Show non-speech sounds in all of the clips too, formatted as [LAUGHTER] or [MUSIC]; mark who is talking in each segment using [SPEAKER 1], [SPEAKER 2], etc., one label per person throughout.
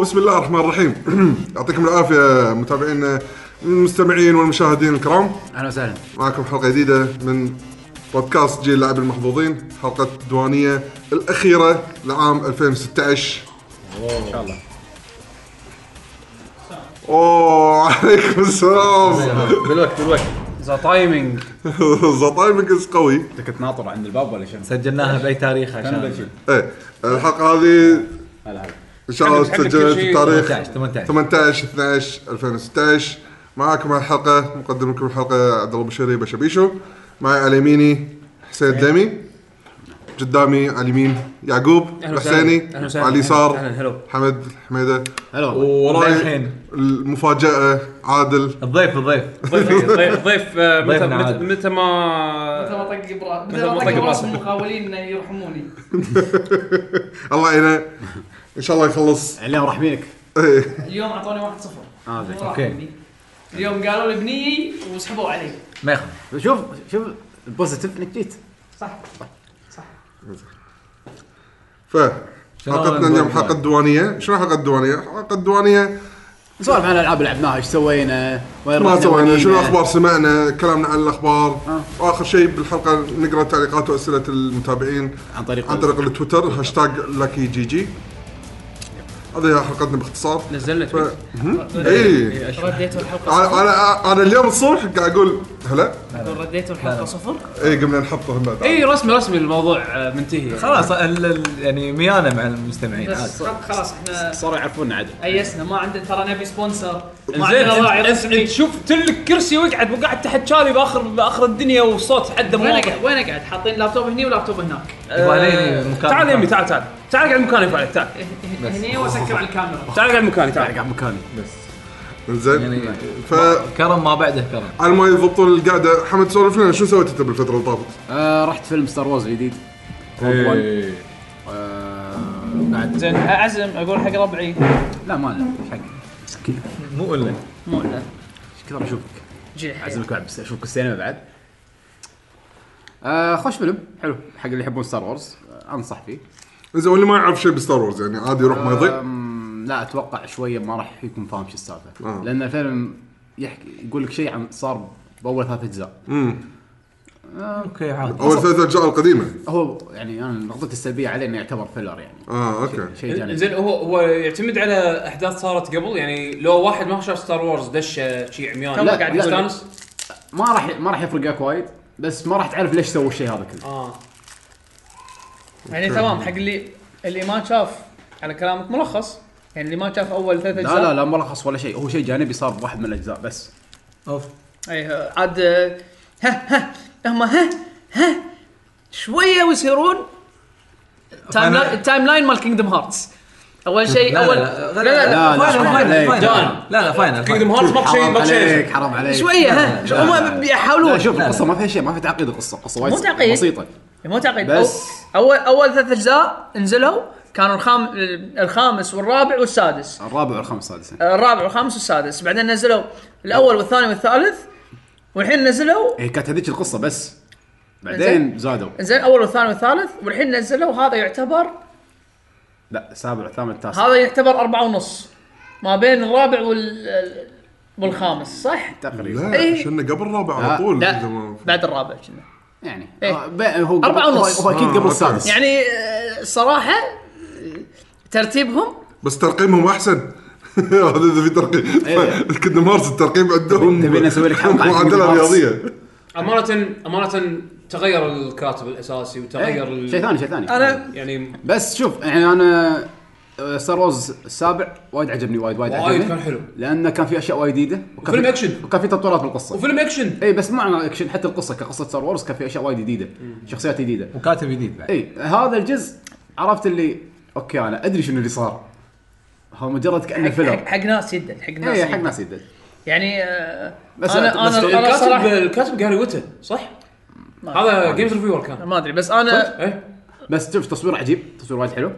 [SPEAKER 1] بسم الله الرحمن الرحيم [CLEARS THROAT] يعطيكم العافيه متابعينا المستمعين والمشاهدين الكرام
[SPEAKER 2] اهلا وسهلا
[SPEAKER 1] معكم حلقه جديده من بودكاست جيل لاعب المحظوظين حلقه الديوانيه الاخيره لعام 2016
[SPEAKER 2] ان شاء الله
[SPEAKER 1] اوه [LAUGHS] عليكم السلام
[SPEAKER 2] بالوقت بالوقت
[SPEAKER 3] ذا تايمينج
[SPEAKER 1] [LAUGHS] زطايمك قوي
[SPEAKER 2] انت كنت ناطر عند الباب ولا شنو؟
[SPEAKER 3] سجلناها باي تاريخ عشان
[SPEAKER 2] بشيل.
[SPEAKER 1] ايه الحلقه هذه
[SPEAKER 2] هلا هلا
[SPEAKER 1] ان شاء الله
[SPEAKER 4] حلو، حلو
[SPEAKER 1] تسجلت
[SPEAKER 4] كل شيء.
[SPEAKER 1] التاريخ
[SPEAKER 3] 18 18
[SPEAKER 1] 18 12 2016 معاكم الحلقه مقدم لكم الحلقه عبد الله بشري بشبيشو معي على يميني حسين الدمي قدامي على اليمين يعقوب الحسيني على اليسار
[SPEAKER 3] هلو
[SPEAKER 1] حمد حميده
[SPEAKER 2] هلا والله.
[SPEAKER 1] وراي
[SPEAKER 3] الحين.
[SPEAKER 1] المفاجاه عادل
[SPEAKER 3] الضيف الضيف
[SPEAKER 4] ضيف ضيف- ضيف آه، متى
[SPEAKER 3] ضيفنا
[SPEAKER 4] متى-
[SPEAKER 3] عادل.
[SPEAKER 4] متى
[SPEAKER 5] متى ما
[SPEAKER 4] ما
[SPEAKER 5] طق برا
[SPEAKER 4] متى
[SPEAKER 5] متى
[SPEAKER 4] ما
[SPEAKER 5] ما طق
[SPEAKER 4] طق
[SPEAKER 5] براس
[SPEAKER 4] براسه.
[SPEAKER 5] المقاولين انه يرحموني
[SPEAKER 1] الله يعينه ان شاء الله يخلص
[SPEAKER 2] اليوم مرحبينك
[SPEAKER 1] إيه.
[SPEAKER 5] اليوم اعطوني واحد صفر
[SPEAKER 2] آه، زين.
[SPEAKER 5] وراح
[SPEAKER 3] أوكي.
[SPEAKER 5] مني. اليوم قالوا لي بنيي وسحبوا علي
[SPEAKER 3] ما يخاف
[SPEAKER 2] آه، شوف شوف البوزيتيف انك جيت
[SPEAKER 5] صح
[SPEAKER 1] ف حلقتنا اليوم حلقه الديوانيه شنو حلقه الديوانيه؟ حلقه الديوانيه
[SPEAKER 2] نسولف عن الالعاب اللي لعبناها ايش سوينا وين
[SPEAKER 1] ما
[SPEAKER 2] رحنا،
[SPEAKER 1] سوينا
[SPEAKER 2] وين
[SPEAKER 1] شنو
[SPEAKER 2] جينا.
[SPEAKER 1] اخبار سمعنا كلامنا عن الاخبار
[SPEAKER 2] آه.
[SPEAKER 1] واخر شيء بالحلقه نقرا تعليقات واسئله المتابعين
[SPEAKER 2] عن طريق
[SPEAKER 1] عن طريق التويتر هاشتاج لاكي جي جي هذه هي حلقتنا باختصار
[SPEAKER 4] نزلنا
[SPEAKER 1] ف...
[SPEAKER 4] تويت
[SPEAKER 1] اي
[SPEAKER 5] رديتوا الحلقه
[SPEAKER 1] انا انا أنا اليوم الصبح قاعد اقول هلا
[SPEAKER 5] صفر رديتوا الحلقه صفر
[SPEAKER 1] اي قمنا نحطه هم بعد
[SPEAKER 4] اي إيه، رسمي رسمي الموضوع آه، منتهي يعني.
[SPEAKER 3] خلاص ال- ال- يعني ميانه مع المستمعين عادي.
[SPEAKER 5] بس خلاص احنا
[SPEAKER 2] صاروا يعرفون عدل
[SPEAKER 5] ايسنا ما عندنا ترى نبي سبونسر ما
[SPEAKER 4] زين
[SPEAKER 5] عندنا راعي
[SPEAKER 4] انت- انت
[SPEAKER 5] رسمي
[SPEAKER 4] انت شوف تلك كرسي وقعد وقعد تحت شالي باخر باخر الدنيا وصوت حده
[SPEAKER 5] وين
[SPEAKER 4] مواقع
[SPEAKER 5] اقعد وين اقعد حاطين لابتوب هني ولابتوب هناك
[SPEAKER 3] يبغى لي مكان
[SPEAKER 4] تعال يمي تعال تعال تعال قاعد مكاني فعلا تعال
[SPEAKER 5] هني واسكر على الكاميرا
[SPEAKER 4] تعال قاعد مكاني
[SPEAKER 2] قاعد
[SPEAKER 4] تعال
[SPEAKER 2] قاعد مكاني
[SPEAKER 1] زين
[SPEAKER 3] يعني
[SPEAKER 1] ف
[SPEAKER 3] كرم ما بعده كرم
[SPEAKER 1] على ما يضبطون القعده حمد سولف لنا شو سويت انت بالفتره اللي طافت؟
[SPEAKER 2] آه، رحت فيلم ستار وورز الجديد روج وان. آه، بعد
[SPEAKER 4] زين اعزم اقول حق ربعي
[SPEAKER 2] لا ما أنا، ايش حق
[SPEAKER 3] مو الا
[SPEAKER 4] مو لا.
[SPEAKER 2] ايش كثر اشوفك
[SPEAKER 5] جيح
[SPEAKER 2] اعزمك بعد بس اشوفك السينما بعد آه خوش فيلم حلو حق اللي يحبون ستار وورز آه انصح فيه
[SPEAKER 1] زين واللي ما يعرف شيء بستار وورز يعني عادي يروح ما يضيع
[SPEAKER 2] أم، لا اتوقع شويه ما راح يكون فاهم شو السالفه
[SPEAKER 1] آه.
[SPEAKER 2] لان الفيلم يحكي يقول لك شيء عن صار باول ثلاث اجزاء
[SPEAKER 1] مم.
[SPEAKER 3] اوكي عادي
[SPEAKER 1] اول ثلاث اجزاء القديمه
[SPEAKER 2] هو يعني انا نقطتي السلبيه عليه انه يعتبر فيلر يعني
[SPEAKER 1] اه اوكي
[SPEAKER 2] شيء جانبي
[SPEAKER 4] زين هو هو يعتمد على احداث صارت قبل يعني لو واحد ما شاف ستار وورز دش شي عميان
[SPEAKER 2] لا،
[SPEAKER 4] قاعد
[SPEAKER 2] لا.
[SPEAKER 4] يستانس
[SPEAKER 2] ما راح ما راح يفرقك وايد بس ما راح تعرف ليش سووا الشيء هذا كله
[SPEAKER 4] اه
[SPEAKER 3] أوكي.
[SPEAKER 6] يعني تمام حق اللي اللي ما شاف على كلامك ملخص يعني اللي ما شاف اول ثلاث
[SPEAKER 2] لا
[SPEAKER 6] اجزاء
[SPEAKER 2] لا لا ملخص ولا شيء هو شيء جانبي صار بواحد من الاجزاء بس
[SPEAKER 3] اوف
[SPEAKER 6] اي آه، عاد آه، ها ها هم ها ها شويه ويصيرون
[SPEAKER 3] فاينل-
[SPEAKER 6] تايم لاين التايم لاين مال كينجدم هارتس اول شيء
[SPEAKER 3] لا
[SPEAKER 6] اول
[SPEAKER 3] لا لا لا
[SPEAKER 2] لا، لا،
[SPEAKER 3] فاينل،
[SPEAKER 2] حرام
[SPEAKER 3] فاينل،
[SPEAKER 2] عليك.
[SPEAKER 3] فاينل. لا لا فاينل
[SPEAKER 4] كينجدم
[SPEAKER 3] فاينل.
[SPEAKER 4] هارتس ماكو شيء
[SPEAKER 2] حرام
[SPEAKER 4] ماكو شيء
[SPEAKER 2] عليك حرام عليك
[SPEAKER 6] شويه ها
[SPEAKER 3] إيه، لا، لا،
[SPEAKER 6] هم
[SPEAKER 2] لا
[SPEAKER 6] بيحاولون
[SPEAKER 2] شوف
[SPEAKER 3] لا،
[SPEAKER 2] القصه ما فيها شيء ما في تعقيد القصه قصه وايد
[SPEAKER 6] مو تعقيد.
[SPEAKER 2] بسيطه
[SPEAKER 6] مو تعقيد
[SPEAKER 2] بس-
[SPEAKER 6] أو- اول اول ثلاث اجزاء نزلوا كانوا الخام الخامس والرابع والسادس
[SPEAKER 2] الرابع والخامس والسادس
[SPEAKER 6] الرابع والخامس والسادس بعدين نزلوا الاول والثاني والثالث والحين نزلوا
[SPEAKER 2] هي إيه، كانت هذيك القصه بس بعدين زادوا
[SPEAKER 6] زين اول والثاني والثالث والحين نزلوا هذا يعتبر
[SPEAKER 2] لا السابع الثامن التاسع
[SPEAKER 6] هذا يعتبر أربعة ونص ما بين الرابع وال والخامس صح؟
[SPEAKER 2] تقريبا
[SPEAKER 1] لا
[SPEAKER 6] إيه.
[SPEAKER 1] عشان قبل الرابع
[SPEAKER 2] لا،
[SPEAKER 1] على طول
[SPEAKER 6] لا بعد الرابع كنا
[SPEAKER 2] يعني
[SPEAKER 6] إيه.
[SPEAKER 2] آه، ب- هو قبل-
[SPEAKER 6] أربعة ونص.
[SPEAKER 2] هو اكيد
[SPEAKER 1] آه،
[SPEAKER 2] قبل
[SPEAKER 1] أوكي.
[SPEAKER 2] السادس
[SPEAKER 6] يعني آه، الصراحة آه، ترتيبهم
[SPEAKER 1] بس ترقيمهم احسن [LAUGHS] هذا اذا في ترقيم
[SPEAKER 2] إيه.
[SPEAKER 1] كندم هارت الترقيم عندهم
[SPEAKER 2] تبينا نسوي لك حلقة عن كينجدم
[SPEAKER 1] معادله
[SPEAKER 2] هارتس.
[SPEAKER 1] رياضيه
[SPEAKER 4] امانه امانه تغير الكاتب الاساسي وتغير
[SPEAKER 2] إيه، شيء
[SPEAKER 4] ال...
[SPEAKER 2] ثاني شيء ثاني
[SPEAKER 6] أنا-
[SPEAKER 4] يعني
[SPEAKER 2] بس شوف يعني انا آه، ستار وورز السابع وايد عجبني وايد وايد
[SPEAKER 4] وايد
[SPEAKER 2] عجبني
[SPEAKER 4] كان حلو.
[SPEAKER 2] لانه كان في اشياء وايد جديده وكان
[SPEAKER 4] وفيلم
[SPEAKER 2] في-
[SPEAKER 4] أكشن.
[SPEAKER 2] وكان في تطورات بالقصه
[SPEAKER 4] وفيلم اكشن
[SPEAKER 2] اي بس مو عن اكشن حتى القصه كقصه ستار وورز كان في اشياء وايد جديده شخصيات جديده
[SPEAKER 3] وكاتب جديد بعد
[SPEAKER 2] اي هذا الجزء عرفت اللي اوكي انا ادري شنو اللي صار هو مجرد كانه
[SPEAKER 6] حق, حق,
[SPEAKER 2] فيلر
[SPEAKER 6] حق ناس جدا إيه، حق ناس
[SPEAKER 2] اي حق
[SPEAKER 6] جداً.
[SPEAKER 2] ناس يدد
[SPEAKER 6] يعني آه،
[SPEAKER 2] بس-
[SPEAKER 6] انا
[SPEAKER 2] بس
[SPEAKER 6] انا انا
[SPEAKER 4] الكاتب
[SPEAKER 6] صراحة نعم.
[SPEAKER 4] الكاتب جاري ويتر صح؟
[SPEAKER 6] ما-
[SPEAKER 4] هذا جيمز ريفيور كان
[SPEAKER 6] ما ادري بس انا
[SPEAKER 4] ايه
[SPEAKER 2] بس شوف تصوير عجيب تصوير وايد حلو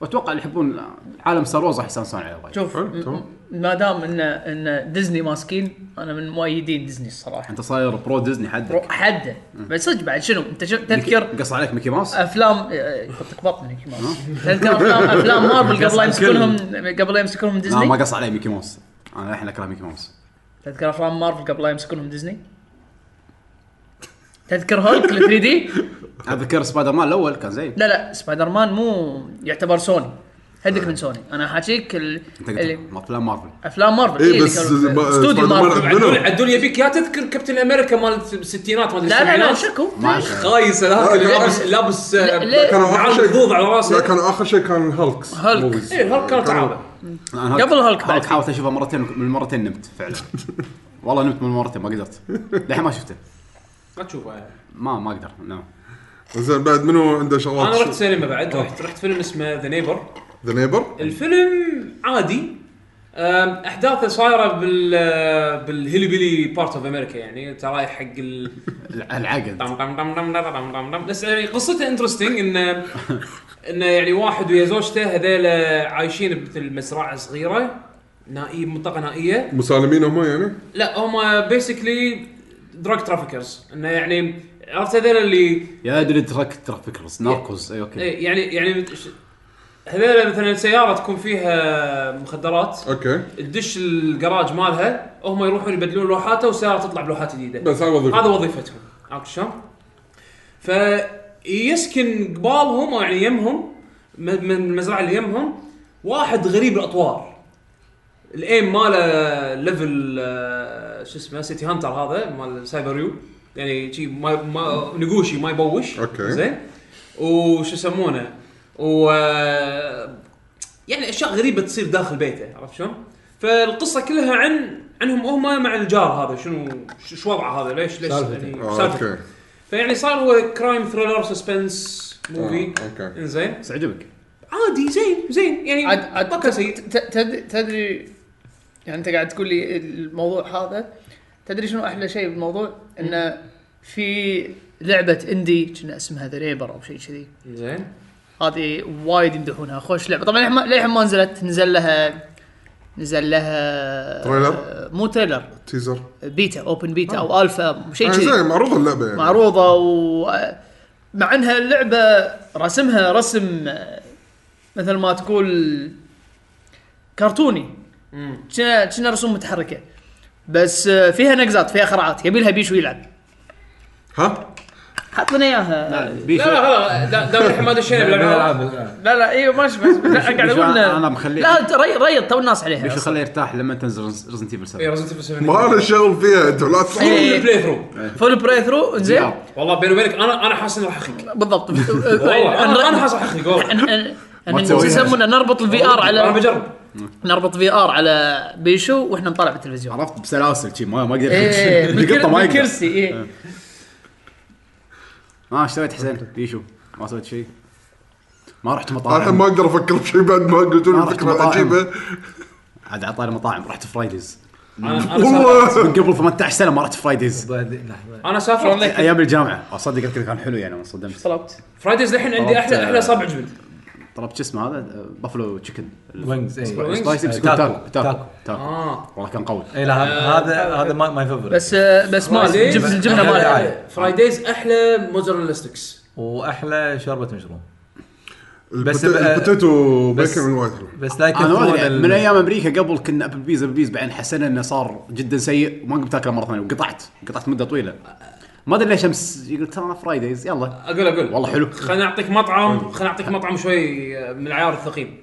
[SPEAKER 2] واتوقع اللي يحبون عالم ستار وورز راح يستانسون عليه وايد
[SPEAKER 6] شوف
[SPEAKER 1] حلو، تمام.
[SPEAKER 6] ما دام ان ان ديزني ماسكين انا من مؤيدين ديزني الصراحه
[SPEAKER 2] انت صاير برو ديزني
[SPEAKER 6] رو-
[SPEAKER 2] حدك
[SPEAKER 6] حده بس صدق بعد شنو انت شو- تذكر
[SPEAKER 2] قص عليك ميكي ماوس
[SPEAKER 6] افلام آه، كنت تقبط مني كمان تذكر افلام افلام مارفل قبل لا يمسكونهم قبل لا يمسكونهم
[SPEAKER 2] لا ما
[SPEAKER 6] ديزني
[SPEAKER 2] قص علي ميكي ماوس انا الحين اكره ميكي ماوس
[SPEAKER 6] تذكر افلام مارفل قبل لا يمسكونهم ديزني تذكر هولك ال 3 دي
[SPEAKER 2] اتذكر سبايدر مان الاول كان زين
[SPEAKER 6] لا لا سبايدر مان مو يعتبر سوني هدك من سوني انا حاجيك ال...
[SPEAKER 2] انت
[SPEAKER 6] ال...
[SPEAKER 2] قلت افلام مارفل
[SPEAKER 6] افلام مارفل
[SPEAKER 1] إيه
[SPEAKER 6] اللي
[SPEAKER 1] بس
[SPEAKER 6] كانوا-
[SPEAKER 1] ما- سبايدر
[SPEAKER 6] استوديو
[SPEAKER 1] مان
[SPEAKER 6] مارفل
[SPEAKER 1] عدل.
[SPEAKER 4] عدول عدول يبيك يا تذكر كابتن امريكا مال الستينات ما ادري
[SPEAKER 6] لا لا لا
[SPEAKER 4] السبعينات.
[SPEAKER 6] شكو
[SPEAKER 2] ما أدري.
[SPEAKER 4] خايس هذاك اللي
[SPEAKER 1] لا،
[SPEAKER 4] لابس لابس آه،
[SPEAKER 6] لا، لا.
[SPEAKER 1] كانوا
[SPEAKER 4] معاه
[SPEAKER 1] اخر شيء
[SPEAKER 4] الخوذ على راسه.
[SPEAKER 1] لا كانوا اخر شيء كان هالكس
[SPEAKER 6] هالك.
[SPEAKER 1] موفيز.
[SPEAKER 4] ايه الهرب كانت
[SPEAKER 1] كانوا-
[SPEAKER 4] تعابه
[SPEAKER 2] أنا
[SPEAKER 6] قبل هالك بعد.
[SPEAKER 2] هالك حاولت اشوفه مرتين من المرتين نمت
[SPEAKER 6] [LAUGHS]
[SPEAKER 2] فعلا والله نمت من المرتين ما قدرت للحين ما شفته
[SPEAKER 4] ما تشوفها يعني.
[SPEAKER 2] ما ما اقدر نعم
[SPEAKER 1] زين بعد منو عنده شغلات
[SPEAKER 4] انا رحت سينما بعد رحت رحت فيلم اسمه ذا نيبر
[SPEAKER 1] ذا نيبر
[SPEAKER 4] الفيلم عادي أم، احداثه صايره بال بالهيلي بيلي بارت اوف امريكا يعني انت رايح حق ال
[SPEAKER 2] العقد
[SPEAKER 4] طم طم طم طم طم طم طم طم. بس يعني قصته انترستنج انه انه يعني واحد ويا زوجته هذيل عايشين مثل مزرعه صغيره نائيه منطقه نائيه
[SPEAKER 1] مسالمين هم يعني
[SPEAKER 4] لا هم بيسكلي دراج ترافيكرز انه يعني عرفت هذول اللي
[SPEAKER 2] يا ادري ترك ترافيكرز ناركوز اي اوكي
[SPEAKER 4] إيه، يعني يعني ش- هذول مثلا سياره تكون فيها مخدرات
[SPEAKER 1] اوكي
[SPEAKER 4] تدش الجراج مالها هم يروحون يبدلون لوحاتها والسياره تطلع بلوحات جديده
[SPEAKER 1] بس هاي وظيفه
[SPEAKER 4] هذا وظيفتهم عرفت شلون؟ فيسكن قبالهم أو يعني يمهم م- من المزرعه اللي يمهم واحد غريب الاطوار الايم ماله ليفل آه، شو اسمه سيتي هانتر هذا مال سايبر يو يعني شي ما, ما نقوشي ما يبوش
[SPEAKER 1] أوكي.
[SPEAKER 4] زين وشو يسمونه و آه، يعني اشياء غريبه تصير داخل بيته عرفت شلون؟ فالقصه كلها عن عنهم هم مع الجار هذا شنو ش- شو وضعه هذا ليش ليش يعني
[SPEAKER 1] آه،
[SPEAKER 4] سالفته.
[SPEAKER 1] اوكي
[SPEAKER 4] فيعني صار هو كرايم ثريلر سسبنس موفي
[SPEAKER 1] آه، أوكي.
[SPEAKER 4] انزين
[SPEAKER 2] بس عجبك
[SPEAKER 4] عادي زين زين يعني
[SPEAKER 6] عاد عاد
[SPEAKER 4] ما كان سيء
[SPEAKER 6] ت- ت- تدري تدري يعني انت قاعد تقول لي الموضوع هذا تدري شنو احلى شيء بالموضوع؟ انه في لعبه اندي كنا اسمها ذا ريبر او شيء كذي
[SPEAKER 4] زين
[SPEAKER 6] هذه وايد يمدحونها خوش لعبه طبعا للحين ما- للحين ما نزلت نزل لها نزل لها
[SPEAKER 1] تريلر؟
[SPEAKER 6] آه، مو تريلر
[SPEAKER 1] تيزر
[SPEAKER 6] بيتا اوبن بيتا او الفا شيء
[SPEAKER 1] يعني
[SPEAKER 6] كذي
[SPEAKER 1] زين معروضه اللعبه يعني
[SPEAKER 6] معروضه و مع انها اللعبه رسمها رسم آه، مثل ما تقول كرتوني
[SPEAKER 4] مم.
[SPEAKER 6] كنا كنا رسوم متحركه بس آه، فيها نقزات فيها خرعات يبي لها بيشو يلعب
[SPEAKER 1] ها
[SPEAKER 6] حط لنا اياها
[SPEAKER 4] لا لا خلاص لا-
[SPEAKER 2] [LAUGHS]
[SPEAKER 4] دام الحين ما دشينا بالالعاب
[SPEAKER 6] لا لا ايوه ماشي بس لا قاعد
[SPEAKER 2] بيشو
[SPEAKER 6] اقول
[SPEAKER 2] أنا مخليه.
[SPEAKER 6] لا انت ري ريض تو الناس عليها
[SPEAKER 2] بيشو
[SPEAKER 6] أصلاً.
[SPEAKER 2] خليه يرتاح لما تنزل ريزنت ايفل
[SPEAKER 4] اي
[SPEAKER 2] 7
[SPEAKER 4] رزنت ايفل 7
[SPEAKER 1] ما له شغل فيها انتم لا تصحون
[SPEAKER 6] إيه.
[SPEAKER 4] فول بلاي ثرو
[SPEAKER 6] فول براي ثرو زين
[SPEAKER 2] VR.
[SPEAKER 4] والله بيني وبينك انا انا حاسس اني راح اخيك
[SPEAKER 2] [LAUGHS]
[SPEAKER 6] بالضبط
[SPEAKER 4] والله انا أنا حاسس راح اخيك والله
[SPEAKER 2] ما
[SPEAKER 6] شو
[SPEAKER 2] تسويها.
[SPEAKER 6] يسمونه نربط الفي ار
[SPEAKER 4] انا
[SPEAKER 6] على
[SPEAKER 4] بجرب
[SPEAKER 6] نربط في ار على بيشو واحنا نطلع بالتلفزيون
[SPEAKER 2] عرفت بسلاسل شي ما ما
[SPEAKER 4] إيه،
[SPEAKER 6] [LAUGHS]
[SPEAKER 2] اقدر [LAUGHS]
[SPEAKER 6] ايه
[SPEAKER 2] القطه ما يقدر
[SPEAKER 6] بالكرسي ايه
[SPEAKER 2] ما سويت حسين بيشو ما سويت شيء ما رحت
[SPEAKER 1] أنا الحين
[SPEAKER 2] مطاعم
[SPEAKER 1] ما اقدر افكر بشيء بعد ما قلتوا
[SPEAKER 2] ما
[SPEAKER 1] لي
[SPEAKER 2] رحت
[SPEAKER 1] الفكره
[SPEAKER 2] مطاعم.
[SPEAKER 1] العجيبه
[SPEAKER 2] عاد على طاري مطاعم رحت فرايديز
[SPEAKER 4] انا انا سافرت
[SPEAKER 1] والله
[SPEAKER 2] من قبل 18 سنه ما رحت فرايديز
[SPEAKER 4] انا سافرت
[SPEAKER 2] ايام الجامعه اصدق أذكر كان حلو يعني انصدمت
[SPEAKER 6] طلبت
[SPEAKER 4] فرايديز الحين عندي احلى احلى اصابع جبن
[SPEAKER 2] طلبت شو اسمه هذا أه، بافلو تشيكن
[SPEAKER 7] وينجز
[SPEAKER 3] إيه.
[SPEAKER 4] وينجز؟
[SPEAKER 2] سبايسي بس يكون تاكو تاكو تاكو
[SPEAKER 4] اه
[SPEAKER 2] والله كان قوي
[SPEAKER 7] اي لا
[SPEAKER 3] آه،
[SPEAKER 7] هذا- هذا هذا ما ما يفضل
[SPEAKER 6] بس آه، بس ما
[SPEAKER 4] فرايديز-
[SPEAKER 6] جبت الجبنه
[SPEAKER 7] أحلى
[SPEAKER 6] مالها
[SPEAKER 7] عادي.
[SPEAKER 4] فرايديز احلى موزاريلا ستكس
[SPEAKER 7] واحلى شوربه مشروم بس-
[SPEAKER 1] البوت- البوتيتو
[SPEAKER 7] بس-
[SPEAKER 1] بيكن وايد حلو
[SPEAKER 7] بس لا
[SPEAKER 2] انا ما ادري
[SPEAKER 7] ال-
[SPEAKER 2] من ايام امريكا قبل كنا ابل بيز ابل بيز بعدين حسنا انه صار جدا سيء وما قمت اكله مره ثانيه وقطعت قطعت مده طويله ما ادري ليش امس قلت انا فرايديز يلا
[SPEAKER 4] اقول اقول
[SPEAKER 2] والله حلو
[SPEAKER 4] خليني اعطيك مطعم خليني اعطيك مطعم شوي من العيار الثقيل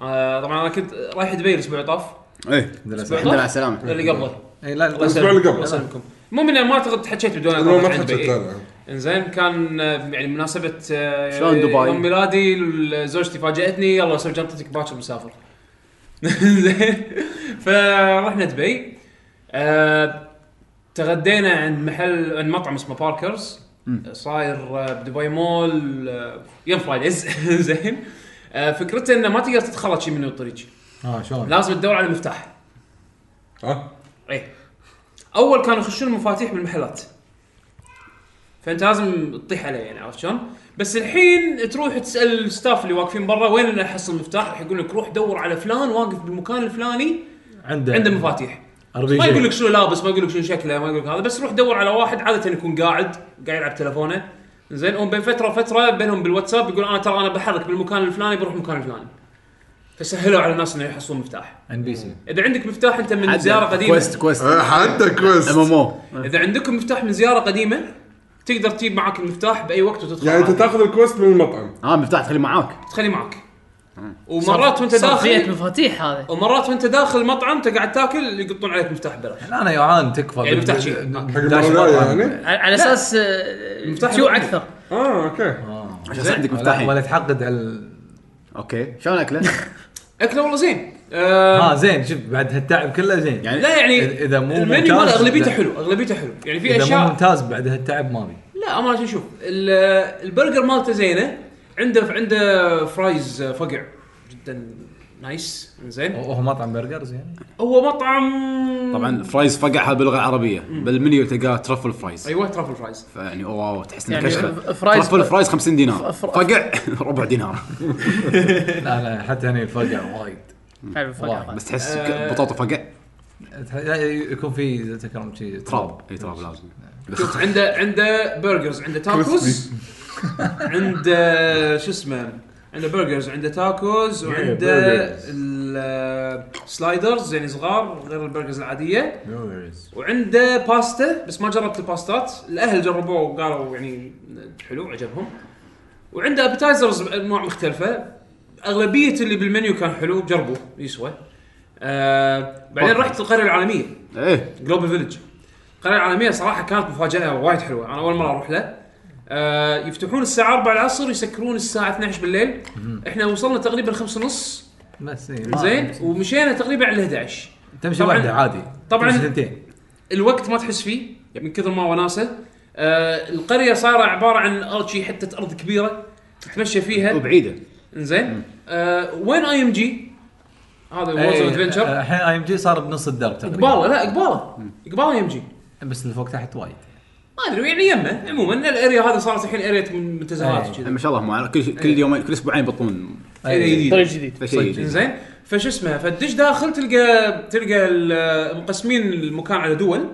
[SPEAKER 4] آه طبعا انا كنت رايح دبي الاسبوع اللي طاف
[SPEAKER 2] ايه الحمد لله على السلامه
[SPEAKER 4] اللي قبله
[SPEAKER 3] إيه،
[SPEAKER 7] اي لا
[SPEAKER 4] الله
[SPEAKER 7] لا
[SPEAKER 1] الأسبوع اللي قبله.
[SPEAKER 4] يسلمكم المهم اني ما اعتقد حكيت بدون
[SPEAKER 1] أنا ما
[SPEAKER 4] عن
[SPEAKER 1] حكيت
[SPEAKER 4] دبي.
[SPEAKER 1] لا لا
[SPEAKER 4] انزين كان آه، يعني مناسبه آه،
[SPEAKER 2] شلون دبي؟
[SPEAKER 4] يوم ميلادي ال- زوجتي فاجاتني يلا سوي جنطتك باكر مسافر زين [LAUGHS] فرحنا دبي آه، تغدينا عند محل عند مطعم اسمه باركرز صاير آه، بدبي مول آه، يوم فرايديز [LAUGHS] زين آه، فكرته انه ما تقدر تتخلص شي منه الطريق
[SPEAKER 3] آه،
[SPEAKER 7] اه شلون
[SPEAKER 4] لازم تدور على مفتاح
[SPEAKER 1] ها
[SPEAKER 4] إيه. ايه اول كانوا يخشون المفاتيح بالمحلات فانت لازم تطيح عليه يعني عرفت شلون؟ بس الحين تروح تسال الستاف اللي واقفين برا وين انا احصل المفتاح؟ راح يقول لك روح دور على فلان واقف بالمكان الفلاني
[SPEAKER 7] عنده
[SPEAKER 4] عنده مفاتيح.
[SPEAKER 7] RBG.
[SPEAKER 4] ما يقول لك شنو لابس ما يقول لك شنو شكله ما يقول لك هذا بس روح دور على واحد عاده يكون قاعد قاعد يلعب تلفونه زين وبين فتره وفتره بينهم بالواتساب يقول انا ترى انا بحرك بالمكان الفلاني بروح المكان الفلاني فسهلوا على الناس انه يحصلون مفتاح
[SPEAKER 7] ان بي سي
[SPEAKER 4] اذا عندك مفتاح انت من زياره قديمه
[SPEAKER 2] كويست كويست
[SPEAKER 1] آه، حتى كويست
[SPEAKER 2] ام ام او
[SPEAKER 4] اذا عندكم مفتاح من زياره قديمه تقدر تجيب معك المفتاح باي وقت وتدخل
[SPEAKER 1] يعني انت
[SPEAKER 4] معك.
[SPEAKER 1] تاخذ الكويست من المطعم
[SPEAKER 2] اه مفتاح تخليه معك
[SPEAKER 4] تخليه معك ومرات وانت
[SPEAKER 6] صفية
[SPEAKER 4] داخل
[SPEAKER 6] مفاتيح هذا
[SPEAKER 4] ومرات وانت داخل مطعم انت قاعد تاكل يقطون عليك مفتاح ببلاش
[SPEAKER 7] انا يوعان تكفى
[SPEAKER 4] يعني
[SPEAKER 7] بال-
[SPEAKER 4] مفتاح شيء.
[SPEAKER 7] بال-
[SPEAKER 1] حق
[SPEAKER 7] داش
[SPEAKER 1] المره الجاية
[SPEAKER 7] مطعم.
[SPEAKER 1] يعني
[SPEAKER 6] على على اساس آه،
[SPEAKER 4] مفتاح
[SPEAKER 6] شو
[SPEAKER 4] الأوضة.
[SPEAKER 6] اكثر
[SPEAKER 1] اه
[SPEAKER 4] آه،
[SPEAKER 1] اوكي
[SPEAKER 2] عشان يصير عندك
[SPEAKER 7] ولا-
[SPEAKER 2] مفتاحين
[SPEAKER 7] ولا تحقد على
[SPEAKER 2] اوكي شلون اكله؟
[SPEAKER 4] اكله والله زين آه
[SPEAKER 7] اه زين شوف بعد هالتعب كله زين
[SPEAKER 2] يعني-
[SPEAKER 4] لا يعني
[SPEAKER 7] إذا- إذا مو
[SPEAKER 4] المنيو
[SPEAKER 7] ممتاز
[SPEAKER 4] مال اغلبيته
[SPEAKER 7] لا.
[SPEAKER 4] حلو اغلبيته حلو يعني في
[SPEAKER 7] اذا مو
[SPEAKER 4] اشياء
[SPEAKER 7] ممتاز بعد هالتعب ما ابي
[SPEAKER 4] لا امانه شوف ال- البرجر مالته زينه عنده عنده فرايز فقع جدا نايس زين
[SPEAKER 7] وهو مطعم برجرز يعني
[SPEAKER 4] هو مطعم
[SPEAKER 2] طبعا فرايز فقع هذا باللغه العربيه بالمنيو تلقاه ترفل فرايز
[SPEAKER 4] ايوه ترافل فرايز
[SPEAKER 2] فيعني واو تحس انك
[SPEAKER 6] يعني
[SPEAKER 2] كشخه
[SPEAKER 6] فرايز-
[SPEAKER 2] ترفل فرايز 50 دينار
[SPEAKER 6] فر-
[SPEAKER 2] فقع [LAUGHS] ربع دينار
[SPEAKER 7] لا لا حتى هني الفقع وايد
[SPEAKER 6] تعرف الفرق
[SPEAKER 7] والله.
[SPEAKER 6] هذا.
[SPEAKER 2] بس تحس
[SPEAKER 4] آه.
[SPEAKER 2] ك- بطاطا فقع
[SPEAKER 7] تح- لا، يكون في تكرم شيء
[SPEAKER 2] تراب اي تراب لازم
[SPEAKER 4] شوف عنده عنده برجرز عنده تاكوز عنده شو اسمه عنده برجرز عنده تاكوز وعنده
[SPEAKER 7] برجرز.
[SPEAKER 4] السلايدرز يعني صغار غير البرجرز العاديه
[SPEAKER 7] No worries.
[SPEAKER 4] وعنده باستا بس ما جربت الباستات الاهل جربوه وقالوا يعني حلو عجبهم وعنده ابتايزرز انواع مختلفه اغلبيه اللي بالمنيو كان حلو جربوه يسوى آه بعدين رحت القريه العالميه
[SPEAKER 2] ايه
[SPEAKER 4] جلوبال فيلج القريه العالميه صراحه كانت مفاجاه وايد حلوه انا اول مره اروح له آه يفتحون الساعه 4 العصر يسكرون الساعه 12 بالليل احنا وصلنا تقريبا 5 ونص
[SPEAKER 7] بس إيه، ما-
[SPEAKER 4] زين ومشينا تقريبا على 11
[SPEAKER 7] تمشي
[SPEAKER 4] طبعاً-
[SPEAKER 7] واحده عادي
[SPEAKER 4] طبعاً.
[SPEAKER 7] تمشي ثنتين
[SPEAKER 4] الوقت ما تحس فيه يعني من كثر ما وناسه آه القريه صايره عباره عن ارض شي حته ارض كبيره تتمشى فيها
[SPEAKER 2] وبعيده
[SPEAKER 4] انزين آه وين اي ام جي هذا وورز
[SPEAKER 7] إيه،
[SPEAKER 4] ادفنشر
[SPEAKER 7] آه، الحين اي ام جي صار بنص الدرب تقريبا
[SPEAKER 4] قباله لا قباله قباله اي ام جي
[SPEAKER 7] بس اللي فوق تحت وايد
[SPEAKER 4] ما ادري يعني يمه عموما الاريا هذه صارت الحين اريا من
[SPEAKER 7] إيه.
[SPEAKER 4] منتزهات كذا
[SPEAKER 2] ما شاء الله مع كل كل يومين كل اسبوعين يبطلون
[SPEAKER 4] اريا
[SPEAKER 7] إيه.
[SPEAKER 4] جديده
[SPEAKER 6] طريق جديد
[SPEAKER 2] فشيء
[SPEAKER 4] انزين فشو اسمه فتدش داخل تلقى تلقى ال- مقسمين المكان على دول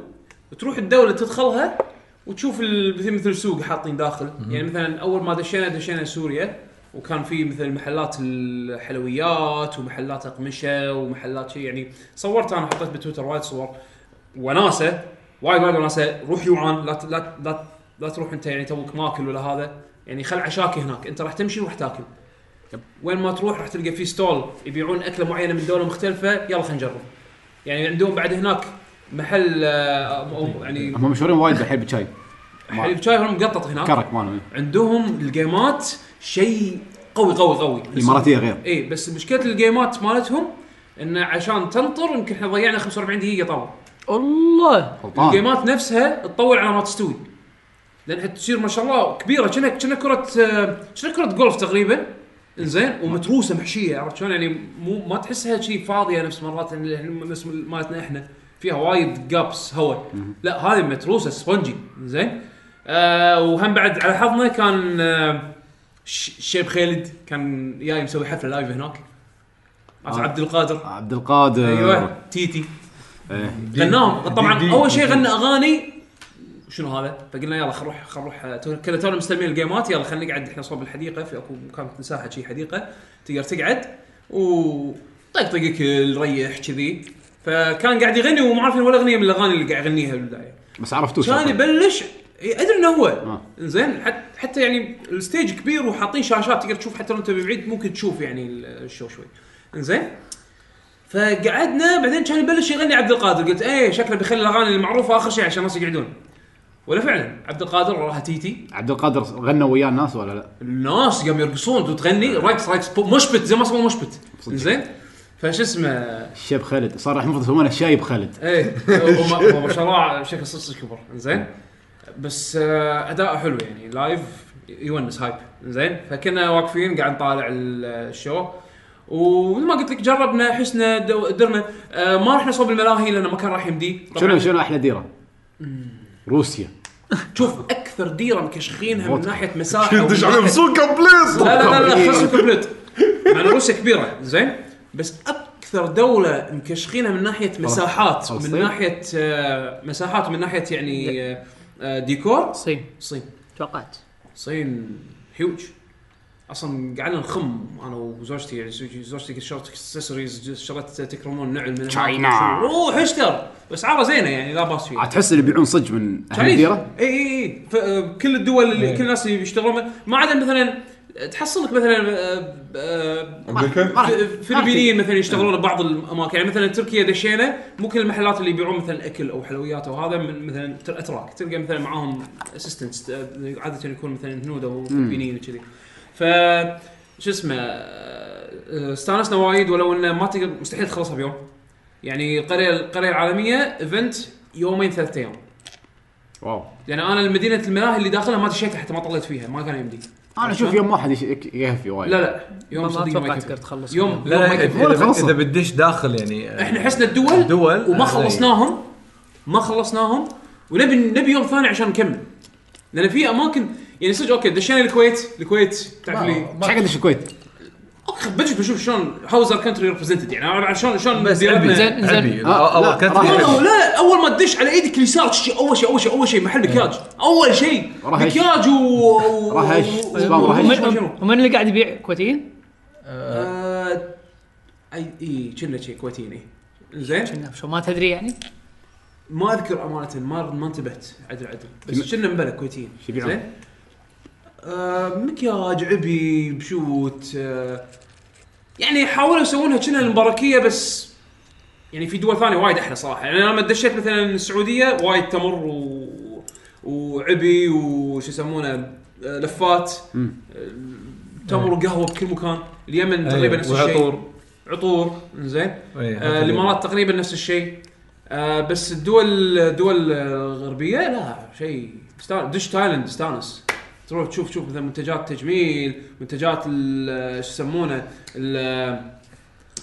[SPEAKER 4] تروح الدوله تدخلها وتشوف ال- مثل مثل سوق حاطين داخل يعني مثلا اول ما دشينا دشينا سوريا وكان في مثل محلات الحلويات ومحلات اقمشه ومحلات شيء يعني صورت انا حطيت بتويتر وايد صور وناسه وايد وايد وناسه روح يوعان لا ت- لا ت- لا ت- لا تروح انت يعني توك ماكل ولا هذا يعني خل عشاك هناك انت راح تمشي وراح تاكل وين ما تروح راح تلقى في ستول يبيعون اكله معينه من دوله مختلفه يلا خلينا نجرب يعني عندهم بعد هناك محل آه، أو- أو- يعني
[SPEAKER 2] هم مشهورين وايد الحين بالشاي
[SPEAKER 4] حليب شاي هم مقطط هناك
[SPEAKER 2] كرك مالهم
[SPEAKER 4] عندهم الجيمات شيء قوي قوي قوي بس-
[SPEAKER 2] الاماراتيه غير
[SPEAKER 4] اي بس مشكله الجيمات مالتهم انه عشان تنطر يمكن احنا ضيعنا 45 دقيقه طاوله
[SPEAKER 6] الله
[SPEAKER 2] غلطان
[SPEAKER 4] الجيمات نفسها تطول على ما تستوي لانها تصير ما شاء الله كبيره كنا كنا كره آه، كنا كره جولف تقريبا زين ومتروسه محشيه عرفت شلون يعني مو ما تحسها شيء فاضيه نفس مرات يعني إحنا- نفس مالتنا احنا فيها وايد جابس هواء لا هذه متروسه سبونجي زين آه وهم بعد على حظنا كان آه ش- الشيب خالد كان جاي مسوي حفله لايف هناك عرفت
[SPEAKER 2] آه.
[SPEAKER 4] عبد القادر
[SPEAKER 2] عبد القادر
[SPEAKER 4] ايوه تيتي
[SPEAKER 2] إيه.
[SPEAKER 4] غناهم
[SPEAKER 7] دي-
[SPEAKER 4] طبعا
[SPEAKER 7] دي-
[SPEAKER 4] اول شيء غنى اغاني شنو هذا؟ فقلنا يلا خل نروح خل نروح تو- كنا تونا مستلمين الجيمات يلا خلينا نقعد احنا صوب الحديقه في اكو مكان مساحه شي حديقه تقدر تقعد و طق طقك ريح كذي فكان قاعد يغني وما عارفين ولا اغنيه من الاغاني اللي قاعد يغنيها بالبدايه
[SPEAKER 2] بس عرفتوه
[SPEAKER 4] كان
[SPEAKER 2] شكراً.
[SPEAKER 4] يبلش إي، ادري انه هو
[SPEAKER 2] آه.
[SPEAKER 4] زين حت حتى يعني الستيج كبير وحاطين شاشات تقدر تشوف حتى لو انت بعيد ممكن تشوف يعني ال- الشو شوي زين فقعدنا بعدين كان يبلش يغني عبد القادر قلت ايه شكله بيخلي الاغاني المعروفه اخر شيء عشان الناس يقعدون ولا فعلا عبد القادر وراها تيتي
[SPEAKER 2] عبد القادر غنوا وياه الناس ولا لا؟
[SPEAKER 4] الناس قام يرقصون وتغني رقص رقص بو- مشبت زي ما اسمه مشبت زين فش اسمه
[SPEAKER 2] الشيب خالد صار الحين المفروض يسمونه الشايب خالد
[SPEAKER 4] ايه هو ما هو ما شاء الله شكل صدق كبر زين بس آه، اداءه حلو يعني لايف يونس هايب زين فكنا واقفين قاعد نطالع ال- الشو ومثل ما قلت لك جربنا حسنا دو- درنا آه، ما رحنا صوب الملاهي لانه ما كان راح يمدي
[SPEAKER 2] شنو شنو احلى ديره؟ روسيا
[SPEAKER 4] شوف اكثر ديره مكشخينها من
[SPEAKER 2] فودكا.
[SPEAKER 4] ناحيه مساحه
[SPEAKER 1] يدش
[SPEAKER 4] ومن
[SPEAKER 1] عليهم
[SPEAKER 4] ناحية-
[SPEAKER 1] سوق كومبليت
[SPEAKER 4] لا لا لا لا خصم كومبليت مع إن روسيا كبيره زين بس اكثر دوله مكشخينها من ناحيه مساحات
[SPEAKER 2] فلسطين؟
[SPEAKER 4] من ناحيه آه، مساحات من ناحيه يعني آه، آه، ديكور
[SPEAKER 6] الصين
[SPEAKER 4] الصين
[SPEAKER 6] توقعت
[SPEAKER 4] الصين هيوج اصلا قعدنا نخم انا وزوجتي يعني زوجتي زوجتي شرت اكسسوارز شرت تكرمون نعل من
[SPEAKER 2] China.
[SPEAKER 4] روح اشتر اسعاره زينه يعني لا باس فيها
[SPEAKER 2] عاد تحس اللي يبيعون صج من اهل
[SPEAKER 4] Chinese.
[SPEAKER 2] الديره
[SPEAKER 4] اي اي اي ف- آه، كل الدول اللي كل الناس اللي يشتغلون ما عدا مثلا تحصل لك مثلا آه، آه،
[SPEAKER 1] امريكا
[SPEAKER 4] ف- فلبينيين مثلا يشتغلون ببعض الاماكن يعني مثلا تركيا دشينا مو كل المحلات اللي يبيعون مثلا اكل او حلويات او هذا من مثلا تر- اتراك تلقى مثلا معاهم اسيستنتس عاده يكون مثلا هنود او فلبينيين وكذي ف شو اسمه آه، استانسنا وايد ولو انه ما تقدر مستحيل تخلصها بيوم يعني القريه القريه العالميه ايفنت يومين ثلاثة ايام
[SPEAKER 2] واو
[SPEAKER 4] لان انا المدينه الملاهي اللي داخلها ما دشيتها حتى ما طلعت فيها ما كان يمدي
[SPEAKER 2] انا اشوف يوم واحد يش- يك- يهفي وايد
[SPEAKER 4] لا لا يوم
[SPEAKER 6] ما
[SPEAKER 4] صدقني ما
[SPEAKER 6] توقعت تقدر
[SPEAKER 4] يكفي.
[SPEAKER 6] تخلص
[SPEAKER 4] يوم
[SPEAKER 7] لا
[SPEAKER 4] يوم
[SPEAKER 7] لا
[SPEAKER 4] ما يكفي.
[SPEAKER 7] إذا- اذا
[SPEAKER 2] خلص.
[SPEAKER 7] اذا بتدش داخل يعني
[SPEAKER 4] احنا حسنا الدول
[SPEAKER 7] دول
[SPEAKER 4] وما خلصناهم ما خلصناهم ونبي نبي يوم ثاني عشان نكمل لان في اماكن يعني صدق اوكي دشينا الكويت الكويت تعرف لي
[SPEAKER 2] ايش حق ادش الكويت؟
[SPEAKER 4] أخ، بجد بشوف شلون هاوز ار كنتري ريبريزنتد يعني أنا شلون شلون
[SPEAKER 7] بس
[SPEAKER 4] ديرتنا-
[SPEAKER 7] عبي
[SPEAKER 6] زين- زين.
[SPEAKER 7] عبي
[SPEAKER 2] آه،
[SPEAKER 7] اول
[SPEAKER 2] لا،
[SPEAKER 7] كنت
[SPEAKER 2] راح
[SPEAKER 4] لا لا،
[SPEAKER 7] يحب.
[SPEAKER 4] لا اول ما تدش على ايدك اليسار شي- اول شيء اول شيء اول شيء محل بكاج اول شيء
[SPEAKER 2] راح أش-
[SPEAKER 4] بكاج و و-
[SPEAKER 2] راح أش-
[SPEAKER 4] و-
[SPEAKER 2] سبان راح أش.
[SPEAKER 4] ومن- شنو؟
[SPEAKER 6] ومن اللي قاعد يبيع كويتيين؟
[SPEAKER 4] آه، اي اي كنا شي كويتيين إي. زين
[SPEAKER 6] كنا شو ما تدري يعني؟
[SPEAKER 4] ما اذكر امانه ما ما انتبهت عدل عدل بس كنا مبلى كويتيين
[SPEAKER 2] شو يبيعون؟
[SPEAKER 4] زين؟ آه مكياج عبي بشوت آه يعني حاولوا يسوونها كنا المباركيه بس يعني في دول ثانيه وايد احلى صراحه يعني انا لما دشيت مثلا السعوديه وايد تمر و... وعبي وش يسمونه آه، لفات آه، تمر وقهوه بكل مكان اليمن تقريبا نفس الشيء
[SPEAKER 7] وعطور.
[SPEAKER 4] عطور زين
[SPEAKER 7] إيه،
[SPEAKER 4] آه، الامارات تقريبا نفس الشيء آه، بس الدول الدول الغربيه لا شيء استا- دش تايلند استانس تروح تشوف تشوف مثلا منتجات تجميل منتجات ال- شو يسمونه ال-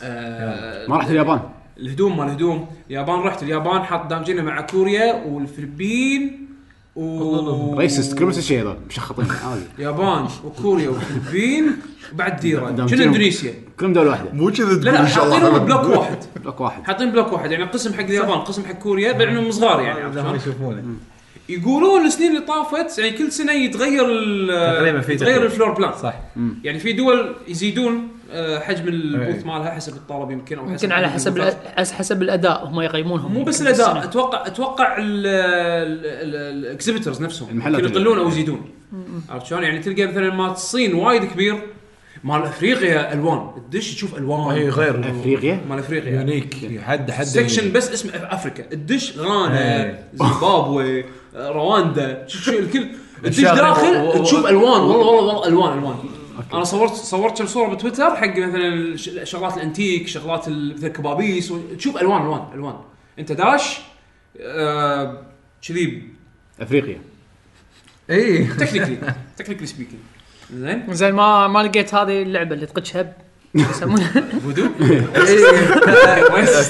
[SPEAKER 4] آه،
[SPEAKER 2] ما رحت اليابان
[SPEAKER 4] الهدوم مال الهدوم اليابان رحت اليابان حاط دامجينه مع كوريا والفلبين و
[SPEAKER 1] [LAUGHS]
[SPEAKER 2] ريسست كل نفس الشيء هذول مشخطين
[SPEAKER 4] [LAUGHS]
[SPEAKER 2] عادي
[SPEAKER 4] اليابان وكوريا والفلبين بعد ديره
[SPEAKER 2] دامجينهم-
[SPEAKER 4] كنا اندونيسيا
[SPEAKER 2] كلهم دوله واحده
[SPEAKER 4] [LAUGHS]
[SPEAKER 1] مو كذا
[SPEAKER 4] لا لا
[SPEAKER 1] إن شاء الله
[SPEAKER 4] حاطينهم
[SPEAKER 1] حمد.
[SPEAKER 4] بلوك واحد
[SPEAKER 2] بلوك واحد
[SPEAKER 4] حاطين بلوك واحد يعني قسم حق اليابان قسم حق كوريا بيعنهم صغار يعني عرفت
[SPEAKER 7] هم
[SPEAKER 4] شلون؟
[SPEAKER 7] آه، يشوفونه
[SPEAKER 4] يقولون السنين اللي طافت يعني كل سنه يتغير ال-
[SPEAKER 7] تقريباً في
[SPEAKER 4] يتغير
[SPEAKER 7] تغيير.
[SPEAKER 4] الفلور بلان
[SPEAKER 7] صح
[SPEAKER 4] يعني في دول يزيدون آه، حجم البوث
[SPEAKER 7] إيه.
[SPEAKER 4] مالها حسب الطلب يمكن او
[SPEAKER 6] يمكن على
[SPEAKER 4] حجم
[SPEAKER 6] حسب
[SPEAKER 4] البوثات.
[SPEAKER 6] الأ- حس- حسب الاداء هم يقيمونهم
[SPEAKER 4] مو بس
[SPEAKER 6] يمكن في
[SPEAKER 4] الاداء
[SPEAKER 6] السنة.
[SPEAKER 4] اتوقع اتوقع الاكسبيترز نفسهم
[SPEAKER 2] المحلات
[SPEAKER 4] يمكن
[SPEAKER 2] اللي-
[SPEAKER 4] يقلون او يزيدون عرفت شلون؟ يعني تلقى مثلا مال الصين وايد كبير مال افريقيا الوان تدش تشوف
[SPEAKER 7] اي
[SPEAKER 4] الوان
[SPEAKER 7] غير
[SPEAKER 2] افريقيا
[SPEAKER 4] مال افريقيا
[SPEAKER 7] يعني يونيك حد حد
[SPEAKER 4] سكشن بس اسم افريكا الدش غانا
[SPEAKER 7] إيه.
[SPEAKER 4] زيمبابوي آه، رواندا شو- شو الكل الدش
[SPEAKER 7] الشارع و-
[SPEAKER 4] داخل
[SPEAKER 7] و-
[SPEAKER 4] تشوف الوان والله والله والله الوان الوان انا صورت صورت كم صوره بتويتر حق مثلا الش- شغلات الانتيك شغلات ال- مثل الكبابيس و- تشوف الوان الوان الوان انت داش آه، كذي [LAUGHS]
[SPEAKER 2] افريقيا
[SPEAKER 7] اي
[SPEAKER 4] إيه. تكنيكلي تكنيكلي سبيكينج
[SPEAKER 6] [LAUGHS]
[SPEAKER 4] زين
[SPEAKER 6] زين ما ما لقيت هذه اللعبه اللي تقدشها [LAUGHS] ب- يسمونها
[SPEAKER 4] فودو
[SPEAKER 7] إيه.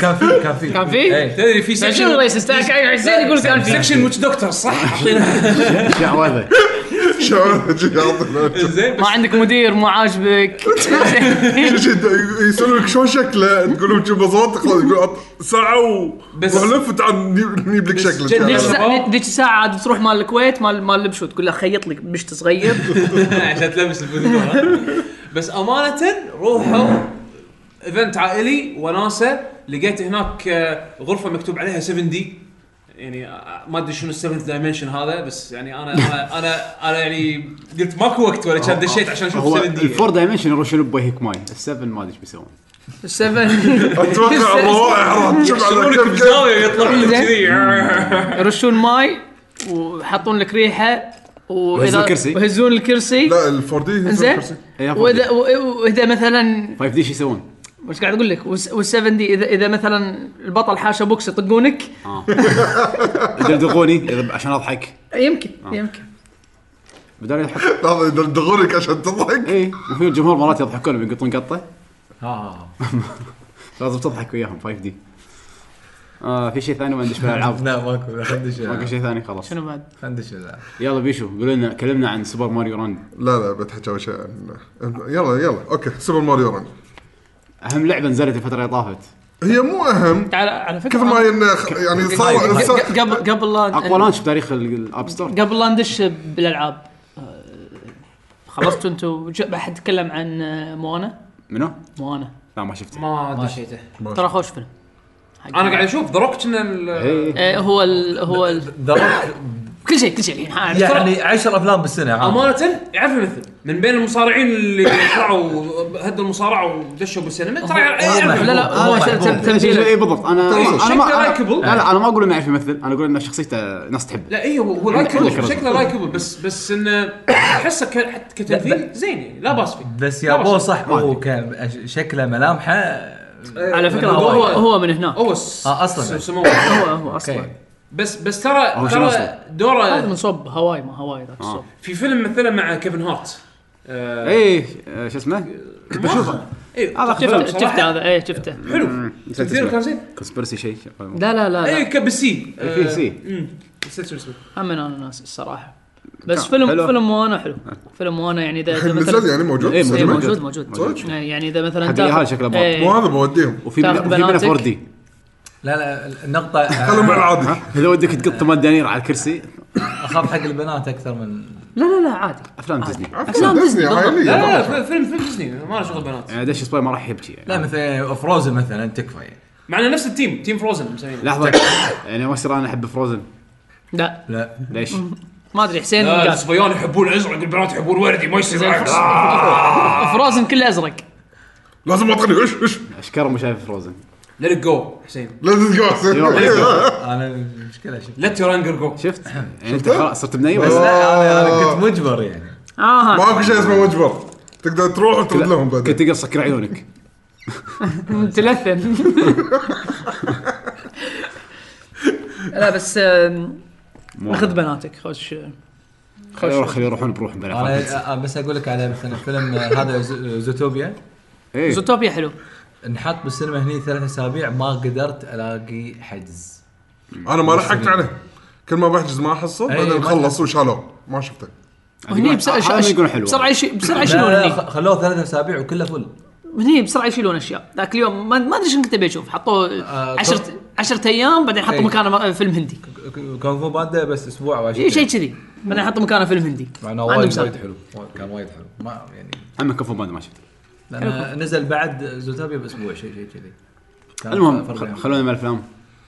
[SPEAKER 7] كان في كان في
[SPEAKER 6] كان في؟
[SPEAKER 7] إيه.
[SPEAKER 4] تدري في
[SPEAKER 6] شنو
[SPEAKER 4] سكشن
[SPEAKER 6] [LAUGHS] الريسست حسين يقول كان في
[SPEAKER 4] سكشن ويتش دكتور صح اعطينا
[SPEAKER 2] شعوذه
[SPEAKER 1] شعور يعطينا-
[SPEAKER 4] [LAUGHS] زين
[SPEAKER 6] ما عندك مدير مو عاجبك
[SPEAKER 1] شد- يسألونك شلون شكله تقول لهم شوف بصمتك خلاص يقول أط- ساعة و
[SPEAKER 4] بس-
[SPEAKER 1] روح لف وتعال نجيب نجيب لك
[SPEAKER 4] بس
[SPEAKER 1] شكله
[SPEAKER 4] جد-
[SPEAKER 6] ذيك
[SPEAKER 1] تعال.
[SPEAKER 4] جد-
[SPEAKER 6] الساعة- ذيك الساعة عاد تروح مال الكويت مال مال لبشو تقول له خيط لي بشت صغير
[SPEAKER 4] [LAUGHS] عشان تلبس البندقية بس امانه روحوا ايفنت عائلي وناسه لقيت هناك آه، غرفه مكتوب عليها 7 دي يعني آه، ما ادري شنو السفنث دايمنشن هذا بس يعني انا انا انا, أنا يعني قلت ماكو وقت ولا كان دشيت عشان اشوف
[SPEAKER 2] هو
[SPEAKER 4] 7 دي
[SPEAKER 2] الفور دايمنشن يروشون بهيك ماي السفن ما ادري ايش بيسوون
[SPEAKER 6] السفن
[SPEAKER 1] اتوقع الروائح راح تشوف على
[SPEAKER 4] يشيلونك
[SPEAKER 1] كم كم
[SPEAKER 4] بزاويه ويطلعون لك كذي
[SPEAKER 6] يرشون ماي ويحطون لك ريحه
[SPEAKER 2] ويهزون
[SPEAKER 6] واذا
[SPEAKER 2] الكرسي.
[SPEAKER 6] ويهزون الكرسي
[SPEAKER 1] لا الفور دي
[SPEAKER 6] زين
[SPEAKER 2] إيه،
[SPEAKER 6] واذا واذا مثلا
[SPEAKER 2] 5 دي شو يسوون؟
[SPEAKER 6] وش قاعد اقول لك وال7 دي اذا اذا مثلا البطل حاشا بوكس يطقونك
[SPEAKER 2] يدلدقوني يضرب- عشان اضحك
[SPEAKER 6] يمكن يمكن
[SPEAKER 2] بدل يضحك
[SPEAKER 1] لحظة يدغونك عشان تضحك
[SPEAKER 2] اي وفي الجمهور إيه، مرات يضحكون يقطون قطه
[SPEAKER 4] آه.
[SPEAKER 2] [LAUGHS]
[SPEAKER 7] ها
[SPEAKER 2] لازم تضحك وياهم 5 دي آه في شيء ثاني ما ندش في
[SPEAKER 4] [LAUGHS]
[SPEAKER 2] الالعاب
[SPEAKER 7] لا ماكو لا خندش
[SPEAKER 2] ماكو شيء ثاني خلاص
[SPEAKER 6] شنو بعد؟
[SPEAKER 7] خندش العاب
[SPEAKER 2] يلا بيشو قول لنا كلمنا عن سوبر ماريو ران
[SPEAKER 1] لا لا بتحكي اول شيء عن- يلا يلا اوكي سوبر ماريو رن
[SPEAKER 2] اهم لعبه نزلت الفتره اللي طافت
[SPEAKER 1] هي مو اهم
[SPEAKER 6] تعال على فكره
[SPEAKER 1] كثر ما هي إنه خ- يعني صار صار-
[SPEAKER 6] ق- قبل قبل لا
[SPEAKER 2] اقوى لانش بتاريخ ال- الاب ستور
[SPEAKER 6] قبل لا ندش بالالعاب آه، خلصتوا انتم ج- بحد تكلم عن آه، موانا
[SPEAKER 2] منو؟
[SPEAKER 6] موانا
[SPEAKER 2] لا ما شفته
[SPEAKER 4] ما دشيته
[SPEAKER 6] ترى خوش فيلم
[SPEAKER 4] انا قاعد اشوف ذروك كنا ال-
[SPEAKER 2] إيه.
[SPEAKER 6] آه، هو ال هو ال كل شيء كل شيء الحين عارف.
[SPEAKER 7] يعني 10 افلام بالسنه عام.
[SPEAKER 4] امانه يعرف يمثل من بين المصارعين اللي طلعوا هدوا المصارعه ودشوا بالسينما ترى يعرف
[SPEAKER 6] لا لا هو
[SPEAKER 7] هو
[SPEAKER 6] ش-
[SPEAKER 7] محبوب.
[SPEAKER 6] ش- تمثيله
[SPEAKER 2] اي إيه، بالضبط انا
[SPEAKER 1] تمام.
[SPEAKER 2] انا ما
[SPEAKER 4] شكله
[SPEAKER 2] أنا-
[SPEAKER 4] لايكبل.
[SPEAKER 2] لا لا انا ما اقول انه يعرف يمثل انا اقول ان شخصيته ناس تحبه
[SPEAKER 4] لا اي هو هو
[SPEAKER 2] عندك
[SPEAKER 4] لايكبل
[SPEAKER 2] رزق.
[SPEAKER 4] شكله لايكبل بس بس انه احسه ك- حتى كتمثيل زين يعني لا باس فيه
[SPEAKER 7] بس
[SPEAKER 4] لا
[SPEAKER 7] يا
[SPEAKER 4] باس
[SPEAKER 7] بو
[SPEAKER 4] فيه.
[SPEAKER 7] صح
[SPEAKER 2] ما
[SPEAKER 7] هو
[SPEAKER 2] أدري.
[SPEAKER 7] كان ش- شكله ملامحه
[SPEAKER 6] على فكره
[SPEAKER 7] هو-
[SPEAKER 6] أه، هو هو, هو من هناك
[SPEAKER 4] هو
[SPEAKER 7] آه، أصلاً.
[SPEAKER 6] هو
[SPEAKER 4] اصلا
[SPEAKER 6] هو اصلا
[SPEAKER 4] بس بس
[SPEAKER 2] هو
[SPEAKER 4] ترى
[SPEAKER 2] شنو
[SPEAKER 4] ترى
[SPEAKER 2] أصلاً؟
[SPEAKER 6] هذا
[SPEAKER 4] دوره
[SPEAKER 6] من صوب هواي ما هواي ذاك
[SPEAKER 2] آه.
[SPEAKER 6] الصوب
[SPEAKER 4] في فيلم مثله مع كيفن هارت آه، إيه،
[SPEAKER 2] اي شو اسمه؟
[SPEAKER 4] كنت بشوفه اي
[SPEAKER 2] إيه، هذا
[SPEAKER 6] شفته
[SPEAKER 4] فيلم
[SPEAKER 6] شفته
[SPEAKER 4] صراحه
[SPEAKER 6] هذا ايه شفته
[SPEAKER 4] حلو تمثيله كان زين
[SPEAKER 2] كونسبيرسي شيء
[SPEAKER 6] لا لا لا,
[SPEAKER 4] اي
[SPEAKER 6] لا.
[SPEAKER 4] كبسي
[SPEAKER 2] إيه، في سي.
[SPEAKER 4] آه، نسيت شو اسمه
[SPEAKER 6] هم انا ناس الصراحه بس
[SPEAKER 2] كان
[SPEAKER 6] فيلم
[SPEAKER 2] حلو.
[SPEAKER 6] فيلم موانا حلو فيلم موانا يعني اذا إذا
[SPEAKER 1] نزل يعني موجود
[SPEAKER 2] إيه،
[SPEAKER 6] إيه،
[SPEAKER 1] سينما؟
[SPEAKER 6] موجود موجود
[SPEAKER 1] صدق؟
[SPEAKER 6] يعني اذا مثلا
[SPEAKER 2] حق
[SPEAKER 6] تاخذ-
[SPEAKER 2] اليهال شكله بط.
[SPEAKER 6] إيه.
[SPEAKER 1] مو هذا بوديهم
[SPEAKER 2] وفي
[SPEAKER 6] تاخذ
[SPEAKER 2] منه- وفي منه
[SPEAKER 6] بناتك.
[SPEAKER 2] 4 دي
[SPEAKER 7] لا لا النقطه
[SPEAKER 1] خلهم العادي
[SPEAKER 2] اذا ودك تقط ثمان دنانير على الكرسي
[SPEAKER 7] اخاف حق البنات اكثر من
[SPEAKER 6] لا لا لا عادي
[SPEAKER 7] آه.
[SPEAKER 2] افلام ديزني
[SPEAKER 1] عفوا يعني ديزني
[SPEAKER 4] لا
[SPEAKER 1] عائليه
[SPEAKER 4] لا لا فيلم فيلم ديزني ما له شغل بنات
[SPEAKER 2] يعني دش سباي ما راح يبكي يعني.
[SPEAKER 7] لا مثلا فروزن مثلا تكفى يعني
[SPEAKER 4] مع انه نفس التيم تيم فروزن مسوينه
[SPEAKER 2] لحظه يعني ما يصير انا احب فروزن
[SPEAKER 6] لا
[SPEAKER 7] لا
[SPEAKER 2] ليش؟
[SPEAKER 6] ما ادري حسين
[SPEAKER 4] لا
[SPEAKER 6] قال
[SPEAKER 4] آه، الصبيان يحبون الازرق البنات يحبون وردي ما يصير العكس
[SPEAKER 6] فروزن كله ازرق
[SPEAKER 1] لازم ما تغني ايش ايش
[SPEAKER 2] اشكره مو شايف فروزن
[SPEAKER 4] ليت جو حسين
[SPEAKER 1] لازم [LAUGHS] تقعد
[SPEAKER 7] انا المشكله شفت
[SPEAKER 4] ليت يور انجر جو
[SPEAKER 2] شفت؟ يعني انت خلاص صرت منيب
[SPEAKER 7] بس
[SPEAKER 2] بس
[SPEAKER 7] لا أنا- انا كنت مجبر يعني
[SPEAKER 6] اه
[SPEAKER 1] إيه، ماكو شيء اسمه مجبر تقدر تروح وترد لهم بعدين
[SPEAKER 2] كنت تقدر تسكر عيونك
[SPEAKER 6] تلثن لا بس آم،
[SPEAKER 2] مو-
[SPEAKER 6] اخذ بناتك خوش
[SPEAKER 2] خليه يروح- خليه يروحون بروحهم بلا فانتسي.
[SPEAKER 7] انا آه، بس اقول لك على مثلا فيلم آه، هذا زو- زوتوبيا
[SPEAKER 2] إيه.
[SPEAKER 6] زوتوبيا حلو
[SPEAKER 7] انحط بالسينما هني ثلاث اسابيع ما قدرت الاقي حجز
[SPEAKER 1] انا ما لحقت عليه كل ما بحجز ما احصه
[SPEAKER 7] أي،
[SPEAKER 1] بعدين
[SPEAKER 7] ما-
[SPEAKER 1] خلصوا وشالوه ما شفته
[SPEAKER 6] وهني بس-
[SPEAKER 2] هذا ما يقولون حلو.
[SPEAKER 6] بسرعه يش- بسرعه يشيلون
[SPEAKER 7] لا، لا،
[SPEAKER 6] هني
[SPEAKER 7] خ- خلوه ثلاث اسابيع وكله فل
[SPEAKER 6] هني بسرعه يشيلون اشياء ذاك اليوم ما ما ادري شنو كنت ابي اشوف حطوه
[SPEAKER 7] آه،
[SPEAKER 6] عشرة عشرة ايام بعدين حطوا
[SPEAKER 7] إيه.
[SPEAKER 6] مكانه م- فيلم هندي
[SPEAKER 7] كونغ فو باندا بس اسبوع او 10
[SPEAKER 6] شيء شيء كذي بعدين حطوا مكانه فيلم هندي
[SPEAKER 7] مع انه
[SPEAKER 6] ما عندهم
[SPEAKER 7] وايد
[SPEAKER 6] سالفة.
[SPEAKER 7] وايد حلو وايد- كان وايد حلو ما يعني
[SPEAKER 2] اما كفو باند ما شفته
[SPEAKER 7] لانه نزل بعد زوتوبيا باسبوع شيء شيء كذي كان
[SPEAKER 2] المهم
[SPEAKER 7] فرق
[SPEAKER 2] خ-
[SPEAKER 7] يعني.
[SPEAKER 2] خلونا مع الافلام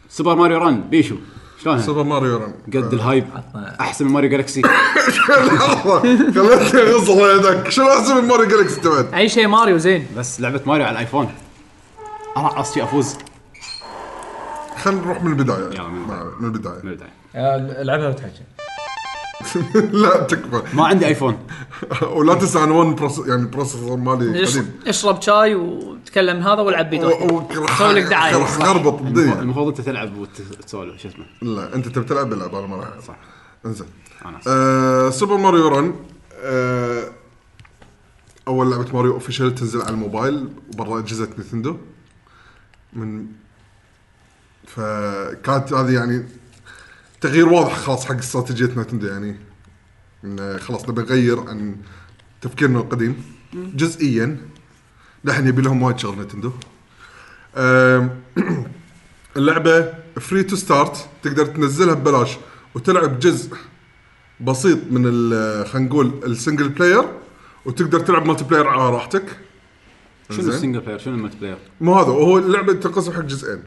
[SPEAKER 2] سوبر ماريو ران بيشو شلونها؟
[SPEAKER 1] سوبر ماريو رن
[SPEAKER 2] قد الهايب
[SPEAKER 7] عطنا-
[SPEAKER 2] احسن من ماريو جالكسي
[SPEAKER 1] لحظه خليتني اغص على يدك شنو احسن من ماريو جالكسي تبعت
[SPEAKER 6] اي شيء ماريو زين
[SPEAKER 2] بس لعبه ماريو على الايفون انا اصلي افوز
[SPEAKER 1] خلينا نروح من البدايه
[SPEAKER 2] يلا، من
[SPEAKER 1] ما- من البدايه
[SPEAKER 2] من البداية.
[SPEAKER 7] آه، العبها وتحكي
[SPEAKER 1] [LAUGHS] لا تكفى
[SPEAKER 2] ما عندي ايفون
[SPEAKER 1] ولا تنسى عن ون بروس- يعني البروسيسور مالي
[SPEAKER 6] اش-
[SPEAKER 1] قديم
[SPEAKER 6] اشرب شاي وتكلم هذا والعب بيد واحدة. سوي لك دعايه
[SPEAKER 1] خربط الدنيا
[SPEAKER 2] المفروض انت تلعب وتسولف شو اسمه
[SPEAKER 1] لا انت تبي تلعب العب انا ما راح العب
[SPEAKER 2] صح.
[SPEAKER 1] انزين
[SPEAKER 2] انا آسف.
[SPEAKER 1] آه سوبر ماريو رن آه اول لعبه ماريو اوفيشال تنزل على الموبايل برا اجهزه نينتندو من فكانت هذه يعني تغيير واضح خلاص حق استراتيجيه نينتندو يعني إن خلاص نبي نغير عن تفكيرنا القديم جزئيا لحن يبي لهم وايد شغل نينتندو آم، اللعبه فري تو ستارت تقدر تنزلها ببلاش وتلعب جزء بسيط من ال- خلينا نقول السنجل بلاير وتقدر تلعب ملتي بلاير على راحتك
[SPEAKER 2] شنو
[SPEAKER 1] إنزين.
[SPEAKER 2] السنجل بلاير شنو الملتي بلاير
[SPEAKER 1] مو هذا هو اللعبه تنقسم حق جزئين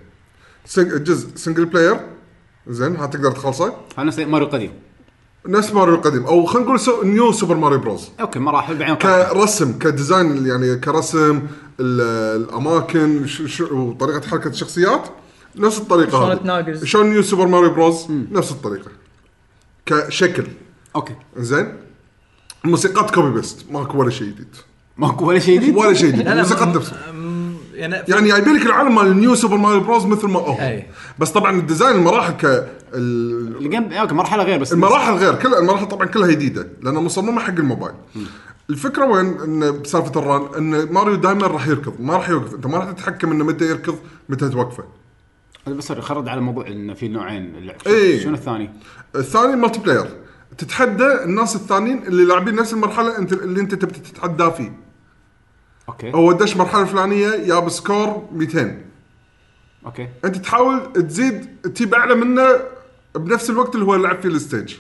[SPEAKER 1] سنج... جزء سنجل بلاير زين هتقدر تخلصه
[SPEAKER 2] هذا نفس ماريو القديم
[SPEAKER 1] نفس ماريو القديم او خلينا نقول سو... نيو سوبر ماريو بروز
[SPEAKER 2] اوكي مراحل بعدين
[SPEAKER 1] كرسم كديزاين يعني كرسم ال- الاماكن ش... ش... وطريقه حركه الشخصيات نفس الطريقه
[SPEAKER 6] شلون
[SPEAKER 1] هذه.
[SPEAKER 6] تناقز.
[SPEAKER 1] شلون نيو سوبر ماريو بروز نفس الطريقه كشكل
[SPEAKER 2] اوكي
[SPEAKER 1] زين الموسيقات كوبي بيست ماكو ولا شيء جديد
[SPEAKER 2] ماكو ولا شيء جديد
[SPEAKER 1] ولا شيء جديد
[SPEAKER 7] لا،
[SPEAKER 1] الموسيقات
[SPEAKER 7] م-
[SPEAKER 1] نفسها
[SPEAKER 7] م- يعني
[SPEAKER 1] يعني جايبين لك العالم مال نيو سوبر ماريو بروز مثل ما هو
[SPEAKER 7] أي.
[SPEAKER 1] بس طبعا الديزاين المراحل ك ال-
[SPEAKER 2] الجيم اوكي مرحله غير بس
[SPEAKER 1] المراحل غير كل المراحل طبعا كلها جديده لانها مصممه حق الموبايل الفكره وين ان بسالفه الران ان ماريو دائما راح يركض ما راح يوقف انت ما راح تتحكم انه متى يركض متى توقفه
[SPEAKER 2] انا بس خرد على موضوع ان في نوعين اللعب
[SPEAKER 1] إيه.
[SPEAKER 2] شنو الثاني؟
[SPEAKER 1] الثاني مالتي بلاير تتحدى الناس الثانيين اللي لاعبين نفس المرحله انت اللي انت تبي تتحداه فيه
[SPEAKER 2] اوكي
[SPEAKER 1] هو دش مرحله فلانيه ياب سكور 200
[SPEAKER 2] اوكي
[SPEAKER 1] انت تحاول تزيد تجيب اعلى منه بنفس الوقت اللي هو لعب فيه الستيج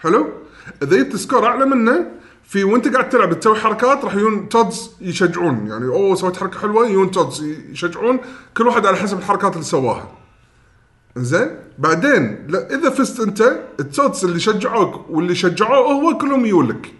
[SPEAKER 1] حلو اذا جبت سكور اعلى منه في وانت قاعد تلعب تسوي حركات راح يجون تودز يشجعون يعني اوه سويت حركه حلوه يجون تودز يشجعون كل واحد على حسب الحركات اللي سواها زين بعدين لا اذا فزت انت التودز اللي شجعوك واللي شجعوه هو كلهم يولك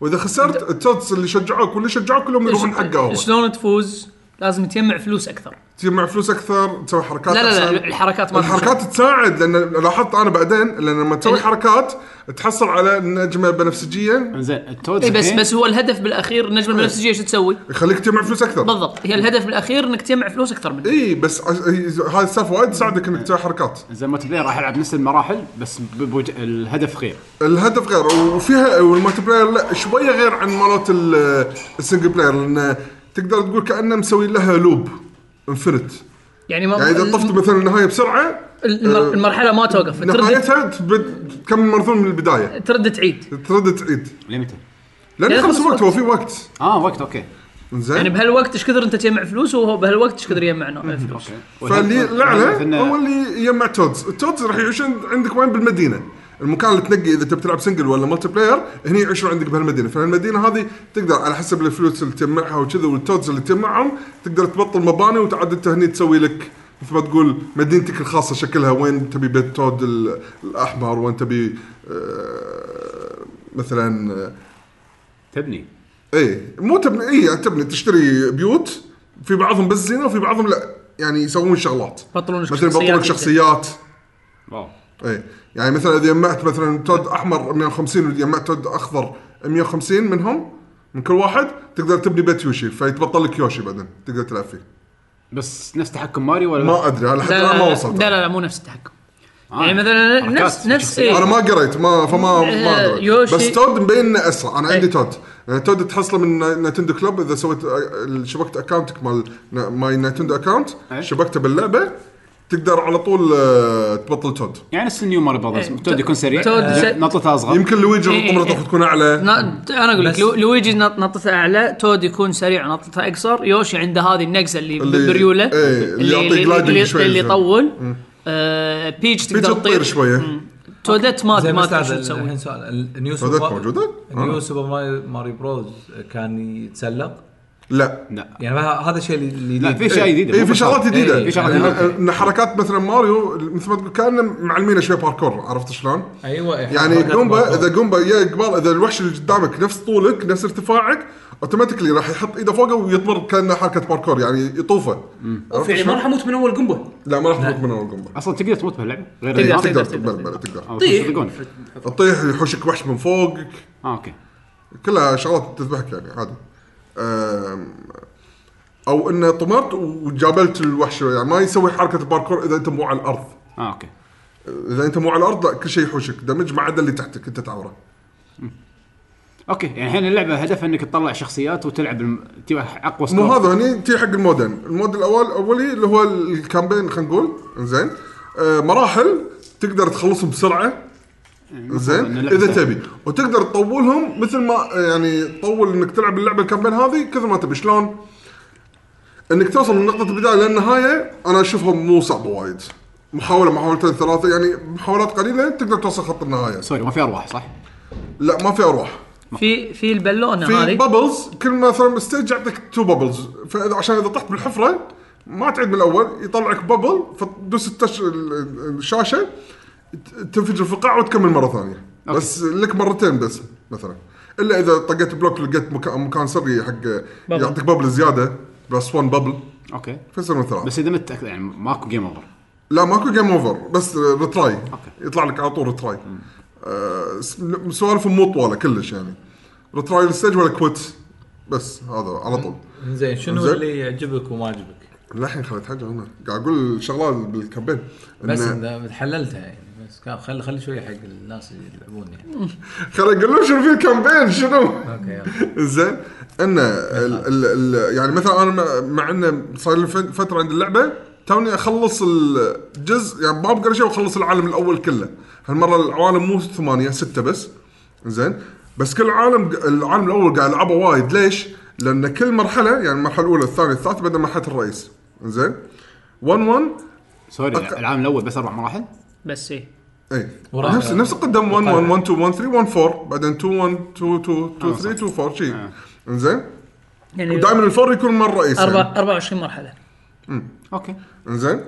[SPEAKER 1] واذا خسرت التودز اللي شجعوك واللي شجعوك كلهم يروحون حقه هو
[SPEAKER 6] شلون تفوز؟ لازم تجمع فلوس اكثر
[SPEAKER 1] تجمع فلوس اكثر تسوي حركات
[SPEAKER 6] لا لا
[SPEAKER 1] أحسن.
[SPEAKER 6] لا الحركات ما
[SPEAKER 1] الحركات تساعد لان لاحظت انا بعدين لان لما تسوي
[SPEAKER 6] ال-
[SPEAKER 1] حركات تحصل على النجمه البنفسجيه
[SPEAKER 2] انزين التودز
[SPEAKER 6] اي إيه، بس
[SPEAKER 2] الحين-
[SPEAKER 6] بس هو الهدف بالاخير النجمه البنفسجيه شو تسوي؟
[SPEAKER 1] يخليك تجمع فلوس اكثر
[SPEAKER 6] بالضبط هي الهدف بالاخير انك تجمع فلوس اكثر من
[SPEAKER 1] اي بس عش- إي، هاي السالفه وايد تساعدك انك تسوي حركات
[SPEAKER 2] انزين مالتي بلاير راح العب نفس المراحل بس ب- بوج... الهدف غير
[SPEAKER 1] الهدف غير وفيها والمالتي بلاير لا شويه غير عن مالات ال- السنجل بلاير لان تقدر تقول كانه مسوي لها لوب انفنت
[SPEAKER 6] يعني ما
[SPEAKER 1] يعني اذا طفت آه، مثلا النهايه بسرعه
[SPEAKER 6] الم- المرحله ما توقف ترد
[SPEAKER 1] نهايتها تب- تكمل مرتين من البدايه
[SPEAKER 6] ترد تعيد
[SPEAKER 1] ترد تعيد
[SPEAKER 2] ليه متى؟
[SPEAKER 1] لان
[SPEAKER 6] يعني
[SPEAKER 1] خلص
[SPEAKER 6] خلص
[SPEAKER 1] وقت هو في وقت
[SPEAKER 2] اه وقت اوكي
[SPEAKER 1] زين
[SPEAKER 6] يعني بهالوقت ايش كثر انت تجمع فلوس وهو بهالوقت ايش كثر يجمع نا- فلوس
[SPEAKER 2] اوكي
[SPEAKER 1] فاللي لعنه هو
[SPEAKER 2] هو
[SPEAKER 1] اللي يجمع تودز، التودز راح يعيشون عندك وين بالمدينه؟ المكان اللي تنقي اذا تبي تلعب سنجل ولا ملتي بلاير هني يعيشون عندك بهالمدينه، فالمدينه هذه تقدر على حسب الفلوس اللي تجمعها وكذا والتودز اللي تجمعهم تقدر تبطل مباني وتعاد انت هني تسوي لك مثل ما تقول مدينتك الخاصه شكلها وين تبي بيت تود ال- الاحمر وين تبي آه، مثلا آه،
[SPEAKER 2] تبني
[SPEAKER 1] ايه مو تبني ايه يعني تبني تشتري بيوت في بعضهم بس زينه وفي بعضهم لا يعني يسوون شغلات
[SPEAKER 6] يبطلون لك
[SPEAKER 1] مثلا يبطلون لك
[SPEAKER 6] شخصيات.
[SPEAKER 1] شخصيات
[SPEAKER 2] واو
[SPEAKER 1] اي يعني مثلا اذا جمعت مثلا تود احمر 150 واذا جمعت تود اخضر 150 منهم من كل واحد تقدر تبني بيت يوشي فيتبطل لك يوشي بعدين تقدر تلعب فيه
[SPEAKER 2] بس نفس تحكم ماريو ولا
[SPEAKER 1] ما ادري على حد
[SPEAKER 6] لا
[SPEAKER 1] الان
[SPEAKER 6] لا
[SPEAKER 1] ما
[SPEAKER 6] لا,
[SPEAKER 1] وصلت
[SPEAKER 6] لا لا لا مو نفس التحكم
[SPEAKER 2] آه.
[SPEAKER 6] يعني مثلا
[SPEAKER 2] حركات
[SPEAKER 6] نفس نفس
[SPEAKER 2] شخصية.
[SPEAKER 6] ايه
[SPEAKER 1] انا ما قريت ما فما ما
[SPEAKER 6] آه،
[SPEAKER 1] ادري
[SPEAKER 6] يوشي-
[SPEAKER 1] بس تود مبين إنه اسرع انا
[SPEAKER 6] إيه.
[SPEAKER 1] عندي تود يعني تود تحصله من نتندو كلوب اذا سويت آه، شبكت اكونتك مال ن- ماي نتندو اكونت
[SPEAKER 2] إيه.
[SPEAKER 1] شبكته باللعبه تقدر على طول آه، تبطل تود
[SPEAKER 2] يعني نفس النيو ماريو براذرز
[SPEAKER 6] إيه.
[SPEAKER 2] تود يكون سريع
[SPEAKER 6] تود
[SPEAKER 2] آه،
[SPEAKER 6] س-
[SPEAKER 2] نطلته اصغر
[SPEAKER 1] يمكن لويجي
[SPEAKER 6] إيه، إيه،
[SPEAKER 1] قمرته
[SPEAKER 6] إيه.
[SPEAKER 1] تكون اعلى
[SPEAKER 6] نا- انا اقول لك
[SPEAKER 7] بس-
[SPEAKER 6] لو- لويجي نط- نطته اعلى تود يكون سريع نطته اقصر يوشي عنده هذه النقزه اللي,
[SPEAKER 1] اللي-
[SPEAKER 6] بالريوله
[SPEAKER 1] إيه، اللي يعطيك gliding
[SPEAKER 6] اللي,
[SPEAKER 1] شوي
[SPEAKER 6] اللي
[SPEAKER 1] زين.
[SPEAKER 6] يطول آه بيتش
[SPEAKER 1] بيتش تطير
[SPEAKER 6] تقدر تطير
[SPEAKER 1] شويه
[SPEAKER 6] تودت ما
[SPEAKER 7] زي
[SPEAKER 6] ما
[SPEAKER 7] ما
[SPEAKER 6] ادري شو
[SPEAKER 7] استاذ
[SPEAKER 6] تسوي
[SPEAKER 7] الحين سؤال ال- النيو
[SPEAKER 1] تودت
[SPEAKER 7] سوبر
[SPEAKER 1] موجودة؟ آه.
[SPEAKER 7] النيو سوبر ماريو- ماريو بروز كان يتسلق
[SPEAKER 1] لا
[SPEAKER 2] لا
[SPEAKER 7] يعني ه- هذا الشيء اللي- اللي
[SPEAKER 2] لا
[SPEAKER 7] يديد.
[SPEAKER 2] في اشياء جديده
[SPEAKER 1] اي في شغلات جديده
[SPEAKER 7] إيه،
[SPEAKER 2] في شغلات
[SPEAKER 1] يعني
[SPEAKER 2] جديدة.
[SPEAKER 1] ان حركات مثلا ماريو مثل ما تقول كانه معلمينه شويه باركور عرفت شلون؟
[SPEAKER 7] ايوه
[SPEAKER 1] يعني جومبا اذا جومبا جاي قبال اذا الوحش اللي قدامك نفس طولك نفس ارتفاعك اوتوماتيكلي راح يحط ايده فوقه ويطمر كانه حركه باركور يعني يطوفه عرفت
[SPEAKER 4] يعني ما
[SPEAKER 1] شلون؟
[SPEAKER 4] راح اموت من اول قنبه
[SPEAKER 1] لا ما راح تموت من اول جومبا
[SPEAKER 2] اصلا تقدر تموت بهاللعبه غير آه،
[SPEAKER 1] إيه،
[SPEAKER 2] النار؟
[SPEAKER 1] تقدر
[SPEAKER 6] تقدر-
[SPEAKER 1] تقدر بلى، تقدر
[SPEAKER 2] أو
[SPEAKER 6] طيب.
[SPEAKER 4] طيح.
[SPEAKER 2] تطلقون.
[SPEAKER 1] تطيح يحوشك وحش من فوقك
[SPEAKER 2] اه اوكي
[SPEAKER 1] كلها شغلات تذبحك يعني عادي أم، او انه طمرت وجابلت الوحش يعني ما يسوي حركه الباركور اذا انت مو على الارض
[SPEAKER 2] اه اوكي
[SPEAKER 1] اذا انت مو على الارض لا كل شيء يحوشك دمج ما عدا اللي تحتك انت تعوره
[SPEAKER 2] اوكي يعني الحين اللعبه هدفها انك تطلع شخصيات وتلعب الم... تجيب اقوى
[SPEAKER 1] مو
[SPEAKER 2] سكور.
[SPEAKER 1] هذا هني تي حق المودن المودن الاول اولي اللي هو الكامبين خلينا نقول زين آه مراحل تقدر تخلصهم بسرعه
[SPEAKER 2] إن
[SPEAKER 1] زين
[SPEAKER 2] اللعبة
[SPEAKER 1] اذا
[SPEAKER 2] سهلة.
[SPEAKER 1] تبي وتقدر تطولهم مثل ما يعني تطول انك تلعب اللعبه الكامبين هذه كثر ما تبي شلون؟ انك توصل من نقطه البدايه للنهايه انا اشوفها مو صعبه وايد محاوله محاولتين ثلاثه يعني محاولات قليله تقدر توصل خط النهايه
[SPEAKER 2] سوري ما في ارواح صح؟
[SPEAKER 1] لا ما في ارواح
[SPEAKER 6] في في البالونه
[SPEAKER 1] في
[SPEAKER 6] هذه
[SPEAKER 1] بابلز كل مثلا ستيج يعطيك تو بابلز فاذا عشان اذا طحت بالحفره ما تعيد من الاول يطلعك بابل فتدوس التش ال- الشاشه ت- تنفجر في القاع وتكمل مره ثانيه
[SPEAKER 2] أوكي.
[SPEAKER 1] بس لك مرتين بس مثلا الا اذا طقيت بلوك لقيت مكان مكان سري حق يعطيك بابل زياده بس 1 بابل
[SPEAKER 2] اوكي
[SPEAKER 1] فيصير من ثلاث
[SPEAKER 2] بس اذا مت أك- يعني ماكو جيم اوفر
[SPEAKER 1] لا ماكو جيم اوفر بس ريتراي
[SPEAKER 2] أوكي.
[SPEAKER 1] يطلع لك على طول ريتراي آه، س- سوالف مو طواله كلش يعني ريتراي الستيج ولا كويت بس هذا على طول
[SPEAKER 7] زين شنو
[SPEAKER 1] زين.
[SPEAKER 7] اللي يعجبك وما يعجبك؟
[SPEAKER 1] للحين خلت حاجه انا قاعد اقول شغله بالكامبين
[SPEAKER 7] بس
[SPEAKER 1] إنه-
[SPEAKER 7] إذا حللتها يعني بس كان خلي خلي شويه حق الناس يلعبون
[SPEAKER 2] [LAUGHS]
[SPEAKER 7] يعني
[SPEAKER 1] خل اقول لهم شنو في الكامبين شنو
[SPEAKER 7] اوكي يلا
[SPEAKER 1] زين انه ال- ال- ال- يعني مثلا انا مع- مع انه صار لي فت- فتره عند اللعبه توني اخلص الجزء يعني ما بقرا شيء واخلص العالم الاول كله هالمره العوالم مو ثمانيه سته بس زين بس كل عالم العالم الاول قاعد العبه وايد ليش؟ لان كل مرحله يعني المرحله الاولى الثانيه الثالثه بعدين مرحله الرئيس زين 1 1
[SPEAKER 2] سوري
[SPEAKER 1] أك-
[SPEAKER 2] العام الاول بس اربع مراحل
[SPEAKER 6] بس إيه. اي
[SPEAKER 1] اي
[SPEAKER 3] وراها-
[SPEAKER 1] إيه. نفس نفس القدم 1 1 1 2 1 3 1 4 بعدين 2 1 2 2 2 3 2 4 شي انزين
[SPEAKER 6] يعني
[SPEAKER 1] ودائما الفور يكون مع الرئيس
[SPEAKER 6] أربع-
[SPEAKER 1] يعني.
[SPEAKER 6] 24 مرحله
[SPEAKER 2] اوكي
[SPEAKER 1] انزين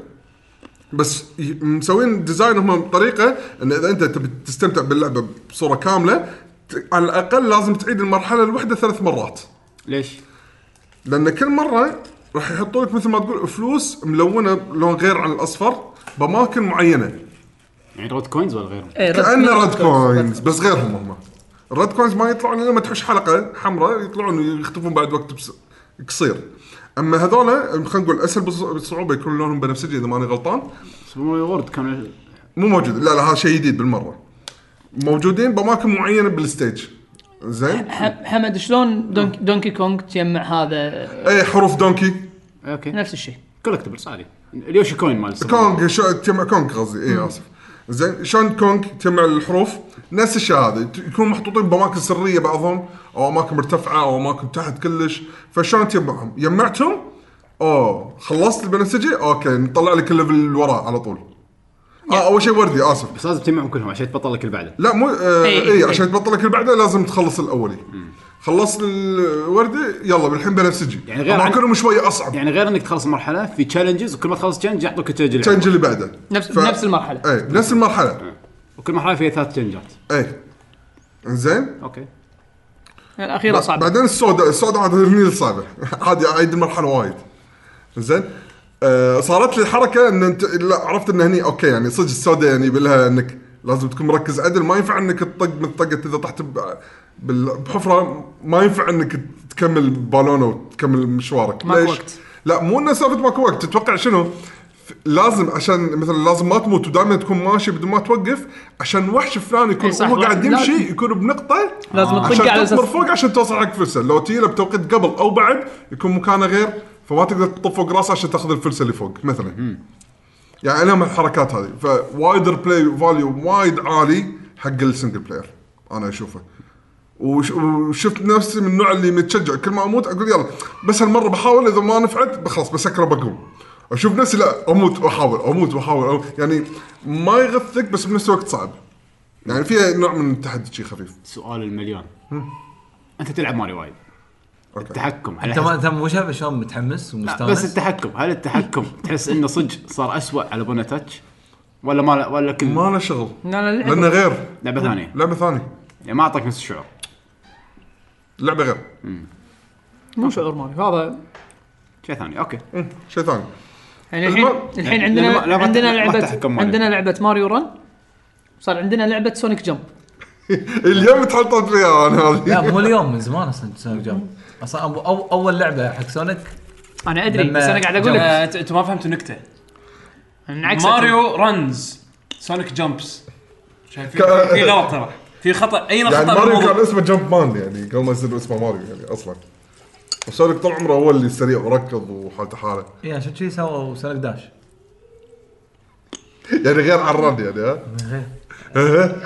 [SPEAKER 1] بس ي- مسوين ديزاين هم بطريقه ان اذا انت تبي تستمتع باللعبه بصوره كامله ت- على الاقل لازم تعيد المرحله الواحده ثلاث مرات
[SPEAKER 2] ليش؟
[SPEAKER 1] لان كل مره راح يحطوا لك مثل ما تقول فلوس ملونه بلون غير عن الاصفر باماكن معينه
[SPEAKER 2] يعني رود كوينز ولا غيرهم؟
[SPEAKER 6] اي
[SPEAKER 1] كانه ريد كوينز بس غيرهم هم الريد كوينز ما يطلعون الا لما تحوش حلقه حمراء يطلعون ويختفون بعد وقت بس قصير اما هذولا خلينا نقول اسهل بص- بصعوبه يكون لونهم بنفسجي اذا ماني غلطان
[SPEAKER 2] سوبر ماريو وورد كان
[SPEAKER 1] مو موجود لا لا هذا شيء جديد بالمره موجودين باماكن معينه بالستيج زين
[SPEAKER 6] ح- حمد شلون دونك دونكي كونغ تجمع هذا
[SPEAKER 1] اي حروف دونكي
[SPEAKER 2] اوكي
[SPEAKER 6] نفس الشيء
[SPEAKER 2] كولكتبلز عادي اليوشي كوين مال السوبر ماريو.
[SPEAKER 1] كونغ شو تجمع كونغ قصدي اي اسف زين شلون كونغ تجمع الحروف نفس الشيء هذا ت- يكونوا محطوطين باماكن سريه بعضهم او اماكن مرتفعه او اماكن تحت كلش فشلون تجمعهم؟ جمعتهم اوه خلصت البنفسجي اوكي نطلع لك الليفل اللي وراه على طول اه اول شيء وردي اسف
[SPEAKER 2] بس لازم تجمعهم كلهم عشان تبطل لك اللي بعده
[SPEAKER 1] لا مو آه
[SPEAKER 2] إيه،
[SPEAKER 6] إي،
[SPEAKER 1] اي
[SPEAKER 6] إي.
[SPEAKER 1] عشان تبطل لك اللي بعده لازم تخلص الاولي خلصت الورده يلا بالحين بنفسجي
[SPEAKER 2] يعني غير عن-
[SPEAKER 1] اماكنهم شويه اصعب
[SPEAKER 2] يعني غير انك تخلص المرحله في تشالنجز وكل ما تخلص تشالنج يعطوك التشالنج اللي
[SPEAKER 1] تشنج اللي بعده
[SPEAKER 6] نفس
[SPEAKER 1] ف- إيه،
[SPEAKER 6] نفس المرحله
[SPEAKER 1] اي بنفس المرحله
[SPEAKER 2] بعده. وكل مرحله فيها ثلاث تشالنجات
[SPEAKER 1] اي انزين
[SPEAKER 2] اوكي
[SPEAKER 6] يعني الاخيره
[SPEAKER 1] ب-
[SPEAKER 6] صعبه
[SPEAKER 1] بعدين السوداء السوداء عاد هني الصعبه عادي اعيد المرحله وايد زين آه صارت لي الحركه ان انت لا عرفت ان هني اوكي يعني صدق السوداء يعني بلها انك لازم تكون مركز عدل ما ينفع انك تطق من طقه اذا طحت ب- بال- بحفره ما ينفع انك تكمل بالونه وتكمل مشوارك
[SPEAKER 6] ماكو
[SPEAKER 1] ليش؟
[SPEAKER 6] وقت.
[SPEAKER 1] لا مو انه سالفه ماكو وقت تتوقع شنو؟ ف- لازم عشان مثلا لازم ما تموت ودائما تكون ماشي بدون ما توقف عشان وحش فلان يكون
[SPEAKER 6] إي إيه صح،
[SPEAKER 1] هو قاعد
[SPEAKER 6] لازم-
[SPEAKER 1] يمشي يكون بنقطه
[SPEAKER 6] لازم تطق على
[SPEAKER 1] عشان
[SPEAKER 6] اساس
[SPEAKER 1] تطمر فوق عشان توصل حق فلسه لو تجي له بتوقيت قبل او بعد يكون مكانه غير فما تقدر تطب فوق راسه عشان تاخذ الفلسه اللي فوق مثلا يعني لهم الحركات هذه فوايد بلاي فاليو وايد عالي حق السنجل بلاير انا اشوفه وش- وشفت نفسي من النوع اللي متشجع كل ما اموت اقول يلا بس هالمره بحاول اذا ما نفعت خلاص بسكر بقوم اشوف نفسي لا اموت واحاول اموت واحاول أموت. يعني ما يغثك بس بنفس الوقت صعب يعني فيها نوع من التحدي شي خفيف
[SPEAKER 2] سؤال المليون انت تلعب ماريو وايد
[SPEAKER 1] أوكي.
[SPEAKER 2] التحكم هل
[SPEAKER 7] انت ما
[SPEAKER 2] أحس-
[SPEAKER 7] انت مو شايف شلون متحمس
[SPEAKER 2] لا، بس
[SPEAKER 7] ومستانس؟
[SPEAKER 2] التحكم هل التحكم تحس انه صدق صار أسوأ على بونا تاتش ولا ما ولا
[SPEAKER 1] ما
[SPEAKER 2] كل
[SPEAKER 1] له شغل
[SPEAKER 6] لا لا
[SPEAKER 1] لانه
[SPEAKER 6] لعبة.
[SPEAKER 1] غير
[SPEAKER 2] لعبه ثانيه
[SPEAKER 1] لعبه ثانيه
[SPEAKER 2] يعني ما اعطاك نفس الشعور
[SPEAKER 1] لعبه غير
[SPEAKER 6] مو شعور ماري هذا
[SPEAKER 2] شيء ثاني اوكي
[SPEAKER 1] شيء إيه، ثاني [LAUGHS]
[SPEAKER 6] يعني الحين
[SPEAKER 1] الم-
[SPEAKER 6] الحين
[SPEAKER 2] يعني
[SPEAKER 6] عندنا
[SPEAKER 2] لما- لما-
[SPEAKER 6] عندنا
[SPEAKER 2] لما
[SPEAKER 6] لعبه
[SPEAKER 2] تحكم ماريو.
[SPEAKER 6] عندنا لعبه ماريو رن صار عندنا لعبه سونيك جمب
[SPEAKER 1] اليوم تحطت فيها انا
[SPEAKER 7] لا
[SPEAKER 1] هذه
[SPEAKER 7] مو اليوم من زمان اصلا سونيك جمب اصلا أبو- أو اول لعبه حق سونيك
[SPEAKER 6] انا ادري
[SPEAKER 7] لما
[SPEAKER 6] بس انا قاعد اقول لك
[SPEAKER 4] آه، أنت- انتوا ما فهمتوا نكته
[SPEAKER 6] انعكست
[SPEAKER 4] ماريو رنز سونيك جامبس شايفين
[SPEAKER 1] ك-
[SPEAKER 4] في غلط ترى في خطا اي
[SPEAKER 1] يعني
[SPEAKER 4] خطا
[SPEAKER 1] ماريو كان
[SPEAKER 4] بالموضوع
[SPEAKER 1] اسمه جمب مان يعني قبل ما يصير اسمه ماريو يعني اصلا وسولك طول عمره هو اللي سريع وركض وحالته حاله
[SPEAKER 7] اي عشان كذي سووا سونيك داش
[SPEAKER 1] يعني غير عن الرن يعني ها
[SPEAKER 7] من غير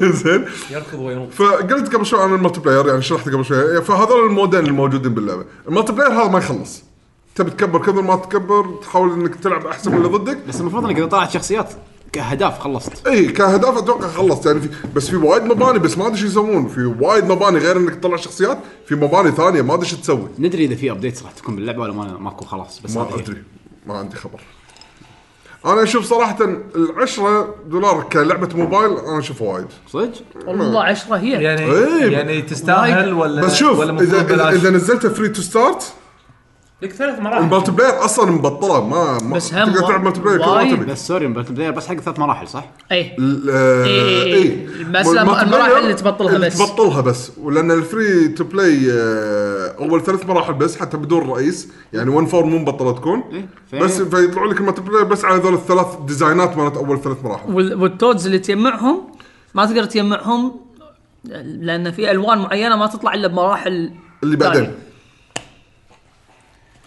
[SPEAKER 1] [LAUGHS] زين
[SPEAKER 4] يركض وينط
[SPEAKER 1] فقلت قبل شوي عن الملتي بلاير يعني شرحت قبل شوي فهذول المودين الموجودين باللعبه الملتي بلاير هذا ما يخلص تبي تكبر كثر ما تكبر تحاول انك تلعب احسن من اللي ضدك
[SPEAKER 2] بس المفروض انك اذا طلعت شخصيات كاهداف خلصت
[SPEAKER 1] اي كاهداف اتوقع خلصت يعني في بس في وايد مباني بس ما ادري شو يسوون في وايد مباني غير انك تطلع شخصيات في مباني ثانيه ما ادري شو تسوي
[SPEAKER 2] ندري اذا في ابديتس راح تكون باللعبه ولا ما ماكو خلاص بس هذه
[SPEAKER 1] ما
[SPEAKER 2] هي.
[SPEAKER 1] ادري ما عندي خبر انا اشوف صراحه العشرة دولار كلعبه موبايل انا اشوفها وايد
[SPEAKER 2] صدق
[SPEAKER 6] والله 10 هي
[SPEAKER 7] يعني
[SPEAKER 1] إيه.
[SPEAKER 7] يعني تستاهل ولا
[SPEAKER 1] بس شوف
[SPEAKER 7] ولا
[SPEAKER 1] اذا
[SPEAKER 7] المفروض
[SPEAKER 1] اذا,
[SPEAKER 7] بلاش؟
[SPEAKER 1] إذا نزلتها فري تو ستارت
[SPEAKER 4] لك ثلاث مراحل
[SPEAKER 1] المالتي بلاير اصلا مبطله ما, ما
[SPEAKER 6] بس هم
[SPEAKER 1] تقدر تلعب مالتي بلاير كل ما
[SPEAKER 6] وايد
[SPEAKER 1] تبي
[SPEAKER 2] بس سوري باتل بلاير بس حق ثلاث مراحل صح؟
[SPEAKER 6] اي
[SPEAKER 1] ال- آه،
[SPEAKER 6] إيه، إيه،
[SPEAKER 1] إيه.
[SPEAKER 6] بس لما-
[SPEAKER 1] والملتي
[SPEAKER 6] المراحل
[SPEAKER 1] بلاير
[SPEAKER 6] اللي تبطلها
[SPEAKER 1] اللي
[SPEAKER 6] بس.
[SPEAKER 1] تبطلها بس ولان الفري تو بلاي آه، اول ثلاث مراحل بس حتى بدون رئيس يعني 1 4 مو مبطله تكون
[SPEAKER 2] إيه، فهي-
[SPEAKER 1] بس فيطلعوا لك الملتي بلاير بس على هذول الثلاث ديزاينات مالت اول ثلاث مراحل
[SPEAKER 6] وال- والتودز اللي تجمعهم ما تقدر تجمعهم لان في الوان معينه ما تطلع الا بمراحل
[SPEAKER 1] اللي
[SPEAKER 6] ثانية.
[SPEAKER 1] بعدين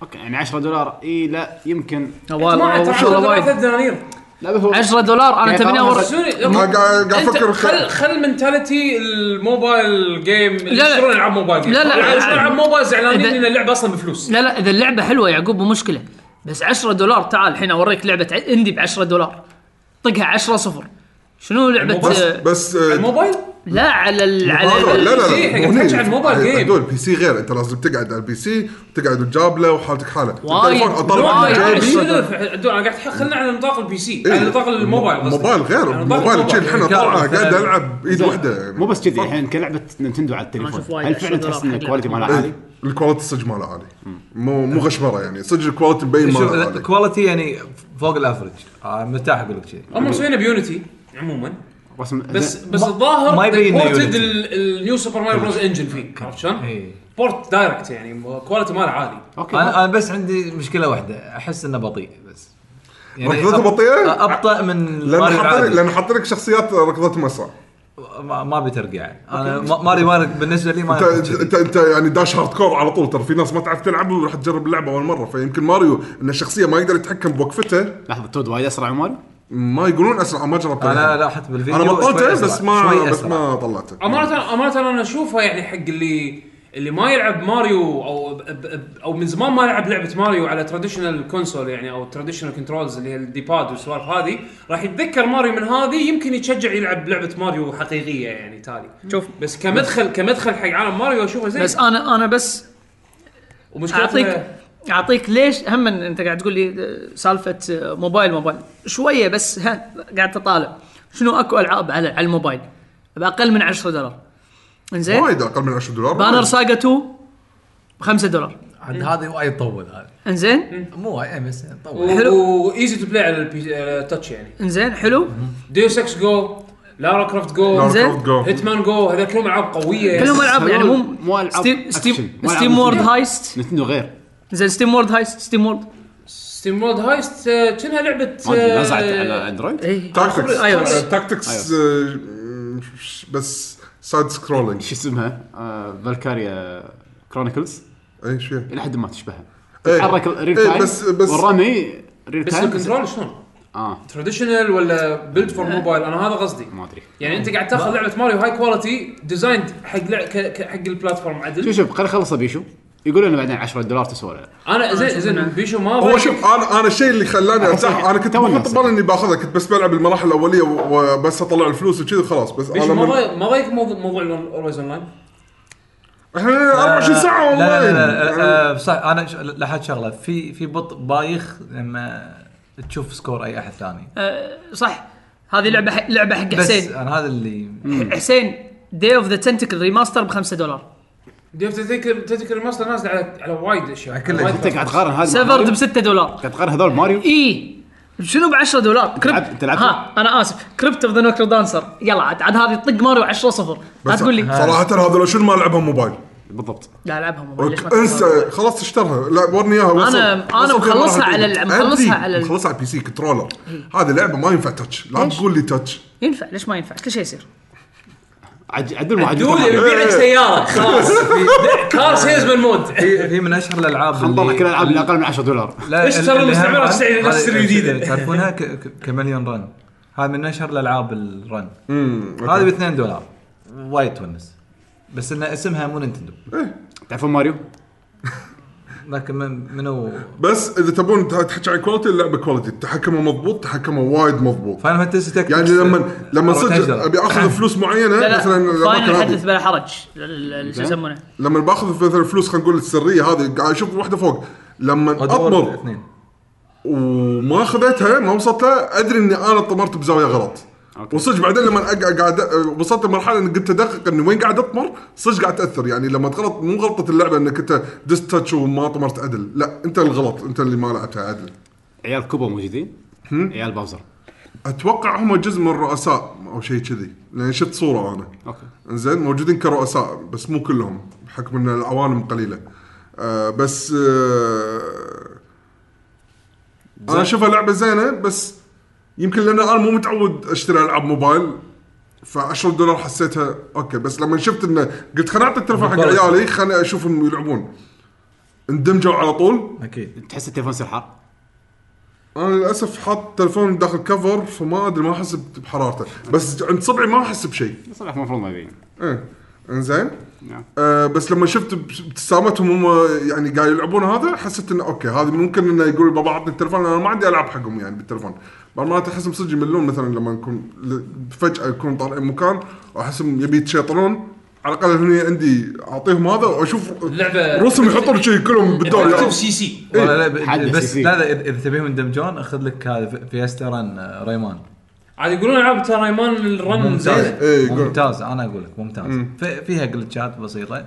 [SPEAKER 2] اوكي يعني 10 دولار اي لا يمكن
[SPEAKER 4] جماعة،
[SPEAKER 6] والله
[SPEAKER 4] ترى
[SPEAKER 6] شغله
[SPEAKER 4] عندنا
[SPEAKER 6] وايد
[SPEAKER 4] ثلاث دنانير
[SPEAKER 2] لا بس هو
[SPEAKER 6] 10 دولار انا
[SPEAKER 2] يعني
[SPEAKER 6] تبيني
[SPEAKER 2] ترى
[SPEAKER 6] اوريك
[SPEAKER 4] سوري
[SPEAKER 1] قاعد قاعد
[SPEAKER 4] انت
[SPEAKER 1] افكر
[SPEAKER 4] خل
[SPEAKER 1] خل...
[SPEAKER 4] خل منتاليتي الموبايل جيم
[SPEAKER 6] لا.
[SPEAKER 4] اللي يشترون العاب موبايل جيم
[SPEAKER 6] لا، لا.
[SPEAKER 4] يشترون العاب موبايل زعلانين
[SPEAKER 6] إذا-
[SPEAKER 4] ان اللعبه اصلا بفلوس
[SPEAKER 6] لا لا اذا اللعبه حلوه يعقوب مو مشكله بس 10 دولار تعال الحين اوريك لعبه ع- اندي ب 10 دولار طقها 10 صفر شنو لعبه
[SPEAKER 1] بس
[SPEAKER 6] آه،
[SPEAKER 1] بس آه،
[SPEAKER 4] الموبايل
[SPEAKER 6] لا على ال... على
[SPEAKER 1] لا
[SPEAKER 6] ال-
[SPEAKER 1] لا لا
[SPEAKER 4] البي سي، إحنا
[SPEAKER 1] مو
[SPEAKER 4] قاعد
[SPEAKER 1] هني.
[SPEAKER 4] نحكي عن موبايل جيم.
[SPEAKER 1] هذول بي سي غير انت لازم تقعد على البي سي وتقعد وتجابله وحالتك حاله
[SPEAKER 6] وايد،
[SPEAKER 1] التليفون اطلع
[SPEAKER 6] وايد.
[SPEAKER 1] من
[SPEAKER 4] أنا
[SPEAKER 1] جيبي
[SPEAKER 4] شنو عدول، انا قاعد أح- خلنا على نطاق البي سي على نطاق يعني الموبايل قصدي.
[SPEAKER 1] موبايل إيه. غير
[SPEAKER 4] على نطاق
[SPEAKER 1] موبايل تشيل الحين
[SPEAKER 7] يعني
[SPEAKER 1] طالعه
[SPEAKER 7] كامل.
[SPEAKER 1] قاعد العب ايد واحده يعني
[SPEAKER 2] مو بس كذي الحين كلعبه نينتندو على
[SPEAKER 6] أشوف
[SPEAKER 2] التليفون
[SPEAKER 6] وايد
[SPEAKER 2] هل فعلا
[SPEAKER 6] 10
[SPEAKER 2] تحس ان
[SPEAKER 6] دولار
[SPEAKER 2] الكواليتي
[SPEAKER 6] حق
[SPEAKER 2] مالها
[SPEAKER 1] إيه،
[SPEAKER 6] لعبة.
[SPEAKER 2] عالي؟
[SPEAKER 1] الكواليتي صدق ماله عالي مو مو غشمره يعني صدق الكواليتي مبين
[SPEAKER 7] شوف
[SPEAKER 1] ماله عالي
[SPEAKER 7] الكواليتي يعني فوق الافرج آه، مرتاح اقول لك كذي
[SPEAKER 4] هم مسوينها بيونتي عموما
[SPEAKER 2] رسم
[SPEAKER 4] بس بس
[SPEAKER 7] ما-
[SPEAKER 4] الظاهر
[SPEAKER 7] ما يبين إنه
[SPEAKER 4] بورتد
[SPEAKER 7] Unity.
[SPEAKER 4] النيو سوبر ماريو بروز انجن فيه عرفت شلون؟
[SPEAKER 7] إيه.
[SPEAKER 4] بورت دايركت يعني كواليتي ماله عالي
[SPEAKER 2] اوكي
[SPEAKER 7] انا انا بس عندي مشكله واحده احس انه بطيء بس يعني
[SPEAKER 1] ركضته
[SPEAKER 7] أب-
[SPEAKER 1] بطيئة؟
[SPEAKER 7] ابطا من
[SPEAKER 1] لان
[SPEAKER 7] ماريو
[SPEAKER 1] حاط لك-
[SPEAKER 7] العادي.
[SPEAKER 1] لان حاط لك شخصيات ركضتهم اسرع
[SPEAKER 7] ما ما ابي ترقيع انا ما- ماري ماري بالنسبه لي ما
[SPEAKER 1] انت
[SPEAKER 7] أحب كذي.
[SPEAKER 1] انت انت يعني داش هارد كور على طول ترى في ناس ما تعرف تلعب وراح تجرب اللعبه اول مره فيمكن ماريو ان الشخصيه ما يقدر يتحكم بوقفته
[SPEAKER 2] لحظه تود وايد اسرع من ماريو؟
[SPEAKER 1] ما يقولون اسرع ما جربته
[SPEAKER 7] انا لاحظت بالفيديو
[SPEAKER 1] انا
[SPEAKER 7] شوي
[SPEAKER 1] بطلته
[SPEAKER 7] أسرع،
[SPEAKER 1] بس ما
[SPEAKER 7] شوي
[SPEAKER 1] بس
[SPEAKER 7] أسرع.
[SPEAKER 1] ما طلعته
[SPEAKER 7] إيه.
[SPEAKER 4] امانه امانه انا اشوفها يعني حق اللي اللي ما يلعب ماريو او ب- ب- ب- او من زمان ما لعب لعبه ماريو على تراديشنال كونسول يعني او تراديشنال كنترولز اللي هي الدي باد والسوالف هذه راح يتذكر ماريو من هذه يمكن يتشجع يلعب لعبه ماريو حقيقيه يعني تالي
[SPEAKER 6] شوف
[SPEAKER 4] بس كمدخل كمدخل حق عالم ماريو اشوفها زين
[SPEAKER 6] بس انا انا بس
[SPEAKER 4] ومشكلتها
[SPEAKER 6] اعطيك اعطيك ليش هم انت قاعد تقول لي آه، سالفه آه، موبايل موبايل شويه بس ها قاعد تطالع شنو اكو العاب على على الموبايل باقل من 10 دولار انزين
[SPEAKER 1] وايد اقل من 10 دولار
[SPEAKER 6] بانر ساجا 2 ب 5 دولار
[SPEAKER 7] عاد هذه وايد طول هذه
[SPEAKER 6] انزين
[SPEAKER 7] مو وايد إيه، بس طول
[SPEAKER 4] حلو وايزي تو بلاي على البي- على التاتش يعني
[SPEAKER 6] انزين حلو
[SPEAKER 4] ديوس اكس جو لارا كرافت جو
[SPEAKER 1] لارا
[SPEAKER 6] زين.
[SPEAKER 1] كرافت جو.
[SPEAKER 4] هيتمان جو هذا كلهم العاب قويه يعني.
[SPEAKER 6] كلهم العاب يعني مو
[SPEAKER 2] مو ألعاب
[SPEAKER 6] ستيم
[SPEAKER 2] أكشن،
[SPEAKER 6] ستيم
[SPEAKER 2] مو ألعاب
[SPEAKER 6] ستيم وورد
[SPEAKER 2] نينتندو.
[SPEAKER 6] هايست
[SPEAKER 2] نينتندو غير
[SPEAKER 6] زين ستيم وورد هايست ستيم وورد
[SPEAKER 4] ستيم وولد هايست آه، كأنها لعبه
[SPEAKER 2] ما أدري،
[SPEAKER 4] آه،
[SPEAKER 2] نزعت على اندرويد
[SPEAKER 6] اي
[SPEAKER 1] تاكتكس
[SPEAKER 6] أيوة.
[SPEAKER 1] آه، تاكتكس آه، بس سايد سكرولينج
[SPEAKER 2] [LAUGHS] شو اسمها؟ آه، فالكاريا كرونيكلز
[SPEAKER 1] اي شو
[SPEAKER 2] الى حد ما تشبهها
[SPEAKER 1] إيه.
[SPEAKER 2] تتحرك ريل
[SPEAKER 1] إيه،
[SPEAKER 2] تايم
[SPEAKER 1] بس- بس-
[SPEAKER 2] والرمي ريل
[SPEAKER 4] بس
[SPEAKER 2] تايم
[SPEAKER 4] الكنترول شلون؟
[SPEAKER 2] اه
[SPEAKER 4] تراديشنال ولا بيلد فور موبايل انا هذا قصدي
[SPEAKER 2] ما ادري
[SPEAKER 4] يعني انت قاعد تاخذ لعبه ماريو هاي كواليتي ديزايند حق لع- ك- ك- حق البلاتفورم
[SPEAKER 2] شوف
[SPEAKER 4] عدل
[SPEAKER 2] شوف خلينا نخلص بيشو يقول لنا بعدين 10 دولار تسوى ولا لا
[SPEAKER 4] انا زين زين بيشو ما
[SPEAKER 1] هو
[SPEAKER 4] بي-
[SPEAKER 1] شوف انا انا الشيء اللي خلاني ارتاح انا كنت
[SPEAKER 2] تونا
[SPEAKER 1] مو حاط
[SPEAKER 2] نصيحة.
[SPEAKER 1] بالي اني باخذها كنت بس بلعب المراحل الاوليه و- وبس اطلع الفلوس وكذي وخلاص بس
[SPEAKER 4] بيشو
[SPEAKER 1] انا
[SPEAKER 4] ما
[SPEAKER 1] من...
[SPEAKER 4] ضايق ما ضايق موضوع موضوع اولويز اون لاين
[SPEAKER 1] احنا 24 ساعه
[SPEAKER 7] آه، لا لا
[SPEAKER 1] اونلاين
[SPEAKER 7] لا, لا, لا آه، صح انا ش- لاحظت شغله في في بطء بايخ لما تشوف سكور اي احد ثاني
[SPEAKER 6] صح هذه لعبه حق- لعبه حق
[SPEAKER 7] بس
[SPEAKER 6] حسين
[SPEAKER 7] انا هذا اللي
[SPEAKER 6] حسين دي اوف ذا تنتكل ريماستر ب 5 دولار
[SPEAKER 4] ديف تذكر تذكر الماستر نازل على على وايد اشياء
[SPEAKER 7] على كل
[SPEAKER 4] وايد
[SPEAKER 2] انت قاعد تقارن هذا مع
[SPEAKER 6] سيفرد
[SPEAKER 2] ماريو؟
[SPEAKER 6] ب 6 دولار
[SPEAKER 2] قاعد تقارن هذول ماريو
[SPEAKER 6] اي شنو ب 10 دولار
[SPEAKER 2] لعبت-
[SPEAKER 6] كريبت
[SPEAKER 2] أنت لعبت؟
[SPEAKER 6] ها انا اسف كريبت اوف ذا نوكر دانسر يلا عاد عاد هذه طق ماريو 10 صفر لا
[SPEAKER 1] بس
[SPEAKER 6] تقول لي
[SPEAKER 1] صراحه هذا لو شنو ما العبها موبايل
[SPEAKER 2] بالضبط
[SPEAKER 6] لا العبها موبايل ليش ما تلعبها
[SPEAKER 1] انسى
[SPEAKER 6] موبايل؟
[SPEAKER 1] خلاص اشترها لا ورني اياها وصل-
[SPEAKER 6] أنا- أنا
[SPEAKER 1] وصل فيها
[SPEAKER 6] مخلصها
[SPEAKER 1] مراحل
[SPEAKER 6] على
[SPEAKER 1] بعيدة.
[SPEAKER 6] ال- مخلصها
[SPEAKER 1] أدري،
[SPEAKER 6] على ال-
[SPEAKER 1] مخلصها على البي سي كنترولر هذه لعبه ما ينفع تاتش لا
[SPEAKER 6] ليش؟
[SPEAKER 1] تقول لي تاتش
[SPEAKER 6] ينفع ليش ما ينفع كل شيء يصير
[SPEAKER 2] عد- عدل ما عدل
[SPEAKER 4] دول يبيع لك
[SPEAKER 1] [LAUGHS]
[SPEAKER 4] سياره [LAUGHS] خلاص كار سيلزمان مود
[SPEAKER 7] في في من اشهر الالعاب
[SPEAKER 2] خلنا نطلع كل الالعاب اللي
[SPEAKER 7] اللي
[SPEAKER 2] اقل من 10 دولار
[SPEAKER 7] لا
[SPEAKER 4] اشترى
[SPEAKER 7] اللي
[SPEAKER 4] المستعمرة
[SPEAKER 7] هم رن.
[SPEAKER 4] السعيدة، نفس
[SPEAKER 7] هذه-
[SPEAKER 4] الجديدة.
[SPEAKER 7] تعرفونها ك- ك- كمليون رن هذه من اشهر الالعاب الرن هذه ب 2 دولار وايد تونس بس ان اسمها مو نينتندو
[SPEAKER 2] تعرفون ماريو؟
[SPEAKER 7] لكن من منو
[SPEAKER 1] بس اذا تبون تحكي عن كواليتي اللعبه كواليتي تحكمها مضبوط تحكمها وايد مضبوط
[SPEAKER 7] فاينل فانتسي تكتكس
[SPEAKER 1] يعني لما لما
[SPEAKER 7] 14
[SPEAKER 1] صدق
[SPEAKER 7] دولار.
[SPEAKER 1] ابي
[SPEAKER 6] [COUGHS]
[SPEAKER 1] اخذ فلوس معينه
[SPEAKER 6] لا
[SPEAKER 1] مثلا
[SPEAKER 6] لا
[SPEAKER 1] الأماكن
[SPEAKER 6] فاينل
[SPEAKER 1] هذه.
[SPEAKER 6] حدث بلا حرج ال- ال- شو يسمونه
[SPEAKER 1] لما باخذ مثلا فلوس خلينا نقول السريه هذه قاعد اشوف واحده فوق لما
[SPEAKER 7] God of War
[SPEAKER 1] اطمر
[SPEAKER 7] اثنين.
[SPEAKER 1] وما اخذتها ما وصلت لها ادري اني انا طمرت بزاويه غلط وصدق بعدين لما أق- قاعد أ- وصلت لمرحله اني قمت ادقق اني وين قاعد اطمر صدق قاعد تاثر يعني لما تغلط مو غلطه اللعبه انك انت دست تاتش وما طمرت عدل لا انت الغلط انت اللي ما لعبتها عدل
[SPEAKER 2] عيال كوبا موجودين عيال باوزر
[SPEAKER 1] اتوقع هم جزء من الرؤساء او شيء كذي لان شفت صوره انا
[SPEAKER 2] اوكي
[SPEAKER 1] انزين موجودين كرؤساء بس مو كلهم بحكم ان العوالم قليله آه بس آه انا اشوفها لعبه زينه بس يمكن لان انا مو متعود اشتري العاب موبايل ف 10 دولار حسيتها اوكي بس لما شفت انه قلت خليني اعطي التلفون حق
[SPEAKER 7] بالضبط.
[SPEAKER 1] عيالي خليني اشوفهم يلعبون اندمجوا على طول
[SPEAKER 7] اكيد
[SPEAKER 2] تحس التليفون يصير حار
[SPEAKER 1] انا للاسف حاط تلفون داخل كفر فما ادري ما احس بحرارته بس عند صبعي ما احس بشيء
[SPEAKER 2] صراحه المفروض ما يبين
[SPEAKER 1] ايه انزين
[SPEAKER 2] نعم.
[SPEAKER 1] آه بس لما شفت بس- ابتسامتهم هم يعني قاعد يلعبون هذا حسيت انه اوكي هذا ممكن انه يقول بابا عطني التلفون انا ما عندي العاب حقهم يعني بالتلفون بعض المرات احسهم صدق يملون مثلا لما نكون ل- فجاه يكونوا طالعين مكان واحسهم يبي يتشيطرون على الاقل هني عندي اعطيهم هذا واشوف
[SPEAKER 4] اللعبة-
[SPEAKER 1] روسهم يحطون شيء كلهم
[SPEAKER 4] [LAUGHS]
[SPEAKER 1] بالدور
[SPEAKER 4] اكتب
[SPEAKER 1] يعني.
[SPEAKER 4] سي سي
[SPEAKER 7] والله لا
[SPEAKER 2] حد
[SPEAKER 7] ب- بس
[SPEAKER 2] سي سي.
[SPEAKER 7] لا لا، إذا- اذا تبيهم يندمجون اخذ لك هذا فيستا رن آه، ريمان
[SPEAKER 4] عاد يقولون العاب ترى ايمان الرن زين
[SPEAKER 7] ممتاز
[SPEAKER 1] إيه، يقول.
[SPEAKER 7] ممتاز انا اقول لك ممتاز في- فيها جلتشات بسيطه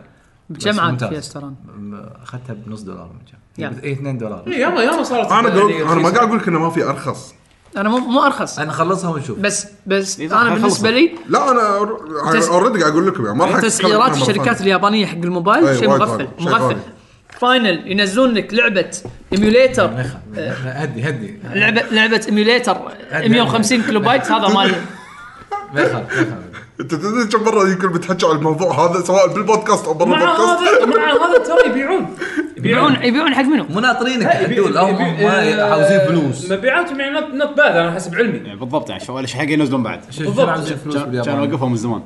[SPEAKER 7] بس
[SPEAKER 6] بكم عاد
[SPEAKER 7] ممتاز.
[SPEAKER 6] في استران
[SPEAKER 7] م- اخذتها بنص دولار من كم؟
[SPEAKER 6] يعني.
[SPEAKER 7] اي 2 دولار
[SPEAKER 4] ياما ياما صارت
[SPEAKER 1] انا
[SPEAKER 4] يعني
[SPEAKER 1] قلت انا ما
[SPEAKER 4] رخيصة.
[SPEAKER 1] قاعد اقول لك انه ما في ارخص
[SPEAKER 6] انا مو مو ارخص
[SPEAKER 7] انا خلصها ونشوف
[SPEAKER 6] بس بس
[SPEAKER 2] إيه، خلصها.
[SPEAKER 6] انا بالنسبه لي
[SPEAKER 1] لا انا
[SPEAKER 6] تس-
[SPEAKER 1] اوريدي قاعد اقول لكم يعني ما راح أتكلم عنها
[SPEAKER 6] تسعيرات
[SPEAKER 1] مرة
[SPEAKER 6] الشركات
[SPEAKER 1] ثانية.
[SPEAKER 6] اليابانيه حق
[SPEAKER 1] أي،
[SPEAKER 6] الموبايل شيء
[SPEAKER 1] وايد
[SPEAKER 6] مغفل
[SPEAKER 1] غالي، شيء
[SPEAKER 6] مغفل
[SPEAKER 1] غالي.
[SPEAKER 6] فاينل ينزلون لك لعبه
[SPEAKER 7] نعم،
[SPEAKER 6] ايميوليتر
[SPEAKER 7] هدي هدي
[SPEAKER 6] لعبه لعبه ايميوليتر 150 كيلو بايت هذا
[SPEAKER 7] [LAUGHS]
[SPEAKER 6] مال
[SPEAKER 7] ما يخالف ما يخالف
[SPEAKER 1] انت تدري كم مره يمكن بتحكي عن الموضوع هذا سواء بالبودكاست او برا
[SPEAKER 4] مع
[SPEAKER 1] البودكاست
[SPEAKER 4] هذا مع هذا ترى يبيعون
[SPEAKER 6] يبيعون يبيعون حق منو؟
[SPEAKER 7] مو ناطرينك عدول هم
[SPEAKER 4] يبيع-
[SPEAKER 7] هم عاوزين فلوس
[SPEAKER 4] مبيعاتهم يعني نط نط باد انا حسب علمي
[SPEAKER 2] يعني بالضبط يعني شو ايش حق ينزلون بعد
[SPEAKER 7] شو- شو
[SPEAKER 4] بالضبط.
[SPEAKER 7] عاوزين فلوس
[SPEAKER 2] كان كان
[SPEAKER 7] باليابان
[SPEAKER 2] وقفهم من زمان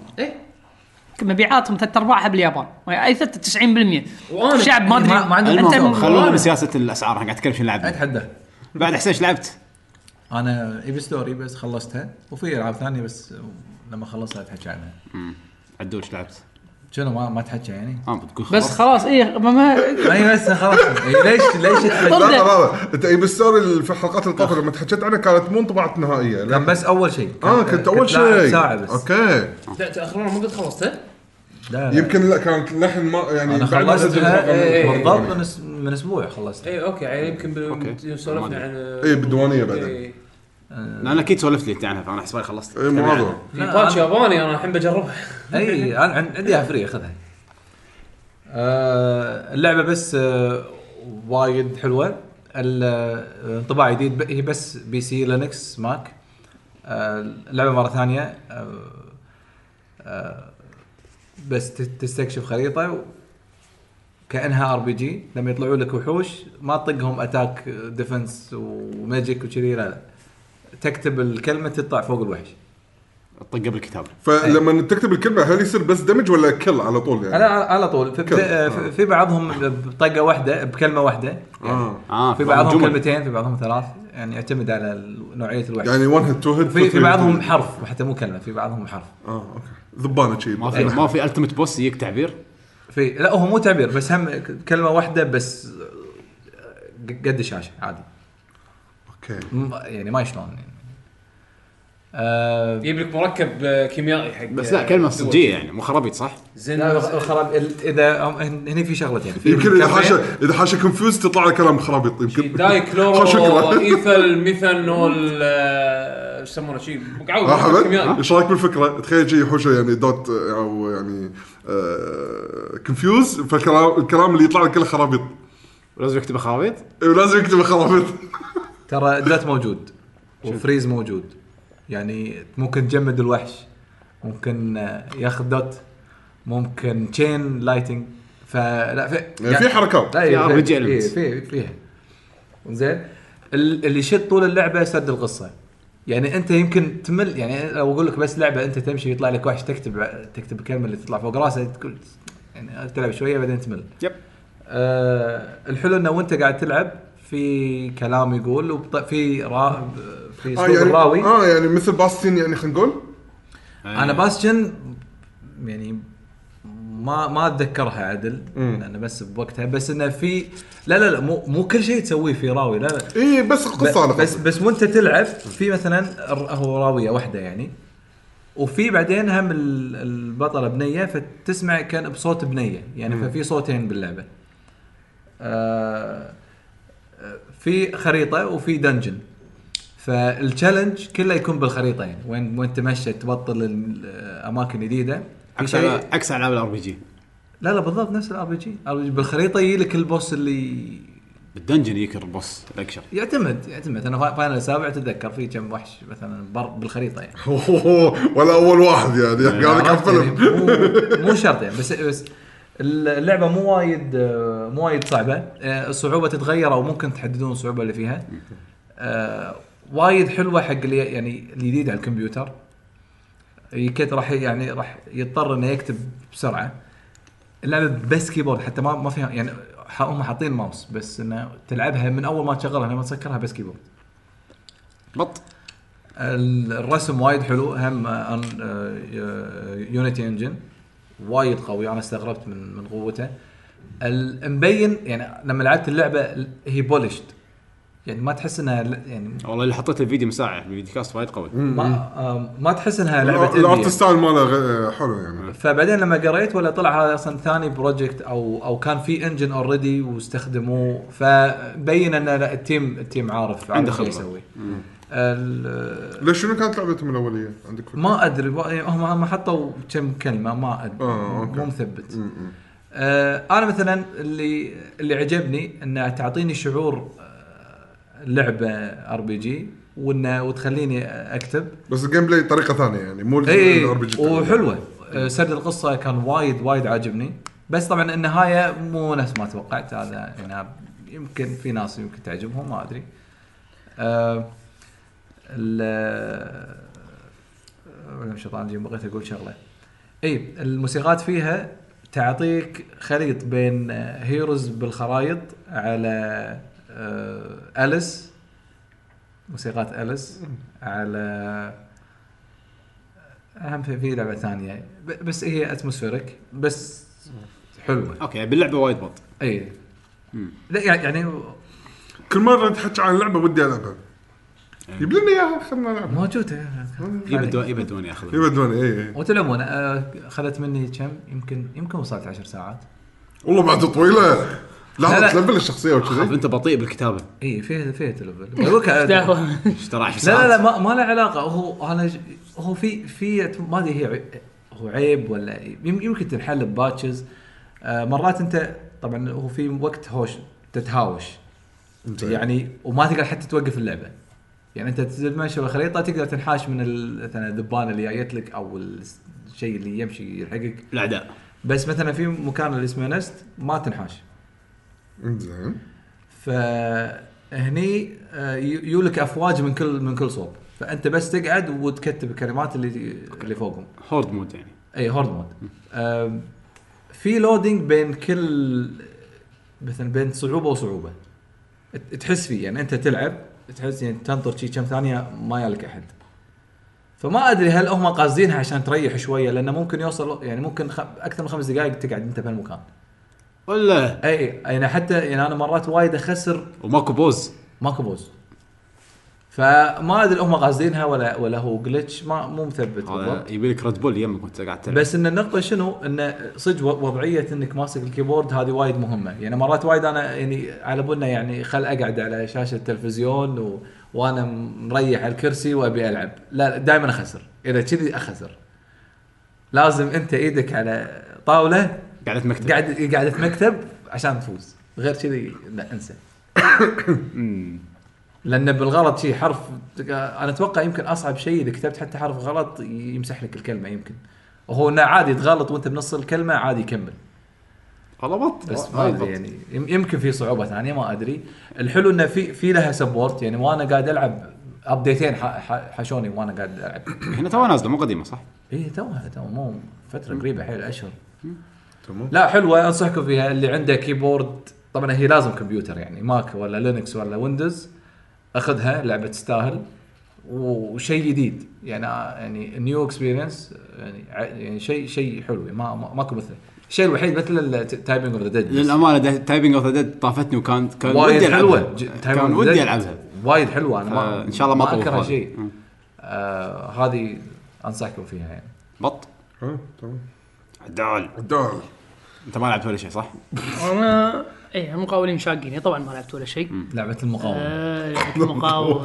[SPEAKER 6] مبيعاتهم ثلاث ارباعها باليابان يعني اي ثلاث 90%
[SPEAKER 4] وأنا-
[SPEAKER 6] شعب ما ادري
[SPEAKER 7] ما- ما عندهم
[SPEAKER 6] انت
[SPEAKER 7] مصدر.
[SPEAKER 6] م-
[SPEAKER 2] خلونا من سياسه الاسعار احنا قاعد نتكلم شنو لعبنا
[SPEAKER 7] اتحدى
[SPEAKER 2] بعد حسين ايش لعبت؟
[SPEAKER 7] انا ايبي ستوري بس خلصتها وفي العاب ثانيه بس لما خلصها اتحكى عنها
[SPEAKER 2] عدول ايش لعبت؟
[SPEAKER 7] شنو ما ما تحكى يعني
[SPEAKER 2] اه بتقول
[SPEAKER 6] بس خلاص اي ما
[SPEAKER 7] [LAUGHS]
[SPEAKER 6] ما-
[SPEAKER 7] اي بس خلاص إي، ليش ليش
[SPEAKER 1] لا
[SPEAKER 7] تحكي؟
[SPEAKER 1] لا لا انت اي بالستوري اللي في حلقات القافله لما تحكيت عنها كانت مو انطباعات نهائيه لا.
[SPEAKER 7] كان بس اول شيء
[SPEAKER 1] اه كنت اول
[SPEAKER 7] لاعب
[SPEAKER 1] شيء
[SPEAKER 7] ساعه بس
[SPEAKER 1] اوكي
[SPEAKER 4] لا تاخرون ما قد خلصته
[SPEAKER 7] لا، لا.
[SPEAKER 1] يمكن لا كانت لحن ما يعني
[SPEAKER 7] انا
[SPEAKER 1] بعد ما نزل
[SPEAKER 7] خلصتها
[SPEAKER 1] الحلقة
[SPEAKER 7] إي،
[SPEAKER 1] من-
[SPEAKER 7] بالضبط من أس- من اسبوع خلصتها
[SPEAKER 4] اي اوكي يعني يمكن بال-
[SPEAKER 2] أوكي.
[SPEAKER 4] سولفنا
[SPEAKER 2] ما
[SPEAKER 4] عن
[SPEAKER 1] إيه، بالديوانية بعدين.
[SPEAKER 4] إيه.
[SPEAKER 2] انا اكيد سولفت لي انت عنها فانا حسبالي خلصت
[SPEAKER 7] إيه،
[SPEAKER 1] اي إيه، مو هذا
[SPEAKER 4] في باتش ياباني انا الحين بجربها
[SPEAKER 7] اي انا عن- عندي إياها فري اخذها آه، اللعبه بس آه، وايد حلوه ال- آه، انطباع جديد ب- هي بس بي سي لينكس ماك آه، اللعبه مره ثانيه آه، آه، بس ت- تستكشف خريطه و- كانها ار بي جي لما يطلعوا لك وحوش ما تطقهم آه، اتاك ديفنس وماجيك وكذي لا لا تكتب الكلمه تطلع فوق الوحش
[SPEAKER 2] طق قبل الكتاب
[SPEAKER 1] فلما تكتب الكلمه هل يصير بس دمج ولا كل على طول يعني؟
[SPEAKER 7] على على طول في,
[SPEAKER 1] كل.
[SPEAKER 7] في, في- في بعضهم بطقه واحده بكلمه واحده يعني
[SPEAKER 1] آه.
[SPEAKER 2] اه
[SPEAKER 7] في بعضهم كلمتين في بعضهم ثلاث يعني يعتمد على ال- نوعيه الوحش
[SPEAKER 1] يعني 1 هيد 2 هيد
[SPEAKER 7] في في بعضهم حرف وحتى مو كلمه في بعضهم حرف
[SPEAKER 1] اه اوكي ذبانه شيء
[SPEAKER 2] ما في ما في التمت بوس يجيك تعبير
[SPEAKER 7] في لا هو مو تعبير بس هم ك- كلمه واحده بس قد الشاشه عادي
[SPEAKER 1] اوكي
[SPEAKER 7] م- يعني ما شلون يعني. آه،
[SPEAKER 4] يجيب لك مركب آه، كيميائي حق
[SPEAKER 2] بس لا كلمه صجيه يعني مو خرابيط صح؟
[SPEAKER 4] زين
[SPEAKER 7] لا خراب ال- اذا هم- هن- هني في شغلتين في
[SPEAKER 1] يمكن اذا
[SPEAKER 7] كلمتين.
[SPEAKER 1] حاشا اذا حاشا كونفيوز تطلع له كلام خرابيط يمكن
[SPEAKER 4] داي كلورو
[SPEAKER 1] آه، شكرا.
[SPEAKER 4] ايثل ميثانول آه، ايش يسمونه شيء قعود
[SPEAKER 1] احمد
[SPEAKER 4] كيميائي
[SPEAKER 1] ايش رايك بالفكره؟ تخيل شيء يحوشه يعني دوت او يعني آه، كونفيوز فالكلام الكلام اللي يطلع لك كله خرابيط
[SPEAKER 2] لازم يكتب خرابيط
[SPEAKER 1] إيه، لازم يكتب خرابيط
[SPEAKER 7] ترى دات موجود وفريز موجود يعني ممكن تجمد الوحش ممكن آه، ياخذ دوت ممكن تشين لايتنج فلا في
[SPEAKER 1] يعني في حركات
[SPEAKER 7] لا
[SPEAKER 2] في
[SPEAKER 7] في
[SPEAKER 2] RPG
[SPEAKER 7] في
[SPEAKER 2] elements.
[SPEAKER 7] في فيها زين ال- اللي يشد طول اللعبه سرد القصه يعني انت يمكن تمل يعني لو اقول لك بس لعبه انت تمشي يطلع لك وحش تكتب تكتب الكلمه اللي تطلع فوق راسه تقول يعني تلعب شويه بعدين تمل
[SPEAKER 2] يب.
[SPEAKER 7] آه الحلو انه وانت قاعد تلعب في كلام يقول وبط- في را في
[SPEAKER 1] اه
[SPEAKER 7] اسلوب
[SPEAKER 1] يعني
[SPEAKER 7] الراوي
[SPEAKER 1] اه يعني مثل باستين يعني خلينا نقول
[SPEAKER 7] انا باستشن يعني ما ما اتذكرها عدل لانه بس بوقتها بس انه في لا لا لا مو مو كل شيء تسويه في راوي لا لا
[SPEAKER 1] اي إيه، بس القصه على
[SPEAKER 7] ب- بس
[SPEAKER 1] بس
[SPEAKER 7] بس وانت تلعب في مثلا ر- هو راويه واحده يعني وفي بعدين هم ال- البطله بنيه فتسمع كان بصوت بنيه يعني ففي صوتين باللعبه. آه آه، في خريطه وفي دنجن. فالتشالنج كله يكون بالخريطه يعني وين وين تمشى تبطل الاماكن جديده. في
[SPEAKER 2] عكس
[SPEAKER 7] شيء-
[SPEAKER 2] على- عكس العاب الار بي جي
[SPEAKER 7] لا لا بالضبط نفس الار بي جي بالخريطه يجي لك البوس اللي
[SPEAKER 2] بالدنجن يجيك البوس الاكشر
[SPEAKER 7] يعتمد يعتمد انا فا- فاينل سابع تتذكر في كم وحش مثلا بر بالخريطه يعني
[SPEAKER 1] ولا اول واحد يعني قاعد كان
[SPEAKER 7] عرفت
[SPEAKER 1] فيلم
[SPEAKER 7] يعني مو مو شرط يعني بس بس اللعبه مو وايد آه، مو وايد صعبه آه، الصعوبه تتغير او ممكن تحددون الصعوبه اللي فيها آه، وايد حلوه حق اللي يعني الجديد على الكمبيوتر يكت راح ي- يعني راح يضطر انه يكتب بسرعه اللعبه بس كيبورد حتى ما ما فيها يعني ح- هم حاطين ماوس بس انه تلعبها من اول ما تشغلها لما تسكرها بس كيبورد
[SPEAKER 2] بط
[SPEAKER 7] ال- الرسم وايد حلو هم آه، يونيتي انجن وايد قوي انا استغربت من من قوته ال- مبين يعني لما لعبت اللعبه ال- هي بولشت يعني ما تحس انها ل- يعني
[SPEAKER 2] والله اللي حطيت الفيديو من ساعه الفيديو كاست وايد قوي
[SPEAKER 7] ما آه، ما تحس انها لعبه
[SPEAKER 1] الأ-
[SPEAKER 7] indie يعني.
[SPEAKER 1] الارت ستايل ماله غ- حلو يعني
[SPEAKER 7] فبعدين لما قريت ولا طلع هذا اصلا ثاني بروجكت او او كان في انجن اوريدي واستخدموه فبين ان لا، التيم التيم عارف
[SPEAKER 2] عنده
[SPEAKER 7] عارف شو
[SPEAKER 2] خبرة.
[SPEAKER 7] يسوي ال-
[SPEAKER 1] ليش شنو كانت لعبتهم الاوليه عندك فكرة؟
[SPEAKER 7] ما ادري وا- هم ما حطوا كم كلمه ما ادري
[SPEAKER 1] آه، أوكي.
[SPEAKER 7] مو مثبت
[SPEAKER 1] م- م.
[SPEAKER 7] آه، انا مثلا اللي اللي عجبني انها تعطيني شعور آه، لعبه ار بي جي وانه وتخليني اكتب
[SPEAKER 1] بس الجيم بلاي طريقه ثانيه يعني مو
[SPEAKER 7] اي
[SPEAKER 1] الار بي جي
[SPEAKER 7] وحلوه إيه، آه، سرد القصه كان وايد وايد عاجبني بس طبعا النهايه مو نفس ما توقعت هذا يعني يمكن في ناس يمكن تعجبهم ما ادري آه، ال- ولا شيطان جيم بغيت اقول شغله اي الموسيقات فيها تعطيك خليط بين آه، هيروز بالخرايط على آه، اليس موسيقات اليس على اهم في, في لعبه ثانيه ب- بس هي اتموسفيرك بس حلوه
[SPEAKER 2] اوكي باللعبه وايد بط
[SPEAKER 7] اي لا يعني- يعني
[SPEAKER 1] كل مره تحكي عن اللعبه ودي العبها
[SPEAKER 7] إيه.
[SPEAKER 1] جيب لنا اياها خلنا نلعبها
[SPEAKER 7] موجوده
[SPEAKER 2] يبدون يبدون ياخذون
[SPEAKER 1] يبدون اي اي
[SPEAKER 7] وتلعبون آه، خذت مني كم يمكن يمكن وصلت 10 ساعات
[SPEAKER 1] والله بعد طويله
[SPEAKER 7] لا،
[SPEAKER 1] لحظه
[SPEAKER 7] لا.
[SPEAKER 1] تلفل الشخصيه
[SPEAKER 2] خاف
[SPEAKER 1] وكذي
[SPEAKER 2] انت بطيء بالكتابه
[SPEAKER 7] اي إيه، فيها فيها تلفل
[SPEAKER 6] دعوه
[SPEAKER 2] ايش ترى 10
[SPEAKER 7] لا لا لا
[SPEAKER 2] ساعات
[SPEAKER 7] ما, ما له علاقه هو انا ج- هو في في ما ادري هي عي- هو عيب ولا يم- يمكن تنحل بباتشز آه مرات انت طبعا هو في وقت هوش تتهاوش يعني وما تقدر حتى توقف اللعبه يعني انت تتمشى بالخريطه تقدر تنحاش من ال- مثلا الذبانه اللي جايت لك او الس- الشيء اللي يمشي يلحقك
[SPEAKER 2] الاعداء
[SPEAKER 7] بس مثلا في مكان اللي اسمه نست ما تنحاش
[SPEAKER 1] زين
[SPEAKER 7] فهني آه، ي- يولك افواج من كل من كل صوب فانت بس تقعد وتكتب الكلمات اللي اللي فوقهم
[SPEAKER 2] هورد مود يعني
[SPEAKER 7] اي هورد مود آم، في لودينج بين كل مثلا بين صعوبه وصعوبه ت- تحس فيه يعني انت تلعب تحس يعني تنطر شي كم ثانيه ما يالك احد فما ادري هل هم قاصدينها عشان تريح شويه لانه ممكن يوصل يعني ممكن خ... اكثر من خمس دقائق تقعد انت بهالمكان
[SPEAKER 2] ولا
[SPEAKER 7] اي اي يعني حتى يعني انا مرات وايد اخسر
[SPEAKER 2] وماكو بوز
[SPEAKER 7] ماكو بوز فما ادري هم قاصدينها ولا ولا هو جلتش ما مو مثبت بالضبط
[SPEAKER 2] هذا يبي لك ريد بول يمك وانت قاعد تلعب
[SPEAKER 7] بس ان النقطه شنو ان صدق و- وضعيه انك ماسك الكيبورد هذه وايد مهمه يعني مرات وايد انا يعني على بالنا يعني خل اقعد على شاشه التلفزيون و... وانا مريح على الكرسي وابي العب لا دائما اخسر اذا كذي اخسر لازم انت ايدك على طاوله
[SPEAKER 2] قاعد مكتب
[SPEAKER 7] قاعد قاعده مكتب عشان تفوز غير كذي لا انسى لان بالغلط شيء حرف انا اتوقع يمكن اصعب شيء اذا كتبت حتى حرف غلط يمسح لك الكلمه يمكن وهو انه عادي تغلط وانت بنص الكلمه عادي يكمل
[SPEAKER 2] والله بط
[SPEAKER 7] بس ما
[SPEAKER 2] وايد
[SPEAKER 7] ادري
[SPEAKER 2] بط.
[SPEAKER 7] يعني يم- يمكن في صعوبه ثانيه ما ادري الحلو انه في في لها سبورت يعني وانا قاعد العب ابديتين ح- ح- حشوني وانا قاعد العب
[SPEAKER 2] هنا توها نازله مو قديمه صح؟
[SPEAKER 7] اي توها توها مو فتره قريبه حيل اشهر
[SPEAKER 1] تمام
[SPEAKER 7] لا حلوه انصحكم فيها اللي عنده كيبورد طبعا هي لازم كمبيوتر يعني ماك ولا لينكس ولا ويندوز اخذها لعبه تستاهل وشيء جديد يعني يعني نيو اكسبيرينس يعني ع- يعني شيء شيء حلو ما ما- ماكو مثله الشيء الوحيد مثل التايبنج اوف ذا ديد
[SPEAKER 2] للامانه تايبنج اوف ذا ديد طافتني وكان كان
[SPEAKER 7] وايد
[SPEAKER 2] ودي ألعبها.
[SPEAKER 7] حلوه ج- Typing
[SPEAKER 2] كان
[SPEAKER 7] of the
[SPEAKER 2] ودي
[SPEAKER 7] Dead
[SPEAKER 2] العبها
[SPEAKER 7] وايد حلوه انا ما
[SPEAKER 2] فان شاء الله ما
[SPEAKER 7] اكره
[SPEAKER 2] اطول
[SPEAKER 7] شيء آه هذه انصحكم فيها يعني
[SPEAKER 2] بط
[SPEAKER 1] ها، تمام
[SPEAKER 2] عدال
[SPEAKER 1] الدول
[SPEAKER 2] انت ما لعبت ولا شيء صح؟
[SPEAKER 6] انا اي المقاولين إيه، شاقين طبعا ما لعبت ولا شيء
[SPEAKER 7] لعبه المقاومه
[SPEAKER 6] آه، لعبه المقاول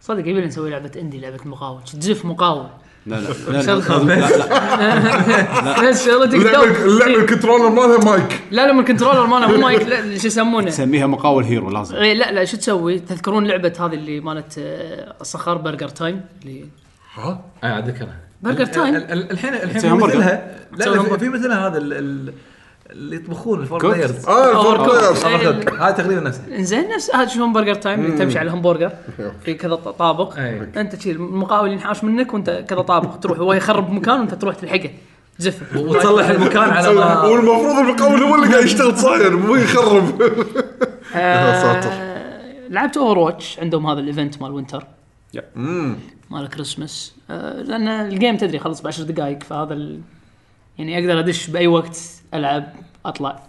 [SPEAKER 6] صدق يبي لنا نسوي لعبه اندي لعبه مقاول تزف مقاول
[SPEAKER 2] لا لا لا لا,
[SPEAKER 6] شغل-
[SPEAKER 2] لا, لا,
[SPEAKER 6] [LAUGHS] بس شغلتك
[SPEAKER 1] اللعبه اللعبه الكنترولر مالها مايك
[SPEAKER 6] إيه، لا لا من الكنترولر مالها مو مايك لا شو يسمونه
[SPEAKER 2] تسميها مقاول هيرو لازم
[SPEAKER 6] إيه، لا لا شو تسوي؟ تذكرون لعبه هذه اللي مالت آه، الصخر برجر تايم اللي
[SPEAKER 1] ها
[SPEAKER 7] اي على ذكرها
[SPEAKER 6] برجر
[SPEAKER 7] ال-
[SPEAKER 6] تايم
[SPEAKER 7] ال- ال- الحين الحين
[SPEAKER 2] تسوي
[SPEAKER 7] في
[SPEAKER 2] همبرجر.
[SPEAKER 7] مثلها لا
[SPEAKER 6] تسوي
[SPEAKER 7] لا في-
[SPEAKER 6] همبرجر.
[SPEAKER 7] في مثلها هذا ال- ال- اللي يطبخون الفور
[SPEAKER 2] كوك؟
[SPEAKER 7] بلايرز
[SPEAKER 1] اه الفور
[SPEAKER 6] أوه،
[SPEAKER 1] بلايرز
[SPEAKER 6] أوكي.
[SPEAKER 7] هاي تقريبا نفسها
[SPEAKER 6] انزين نفس هذا شو همبرجر تايم اللي تمشي على الهمبرجر في كذا ط- طابق
[SPEAKER 7] أي.
[SPEAKER 6] انت تشيل المقاول ينحاش منك وانت كذا طابق تروح هو يخرب مكان وانت تروح تلحقه
[SPEAKER 1] [LAUGHS]
[SPEAKER 6] تزفه
[SPEAKER 7] وتصلح المكان على ما
[SPEAKER 1] والمفروض المقاول هو اللي قاعد يشتغل صاير مو يخرب [LAUGHS] يا ساتر
[SPEAKER 6] آه، لعبت اوفر واتش عندهم هذا الايفنت مال وينتر
[SPEAKER 2] يب.
[SPEAKER 6] مال كريسمس آه، لان الجيم تدري خلص بعشر دقائق فهذا ال... يعني اقدر ادش باي وقت العب اطلع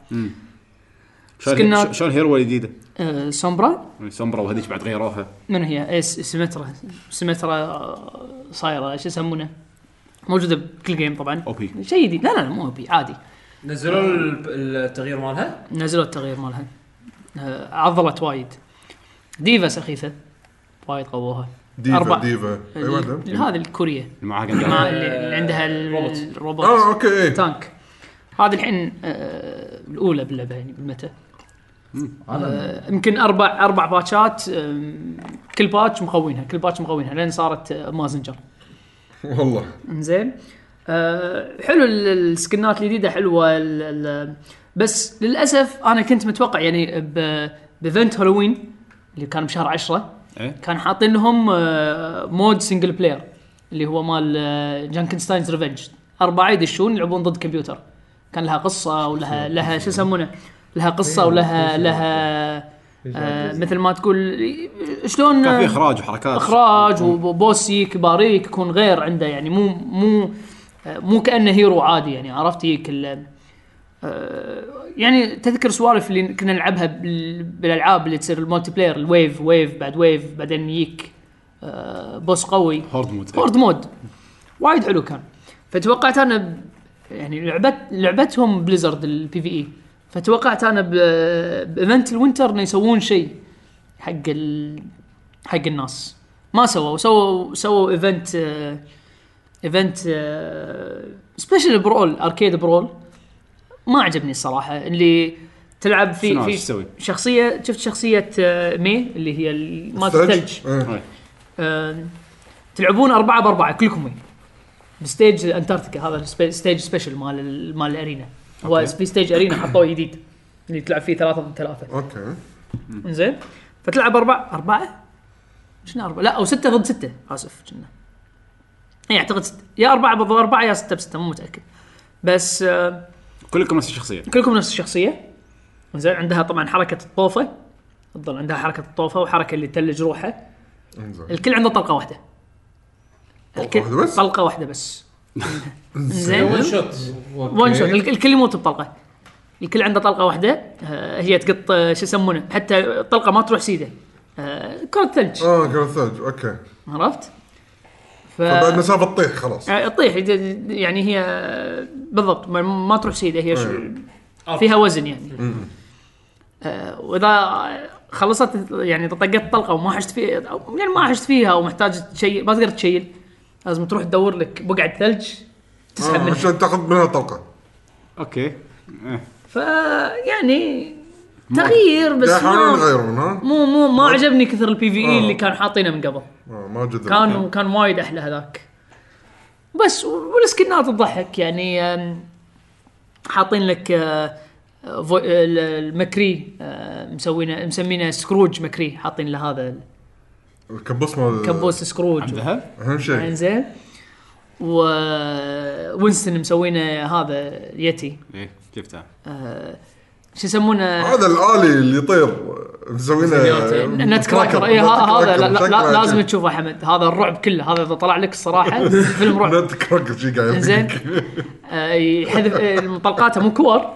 [SPEAKER 2] شلون
[SPEAKER 6] سكنات.
[SPEAKER 2] شلون الهيرو الجديده؟
[SPEAKER 6] آه، سومبرا
[SPEAKER 2] سمبرا وهذيك بعد غيروها
[SPEAKER 6] من هي إيه، س- سيمترا سيمترا آه، صايره شو يسمونه موجوده بكل جيم طبعا
[SPEAKER 2] او بي
[SPEAKER 6] شيء جديد لا لا لا، مو أوبي، عادي
[SPEAKER 4] نزلوا ال- التغيير مالها
[SPEAKER 6] نزلوا التغيير مالها آه، عضلت وايد ديفا سخيفه وايد قووها
[SPEAKER 1] ديفا
[SPEAKER 6] أربع.
[SPEAKER 1] ديفا اي
[SPEAKER 7] إيه.
[SPEAKER 1] واحده
[SPEAKER 6] ال- هذه الكوريه
[SPEAKER 2] معاه
[SPEAKER 6] مع
[SPEAKER 2] كان
[SPEAKER 6] اللي اللي عندها
[SPEAKER 4] روبوت.
[SPEAKER 6] ال- الروبوت
[SPEAKER 1] اه اوكي ايه
[SPEAKER 6] تانك هذه الحين آه الاولى باللعبه يعني بالمتى آه، يمكن اربع اربع باتشات آم، كل باتش مقوينها كل باتش مقوينها لين صارت آه، مازنجر
[SPEAKER 1] والله
[SPEAKER 6] انزين آه حلو ال- السكنات الجديده حلوه ال ال بس للاسف انا كنت متوقع يعني ب- بفنت هالوين اللي كان بشهر 10
[SPEAKER 2] إيه.
[SPEAKER 6] كان حاطين لهم آه مود سنجل بلاير اللي هو مال آه، جانكنستاينز ريفنج اربعه يدشون يلعبون ضد كمبيوتر كان لها قصه ولها
[SPEAKER 2] إيه.
[SPEAKER 6] لها شو يسمونه لها قصه ولها لها آه مثل ما تقول إيه، شلون آه،
[SPEAKER 2] في اخراج وحركات
[SPEAKER 6] اخراج وبوسي كباريك يكون غير عنده يعني مو مو مو كانه هيرو عادي يعني عرفت هيك ال- آه، يعني تذكر سوالف اللي كنا نلعبها بال- بالالعاب اللي تصير المولتي بلاير الويف ويف بعد ويف بعدين يجيك آه، بوس قوي
[SPEAKER 2] هورد مود
[SPEAKER 6] هورد مود وايد حلو كان فتوقعت انا ب... يعني لعبت لعبتهم بليزرد البي في اي E. فتوقعت انا ب... بايفنت الوينتر انه يسوون شيء حق ال... حق الناس ما سووا سووا سووا ايفنت آه، ايفنت سبيشل برول اركيد برول ما عجبني الصراحه اللي تلعب في
[SPEAKER 2] شنو
[SPEAKER 6] في
[SPEAKER 2] عايز تسوي؟
[SPEAKER 6] شخصيه شفت شخصيه آه، مي اللي هي ال- مالت الثلج
[SPEAKER 1] إيه.
[SPEAKER 6] آه، تلعبون أربعة بأربعة كلكم وين بستيج أنتاركتيكا هذا السبي- ستيج سبيشل مال ال- مال الأرينا هو
[SPEAKER 2] أوكي.
[SPEAKER 6] في ستيج أرينا حطوه جديد اللي تلعب فيه ثلاثة ضد ثلاثة
[SPEAKER 1] اوكي
[SPEAKER 6] زين فتلعب أربعة أربعة شنو أربعة لا أو ستة ضد ستة آسف كنا اي أعتقد ستة يا أربعة ضد أربعة يا ستة بستة مو متأكد بس آه
[SPEAKER 2] كلكم نفس الشخصيه
[SPEAKER 6] كلكم نفس الشخصيه زين عندها طبعا حركه الطوفه تظل عندها حركه الطوفه وحركه اللي تلج روحه
[SPEAKER 1] إنزين.
[SPEAKER 6] الكل عنده طلقه واحده
[SPEAKER 1] طلقة واحدة بس؟
[SPEAKER 6] طلقه واحده بس زين
[SPEAKER 4] ون شوت
[SPEAKER 6] ون شوت الك- الكل يموت بطلقه الكل عنده طلقه واحده آه، هي تقط آه، شو يسمونه حتى الطلقه ما تروح سيده آه، كره ثلج
[SPEAKER 1] اه كره ثلج طيب، اوكي
[SPEAKER 7] آه.
[SPEAKER 6] عرفت؟ ف...
[SPEAKER 1] فبعد مسافه تطيح خلاص
[SPEAKER 6] آه، تطيح يعني هي آه، بالضبط ما- ما تروح سيده هي شو-
[SPEAKER 4] أرض.
[SPEAKER 6] فيها وزن يعني آه واذا خلصت يعني طقت طلقه وما حشت فيها أو يعني ما حشت فيها ومحتاج تشيل ما تقدر تشيل لازم تروح تدور لك بقعه ثلج تسحب
[SPEAKER 1] آه،
[SPEAKER 6] منها
[SPEAKER 1] عشان تاخذ منها طلقه
[SPEAKER 2] اوكي إيه،
[SPEAKER 6] ف يعني تغيير بس
[SPEAKER 1] قاعد يحاولون
[SPEAKER 6] ما
[SPEAKER 1] يغيرون ها
[SPEAKER 6] مو مو ما عجبني كثر البي في اي
[SPEAKER 1] آه.
[SPEAKER 6] E اللي كان حاطينه من قبل
[SPEAKER 1] آه، ما جذب
[SPEAKER 6] كان كان وايد احلى هذاك بس و- والسكنات تضحك يعني أم، حاطين لك آه، آه، فو- آه، ال- المكري آه، مسوينه مسمينه سكروج مكري حاطين له هذا
[SPEAKER 1] الكبوس مال
[SPEAKER 6] الكبوس سكروج
[SPEAKER 2] عندها
[SPEAKER 1] اهم شيء
[SPEAKER 6] انزين و آه، وينستون مسوينه هذا يتي
[SPEAKER 2] ايه شفتها
[SPEAKER 6] شو يسمونه
[SPEAKER 1] هذا الالي اللي يطير مسوينه
[SPEAKER 6] نت كراكر اي هذا لا- لا- لا- لازم
[SPEAKER 1] تشوف
[SPEAKER 6] تشوفه حمد هذا الرعب كله هذا اذا طلع لك الصراحه فيلم رعب
[SPEAKER 1] نت كراكر شي قاعد [LAUGHS]
[SPEAKER 6] زين آه، يحذف آه، طلقاته مو كور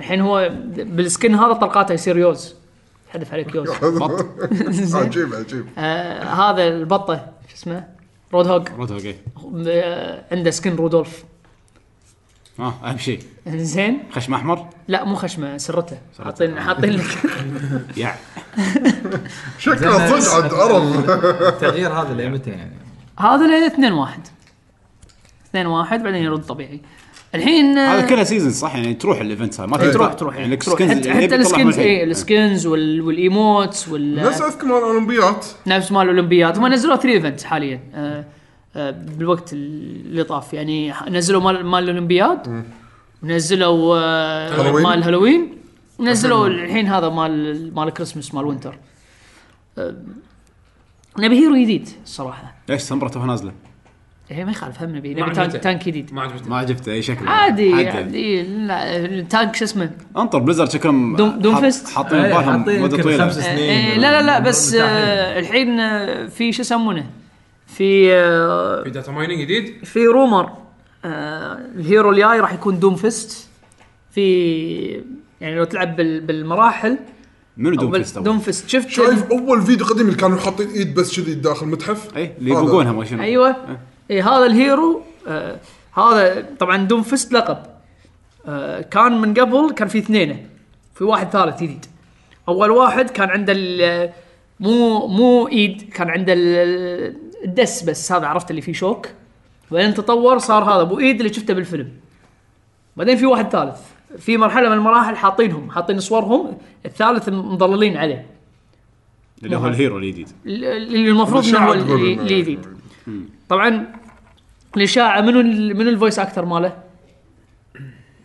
[SPEAKER 6] الحين هو بالسكن هذا طلقاته يصير يوز يحذف عليك يوز [LAUGHS] زين
[SPEAKER 1] عجيب عجيب
[SPEAKER 6] آه هذا البطه شو اسمه رود هوج
[SPEAKER 2] رد اوكي
[SPEAKER 6] آه عنده سكن رودولف
[SPEAKER 2] اه اهم شيء
[SPEAKER 6] زين
[SPEAKER 2] خشم احمر
[SPEAKER 6] لا مو خشمه سرته حاطين حاطين لك [LAUGHS]
[SPEAKER 2] يع
[SPEAKER 1] شكله صدق عاد ارم
[SPEAKER 7] التغيير هذا اللي متى يعني
[SPEAKER 6] هذا له 2 1 2 1 بعدين يرد طبيعي الحين آه،
[SPEAKER 2] هذا كلها سيزون صح يعني تروح الايفنت هاي ما
[SPEAKER 6] إيه،
[SPEAKER 2] في-
[SPEAKER 6] تروح تروح
[SPEAKER 2] يعني
[SPEAKER 6] يعني تروح حتى, حتى السكنز اي السكنز وال- والايموتس وال
[SPEAKER 1] نفس اذكر مال الاولمبيات
[SPEAKER 6] نفس مال الاولمبياد هم نزلوا 3 ايفنت حاليا آه، آه، بالوقت اللي طاف يعني ح- نزلوا مال مال الاولمبياد ونزلوا آه
[SPEAKER 1] هالوين؟
[SPEAKER 6] مال هالوين نزلوا الحين هذا مال مال كريسمس مال وينتر آه، نبي هيرو جديد الصراحه
[SPEAKER 2] ليش سمره توها نازله؟
[SPEAKER 6] إيه ما يخالف هم
[SPEAKER 4] ما
[SPEAKER 6] نبي نبي
[SPEAKER 4] عجبته.
[SPEAKER 6] تانك, تانك جديد
[SPEAKER 4] ما عجبتني
[SPEAKER 2] ما عجبته اي شكل
[SPEAKER 6] عادي يعني.
[SPEAKER 2] عدل.
[SPEAKER 6] عادي لا التانك شو اسمه
[SPEAKER 2] انطر بليزرد شكلهم
[SPEAKER 6] دوم- دوم
[SPEAKER 2] حاط-
[SPEAKER 6] فيست؟
[SPEAKER 2] حاطين
[SPEAKER 7] إيه،
[SPEAKER 2] بالهم
[SPEAKER 7] حاطين
[SPEAKER 2] مده
[SPEAKER 7] يمكن
[SPEAKER 2] طويله
[SPEAKER 7] خمس
[SPEAKER 6] آه،
[SPEAKER 7] سنين
[SPEAKER 6] آه، لا لا لا بس
[SPEAKER 7] مرتاحين.
[SPEAKER 6] آه الحين آه، في شو يسمونه في آه،
[SPEAKER 4] في داتا مايننج جديد
[SPEAKER 6] في رومر آه الهيرو الجاي راح يكون دوم فيست في يعني لو تلعب بال- بالمراحل
[SPEAKER 2] منو دوم
[SPEAKER 6] أو بال-
[SPEAKER 2] فيست أول؟
[SPEAKER 6] دوم فيست شفت
[SPEAKER 1] شايف اول فيديو قديم اللي كانوا حاطين ايد بس كذي داخل متحف
[SPEAKER 2] اي إيه، اللي يبقونها ما شنو
[SPEAKER 6] ايوه إيه هذا الهيرو آه هذا طبعا دوم فيست لقب آه كان من قبل كان في اثنين في واحد ثالث جديد اول واحد كان عنده ال- مو مو ايد كان عنده ال- الدس بس هذا عرفت اللي فيه شوك بعدين تطور صار هذا ابو ايد اللي شفته بالفيلم بعدين في واحد ثالث في مرحله من المراحل حاطينهم حاطين صورهم الثالث مضللين عليه
[SPEAKER 2] اللي هو الهيرو الجديد
[SPEAKER 6] اللي المفروض انه هو
[SPEAKER 1] الإشاعة
[SPEAKER 6] ال-
[SPEAKER 1] تقول إنه-
[SPEAKER 6] اللي يفيد طبعا الاشاعه منو ال- منو الفويس اكتر ماله؟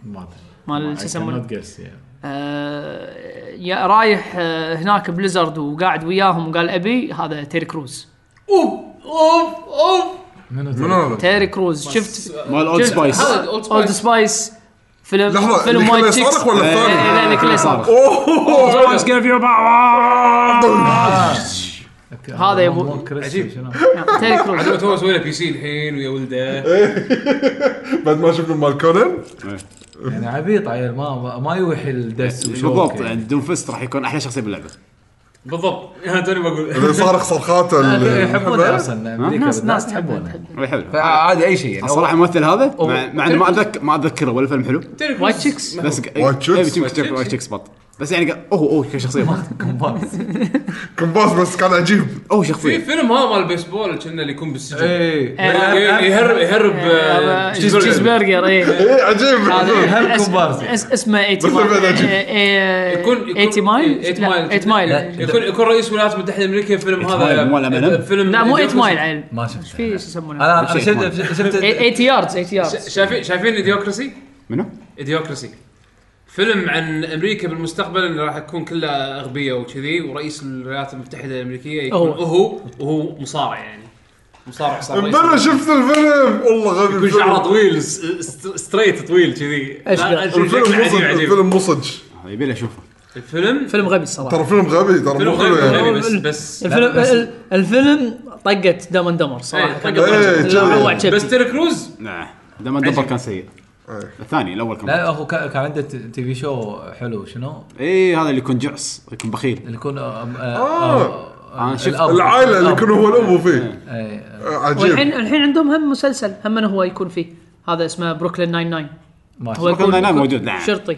[SPEAKER 7] ما ادري
[SPEAKER 6] مال شو يسمونه؟
[SPEAKER 7] قس
[SPEAKER 6] آه، يا- رايح آه، هناك بليزرد وقاعد وياهم وقال ابي هذا تيري كروز
[SPEAKER 1] من هذا؟
[SPEAKER 6] تيري كروز شفت
[SPEAKER 2] مال اولد
[SPEAKER 6] شفت-
[SPEAKER 2] سبايس
[SPEAKER 4] هذا اولد
[SPEAKER 6] اولد
[SPEAKER 4] سبايس
[SPEAKER 6] سبايس فيلم
[SPEAKER 1] لحظه
[SPEAKER 6] فيلم
[SPEAKER 1] اللي
[SPEAKER 6] وايد
[SPEAKER 1] كله
[SPEAKER 6] تشيكس إيه.
[SPEAKER 1] صارخ ولا الثاني؟
[SPEAKER 6] لا لا كله
[SPEAKER 1] [LAUGHS]
[SPEAKER 6] صار هذا يا أبو-
[SPEAKER 7] عجيب شنو
[SPEAKER 6] تيري كروز
[SPEAKER 4] عاد هو سوي له بي سي الحين ويا ولده
[SPEAKER 1] بعد ما شفنا مال كونان
[SPEAKER 7] يعني عبيط عيل ما ما يوحي الدس وشوك
[SPEAKER 2] بالضبط يعني دوم فيست راح يكون احلى شخصيه باللعبه
[SPEAKER 4] بالضبط [LAUGHS] انا توني بقول
[SPEAKER 1] اللي صارخ صرخات
[SPEAKER 6] [LAUGHS]
[SPEAKER 1] ال-
[SPEAKER 7] يحبونه اصلا امريكا
[SPEAKER 6] ناس ناس
[SPEAKER 7] بالذات
[SPEAKER 6] تحبه
[SPEAKER 7] يحبونه
[SPEAKER 2] حلو
[SPEAKER 7] فعادي اي شيء [LAUGHS] يعني
[SPEAKER 2] الصراحه الممثل هذا مع مع انه ما اتذكر ما اتذكره ولا فيلم حلو
[SPEAKER 4] تيري
[SPEAKER 6] وايت
[SPEAKER 4] كروز
[SPEAKER 6] تشيكس
[SPEAKER 2] بس إيه،
[SPEAKER 1] White Chicks؟
[SPEAKER 2] وايت تشيكس بط بس يعني قال اوه اوه كشخصيه بط
[SPEAKER 7] كومبارس.
[SPEAKER 1] كمباس بس كان عجيب
[SPEAKER 2] اوه
[SPEAKER 4] في
[SPEAKER 2] شخصيه
[SPEAKER 4] فيلم هذا مال البيسبول كنا اللي يكون
[SPEAKER 6] إيه.
[SPEAKER 4] بالسجن
[SPEAKER 7] اي
[SPEAKER 4] ي- يهرب يهرب آه،
[SPEAKER 6] آه، تشيز
[SPEAKER 1] [LAUGHS]
[SPEAKER 6] برجر ايه
[SPEAKER 1] ايه عجيب [LAUGHS]
[SPEAKER 6] هذا
[SPEAKER 7] هم
[SPEAKER 6] اسم-
[SPEAKER 7] كومبارس.
[SPEAKER 6] اس- إيه، اسمه إيه، 80
[SPEAKER 1] بس البلد عجيب.
[SPEAKER 6] مايل
[SPEAKER 4] يكون يكون
[SPEAKER 6] 80 مايل 80 مايل
[SPEAKER 4] لا، يكون يكون رئيس الولايات المتحده الامريكيه في فيلم
[SPEAKER 2] 8
[SPEAKER 4] هذا
[SPEAKER 2] مايل، مال M&M.
[SPEAKER 4] فيلم
[SPEAKER 6] لا مو 8
[SPEAKER 4] إيديوكراسي.
[SPEAKER 6] مايل عيل
[SPEAKER 7] ما
[SPEAKER 6] ايش
[SPEAKER 7] شفته
[SPEAKER 6] في شو يسمونه؟
[SPEAKER 7] انا انا
[SPEAKER 2] شيء
[SPEAKER 7] شفت
[SPEAKER 2] ما-
[SPEAKER 7] شفت
[SPEAKER 6] 80 ياردز 80 ياردز
[SPEAKER 4] شايفين شايفين ايديوكراسي؟
[SPEAKER 2] منو؟
[SPEAKER 4] ايديوكراسي فيلم عن امريكا بالمستقبل اللي راح تكون كلها اغبيه وكذي ورئيس الولايات المتحده الامريكيه يكون
[SPEAKER 6] هو.
[SPEAKER 4] هو وهو مصارع يعني مصارع صار رئيس
[SPEAKER 1] بلا شفت الفيلم والله غبي
[SPEAKER 4] يكون
[SPEAKER 1] الفيلم.
[SPEAKER 4] شعره طويل س- س- ستريت طويل كذي لا،
[SPEAKER 6] أشبه.
[SPEAKER 4] شيء- شكله
[SPEAKER 1] الفيلم
[SPEAKER 4] عجيب
[SPEAKER 1] مصج
[SPEAKER 4] عجيب
[SPEAKER 1] الفيلم مصج
[SPEAKER 2] هذا يبي لي اشوفه
[SPEAKER 4] الفيلم
[SPEAKER 6] فيلم غبي
[SPEAKER 1] ترى
[SPEAKER 6] الصراحه
[SPEAKER 1] فيلم غبي ترى
[SPEAKER 4] فيلم
[SPEAKER 1] مو حلو
[SPEAKER 4] غير
[SPEAKER 1] يعني
[SPEAKER 4] غبي بس بس
[SPEAKER 6] الفيلم ال- الفيلم طقت دام اند دمر
[SPEAKER 4] إيه،
[SPEAKER 6] صراحه
[SPEAKER 4] طقت
[SPEAKER 6] طقت
[SPEAKER 4] دام
[SPEAKER 1] إيه،
[SPEAKER 6] لا،
[SPEAKER 1] كذي.
[SPEAKER 6] روع شبكي.
[SPEAKER 4] بس تيري كروز
[SPEAKER 2] نعم دام الدبر كان سيء الثاني الاول كان
[SPEAKER 7] لا هو كان كان عنده ت- تي في شو حلو شنو
[SPEAKER 2] اي إيه، هذا اللي يكون جعس يكون بخيل
[SPEAKER 7] اللي يكون آه،
[SPEAKER 1] آه.
[SPEAKER 7] آه،
[SPEAKER 2] أنا شفت
[SPEAKER 7] الأب.
[SPEAKER 1] العائله اللي
[SPEAKER 4] آه.
[SPEAKER 7] الأب.
[SPEAKER 1] كانوا هو الابو فيه
[SPEAKER 7] إيه.
[SPEAKER 1] آه، عجيب
[SPEAKER 6] والحين الحين عندهم هم مسلسل هم انه هو يكون فيه هذا اسمه بروكلين 99
[SPEAKER 7] ما
[SPEAKER 6] هو
[SPEAKER 7] شفت.
[SPEAKER 2] بروكلين
[SPEAKER 6] يكون
[SPEAKER 2] 99
[SPEAKER 6] يكون
[SPEAKER 2] موجود، نعم.
[SPEAKER 6] شرطي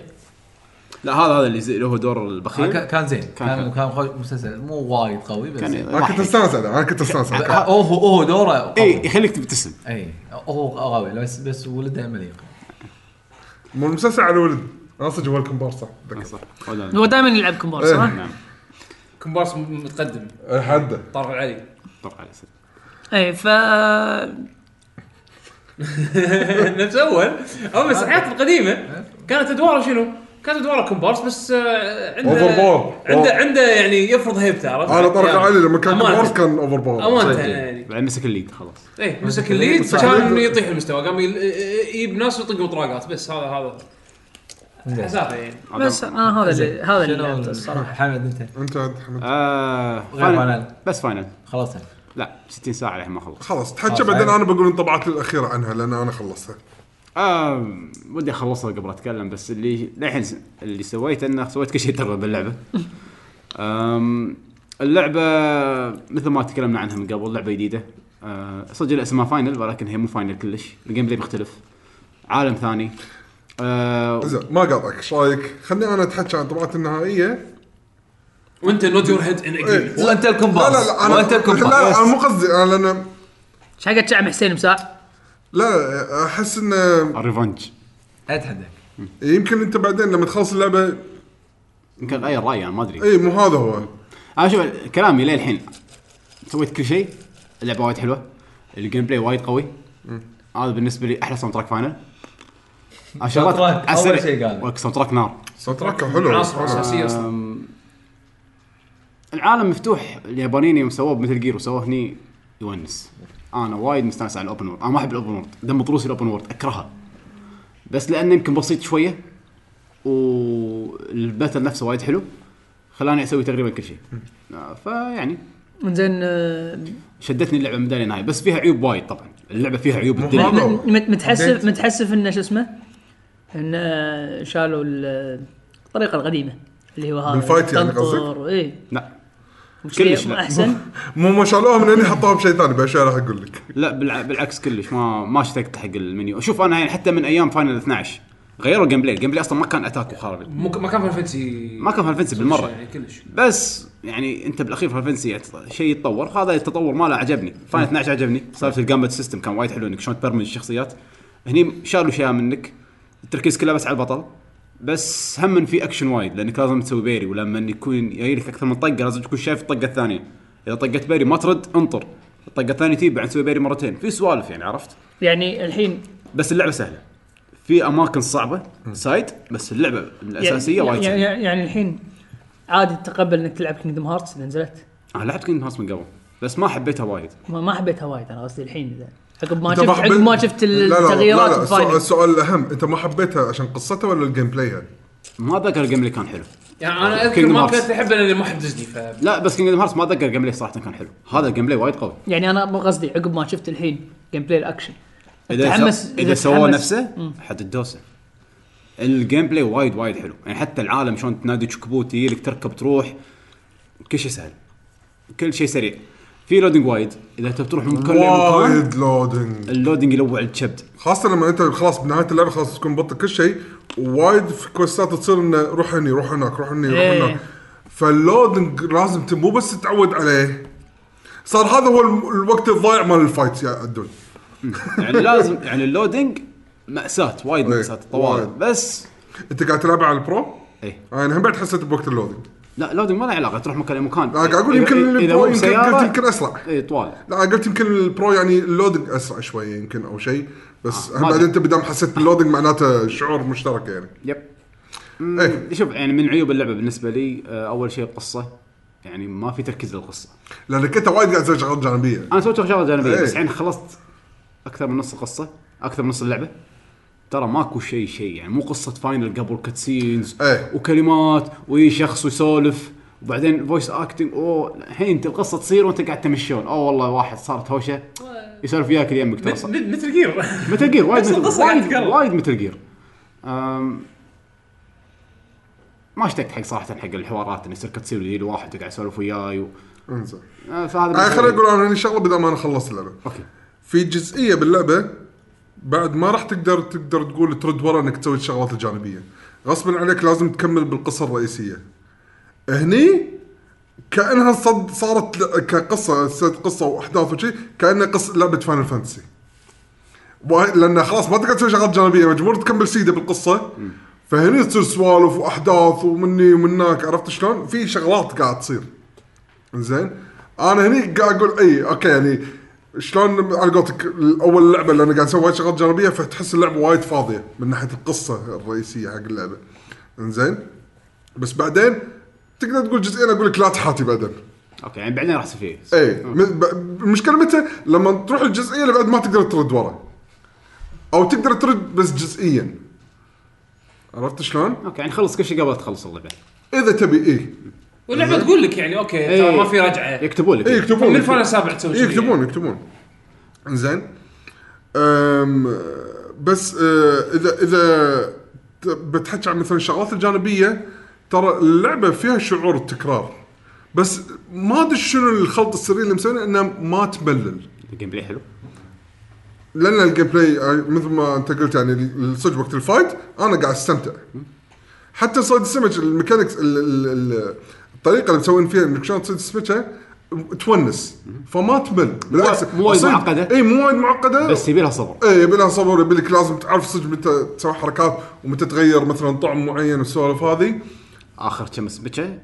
[SPEAKER 2] لا هذا هذا اللي زي- له دور البخيل
[SPEAKER 7] كان- آه، كان زين كان
[SPEAKER 2] حلو.
[SPEAKER 7] كان خوش مسلسل مو وايد قوي بس
[SPEAKER 2] كان
[SPEAKER 7] زين.
[SPEAKER 1] انا كنت
[SPEAKER 2] واحد.
[SPEAKER 1] استانس عليه انا كنت استانس عليه.
[SPEAKER 7] آه، اوه اوه دوره قوي.
[SPEAKER 2] اي إيه، يخليك تبتسم
[SPEAKER 7] اي اوه قوي بس بس ولده مليق
[SPEAKER 1] مو المسلسل على الولد انا صدق هو الكمبارس صح
[SPEAKER 4] آه.
[SPEAKER 1] ذكر.
[SPEAKER 2] صح ولا لا.
[SPEAKER 6] هو دائما يلعب كومبارس
[SPEAKER 1] إيه.
[SPEAKER 6] صح؟
[SPEAKER 4] كومبارس م- متقدم
[SPEAKER 1] أي حده
[SPEAKER 4] طارق العلي
[SPEAKER 2] طبعا على الأسف.
[SPEAKER 6] اي إيه، ف
[SPEAKER 4] [LAUGHS] نفس اول او
[SPEAKER 2] آه.
[SPEAKER 4] بس الحياه القديمه كانت ادواره شنو؟ كانت ادواره كومبارس بس آه، عنده
[SPEAKER 1] Over ball.
[SPEAKER 4] عنده عنده يعني يفرض هيبته عرفت؟
[SPEAKER 1] انا طارق
[SPEAKER 4] يعني
[SPEAKER 1] علي لما كان
[SPEAKER 4] أمانة.
[SPEAKER 1] كمبارس كان اوفر باور
[SPEAKER 4] امانته
[SPEAKER 7] صدق.
[SPEAKER 4] يعني
[SPEAKER 2] بعدين مسك الليد خلاص
[SPEAKER 4] ايه مسك الليد
[SPEAKER 7] صح.
[SPEAKER 4] فكان يطيح المستوى قام يل- يجيب ناس ويطق مطراقات بس هذا هذا حسابه يعني
[SPEAKER 6] بس انا هذا اللي هذا اللي لعبته
[SPEAKER 7] شنو
[SPEAKER 6] الصراحه
[SPEAKER 7] حمد انت
[SPEAKER 1] انت عاد حمد
[SPEAKER 2] آه
[SPEAKER 7] غير
[SPEAKER 2] فاينل
[SPEAKER 7] فاينل.
[SPEAKER 2] بس فاينل
[SPEAKER 7] خلصت
[SPEAKER 2] لا 60 ساعه لحين ما خلص
[SPEAKER 1] خلاص تحكى
[SPEAKER 4] آه،
[SPEAKER 1] بعدين انا بقول انطباعاتي الاخيره عنها لان انا خلصتها
[SPEAKER 2] آه ودي اخلصها قبل اتكلم بس اللي للحين س- اللي سويته انه سويت كل شيء تقريبا باللعبه آم، اللعبه مثل ما تكلمنا عنها من قبل لعبه جديده آه صدق اسمها فاينل ولكن هي مو فاينل كلش الجيم بلاي مختلف عالم ثاني آه
[SPEAKER 1] زين ما قاطعك ايش رايك؟ خليني انا اتحكى عن انطباعاتي النهائيه
[SPEAKER 4] وانت نوت يور هيد ان اجريمنت
[SPEAKER 7] وانت
[SPEAKER 1] لا
[SPEAKER 7] الكومبارس
[SPEAKER 1] لا لا انا
[SPEAKER 7] وانت
[SPEAKER 1] لا لا، انا
[SPEAKER 7] الكومبارس
[SPEAKER 1] مو قصدي انا لأن-
[SPEAKER 6] ايش حق تشعم حسين مساع؟
[SPEAKER 1] لا احس انه
[SPEAKER 2] الريفنج
[SPEAKER 7] اتحدى
[SPEAKER 1] يمكن انت بعدين لما تخلص اللعبه
[SPEAKER 2] يمكن غير رايي انا ما ادري
[SPEAKER 1] اي مو هذا هو
[SPEAKER 2] انا شوف كلامي للحين سويت كل شيء اللعبه وايد حلوه الجيم بلاي وايد قوي هذا بالنسبه لي احلى ساوند تراك فاينل عشرات
[SPEAKER 7] تراك، أول
[SPEAKER 2] عسرع.
[SPEAKER 7] شيء قال.
[SPEAKER 2] والساوند تراك نار
[SPEAKER 1] الساوند تراك كان حلو آه.
[SPEAKER 4] عناصر اساسيه اصلا
[SPEAKER 2] أم، العالم مفتوح اليابانيين يوم سووه مثل جير وسووه هني يونس انا وايد مستانس على الاوبن وورد انا ما احب الاوبن وورد دم طروسي الاوبن وورد اكرهها بس لانه يمكن بسيط شويه والباتل نفسه وايد حلو خلاني اسوي تقريبا كل شيء آه، فيعني
[SPEAKER 6] زين آه،
[SPEAKER 2] شدتني اللعبه من البدايه للنهايه بس فيها عيوب وايد طبعا اللعبه فيها عيوب الدنيا
[SPEAKER 1] مو-
[SPEAKER 6] م- مت- متحسف
[SPEAKER 1] بديت.
[SPEAKER 6] متحسف انه شو اسمه؟ انه شالوا ال- الطريقه القديمه اللي هو هذا إيه.
[SPEAKER 1] بالفايت يعني قصدك؟
[SPEAKER 6] اي
[SPEAKER 2] لا كلش لا.
[SPEAKER 6] احسن
[SPEAKER 1] مو ما شالوها من هني حطوها بشيء ثاني بعد شوي راح اقول لك
[SPEAKER 2] لا بالع- بالعكس كلش ما ما اشتقت حق المنيو شوف انا يعني حتى من ايام فاينل 12 غيروا الجيم بلاي الجيم بلاي اصلا ما كان اتاك وخرابيط
[SPEAKER 4] مو- ما كان فان فانتسي
[SPEAKER 2] ما كان فان فانتسي بالمرة.
[SPEAKER 4] يعني كلش
[SPEAKER 2] بس يعني انت بالاخير فاينل فانتسي يعني تط- شيء يتطور هذا التطور ماله عجبني فاينل 12 عجبني سالفه الجامبت سيستم كان وايد حلو انك شلون تبرمج الشخصيات هني شالوا اشياء منك التركيز كله بس على البطل بس هم في اكشن وايد لانك لازم تسوي بيري ولما يكون جاي لك اكثر من طقه لازم تكون شايف الطقه الثانيه اذا طقت بيري ما ترد انطر الطقه الثانيه تجي بعد تسوي بيري مرتين في سوالف يعني عرفت
[SPEAKER 6] يعني الحين
[SPEAKER 2] بس اللعبه سهله في اماكن صعبه سايد بس اللعبه الاساسيه
[SPEAKER 6] يعني-
[SPEAKER 2] وايد
[SPEAKER 6] يعني,
[SPEAKER 2] سهله
[SPEAKER 6] يعني, يعني الحين عادي تتقبل انك تلعب كينجدم هارتس اذا نزلت
[SPEAKER 2] انا لعبت كينج هارتس من قبل بس ما حبيتها وايد
[SPEAKER 6] ما, ما حبيتها وايد انا قصدي الحين اذا عقب ما
[SPEAKER 1] أنت
[SPEAKER 6] شفت عقب
[SPEAKER 1] حبيت-
[SPEAKER 6] ما شفت
[SPEAKER 1] لا، لا، لا،
[SPEAKER 6] التغييرات
[SPEAKER 1] لا، لا، السؤال-
[SPEAKER 6] بفاينل
[SPEAKER 1] السؤال الاهم انت ما حبيتها عشان قصتها ولا الجيم بلاي يعني؟
[SPEAKER 2] ما اتذكر الجيم اللي كان حلو
[SPEAKER 4] يعني انا اذكر
[SPEAKER 2] Kingdom
[SPEAKER 4] ما
[SPEAKER 2] Hearts.
[SPEAKER 4] كنت احبه لان ما احب ديزني ف
[SPEAKER 2] لا بس كينج هارتس ما اتذكر الجيم اللي صراحه كان حلو هذا الجيم بلاي وايد قوي
[SPEAKER 6] يعني انا مو قصدي عقب ما شفت الحين جيم بلاي الاكشن
[SPEAKER 2] اذا
[SPEAKER 6] تحمس-
[SPEAKER 2] سو- اذا
[SPEAKER 6] إذا
[SPEAKER 2] سووه
[SPEAKER 6] تحمس.
[SPEAKER 2] نفسه حد الدوسه الجيم بلاي وايد وايد حلو يعني حتى العالم شلون تنادي شكبوت يجي لك تركب تروح كل شيء سهل كل شيء سريع في لودنج وايد اذا تبي تروح من مكان لمكان
[SPEAKER 1] وايد لودنج
[SPEAKER 2] اللودنج يلوع الكبد
[SPEAKER 1] خاصة لما انت خلاص بنهاية اللعبة خلاص تكون بطل كل شيء وايد في كويستات تصير انه روح هني روح هناك روح هني روح
[SPEAKER 6] إيه.
[SPEAKER 1] هناك فاللودنج لازم ت- مو بس تتعود عليه صار هذا هو الم- الوقت الضايع مال الفايت يا عدول
[SPEAKER 2] يعني لازم يعني اللودنج مأساة وايد
[SPEAKER 1] إيه،
[SPEAKER 2] مأساة طوال
[SPEAKER 1] وايد.
[SPEAKER 2] بس
[SPEAKER 1] انت قاعد تلعب على البرو
[SPEAKER 2] ايه
[SPEAKER 1] انا هم بعد حسيت بوقت اللودنج
[SPEAKER 2] لا لودنج ما له علاقة تروح مكان لمكان
[SPEAKER 1] انا قاعد اقول
[SPEAKER 2] إيه. إذا-
[SPEAKER 1] يمكن
[SPEAKER 2] إذا مو
[SPEAKER 1] البرو يمكن
[SPEAKER 2] بسيارة،
[SPEAKER 1] قلت يمكن اسرع
[SPEAKER 2] اي طوال
[SPEAKER 1] لا أنا قلت يمكن البرو يعني اللودنج اسرع شوي يمكن او شيء بس
[SPEAKER 2] آه،
[SPEAKER 1] هم
[SPEAKER 2] ما
[SPEAKER 1] بعد
[SPEAKER 2] أدري.
[SPEAKER 1] انت بدام حسيت باللودنج معناته شعور مشترك يعني
[SPEAKER 2] يب
[SPEAKER 1] ايه
[SPEAKER 2] شوف يعني من عيوب اللعبة بالنسبة لي آه، اول شيء القصة يعني ما في تركيز للقصة
[SPEAKER 1] لانك انت وايد قاعد تسوي شغلات جانبيه
[SPEAKER 2] انا سويت شغلة جانبية
[SPEAKER 1] إيه.
[SPEAKER 2] بس يعني خلصت اكثر من نص القصة اكثر من نص اللعبة ترى ماكو شيء شيء يعني مو قصة فاينل قبل كاتسينز
[SPEAKER 1] إيه.
[SPEAKER 2] وكلمات ويجي شخص ويسولف وبعدين فويس اكتنج اوه الحين انت القصه تصير وانت قاعد تمشون اوه والله واحد صارت هوشه يسولف وياك يمك ترى صار.
[SPEAKER 4] مثل [LAUGHS] جير
[SPEAKER 2] متل جير وايد
[SPEAKER 4] نفس القصة قاعد
[SPEAKER 2] وايد,
[SPEAKER 4] تتكرر.
[SPEAKER 2] وايد متل جير أم، ما اشتقت حق صراحه حق الحوارات انه يصير تصير يجي واحد وقاعد يسولف وياي و...
[SPEAKER 1] انزين
[SPEAKER 2] أه، فهذا
[SPEAKER 1] آه
[SPEAKER 2] بالنسبة
[SPEAKER 1] خليني
[SPEAKER 2] لي-
[SPEAKER 1] اقول انا هني شغله بدل ما انا خلصت اللعبه
[SPEAKER 2] اوكي
[SPEAKER 1] في جزئيه باللعبه بعد ما راح تقدر تقدر تقول ترد ورا انك تسوي الشغلات الجانبيه غصبا عليك لازم تكمل بالقصه الرئيسيه هني كانها صد صارت ل- كقصه صارت قصه واحداث وشي كانها قصه لعبه فاينل فانتسي وايد- لان خلاص ما تقدر تسوي شغلات جانبيه مجبور تكمل سيده بالقصه فهني تصير سوالف واحداث ومني ومناك عرفت شلون؟ في شغلات قاعد تصير زين انا هني قاعد اقول اي اوكي يعني شلون على قولتك اول لعبه اللي انا قاعد اسوي وايد شغلات جانبيه فتحس اللعبه وايد فاضيه من ناحيه القصه الرئيسيه حق اللعبه زين بس بعدين تقدر تقول جزئين اقول لك لا تحاتي بعدين
[SPEAKER 2] اوكي يعني بعدين راح يصير فيه
[SPEAKER 1] اي م- ب- المشكله متى لما تروح الجزئيه اللي بعد ما تقدر ترد ورا او تقدر ترد بس جزئيا عرفت شلون؟
[SPEAKER 2] اوكي يعني خلص كل شيء قبل لا تخلص اللعبه
[SPEAKER 1] اذا تبي اي
[SPEAKER 4] واللعبه تقول لك يعني اوكي
[SPEAKER 2] إيه.
[SPEAKER 4] ترى ما في رجعه
[SPEAKER 2] يكتبون لك
[SPEAKER 1] اي
[SPEAKER 2] إيه.
[SPEAKER 1] يكتبون
[SPEAKER 4] من الفاينل السابع تسوي
[SPEAKER 1] إيه،
[SPEAKER 4] شيء.
[SPEAKER 1] يكتبون يكتبون زين أم بس أه، اذا اذا ت- بتحكي عن مثلا الشغلات الجانبيه ترى اللعبه فيها شعور التكرار بس ما ادري شنو الخلط السري اللي مسوينه انه ما تملل
[SPEAKER 2] الجيم بلاي حلو
[SPEAKER 1] لان الجيم بلاي آه، مثل ما انت قلت يعني ال- صدق وقت الفايت انا قاعد استمتع حتى صيد السمك الميكانكس ال- ال- ال- الطريقه اللي مسوين فيها انك شلون تصيد السمكه تونس فما تمل بالعكس
[SPEAKER 2] مو وايد معقدة.
[SPEAKER 1] اي مو وايد معقده
[SPEAKER 2] بس يبي لها صبر
[SPEAKER 1] اي يبي لها صبر يبي لك لازم تعرف صدق متى تسوي حركات ومتى تغير مثلا طعم معين والسوالف هذه
[SPEAKER 2] اخر كم سبتشه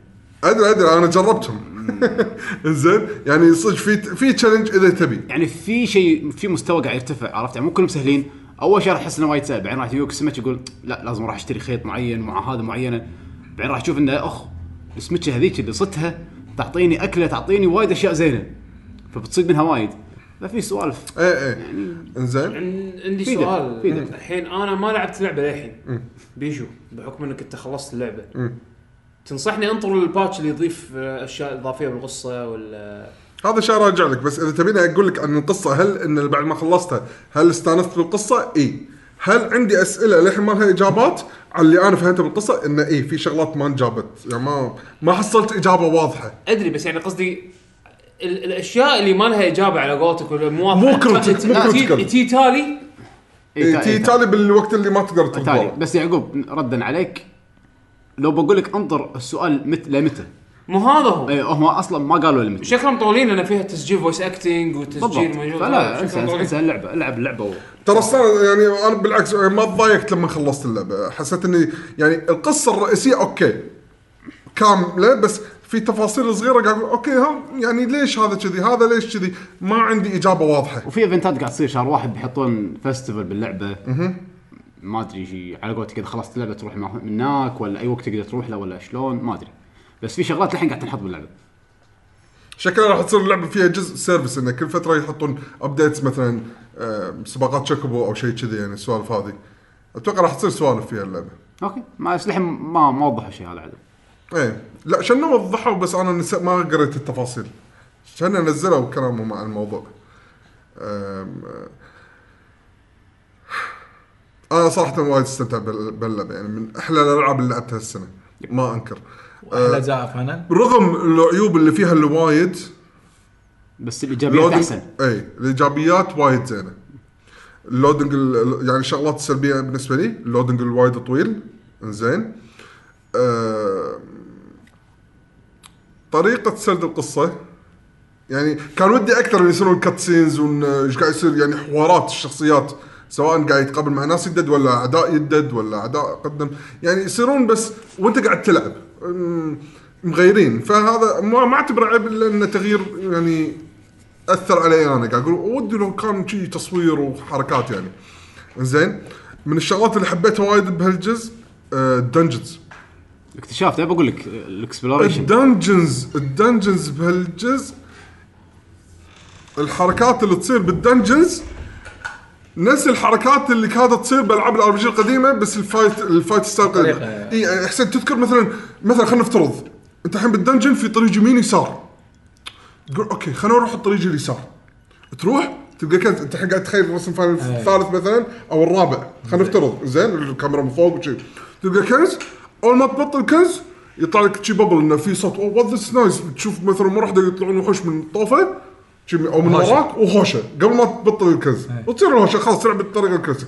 [SPEAKER 1] ادري ادري انا جربتهم [LAUGHS] زين يعني صدق في في تشالنج اذا تبي
[SPEAKER 2] يعني في شيء في مستوى قاعد يرتفع عرفت يعني مو كلهم سهلين اول شيء راح تحس انه وايد سهل بعدين راح يجيك السمك يقول لا لازم راح اشتري خيط معين مع هذا معينه بعدين راح تشوف انه اخ السمكه هذيك اللي صدتها تعطيني اكله تعطيني وايد اشياء زينه فبتصيد منها وايد ففي سوالف
[SPEAKER 1] اي اي انزين
[SPEAKER 4] عن- عندي
[SPEAKER 2] في دب-
[SPEAKER 4] سؤال
[SPEAKER 2] في دب.
[SPEAKER 4] الحين انا ما لعبت لعبه للحين بيشو بحكم انك انت خلصت اللعبه
[SPEAKER 1] مم.
[SPEAKER 4] تنصحني انطر الباتش اللي يضيف آه، اشياء اضافيه بالقصه ولا
[SPEAKER 1] هذا شيء راجع لك بس اذا تبيني اقول لك عن القصه هل ان بعد ما خلصتها هل استانست بالقصه؟ اي. هل عندي اسئله للحين ما لها اجابات على اللي انا فهمته بالقصه انه اي في شغلات ما انجابت يعني ما ما حصلت اجابه واضحه
[SPEAKER 4] ادري بس يعني قصدي ال- الاشياء اللي ما لها اجابه على قولتك ولا مو واضحة.
[SPEAKER 1] مو critical- مو
[SPEAKER 4] تي-
[SPEAKER 1] critical.
[SPEAKER 4] تي- تي تالي
[SPEAKER 2] إي
[SPEAKER 1] إيه،
[SPEAKER 2] تا-
[SPEAKER 1] تي
[SPEAKER 2] إي تا-
[SPEAKER 1] تالي بالوقت اللي ما تقدر تقول
[SPEAKER 2] تالي بس يعقوب ردا عليك لو بقول لك انطر السؤال مت لمتى
[SPEAKER 4] مو هذا هو
[SPEAKER 2] اي هم اصلا ما قالوا لمتى
[SPEAKER 4] شكلهم طولين لان فيها تسجيل فويس اكتنج وتسجيل
[SPEAKER 2] بالضبط
[SPEAKER 4] موجود
[SPEAKER 2] فلا
[SPEAKER 4] شكلهم
[SPEAKER 2] انسى
[SPEAKER 4] طولين.
[SPEAKER 2] انسى اللعبه العب اللعبه و-
[SPEAKER 1] ترى اصلا يعني انا بالعكس ما تضايقت لما خلصت اللعبه حسيت اني يعني القصه الرئيسيه اوكي كامله بس في تفاصيل صغيره قاعد اقول اوكي ها يعني ليش هذا كذي هذا ليش كذي ما عندي اجابه واضحه
[SPEAKER 2] وفي ايفنتات قاعد تصير شهر واحد بيحطون فيستيفال باللعبه ما ادري شي على قولتك اذا خلصت اللعبه تروح مع- من هناك ولا اي وقت تقدر تروح له ولا شلون ما ادري بس في شغلات الحين قاعد تنحط باللعبه
[SPEAKER 1] شكلها راح تصير اللعبه فيها جزء سيرفس انه كل فتره يحطون ابديتس مثلا آه، سباقات شكبو او شيء كذي يعني السوالف هذه اتوقع راح تصير سوالف فيها اللعبه
[SPEAKER 2] اوكي ما بس الحين ما ما وضحوا شيء هذا عدل
[SPEAKER 1] ايه لا شنو وضحوا بس انا نس... ما قريت التفاصيل شنو نزلوا كلامهم عن الموضوع آم، آه. انا صراحه وايد استمتعت بال- باللعبه يعني من احلى الالعاب اللي لعبتها السنه ما انكر
[SPEAKER 7] احلى اجزاء فاينل
[SPEAKER 1] رغم العيوب اللي فيها اللي وايد
[SPEAKER 2] بس الايجابيات احسن
[SPEAKER 1] اي الايجابيات إيه، وايد زينه اللودنج ال- يعني الشغلات السلبيه بالنسبه لي اللودنج الوايد طويل زين أه طريقه سرد القصه يعني كان ودي اكثر إن يصيرون كات سينز وإن ايش قاعد يصير يعني حوارات الشخصيات سواء قاعد يتقابل مع ناس يدد ولا اعداء يدد ولا اعداء قدم يعني يصيرون بس وانت قاعد تلعب أم، مغيرين فهذا ما ما اعتبره عيب الا انه تغيير يعني اثر علي انا قاعد اقول ودي لو كان شي تصوير وحركات يعني زين من الشغلات اللي حبيتها وايد بهالجزء آه، الدنجنز
[SPEAKER 2] اكتشاف تبي اقول لك آه، الاكسبلوريشن
[SPEAKER 1] الدنجنز الدنجنز بهالجزء الحركات اللي تصير بالدنجنز نفس الحركات اللي كانت تصير بالعاب الار بي جي القديمه بس الفايت الفايت ستايل القديمه
[SPEAKER 7] طريقة.
[SPEAKER 1] اي يعني احسن تذكر مثلا مثلا خلينا نفترض انت الحين بالدنجن في طريق يمين يسار تقول اوكي خلينا نروح الطريق اليسار تروح تلقى كنز انت الحين قاعد تخيل رسم فاينل الثالث مثلا او الرابع خلينا نفترض زين الكاميرا من فوق وشي تلقى كنز اول ما تبطل كنز يطلع لك شي ببل انه في صوت Oh, اوه ذس نايس تشوف مثلا مره واحده يطلعون وحوش من طوفه شي من- او من
[SPEAKER 7] هوشة.
[SPEAKER 1] وراك وهوشه قبل ما تبطل الكنز وتصير الهوشه خلاص تلعب بالطريقه الكلاسيك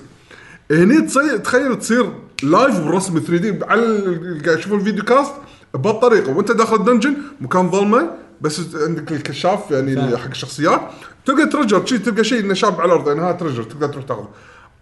[SPEAKER 1] هني تصي- تخيل تصير لايف برسم 3 دي على ال- قاعد يشوفون الفيديو كاست بهالطريقه وانت داخل الدنجن مكان ظلمه بس عندك الكشاف يعني اللي حق الشخصيات تلقى ترجر شي تلقى شيء انه شاب على الارض يعني هذا ترجر تقدر تروح تاخذه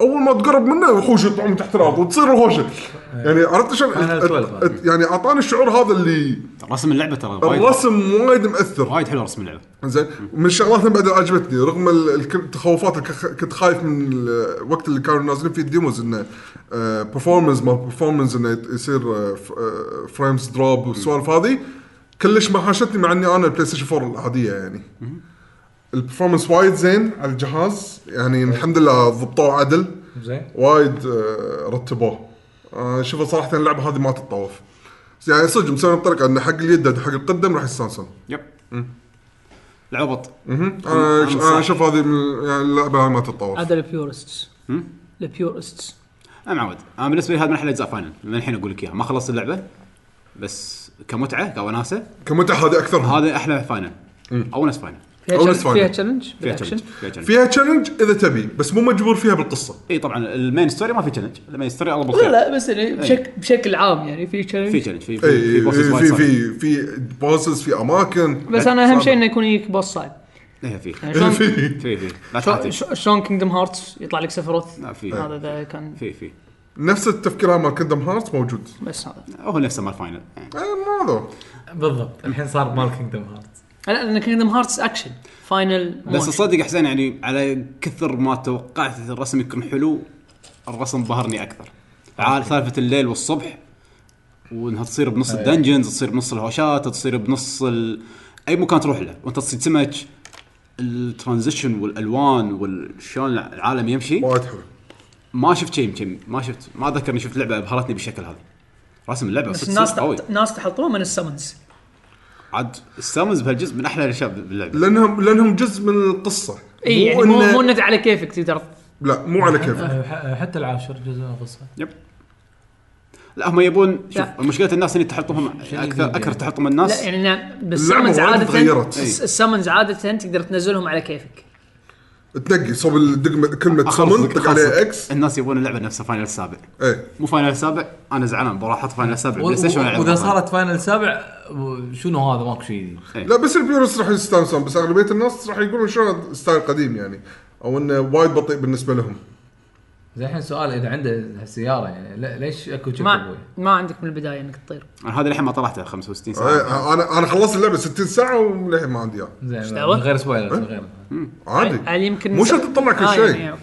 [SPEAKER 1] اول ما تقرب منه وحوش يطلعون من تحت الارض وتصير الهوشه يعني عرفت شلون؟
[SPEAKER 7] Final
[SPEAKER 1] ات-
[SPEAKER 7] 12
[SPEAKER 1] ات- يعني اعطاني الشعور هذا اللي
[SPEAKER 2] رسم اللعبه ترى وايد
[SPEAKER 1] الرسم وايد مأثر
[SPEAKER 2] وايد حلو رسم اللعبه
[SPEAKER 1] زين من الشغلات اللي بعد عجبتني رغم ال- الك- التخوفات اللي كخ- كنت خايف من الوقت اللي كانوا نازلين فيه الديموز انه برفورمنس ما برفورمنس انه يت- يصير آه، فريمز دروب والسوالف هذه كلش ما حاشتني مع اني انا البلاي ستيشن 4 العاديه يعني البرفورمنس وايد زين على الجهاز يعني الحمد لله ضبطوه عدل
[SPEAKER 7] زين
[SPEAKER 1] وايد آه، رتبوه آه، شوف صراحه اللعبه هذه ما تتطوف يعني صدق مسويين بطريقه ان حق اليد حق القدم راح يستانسون
[SPEAKER 2] يب العبط
[SPEAKER 1] انا
[SPEAKER 2] أنا
[SPEAKER 1] انا
[SPEAKER 2] صح.
[SPEAKER 1] اشوف آه، هذه من- يعني اللعبه ما تتطور
[SPEAKER 6] هذا البيورستس البيورستس
[SPEAKER 2] انا معود انا بالنسبه لي هذا من احلى اجزاء فاينل للحين اقول لك اياها ما خلصت اللعبه بس كمتعه كوناسه
[SPEAKER 1] كمتعه هذه اكثرهم
[SPEAKER 2] هذا احلى فاينل او نص فاينل
[SPEAKER 6] فيها
[SPEAKER 1] أول
[SPEAKER 6] challenge-
[SPEAKER 1] اسبوع.
[SPEAKER 6] فيها تشالنج
[SPEAKER 2] فيها
[SPEAKER 6] بالاكشن
[SPEAKER 2] تشالنج فيها تشالنج
[SPEAKER 1] فيها تشالنج اذا تبي بس مو مجبور فيها بالقصه
[SPEAKER 2] اي طبعا المين ستوري ما في تشالنج المين ستوري الله
[SPEAKER 6] لا
[SPEAKER 2] بالخير
[SPEAKER 6] لا بس يعني بشكل بشكل عام يعني في
[SPEAKER 2] في
[SPEAKER 6] تشالنج
[SPEAKER 2] تشالنج في
[SPEAKER 1] اي
[SPEAKER 2] في
[SPEAKER 1] إي،
[SPEAKER 2] بوسز وايد
[SPEAKER 1] في في
[SPEAKER 2] صعبة.
[SPEAKER 1] في بوسز في اماكن
[SPEAKER 6] بس انا اهم
[SPEAKER 1] صعبة. إيه،
[SPEAKER 6] شيء انه يكون يجيك بوس صعب
[SPEAKER 2] ايه في
[SPEAKER 6] يعني شلون
[SPEAKER 1] [LAUGHS] في
[SPEAKER 2] في في لا
[SPEAKER 6] شلون-
[SPEAKER 2] تخاطي
[SPEAKER 6] شلون- شلون كينجدم هارتس يطلع لك سفروث
[SPEAKER 1] نعم.
[SPEAKER 2] لا في
[SPEAKER 6] هذا ذا كان
[SPEAKER 2] في في
[SPEAKER 1] نفس التفكير مال كندم هارت موجود
[SPEAKER 6] بس هذا
[SPEAKER 2] هو نفسه مال فاينل يعني
[SPEAKER 1] إي، مو هذا
[SPEAKER 7] بالضبط الحين صار مال كينجدم هارت
[SPEAKER 6] لا لان كينجدم هارتس اكشن فاينل
[SPEAKER 2] بس تصدق يا حسين يعني على كثر ما توقعت الرسم يكون حلو الرسم بهرني اكثر عال سالفه الليل والصبح وانها تصير بنص
[SPEAKER 6] أيوه.
[SPEAKER 2] الدنجنز تصير بنص الهوشات تصير بنص ال... اي مكان تروح له وانت تصيد سمك الترانزيشن والالوان وشلون العالم يمشي
[SPEAKER 1] وايد حلو
[SPEAKER 2] ما شفت شيء يمكن ما شفت ما اتذكر اني شفت لعبه ابهرتني بالشكل هذا رسم اللعبه
[SPEAKER 6] بس
[SPEAKER 2] صدق-
[SPEAKER 6] الناس
[SPEAKER 2] صدق قوي
[SPEAKER 6] تحط- ناس تحطوه من السمنز
[SPEAKER 2] عاد السامز بهالجزء من احلى الاشياء باللعبه
[SPEAKER 1] لانهم لانهم جزء من القصه
[SPEAKER 6] اي يعني
[SPEAKER 1] إنه-
[SPEAKER 6] مو مو انك على كيفك تقدر
[SPEAKER 1] لا مو على كيف
[SPEAKER 7] ح- حتى العاشر جزء من القصه
[SPEAKER 2] لا هم يبون شوف
[SPEAKER 6] لا.
[SPEAKER 2] مشكله الناس اللي تحطهم
[SPEAKER 7] شيء
[SPEAKER 2] اكثر
[SPEAKER 7] جديد
[SPEAKER 2] اكثر
[SPEAKER 7] يعني.
[SPEAKER 2] تحطهم الناس
[SPEAKER 6] لا يعني أنا بالسمنز
[SPEAKER 1] وايد
[SPEAKER 6] عاده
[SPEAKER 1] تغيرت.
[SPEAKER 2] إي.
[SPEAKER 6] الس- السمنز عاده تقدر تنزلهم على كيفك
[SPEAKER 1] تنقي صوب الدقمه كلمه سمن
[SPEAKER 2] أخلصك-
[SPEAKER 1] طق عليها
[SPEAKER 2] أخلصك.
[SPEAKER 1] اكس
[SPEAKER 2] الناس يبون اللعبه نفسها فاينل السابع
[SPEAKER 1] ايه
[SPEAKER 2] مو فاينل السابع انا زعلان بروح احط فاينل السابع
[SPEAKER 7] و-
[SPEAKER 2] بلاي ستيشن
[SPEAKER 7] و-
[SPEAKER 2] وألعب
[SPEAKER 7] واذا
[SPEAKER 2] مرة ثانية.
[SPEAKER 7] صارت فاينل سابع و- شنو هذا ماكو شيء
[SPEAKER 1] لا بس البيورست راح يستانسون بس اغلبيه الناس راح يقولون شلون ستايل قديم يعني او انه وايد بطيء بالنسبه لهم
[SPEAKER 7] زين الحين سؤال اذا عنده هالسياره يعني ل- ليش اكو شيء
[SPEAKER 6] ما ما عندك من البدايه انك تطير
[SPEAKER 2] انا هذا للحين ما طلعته 65 ساعه
[SPEAKER 1] إيه، انا انا خلصت اللعبه 60 ساعه وللحين ما عندي اياها
[SPEAKER 7] زين من
[SPEAKER 6] دعوة؟
[SPEAKER 7] غير سبويلرز من غير
[SPEAKER 1] عادي
[SPEAKER 6] يعني يمكن
[SPEAKER 1] مو شرط تطلع كل
[SPEAKER 6] آه،
[SPEAKER 1] شيء.
[SPEAKER 6] يعني اوكي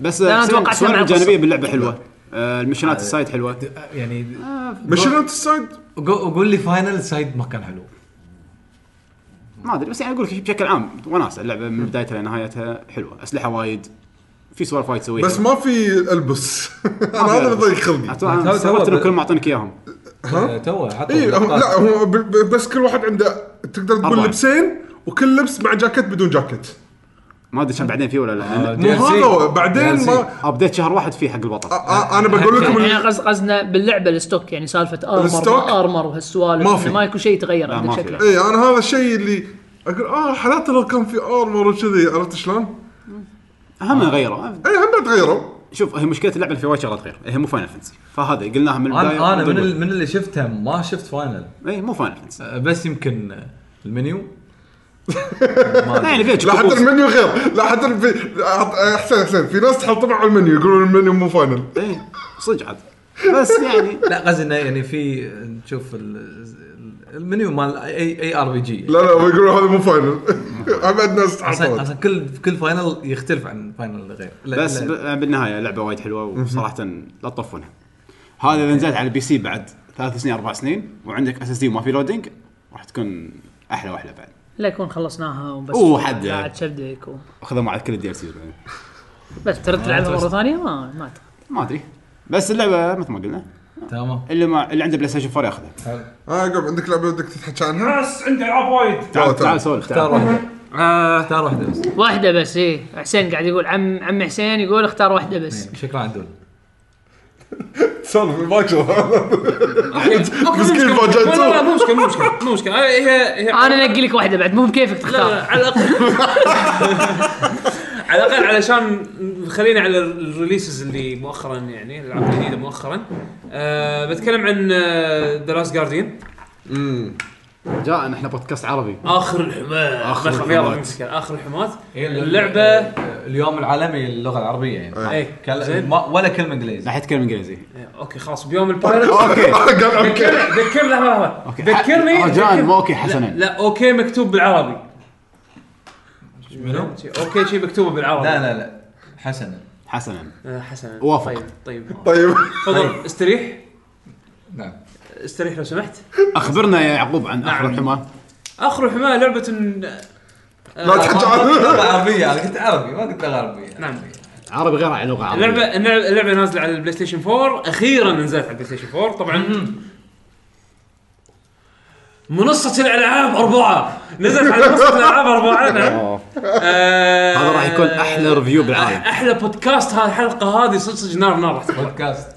[SPEAKER 2] بس
[SPEAKER 6] لا، أنا توقعتها
[SPEAKER 2] السوالف
[SPEAKER 6] مع
[SPEAKER 2] الجانبيه
[SPEAKER 6] القصة.
[SPEAKER 2] باللعبه حلوه آه، المشنات
[SPEAKER 7] آه.
[SPEAKER 2] السايد حلوه
[SPEAKER 7] يعني
[SPEAKER 1] مشينات السايد
[SPEAKER 7] قو- قول لي فاينل سايد ما كان حلو
[SPEAKER 2] ما ادري بس يعني اقول لك بشكل عام وناسه اللعبه من بدايتها لنهايتها حلوه اسلحه وايد في سوالف وايد تسويها
[SPEAKER 1] بس ما في البس [LAUGHS] انا هذا اللي ضيق خلقي
[SPEAKER 2] أتوقع-
[SPEAKER 7] تو- تو-
[SPEAKER 2] أنا استغربت انه
[SPEAKER 7] ب-
[SPEAKER 2] كل ما اعطونك اياهم
[SPEAKER 1] ها؟
[SPEAKER 7] تو حط
[SPEAKER 1] اي إيه، هو-
[SPEAKER 7] لقطات.
[SPEAKER 1] لا هو ب- ب- بس كل واحد عنده تقدر تقول
[SPEAKER 2] أربعة.
[SPEAKER 1] لبسين وكل لبس مع جاكيت بدون جاكيت
[SPEAKER 2] ما ادري كان بعدين فيه ولا لا
[SPEAKER 7] آه،
[SPEAKER 1] مو
[SPEAKER 7] DLC.
[SPEAKER 1] هذا هو، بعدين ما
[SPEAKER 2] ابديت شهر واحد فيه حق البطل
[SPEAKER 1] آ- آ- انا
[SPEAKER 2] [LAUGHS]
[SPEAKER 1] بقول لكم
[SPEAKER 6] يعني
[SPEAKER 1] ال-
[SPEAKER 6] قصد قصدنا باللعبه الستوك يعني سالفه ارمر
[SPEAKER 1] الستوك؟
[SPEAKER 6] ما ارمر وهالسوالف
[SPEAKER 1] ما في.
[SPEAKER 6] ما يكون شيء يتغير
[SPEAKER 2] لا،
[SPEAKER 6] عندك
[SPEAKER 2] ما في،
[SPEAKER 6] شكله
[SPEAKER 2] لا.
[SPEAKER 1] اي انا إيه، هذا الشيء اللي اقول اه حالات لو كان في ارمر وكذي عرفت شلون؟
[SPEAKER 2] اهم غيره
[SPEAKER 1] اي هم بعد تغيروا
[SPEAKER 2] شوف هي مشكله اللعبه اللي فيها وايد شغلات غير هي مو فاينل فانتسي فهذا قلناها من
[SPEAKER 7] انا
[SPEAKER 2] البدايه
[SPEAKER 7] انا من, ال- من اللي شفتها ما شفت فاينل
[SPEAKER 2] اي مو فاينل فانتسي
[SPEAKER 7] أه، بس يمكن أه،
[SPEAKER 1] [LAUGHS]
[SPEAKER 7] المنيو
[SPEAKER 2] لا
[SPEAKER 7] ما
[SPEAKER 2] يعني
[SPEAKER 1] لا
[SPEAKER 2] فيها
[SPEAKER 1] حتى
[SPEAKER 2] تشيكوبوس
[SPEAKER 1] المنيو غير لا حتى في أعط- حسين حسين في ناس تحطم على المنيو يقولون المنيو مو فاينل
[SPEAKER 2] اي إيه، صدق عاد بس يعني
[SPEAKER 7] لا قصدي انه يعني في نشوف ال- المنيو مال اي اي ار بي جي
[SPEAKER 1] لا لا يقولون هذا مو فاينل
[SPEAKER 4] [LAUGHS]
[SPEAKER 1] ابد ناس
[SPEAKER 7] اصلا
[SPEAKER 1] تحطم
[SPEAKER 7] اصلا كل كل فاينل يختلف عن فاينل اللي غير [LAUGHS] لا-
[SPEAKER 2] بس
[SPEAKER 7] لا-
[SPEAKER 2] ب- بالنهايه لعبه وايد حلوه وصراحه لا تطفونها هذا اذا نزلت على البي سي بعد ثلاث سنين اربع سنين وعندك اس اس دي وما في لودنج راح تكون احلى واحلى بعد
[SPEAKER 6] لا يكون خلصناها وبس
[SPEAKER 2] أوه، حد.
[SPEAKER 6] قاعد شبدك و...
[SPEAKER 2] اخذها مع كل الدي ال سيز بعدين
[SPEAKER 6] بس ترد تلعبها مره ثانيه ما ما أعتقد.
[SPEAKER 2] ما ادري بس اللعبه مثل ما قلنا
[SPEAKER 7] تمام
[SPEAKER 2] اللي ما اللي عنده بلاي ستيشن 4 ياخذها
[SPEAKER 1] اه يقول عندك لعبه بدك تحكي عنها
[SPEAKER 4] ناس عنده العاب وايد
[SPEAKER 1] تعال.
[SPEAKER 2] تعال تعال سولف
[SPEAKER 7] اختار
[SPEAKER 2] تعال
[SPEAKER 7] واحده اختار واحده بس
[SPEAKER 6] واحده بس ايه حسين قاعد يقول عم عم حسين يقول اختار واحده بس
[SPEAKER 7] شكرا عدول
[SPEAKER 1] سولف [LAUGHS] مباشره
[SPEAKER 4] أوكي،
[SPEAKER 1] مسكين
[SPEAKER 4] مو مشكلة.
[SPEAKER 1] فاجأته.
[SPEAKER 4] لا لا مو مشكله مو مشكله مو مشكله هي هي
[SPEAKER 6] انا انقي لك واحده بعد مو بكيفك
[SPEAKER 4] إيه. لا لا
[SPEAKER 6] تختار
[SPEAKER 4] آه، على الاقل على الاقل علشان خلينا على الريليسز اللي مؤخرا يعني الالعاب الجديده مؤخرا أه بتكلم عن آه، ذا لاست جارديان
[SPEAKER 2] جاء نحن بودكاست عربي
[SPEAKER 4] اخر الحمات
[SPEAKER 2] آخر
[SPEAKER 4] آخر-
[SPEAKER 2] الحمات.
[SPEAKER 4] يلا نمسك اخر الحمات
[SPEAKER 7] إيه،
[SPEAKER 4] اللعبه
[SPEAKER 7] اليوم العالمي للغه العربيه يعني
[SPEAKER 4] اي
[SPEAKER 7] كل-
[SPEAKER 4] إيه. زين
[SPEAKER 7] ما- ولا كلمه انجليزي
[SPEAKER 2] راح يتكلم [LAUGHS] انجليزي
[SPEAKER 4] إيه، اوكي خلاص بيوم
[SPEAKER 2] [LAUGHS]
[SPEAKER 4] البايلوت
[SPEAKER 2] اوكي
[SPEAKER 1] قال اوكي
[SPEAKER 4] ذكرني ذكرني لحظه لحظه
[SPEAKER 2] اوكي
[SPEAKER 4] ذكرني
[SPEAKER 2] رجاء
[SPEAKER 4] ذكرني.
[SPEAKER 2] آه، مو اوكي
[SPEAKER 4] لا,
[SPEAKER 2] حسنا
[SPEAKER 4] لا اوكي مكتوب بالعربي شي- اوكي شي مكتوبه بالعربي
[SPEAKER 7] لا لا لا حسنا
[SPEAKER 2] حسنا
[SPEAKER 4] لا حسنا
[SPEAKER 2] وافق.
[SPEAKER 4] طيب طيب
[SPEAKER 1] طيب
[SPEAKER 4] تفضل استريح
[SPEAKER 7] نعم
[SPEAKER 4] استريح لو سمحت
[SPEAKER 2] اخبرنا يا يعقوب عن اخر
[SPEAKER 4] نعم.
[SPEAKER 2] الحماه
[SPEAKER 4] اخر الحماه لعبه إن-
[SPEAKER 1] لا تحكي
[SPEAKER 7] لغه
[SPEAKER 1] عنها
[SPEAKER 7] عربيه انا كنت عربي ما قلت لغه عربيه
[SPEAKER 4] نعم
[SPEAKER 2] عربي غير عن لغه عربيه
[SPEAKER 4] اللعبه اللعبه اللعبة نازله على البلاي ستيشن 4 اخيرا نزلت على البلاي ستيشن 4 طبعا منصة الالعاب اربعة نزلت على منصة الالعاب
[SPEAKER 2] [LAUGHS]
[SPEAKER 4] اربعة نعم
[SPEAKER 2] أوه.
[SPEAKER 4] آه،
[SPEAKER 2] هذا راح يكون أحلى ريفيو بالعالم.
[SPEAKER 4] أح- احلى بودكاست هالحلقة هذه صدق صدق نار نار راح تكون.
[SPEAKER 7] بودكاست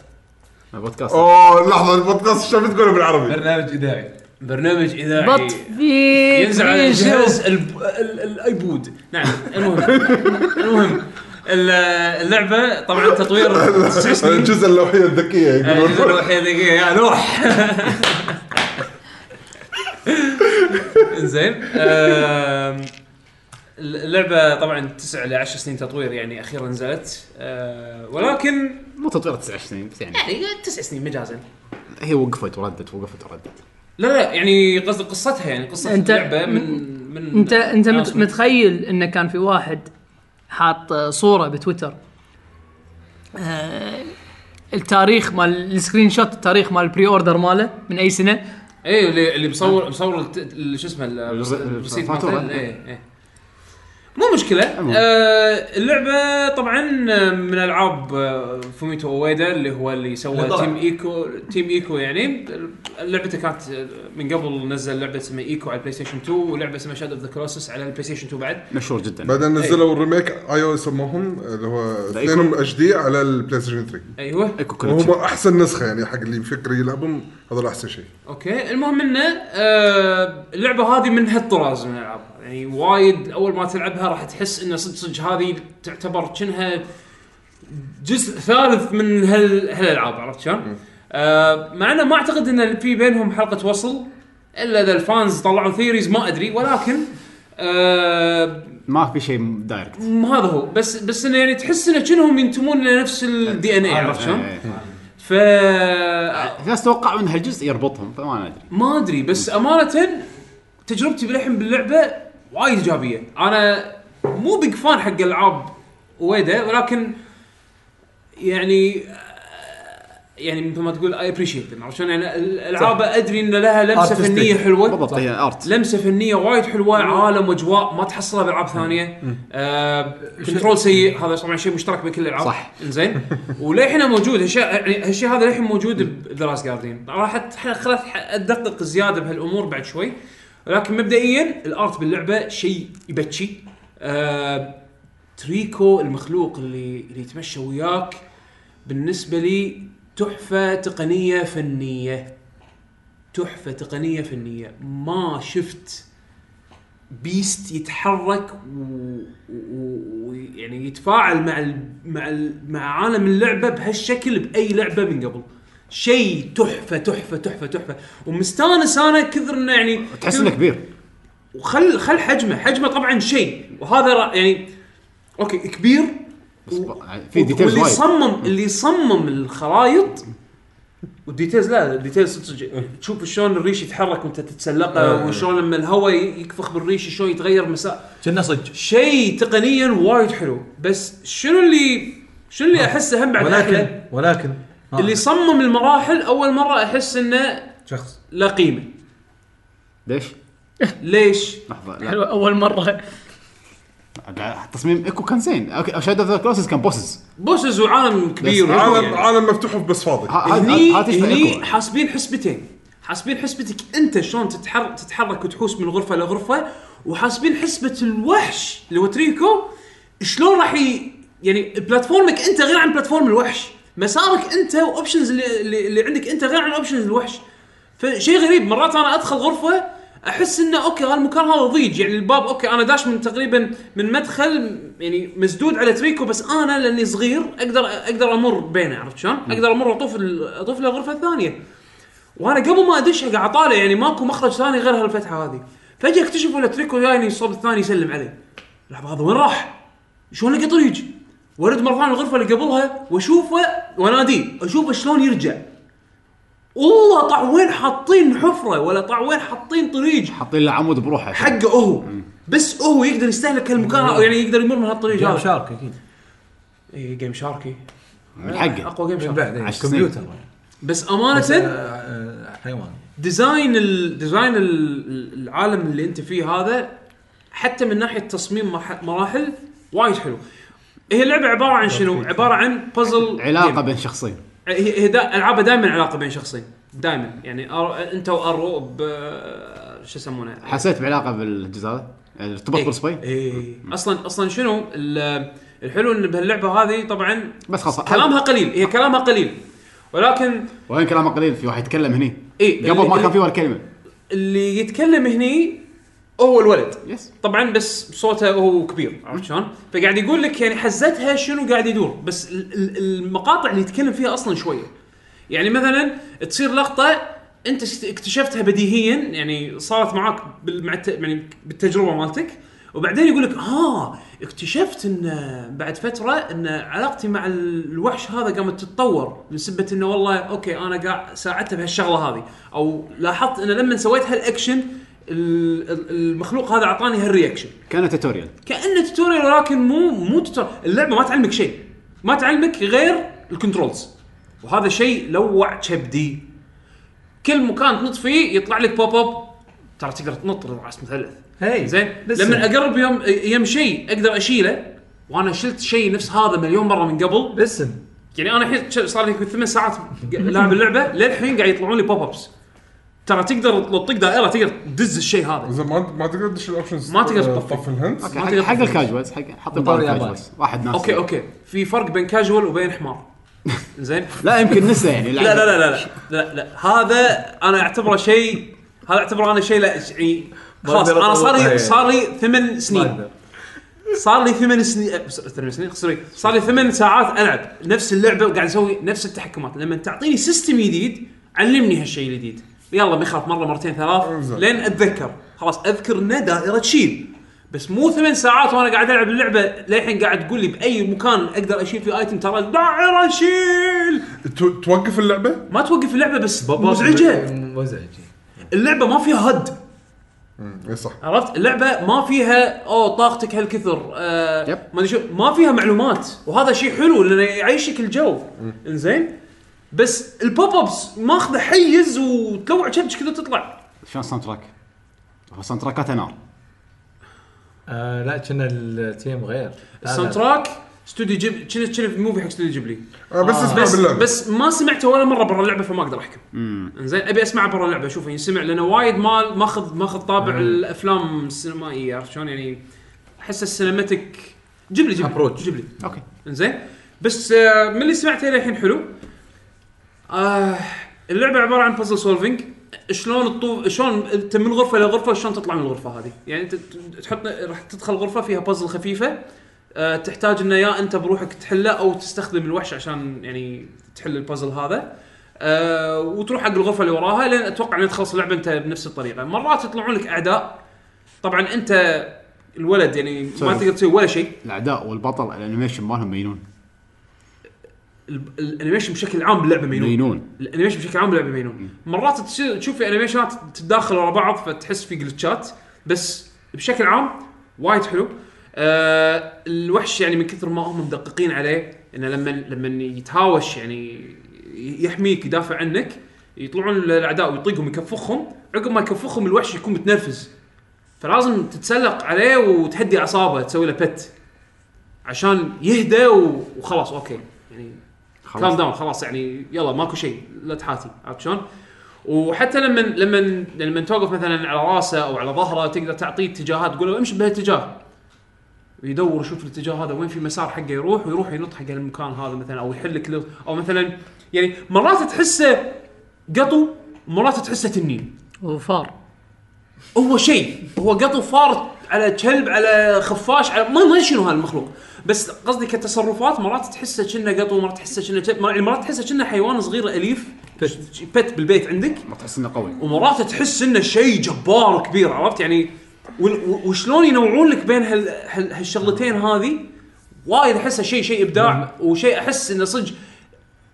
[SPEAKER 2] بودكاست
[SPEAKER 1] اوه لحظه البودكاست شو بتقول بالعربي؟
[SPEAKER 7] برنامج اذاعي
[SPEAKER 4] برنامج اذاعي
[SPEAKER 6] بط في
[SPEAKER 4] يعني ينزل على
[SPEAKER 6] في شو.
[SPEAKER 4] الجهاز الب- ال- الايبود نعم المهم المهم ال- اللعبه طبعا تطوير
[SPEAKER 2] [LAUGHS]
[SPEAKER 1] [LAUGHS]
[SPEAKER 4] تسع سنين
[SPEAKER 1] الجزء اللوحيه الذكيه
[SPEAKER 4] آه، جزء
[SPEAKER 1] يقولون
[SPEAKER 4] الوحيد دقيقة يا نوح زين آم، اللعبة طبعا 9 ل 10 سنين تطوير يعني اخيرا نزلت آه، ولكن
[SPEAKER 2] مو تطوير تسع سنين بس يعني
[SPEAKER 4] يعني 9 سنين مجازا
[SPEAKER 2] هي وقفت وردت وقفت وردت
[SPEAKER 4] لا لا يعني قصدي قصتها يعني قصة
[SPEAKER 6] أنت-
[SPEAKER 4] اللعبة من من
[SPEAKER 6] انت انت مت-
[SPEAKER 4] announcement.
[SPEAKER 6] متخيل انه كان في واحد حاط آه، صوره بتويتر آه، التاريخ مال السكرين شوت التاريخ مال البري اوردر ماله من اي سنه
[SPEAKER 4] اي إيه، اللي اللي مصور مصور الت- ال- شو اسمه نعم. ال-
[SPEAKER 2] الرز-
[SPEAKER 4] الرصيد
[SPEAKER 2] الفاتورة.
[SPEAKER 4] مالته. إي، إي. إيه. مو مشكله
[SPEAKER 2] عموماً.
[SPEAKER 4] آه اللعبه طبعا من العاب آه، فوميتو اويدا اللي هو اللي سوى
[SPEAKER 7] اللي طلع.
[SPEAKER 4] تيم ايكو تيم ايكو يعني لعبته كانت آه، من قبل نزل لعبه اسمها ايكو على البلاي ستيشن 2 ولعبه اسمها شاد اوف ذا كروسس على البلاي ستيشن 2 بعد
[SPEAKER 2] مشهور جدا
[SPEAKER 1] بعدين
[SPEAKER 4] إيه.
[SPEAKER 1] نزلوا الريميك اي او يسموهم اللي هو
[SPEAKER 2] ذا
[SPEAKER 1] اثنينهم اتش دي على البلاي ستيشن 3
[SPEAKER 4] ايوه
[SPEAKER 2] ايكو كولكشن
[SPEAKER 1] وهم احسن نسخه يعني حق اللي يفكر يلعبهم هذول احسن شيء
[SPEAKER 4] اوكي المهم انه آه اللعبه هذه من هالطراز من الالعاب يعني وايد اول ما تلعبها راح تحس انه صدق صدق هذه تعتبر كأنها جزء ثالث من هال هالالعاب عرفت شلون؟ آه مع انه ما اعتقد ان في بينهم حلقه وصل الا اذا الفانز طلعوا ثيريز ما ادري ولكن آه
[SPEAKER 2] ما في شيء دايركت
[SPEAKER 4] م- هذا هو بس بس انه يعني تحس انه كأنهم ينتمون لنفس الدي ان اي عرفت شلون؟
[SPEAKER 2] إيه.
[SPEAKER 4] ف
[SPEAKER 2] في ناس توقعوا ان هالجزء يربطهم فما ادري
[SPEAKER 4] ما ادري بس امانه تجربتي بالحين باللعبه وايد ايجابيه انا مو بيج فان حق العاب ويدا ولكن يعني يعني مثل ما تقول اي ابريشيت عرفت شلون يعني الالعاب ادري ان لها لمسه
[SPEAKER 7] Artistic.
[SPEAKER 4] فنيه حلوه
[SPEAKER 2] بالضبط هي ارت
[SPEAKER 4] لمسه فنيه وايد حلوه عالم واجواء ما تحصلها بالعاب ثانيه آه كنترول سيء هذا طبعا شيء مشترك بين كل الالعاب
[SPEAKER 2] صح.
[SPEAKER 4] زين وللحين موجود هالشيء يعني هالشيء هذا للحين موجود بدراس جاردين راح أت- خلاص ادقق زياده بهالامور بعد شوي ولكن مبدئيا الارت باللعبه شيء يبكي آه تريكو المخلوق اللي اللي يتمشى وياك بالنسبه لي تحفه تقنيه فنيه تحفه تقنيه فنيه ما شفت بيست يتحرك ويعني و... و... يعني يتفاعل مع ال... مع ال... مع عالم اللعبه بهالشكل باي لعبه من قبل شيء تحفه تحفه تحفه تحفه ومستانس انا كثر انه يعني
[SPEAKER 2] تحس انه كبير
[SPEAKER 4] وخل خل حجمه حجمه طبعا شيء وهذا را- يعني اوكي كبير
[SPEAKER 2] بس
[SPEAKER 4] و-
[SPEAKER 2] ب- في ديتيلز
[SPEAKER 4] واللي
[SPEAKER 2] وايد
[SPEAKER 4] صمم اللي صمم الخرائط والديتيلز لا الديتيلز صدق-
[SPEAKER 2] إيه.
[SPEAKER 4] صدق تشوف شلون الريش يتحرك وانت تتسلقه وشلون لما الهواء ي- يكفخ بالريش شلون يتغير مساء
[SPEAKER 7] كنا صدق
[SPEAKER 4] شيء تقنيا وايد حلو بس شنو اللي شنو
[SPEAKER 2] آه.
[SPEAKER 4] اللي احسه هم بعد أحلى؟
[SPEAKER 7] ولكن ولكن آه، ها،
[SPEAKER 4] اللي صمم المراحل اول مره احس انه
[SPEAKER 7] شخص
[SPEAKER 4] لا قيمه
[SPEAKER 2] ليش؟
[SPEAKER 4] ليش؟
[SPEAKER 2] لحظه لا
[SPEAKER 6] حلو اول مره
[SPEAKER 2] تصميم ايكو كان زين اوكي شاد اوف ذا كلوسز كان بوسز
[SPEAKER 4] بوسز وعالم كبير
[SPEAKER 1] عالم
[SPEAKER 4] يعني.
[SPEAKER 1] عالم مفتوح بس فاضي
[SPEAKER 4] هني هني
[SPEAKER 2] هني
[SPEAKER 4] حاسبين حسبتين حاسبين حسبتك انت شلون تتحرك تتحرك وتحوس من غرفه لغرفه وحاسبين حسبه الوحش اللي هو تريكو شلون راح ي... يعني بلاتفورمك انت غير عن بلاتفورم الوحش مسارك انت واوبشنز اللي, اللي اللي عندك انت غير عن اوبشنز الوحش فشيء غريب مرات انا ادخل غرفه احس انه اوكي هالمكان هذا ضيج يعني الباب اوكي انا داش من تقريبا من مدخل يعني مسدود على تريكو بس انا لاني صغير اقدر اقدر امر بينه عرفت شلون؟ اقدر امر واطوف ال- اطوف للغرفه الثانيه. وانا قبل ما ادش قاعد اطالع يعني ماكو مخرج ثاني غير هالفتحه هذه. فجاه اكتشف ولا تريكو جايني الصوب الثاني يسلم علي. لحظه هذا وين راح؟ شلون لقى طريق؟ وارد مره ثانيه الغرفه اللي قبلها واشوفه واناديه اشوفه شلون يرجع. والله طع وين حاطين حفره ولا طع وين حاطين طريق
[SPEAKER 2] حاطين له عمود بروحه
[SPEAKER 4] حقه هو بس هو يقدر يستهلك هالمكان او يعني يقدر يمر من هالطريق
[SPEAKER 7] جاب
[SPEAKER 4] هذا
[SPEAKER 7] شارك اكيد
[SPEAKER 4] اي إيه، جيم شاركي
[SPEAKER 2] من حقه
[SPEAKER 4] اقوى جيم
[SPEAKER 7] من
[SPEAKER 4] شارك
[SPEAKER 7] بعد إيه،
[SPEAKER 2] عشر
[SPEAKER 7] كمبيوتر
[SPEAKER 4] بس
[SPEAKER 7] بس،
[SPEAKER 4] امانه
[SPEAKER 7] آه، آه، حيوان
[SPEAKER 4] ديزاين ال- ديزاين ال- العالم اللي انت فيه هذا حتى من ناحيه تصميم مرح- مراحل وايد حلو هي اللعبه عباره عن شنو؟ عباره عن بازل
[SPEAKER 2] علاقه بين شخصين
[SPEAKER 4] هي هي دا العابها دائما علاقه بين شخصين دائما يعني أر... انت وارو ب... شو يسمونه؟ إيه.
[SPEAKER 2] حسيت بعلاقه بالجزء هذا يعني ارتبط بالسباي
[SPEAKER 4] اي اصلا اصلا شنو ال- الحلو ان بهاللعبه هذه طبعا
[SPEAKER 2] بس خلاص
[SPEAKER 4] كلامها قليل هي كلامها قليل ولكن
[SPEAKER 2] وين كلامه قليل في واحد يتكلم هني
[SPEAKER 4] إيه،
[SPEAKER 2] قبل ما
[SPEAKER 4] اللي-
[SPEAKER 2] كان في ولا كلمه
[SPEAKER 4] اللي يتكلم هني هو الولد
[SPEAKER 2] يس
[SPEAKER 4] طبعا بس صوته هو كبير عرفت شلون؟ فقاعد يقول لك يعني حزتها شنو قاعد يدور بس ال- ال- المقاطع اللي يتكلم فيها اصلا شويه. يعني مثلا تصير لقطه انت است- اكتشفتها بديهيا يعني صارت معاك بال- مع الت- يعني بالتجربه مالتك وبعدين يقول لك ها اكتشفت ان بعد فتره ان علاقتي مع ال- الوحش هذا قامت تتطور بسبه انه والله اوكي انا قاعد ساعدته بهالشغله هذه او لاحظت انه لما سويت هالاكشن ال- ال- المخلوق هذا اعطاني هالرياكشن
[SPEAKER 2] كان توتوريال
[SPEAKER 4] كانه توتوريال ولكن مو مو توتوريال اللعبه ما تعلمك شيء ما تعلمك غير الكنترولز وهذا شيء لوع كبدي كل مكان تنط فيه يطلع لك بوب اب ترى تقدر تنط راس مثلث
[SPEAKER 3] هي
[SPEAKER 4] زين
[SPEAKER 3] لسه.
[SPEAKER 4] لما اقرب يم يم شيء اقدر اشيله وانا شلت شيء نفس هذا مليون مره من قبل
[SPEAKER 3] لسن
[SPEAKER 4] يعني انا الحين ش- صار لي يمكن ثمان ساعات لاعب اللعبه للحين قاعد يطلعون لي بوب ابس ترى تقدر لو تطق دائره تقدر تدز الشيء هذا
[SPEAKER 1] زين ما ما تقدر تدش الاوبشنز
[SPEAKER 4] ما تقدر تطفي.
[SPEAKER 1] تطفي الهندس
[SPEAKER 2] اوكي
[SPEAKER 4] ما
[SPEAKER 2] حق
[SPEAKER 4] تقدر
[SPEAKER 2] حق
[SPEAKER 4] تفوز.
[SPEAKER 2] الكاجوالز حق حط
[SPEAKER 3] مطار
[SPEAKER 2] بالك
[SPEAKER 3] ياباني.
[SPEAKER 2] الكاجوالز واحد ناس
[SPEAKER 4] اوكي اوكي في فرق بين كاجوال وبين [LAUGHS] حمار زين
[SPEAKER 2] لا يمكن نسى
[SPEAKER 4] [LAUGHS]
[SPEAKER 2] يعني
[SPEAKER 4] لا لا لا لا لا لا, لا. هذا انا اعتبره شيء هذا اعتبره انا شيء لا يعني خلاص
[SPEAKER 3] أقدر
[SPEAKER 4] انا صار
[SPEAKER 3] أطلقها
[SPEAKER 4] لي
[SPEAKER 3] هي.
[SPEAKER 4] صار لي ثمان سنين
[SPEAKER 3] أقدر.
[SPEAKER 4] صار لي ثمان سنين أه، ثمان سنين سوري صار لي ثمان ساعات العب نفس اللعبه وقاعد اسوي نفس التحكمات لما تعطيني سيستم جديد علمني هالشيء الجديد يلا ما يخاف مره مرتين ثلاث
[SPEAKER 1] إنزين.
[SPEAKER 4] لين اتذكر خلاص اذكر انه دائره تشيل بس مو ثمان ساعات وانا قاعد العب اللعبه للحين قاعد تقول لي باي مكان اقدر اشيل فيه ايتم ترى دائره شيل
[SPEAKER 1] تو- توقف اللعبه
[SPEAKER 4] ما توقف اللعبه بس مزعجه
[SPEAKER 3] مزعجه
[SPEAKER 4] اللعبه ما فيها هد
[SPEAKER 1] اي إيه، صح
[SPEAKER 4] عرفت اللعبه ما فيها اوه طاقتك هالكثر آه
[SPEAKER 2] يب.
[SPEAKER 4] ما ادري شو ما فيها معلومات وهذا شيء حلو لانه يعيشك الجو انزين بس البوب ابس ماخذه حيز وتلوع كبش كذا تطلع
[SPEAKER 2] شلون الساوند تراك؟ هو الساوند تراكاته نار
[SPEAKER 3] آه لا كنا التيم غير لا، لا.
[SPEAKER 4] الساوند تراك استوديو جيب كنا كنا في موفي حق استوديو جيبلي
[SPEAKER 1] آه، بس اسمع
[SPEAKER 4] بس
[SPEAKER 1] باللعبه
[SPEAKER 4] بس ما سمعته ولا مره برا اللعبه فما اقدر احكم انزين ابي اسمعه برا اللعبه اشوفه ينسمع لانه وايد ما ماخذ ماخذ طابع الافلام السينمائيه عرفت شلون يعني احس السينماتيك جيب لي جيب لي
[SPEAKER 3] Approach.
[SPEAKER 4] جيب لي
[SPEAKER 2] اوكي
[SPEAKER 4] انزين بس آه، من اللي سمعته للحين حلو آه اللعبه عباره عن بازل سولفنج شلون تطوف شلون انت من غرفه لغرفه شلون تطلع من الغرفه هذه يعني انت ت- تحط راح تدخل غرفه فيها بازل خفيفه آه تحتاج انه يا انت بروحك تحله او تستخدم الوحش عشان يعني تحل البازل هذا آه وتروح حق الغرفه اللي وراها لين اتوقع ان تخلص اللعبه انت بنفس الطريقه مرات يطلعون لك اعداء طبعا انت الولد يعني ما
[SPEAKER 2] سوري.
[SPEAKER 4] تقدر تسوي ولا شيء
[SPEAKER 2] الاعداء والبطل الانيميشن مالهم مجنون
[SPEAKER 4] ال- الانيميشن بشكل عام باللعبه مينون
[SPEAKER 2] مجنون
[SPEAKER 4] الانيميشن بشكل عام باللعبه مينون مرات تش- تشوف في انيميشنات تتداخل ورا بعض فتحس في جلتشات بس بشكل عام وايد حلو آه الوحش يعني من كثر ما هم مدققين عليه انه لما لما يتهاوش يعني يحميك يدافع عنك يطلعون الاعداء ويطيقهم يكفخهم عقب ما يكفخهم الوحش يكون متنرفز فلازم تتسلق عليه وتهدي اعصابه تسوي له بت عشان يهدى و- وخلاص اوكي يعني كام
[SPEAKER 2] خلاص
[SPEAKER 4] داون خلاص يعني يلا ماكو شيء لا تحاتي عرفت شلون؟ وحتى لما لما لما توقف مثلا على راسه او على ظهره تقدر تعطيه اتجاهات تقول له امشي بهالاتجاه يدور يشوف الاتجاه هذا وين في مسار حقه يروح ويروح ينط حق المكان هذا مثلا او يحل لك لغز- او مثلا يعني مرات تحسه قطو مرات تحسه تنين
[SPEAKER 6] وفار
[SPEAKER 4] هو شيء هو قطو فار على كلب على خفاش على ما ما أدري شنو هالمخلوق بس قصدي كتصرفات مرات تحسه كأنه قطو مرات تحسه كأنه كلب يعني مرات تحسه كأنه حيوان صغير اليف بت بت بالبيت عندك
[SPEAKER 2] ما تحس انه قوي
[SPEAKER 4] ومرات تحس انه شيء جبار كبير عرفت يعني وال- و- وشلون ينوعون لك بين هال هال هالشغلتين هذه وايد احسها شيء شيء ابداع وشيء احس انه صدق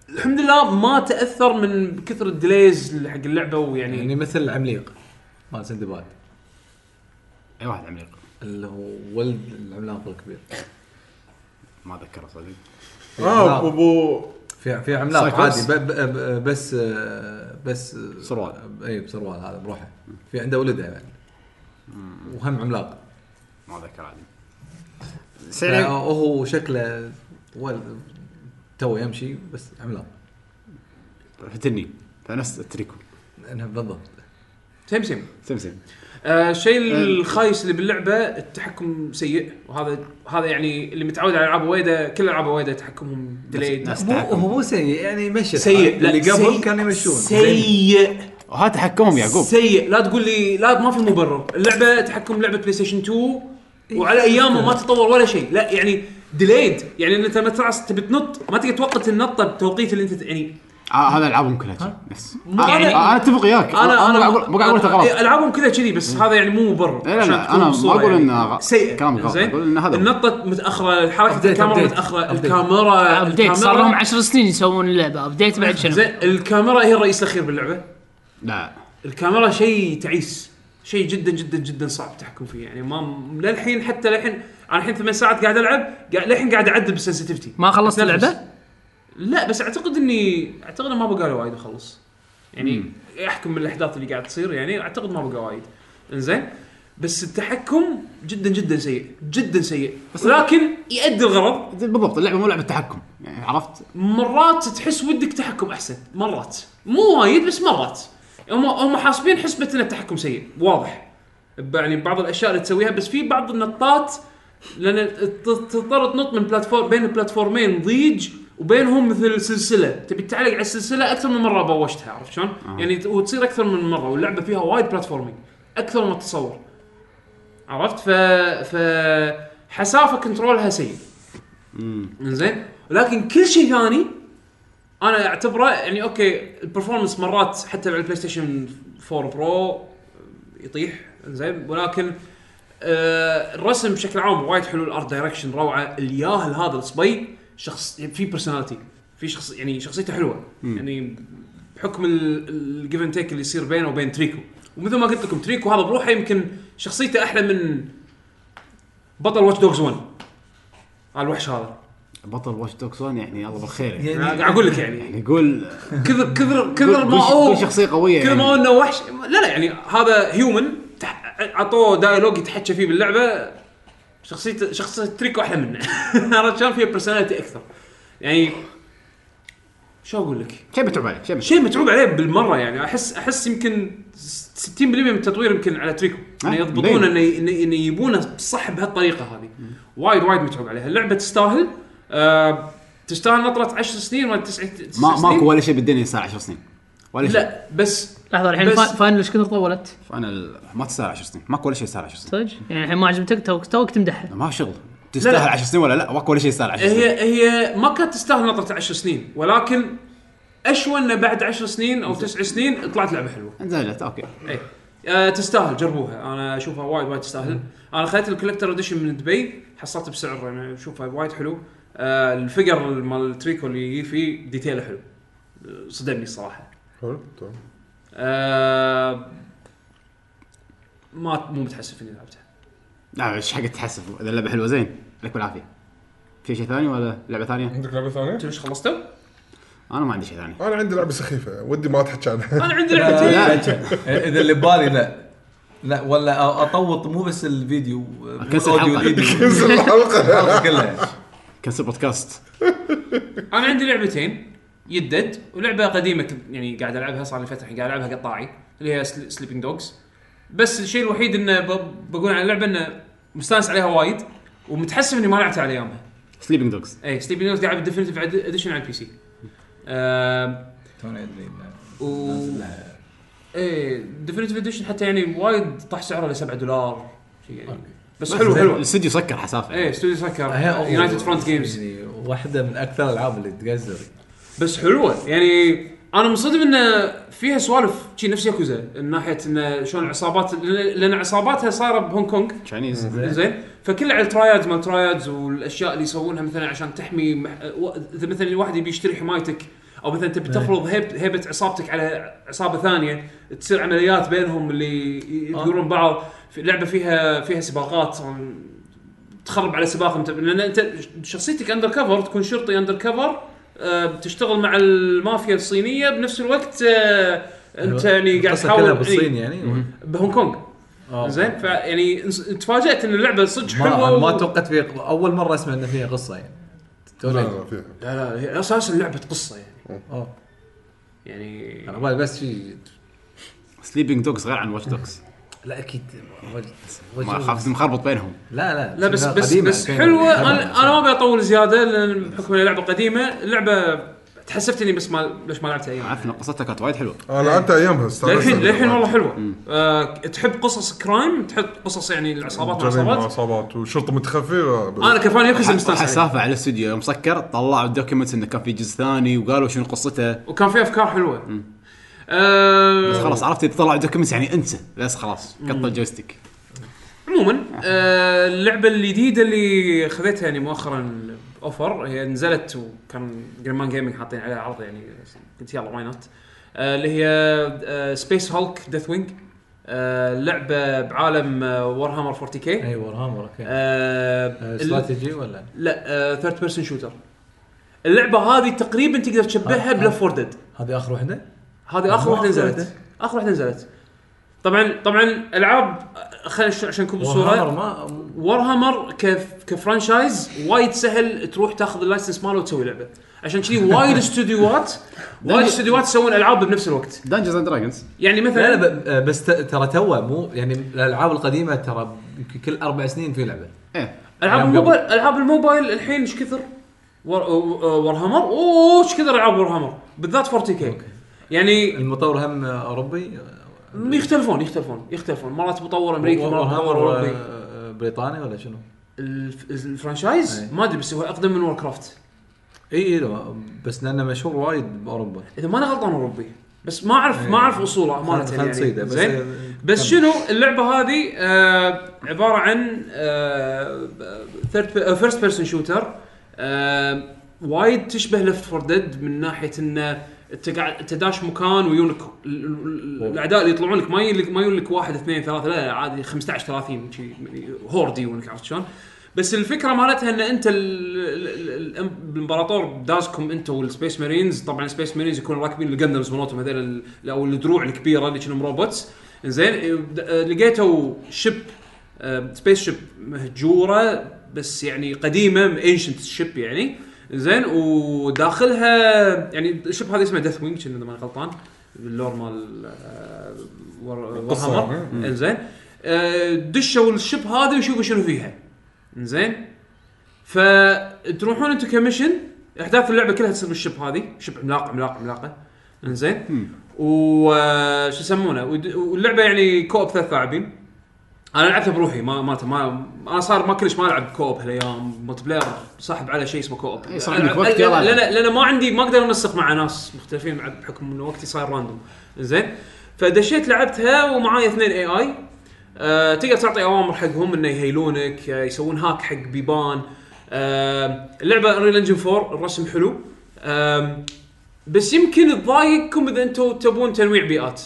[SPEAKER 4] الحمد لله ما تاثر من كثر الديليز حق اللعبه ويعني
[SPEAKER 3] يعني مثل العمليق مال سندباد
[SPEAKER 2] اي واحد عميق
[SPEAKER 3] اللي هو ولد العملاق الكبير
[SPEAKER 4] آه،
[SPEAKER 2] ما اذكره صدق
[SPEAKER 1] اه
[SPEAKER 3] نعم.
[SPEAKER 1] ابو
[SPEAKER 3] في في عملاق عادي
[SPEAKER 2] سايكوس.
[SPEAKER 3] ب ب ب بس آه، بس آه،
[SPEAKER 2] سروال.
[SPEAKER 3] اي بسروال هذا بروحه في عنده ولده يعني وهم عملاق
[SPEAKER 2] ما اذكر عادي
[SPEAKER 3] فا-
[SPEAKER 2] سعره
[SPEAKER 3] وهو شكله ولد تو يمشي بس عملاق
[SPEAKER 2] فتني فنفس التريكو
[SPEAKER 3] انه بالضبط
[SPEAKER 4] سيم سيم
[SPEAKER 2] سم سم
[SPEAKER 4] آه، الشيء الخايس اللي باللعبه التحكم سيء وهذا هذا يعني اللي متعود على العاب وايده كل العاب وايده تحكمهم ديليد
[SPEAKER 2] نفس
[SPEAKER 3] مو
[SPEAKER 2] تحكم
[SPEAKER 3] هو مو سيء يعني يمشي
[SPEAKER 4] سيء لا،
[SPEAKER 3] اللي
[SPEAKER 4] سيء.
[SPEAKER 3] قبل كانوا يمشون زين.
[SPEAKER 4] سيء
[SPEAKER 2] وهذا تحكمهم يعقوب
[SPEAKER 4] سيء لا تقول لي لا ما في مبرر اللعبه تحكم لعبه بلاي ستيشن 2 وعلى
[SPEAKER 3] إيه.
[SPEAKER 4] ايامه ما تطور ولا شيء لا يعني ديليد يعني انت لما تعص تبي تنط ما تقدر توقت النطه بالتوقيت اللي انت يعني
[SPEAKER 2] آه هذا العابهم كلها شي. نفس آه،
[SPEAKER 4] يعني-
[SPEAKER 2] آه، انا اتفق وياك
[SPEAKER 4] انا انا
[SPEAKER 2] مو قاعد اقول
[SPEAKER 4] أنا-
[SPEAKER 2] غلط
[SPEAKER 4] العابهم كذا كذي بس هذا يعني مو مبرر
[SPEAKER 2] إيه، لا، لا،
[SPEAKER 4] عشان
[SPEAKER 2] لا،
[SPEAKER 4] تكون
[SPEAKER 2] أنا ما
[SPEAKER 4] بصورة
[SPEAKER 2] أقول إنه غ-
[SPEAKER 4] سيئة
[SPEAKER 2] كلام غلط،
[SPEAKER 4] زين؟
[SPEAKER 2] أقول إن هذا هو.
[SPEAKER 4] النطة متأخرة حركة
[SPEAKER 3] Update،
[SPEAKER 4] الكاميرا
[SPEAKER 3] update.
[SPEAKER 4] متأخرة
[SPEAKER 3] update.
[SPEAKER 4] الكاميرا
[SPEAKER 6] ابديت صار
[SPEAKER 4] الكاميرا-
[SPEAKER 6] لهم 10 سنين يسوون اللعبه ابديت بعد شنو؟
[SPEAKER 4] آه، زين الكاميرا هي الرئيس الأخير باللعبة
[SPEAKER 2] لا
[SPEAKER 4] الكاميرا شيء تعيس شيء جدا جدا جدا صعب تحكم فيه يعني ما للحين حتى للحين انا الحين ثمان ساعات قاعد العب قاعد للحين قاعد اعدل بالسنسيتيفيتي
[SPEAKER 6] ما خلصت
[SPEAKER 4] أتنفس.
[SPEAKER 6] اللعبه؟
[SPEAKER 4] لا بس اعتقد اني اعتقد إنه ما بقى لي وايد اخلص يعني احكم من الاحداث اللي قاعد تصير يعني اعتقد ما بقى وايد انزين بس التحكم جدا جدا سيء جدا سيء لكن يؤدي الغرض
[SPEAKER 2] بالضبط اللعبه مو لعبه تحكم يعني عرفت؟
[SPEAKER 4] مرات تحس ودك تحكم احسن مرات مو وايد بس مرات هم هم حاسبين حسبه ان التحكم سيء واضح ب- يعني بعض الاشياء اللي تسويها بس في بعض النطات لان ت- تضطر تنط من بلاتفورم بين بلاتفورمين ضيج وبينهم مثل سلسله تبي تعلق على السلسله اكثر من مره بوشتها عرفت شلون؟ آه. يعني ت- وتصير اكثر من مره واللعبه فيها وايد بلاتفورمينج اكثر ما تتصور عرفت ف ف حسافه كنترولها سيء زين لكن كل شيء ثاني انا اعتبره يعني اوكي البرفورمانس مرات حتى على البلاي ستيشن 4 برو يطيح زين ولكن آه الرسم بشكل عام وايد حلو الارت دايركشن روعه الياهل هذا الصبي شخص يعني في بيرسوناليتي في شخص يعني شخصيته حلوه يعني بحكم الجيف اند تيك اللي يصير بينه وبين تريكو ومثل ما قلت لكم تريكو هذا بروحه يمكن شخصيته احلى من بطل واتش دوجز 1 على الوحش هذا
[SPEAKER 2] بطل واتش دوكس 1 يعني الله بالخير يعني
[SPEAKER 4] يعني قاعد اقول لك يعني
[SPEAKER 2] يعني قول
[SPEAKER 4] كثر كثر كثر
[SPEAKER 2] قول-
[SPEAKER 4] ما
[SPEAKER 2] قول-
[SPEAKER 4] هو
[SPEAKER 2] قول شخصية قوية
[SPEAKER 4] كثر ما
[SPEAKER 2] يعني.
[SPEAKER 4] هو انه وحش لا لا يعني هذا هيومن تح- عطوه دايلوج يتحكى فيه باللعبه شخصيته شخصيه تريكو احلى منه [LAUGHS] عرفت شلون فيها برسوناليتي اكثر يعني شو اقول لك؟
[SPEAKER 2] شيء متعوب عليه شيء متعوب
[SPEAKER 4] شيء متعوب عليه بالمره يعني احس احس يمكن 60% من التطوير يمكن على تريكو انه
[SPEAKER 2] آه،
[SPEAKER 4] يضبطون
[SPEAKER 2] بين.
[SPEAKER 4] انه انه إنه يبونه صح بهالطريقه هذه وايد وايد متعوب عليها اللعبه تستاهل آه تستاهل نطره 10 سنين ولا 9
[SPEAKER 2] ما ماكو ولا شيء بالدنيا صار 10 سنين ولا شيء
[SPEAKER 4] لا بس
[SPEAKER 6] لحظه الحين
[SPEAKER 4] بس-
[SPEAKER 6] فا- فاينل ايش كثر طولت؟
[SPEAKER 2] انا ال- ما تستاهل 10 سنين ماكو ولا شيء صار 10 سنين
[SPEAKER 6] صدق؟ يعني الحين ما عجبتك توك توك تمدحها
[SPEAKER 2] ما شغل تستاهل 10 سنين ولا لا ماكو ولا شيء صار 10 سنين
[SPEAKER 4] هي هي ما كانت تستاهل نطره 10 سنين ولكن اشوى انه بعد 10 سنين او 9 سنين طلعت لعبه حلوه
[SPEAKER 2] نزلت اوكي
[SPEAKER 4] اي آه تستاهل جربوها انا اشوفها وايد وايد تستاهل انا خذيت الكوليكتر اديشن من دبي حصلته بسعر انا اشوفها وايد حلو آه الفيجر مال تريكو اللي يجي فيه ديتيله حلو آه، صدمني الصراحه
[SPEAKER 1] حلو تمام
[SPEAKER 4] آه ما مو متحسف اني لعبتها
[SPEAKER 2] لا ايش حق تحسف اذا اللعبه حلوه زين لك بالعافيه في شيء ثاني ولا لعبه ثانيه؟
[SPEAKER 1] عندك لعبه ثانيه؟
[SPEAKER 4] انتم ايش خلصتوا؟
[SPEAKER 2] انا ما عندي شيء ثاني
[SPEAKER 1] انا عندي لعبه سخيفه ودي ما تحكي
[SPEAKER 4] [LAUGHS]
[SPEAKER 1] عنها
[SPEAKER 4] انا عندي لعبتين
[SPEAKER 7] اذا اللي ببالي لا لا ولا اطوط مو بس الفيديو
[SPEAKER 2] أكسر
[SPEAKER 7] اوديو
[SPEAKER 2] حلقة. [LAUGHS]
[SPEAKER 7] فيديو
[SPEAKER 1] كنز
[SPEAKER 4] [LAUGHS]
[SPEAKER 1] الحلقه
[SPEAKER 7] الحلقة كلها
[SPEAKER 2] كنسل بودكاست
[SPEAKER 4] انا عندي لعبتين يدد ولعبه قديمه كنت يعني قاعد العبها صار لي فتره الحين قاعد العبها قطاعي اللي هي سليبنج دوجز بس الشيء الوحيد انه ب- بقول عن اللعبه انه مستانس عليها وايد ومتحسف اني ما لعبتها على ايامها
[SPEAKER 2] سليبنج دوجز
[SPEAKER 4] اي سليبنج دوجز قاعد ديفينيتيف اديشن على البي سي آه
[SPEAKER 7] توني ادري إنه
[SPEAKER 4] و
[SPEAKER 7] نازل لها.
[SPEAKER 4] اي ديفينيتيف اديشن حتى يعني وايد طاح سعره ل 7 دولار شيء يعني بس حلو حلو إيه،
[SPEAKER 2] الاستديو سكر حسافه
[SPEAKER 4] اي استوديو سكر
[SPEAKER 7] هي-
[SPEAKER 4] يونايتد فرونت جيمز
[SPEAKER 7] يعني واحده من اكثر الالعاب اللي تقزر
[SPEAKER 4] بس حلوه يعني انا منصدم انه فيها سوالف شي نفس ياكوزا من ناحيه انه شلون عصابات لأن- لان عصاباتها صايره بهونغ كونغ
[SPEAKER 2] تشاينيز
[SPEAKER 4] إيه. زين فكل على الترايادز ما ترايادز والاشياء اللي يسوونها مثلا عشان تحمي مح... و- اذا مثلا الواحد يبي يشتري حمايتك او مثلا
[SPEAKER 7] إيه.
[SPEAKER 4] تبي تفرض هيب... هيبه عصابتك على عصابه ثانيه تصير عمليات بينهم اللي ي-
[SPEAKER 7] آه.
[SPEAKER 4] يدورون بعض في لعبه فيها فيها سباقات عن- تخرب على سباق انت لان انت شخصيتك اندر كفر تكون شرطي اندر كفر بتشتغل مع المافيا الصينيه بنفس الوقت آه، انت يعني قاعد
[SPEAKER 7] أيوة. القصة كلها
[SPEAKER 4] تحاول
[SPEAKER 7] بالصين
[SPEAKER 4] إي،
[SPEAKER 7] يعني آه.
[SPEAKER 4] بهونغ كونغ زين فيعني انس- تفاجات ان اللعبه صدق حلوه
[SPEAKER 7] ما
[SPEAKER 4] و-
[SPEAKER 7] ما توقعت فيها اول مره اسمع ان فيها قصه يعني
[SPEAKER 1] لا
[SPEAKER 7] توني
[SPEAKER 1] لا فيها
[SPEAKER 4] لا لا هي اساسا لعبه قصه يعني
[SPEAKER 7] أوه.
[SPEAKER 4] يعني
[SPEAKER 7] انا بالي بس شيء
[SPEAKER 2] سليبنج دوجز غير عن واتش
[SPEAKER 4] [LAUGHS]
[SPEAKER 2] دوجز
[SPEAKER 7] لا اكيد رجل-
[SPEAKER 2] ما
[SPEAKER 7] رجل-
[SPEAKER 2] اخاف مخربط بينهم
[SPEAKER 7] لا لا
[SPEAKER 4] لا بس بس
[SPEAKER 7] قديمة،
[SPEAKER 4] بس
[SPEAKER 7] 2000
[SPEAKER 4] حلوه
[SPEAKER 7] قديمة.
[SPEAKER 4] انا انا ما بطول زياده لان بحكم إنها لعبه قديمه اللعبه تحسفت اني بس ما ليش ما لعبتها ايام
[SPEAKER 2] عرفنا قصتها كانت وايد حلوه
[SPEAKER 1] انا لعبتها ايامها استانست
[SPEAKER 4] للحين
[SPEAKER 1] عليها.
[SPEAKER 4] للحين والله حلوه آه تحب قصص كرايم تحب قصص يعني العصابات مع
[SPEAKER 1] جريمة
[SPEAKER 4] عصابات
[SPEAKER 1] عصابات وشرطه متخفي آه، بس.
[SPEAKER 4] انا كفاني يكزا مستانس عليه.
[SPEAKER 2] حسافه على الاستوديو يوم سكر طلعوا الدوكيومنتس انه كان في جزء ثاني وقالوا شنو قصته
[SPEAKER 4] وكان فيها افكار حلوه آه
[SPEAKER 2] بس خلاص عرفت اذا طلعوا الدوكيومنتس يعني انسى بس خلاص قطع الجويستيك
[SPEAKER 4] عموما آه، اللعبه الجديده اللي خذيتها يعني مؤخرا اوفر هي نزلت وكان جريمان جيمنج حاطين عليها آه، عرض يعني قلت يلا واي نوت اللي هي سبيس هولك ديث وينج آه، لعبه بعالم آه، وورهامر 40 كي
[SPEAKER 7] اي ورهامر اوكي آه، استراتيجي ولا؟
[SPEAKER 4] آه، لا آه، ثيرد بيرسون شوتر اللعبه هذه تقريبا تقدر تشبهها
[SPEAKER 7] آه، آه.
[SPEAKER 4] بلف ديد
[SPEAKER 7] هذه اخر واحده؟
[SPEAKER 4] هذه اخر واحده
[SPEAKER 7] آه.
[SPEAKER 4] نزلت اخر واحده نزلت طبعا طبعا العاب آه، خلينا عشان نكون
[SPEAKER 7] ورهامر
[SPEAKER 4] بالصوره
[SPEAKER 7] ما
[SPEAKER 4] وورهامر كف كفرانشايز وايد سهل تروح تاخذ اللايسنس ماله وتسوي لعبه عشان كذي
[SPEAKER 7] [LAUGHS]
[SPEAKER 4] وايد استديوهات وايد استديوهات يسوون العاب بنفس الوقت
[SPEAKER 2] دنجنز اند دراجونز
[SPEAKER 4] يعني مثلا
[SPEAKER 7] لا لا ب- آه، بس ت- ترى توه مو يعني الالعاب القديمه ترى يمكن كل اربع سنين في لعبه
[SPEAKER 2] ايه
[SPEAKER 4] العاب
[SPEAKER 7] أيام
[SPEAKER 4] الموبايل العاب الموبايل الحين ايش كثر؟ ور- ورهامر اوه ايش كثر العاب ورهامر بالذات 40 كي يعني
[SPEAKER 7] المطور هم اوروبي
[SPEAKER 4] يختلفون يختلفون يختلفون مرات مطور امريكي مرات مطور
[SPEAKER 7] ورهامر
[SPEAKER 4] اوروبي
[SPEAKER 7] آه، بريطاني ولا شنو؟
[SPEAKER 4] الف- الفرانشايز
[SPEAKER 7] أي.
[SPEAKER 4] ما ادري بس هو اقدم من ووركرافت
[SPEAKER 7] اي إي، لا، بس لانه مشهور وايد باوروبا
[SPEAKER 4] اذا ما انا غلطان اوروبي بس ما اعرف ما اعرف اصوله امانه
[SPEAKER 7] خلنا إيه. نصيده
[SPEAKER 4] يعني
[SPEAKER 7] بس آه،
[SPEAKER 4] زين بس شنو اللعبه هذه آه عباره عن آه، ثيرد فيرست بيرسون شوتر آه، وايد تشبه لفت فور ديد من ناحيه انه انت قاعد انت داش مكان ويونك ال- ال- الاعداء اللي يطلعون لك ما يجون ما يجون لك واحد اثنين ثلاثه لا لا، عادي 15 30 شي هورد يونك عرفت شلون؟ بس الفكره مالتها ان انت ال- ال- ال- الام- الامبراطور دازكم انت والسبيس مارينز طبعا السبيس مارينز يكونوا راكبين الجندرز مالتهم هذول ال- او الدروع الكبيره اللي كانوا روبوتس زين إيه، آه، لقيتوا شيب سبيس شيب مهجوره بس يعني قديمه انشنت شيب يعني زين وداخلها يعني الشيب هذا اسمه ديث وينج اذا ماني غلطان باللور مال آه، ور-
[SPEAKER 3] القصة
[SPEAKER 4] ورهامر
[SPEAKER 3] يعني.
[SPEAKER 4] زين آه، دشوا الشيب هذا وشوفوا شنو فيها زين فتروحون انتم كمشن احداث اللعبه كلها تصير بالشيب هذه شيب عملاقه عملاقه عملاقه زين وشو يسمونه ود- واللعبه يعني كوب ثلاث لاعبين انا لعبتها بروحي ما ما ما انا صار ما كلش ما العب كوب هالايام ملتي بلاير صاحب على شيء اسمه كوب
[SPEAKER 2] إي، إيه، صار عندك وقت، يلا.
[SPEAKER 4] لان لان ما عندي ما اقدر انسق مع ناس مختلفين مع- بحكم انه وقتي صاير راندوم زين فدشيت لعبتها ومعاي اثنين اي اي آه، تقدر تعطي اوامر حقهم انه يهيلونك آه، يسوون هاك حق بيبان آه، اللعبه انريل انجن 4 الرسم حلو آم، بس يمكن تضايقكم اذا انتم تبون تنويع بيئات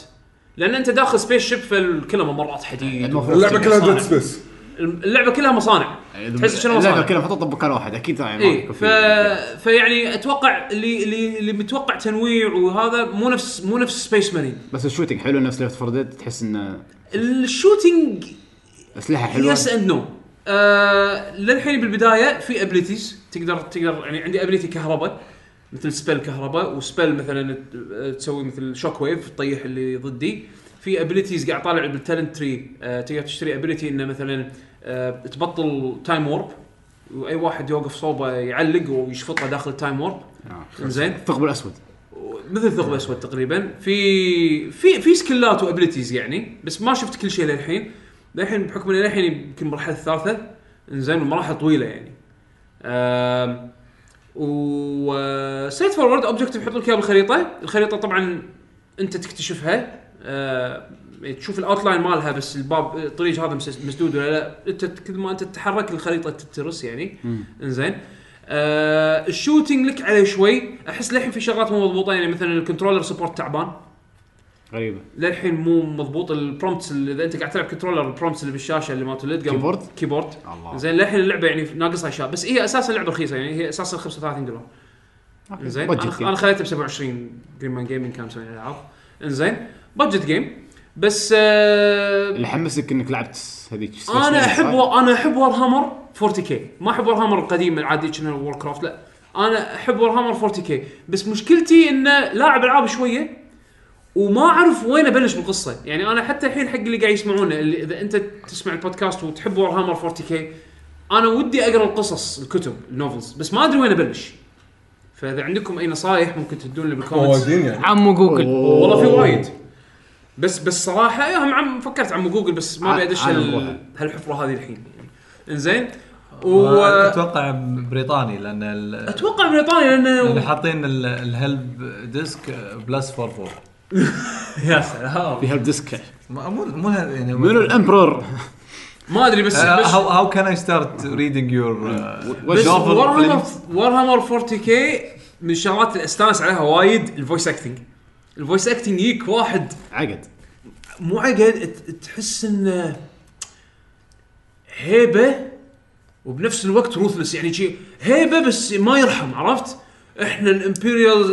[SPEAKER 4] لان انت داخل سبيس شيب فالكلها ممرات حديد
[SPEAKER 2] المفروض
[SPEAKER 1] اللعبه كلها
[SPEAKER 4] مصانع.
[SPEAKER 1] ديد سبيس
[SPEAKER 4] اللعبه كلها مصانع تحس شنو
[SPEAKER 2] اللعبه
[SPEAKER 4] مصانع.
[SPEAKER 2] كلها محطوطه بمكان واحد اكيد يعني ما
[SPEAKER 4] اي
[SPEAKER 2] بيكون
[SPEAKER 4] ف...
[SPEAKER 2] في-
[SPEAKER 4] فيعني اتوقع اللي اللي اللي متوقع تنويع وهذا مو نفس مو نفس سبيس مارين
[SPEAKER 2] بس الشوتنج حلو نفس ليفت فور ديد تحس انه
[SPEAKER 4] الشوتينج
[SPEAKER 2] اسلحه حلوه
[SPEAKER 4] يس اند نو آه، للحين بالبدايه في ابيلتيز تقدر تقدر يعني عندي ابيلتي كهرباء مثل سبل كهرباء وسبل مثلا ت- آه، تسوي مثل شوك ويف تطيح اللي ضدي في ابيلتيز قاعد طالع بالتالنت تري آه، تقدر تشتري ابيلتي انه مثلا آه، تبطل تايم وورب واي واحد يوقف صوبه يعلق ويشفطه داخل التايم وورب
[SPEAKER 2] آه.
[SPEAKER 4] زين
[SPEAKER 2] الثقب الاسود
[SPEAKER 4] مثل ثقب اسود تقريبا في في في سكلات وابيلتيز يعني بس ما شفت كل شيء للحين للحين بحكم ان للحين يمكن المرحله الثالثه انزين والمراحل طويله يعني آم، و آه، سيت فورورد اوبجكتيف يحط لك اياه بالخريطه الخريطه طبعا انت تكتشفها آه، تشوف الاوتلاين مالها بس الباب الطريق هذا مس- مسدود ولا لا انت كل ما انت تتحرك الخريطه تترس يعني انزين آه الشوتينج لك عليه شوي احس للحين في شغلات مو مضبوطه يعني مثلا الكنترولر سبورت تعبان
[SPEAKER 2] غريبه
[SPEAKER 4] للحين مو مضبوط البرومبتس اللي- اذا انت قاعد تلعب كنترولر البرومبتس اللي بالشاشه اللي ما تولد قبل-
[SPEAKER 2] كيبورد؟
[SPEAKER 4] كيبورد
[SPEAKER 2] الله
[SPEAKER 4] زين للحين اللعبه يعني ناقصها اشياء بس هي اساسا لعبه رخيصه يعني هي اساسا 35 دولار زين
[SPEAKER 2] budget
[SPEAKER 4] انا
[SPEAKER 7] يعني.
[SPEAKER 2] game.
[SPEAKER 4] انا خليتها ب 27 جرين مان جيمنج كان مسوي العاب انزين بادجت جيم بس آه
[SPEAKER 2] اللي حمسك انك لعبت هذيك
[SPEAKER 4] انا احب و... انا احب وور هامر 40 كي ما احب وور هامر القديم العادي كنا وور كرافت لا انا احب وور هامر 40 كي بس مشكلتي انه لاعب العاب شويه وما اعرف وين ابلش بالقصه يعني انا حتى الحين حق اللي قاعد يسمعونا اللي اذا انت تسمع البودكاست وتحب وور هامر 40 كي انا ودي اقرا القصص الكتب النوفلز بس ما ادري وين ابلش فاذا عندكم اي نصايح ممكن تدون لي بالكومنتس
[SPEAKER 3] موازين يعني
[SPEAKER 6] عمو جوجل
[SPEAKER 4] والله في وايد بس بس صراحه إيه، هم عم فكرت عمو جوجل بس ما
[SPEAKER 2] عاد-
[SPEAKER 4] ابي ادش
[SPEAKER 2] عاد
[SPEAKER 4] هال-
[SPEAKER 2] نروح.
[SPEAKER 4] هالحفره هذه الحين انزين
[SPEAKER 7] و...
[SPEAKER 4] و
[SPEAKER 7] اتوقع بريطاني لان ال...
[SPEAKER 4] اتوقع بريطانيا
[SPEAKER 7] اللي
[SPEAKER 4] لانه
[SPEAKER 7] حاطين ال- الهلب ديسك آه، بلس 44
[SPEAKER 4] يا سلام
[SPEAKER 2] في هلب ديسك
[SPEAKER 7] ما- مو مو هل- يعني آه،
[SPEAKER 2] منو
[SPEAKER 7] [LAUGHS]
[SPEAKER 2] الامبرور
[SPEAKER 4] ما ادري بس بس
[SPEAKER 7] هاو هاو كان اي ستارت ريدنج يور
[SPEAKER 4] بس
[SPEAKER 2] Novel
[SPEAKER 4] ورهامر
[SPEAKER 2] films.
[SPEAKER 4] ورهامر 40 كي من الشغلات اللي استانس عليها وايد الفويس اكتنج الفويس اكتنج يجيك واحد
[SPEAKER 2] عقد
[SPEAKER 4] مو عقد ت- تحس انه هيبه وبنفس الوقت روثلس يعني شي هيبه بس ما يرحم عرفت؟ احنا الامبيريالز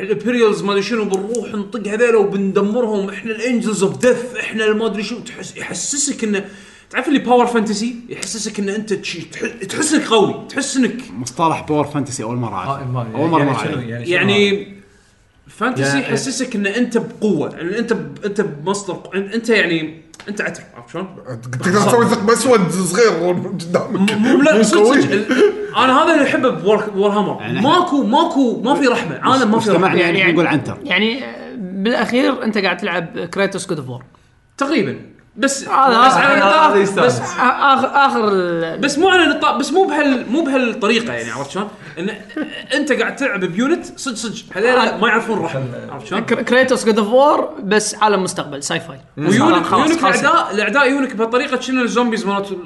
[SPEAKER 4] الامبيريالز ما ادري شنو بنروح نطق هذول وبندمرهم احنا الانجلز اوف ديث احنا ما ادري شنو تحس يحسسك انه تعرف اللي باور فانتسي يحسسك ان انت تش- تح- تحس انك قوي تحس انك
[SPEAKER 2] مصطلح باور فانتسي اول مره
[SPEAKER 7] آه،
[SPEAKER 2] اعرفه
[SPEAKER 7] ما-
[SPEAKER 2] اول مره
[SPEAKER 7] يعني
[SPEAKER 2] ما
[SPEAKER 7] شنو-
[SPEAKER 2] أعرفه.
[SPEAKER 7] شنو هذا؟
[SPEAKER 4] يعني فانتسي
[SPEAKER 7] يعني-
[SPEAKER 4] يحسسك ان انت بقوه يعني انت ب... انت بمصدر ق- انت يعني انت عتر عرفت شلون؟
[SPEAKER 1] تقدر تسوي ثقب اسود صغير قدامك
[SPEAKER 4] م- مو لا صدق
[SPEAKER 1] قوي.
[SPEAKER 4] صدق ال- انا هذا اللي احبه بور وور هامر
[SPEAKER 2] يعني-
[SPEAKER 4] ماكو ماكو ما في رحمه عالم ما في
[SPEAKER 2] مجتمعنا
[SPEAKER 4] رحمه
[SPEAKER 2] يعني
[SPEAKER 6] يعني-
[SPEAKER 2] نقول عنتر
[SPEAKER 6] يعني آه، بالاخير انت قاعد تلعب كريتوس جود اوف وور
[SPEAKER 4] تقريبا بس بس
[SPEAKER 6] هذا-
[SPEAKER 4] على
[SPEAKER 6] هذا-
[SPEAKER 4] نطاق
[SPEAKER 7] هذا يستاهل.
[SPEAKER 4] بس
[SPEAKER 6] اخر اخر ال-
[SPEAKER 4] بس مو على نطاق بس مو بهال مو بهالطريقه يعني عرفت شلون؟ ان انت قاعد تلعب بيونت صدق صدق هذول ما يعرفون الرحمه عرفت شلون؟
[SPEAKER 6] كر- كريتوس جود اوف وور بس عالم مستقبل ساي فاي
[SPEAKER 4] ويونك
[SPEAKER 6] خلاص-
[SPEAKER 4] يونك
[SPEAKER 6] خلاص.
[SPEAKER 4] الاعداء الاعداء يونك بطريقه شنو الزومبيز مالت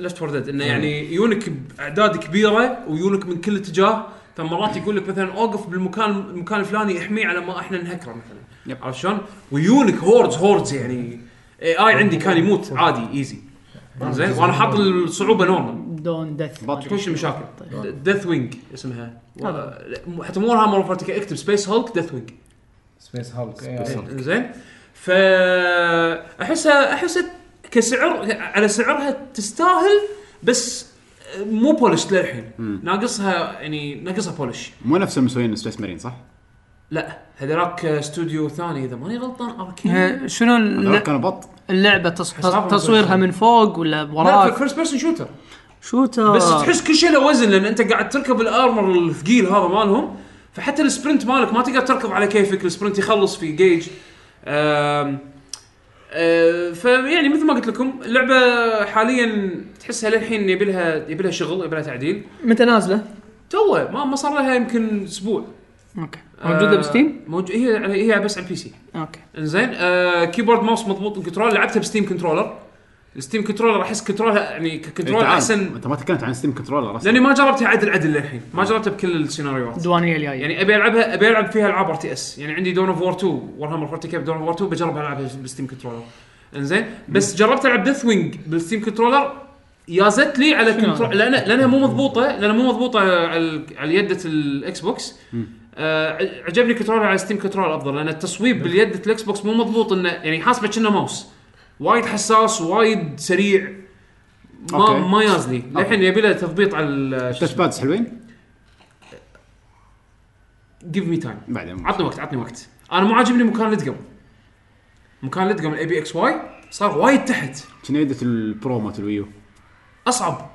[SPEAKER 4] لفت فور ديد انه يعني يونك اعداد كبيره ويونك من كل اتجاه فمرات يقول لك مثلا اوقف بالمكان المكان الفلاني احميه على ما احنا نهكره مثلا عرفت شلون؟ ويونك هوردز هوردز يعني اي اي عندي كان
[SPEAKER 6] طيب.
[SPEAKER 4] يموت عادي ايزي زين وانا حاط الصعوبه نورمال
[SPEAKER 6] دون ديث
[SPEAKER 4] وش المشاكل؟
[SPEAKER 6] طيب.
[SPEAKER 4] ديث وينج اسمها و- حتى مو هامر اوف اكتب سبيس هولك ديث وينج
[SPEAKER 7] سبيس هالك
[SPEAKER 4] إيه، زين فاحسها احسها كسعر على سعرها تستاهل بس مو بولش للحين ناقصها يعني ناقصها بولش
[SPEAKER 2] مو نفس المسويين سبيس مارين صح؟
[SPEAKER 4] لا هذراك استوديو ثاني اذا ماني غلطان اركين
[SPEAKER 6] شنو
[SPEAKER 2] هذول
[SPEAKER 6] الل-
[SPEAKER 2] كانوا بط
[SPEAKER 6] اللعبه تص-
[SPEAKER 4] حساب
[SPEAKER 6] تصويرها من فوق ولا
[SPEAKER 4] لا
[SPEAKER 6] وراك
[SPEAKER 4] فيرست بيرسون شوتر
[SPEAKER 6] شوتر
[SPEAKER 4] بس تحس كل شيء له وزن لان انت قاعد تركب الارمر الثقيل هذا مالهم فحتى السبرنت مالك ما تقدر تركب على كيفك السبرنت يخلص في جيج آم، آه، فيعني مثل ما قلت لكم اللعبه حاليا تحسها للحين يبي لها يبي لها شغل يبي لها تعديل
[SPEAKER 6] متى نازله؟
[SPEAKER 4] توه ما ما صار لها يمكن اسبوع
[SPEAKER 6] اوكي
[SPEAKER 4] آه،
[SPEAKER 6] موجوده بستيم؟
[SPEAKER 4] موجو... هي على- هي بس على البي سي
[SPEAKER 6] اوكي
[SPEAKER 4] انزين آه كيبورد ماوس مضبوط الكنترول لعبتها بستيم كنترولر الستيم كنترولر احس كنترولها يعني كنترول
[SPEAKER 2] إيه، تعال.
[SPEAKER 4] احسن
[SPEAKER 2] انت ما تكلمت عن ستيم كنترولر اصلا
[SPEAKER 4] لاني ما جربتها عدل عدل للحين ما جربتها بكل السيناريوهات
[SPEAKER 6] الديوانيه الجايه
[SPEAKER 4] يعني ابي العبها ابي العب فيها العاب ار تي اس يعني عندي دون اوف وور 2 وور هامر 40 دون اوف وور 2 بجرب العبها بالستيم كنترولر انزين بس جربت العب ديث وينج بالستيم كنترولر يازت لي على كنترول لان لانها مو مضبوطه لانها مو مضبوطه على على يده الاكس بوكس آه ع- عجبني كنترولر على ستيم كنترول افضل لان التصويب باليد الاكس بوكس مو مضبوط انه يعني حاسبه كأنه ماوس وايد حساس وايد سريع ما
[SPEAKER 2] أوكي.
[SPEAKER 4] ما يازلي الحين يبي له تضبيط على ال- شو
[SPEAKER 2] التاتش
[SPEAKER 4] اسمه
[SPEAKER 2] بادز حلوين؟
[SPEAKER 4] جيف مي تايم
[SPEAKER 2] بعدين
[SPEAKER 4] عطني وقت عطني وقت انا مو عاجبني مكان لدقم مكان لدقم الاي بي اكس واي صار وايد تحت
[SPEAKER 2] كنا يدت البرو مالت الويو
[SPEAKER 4] اصعب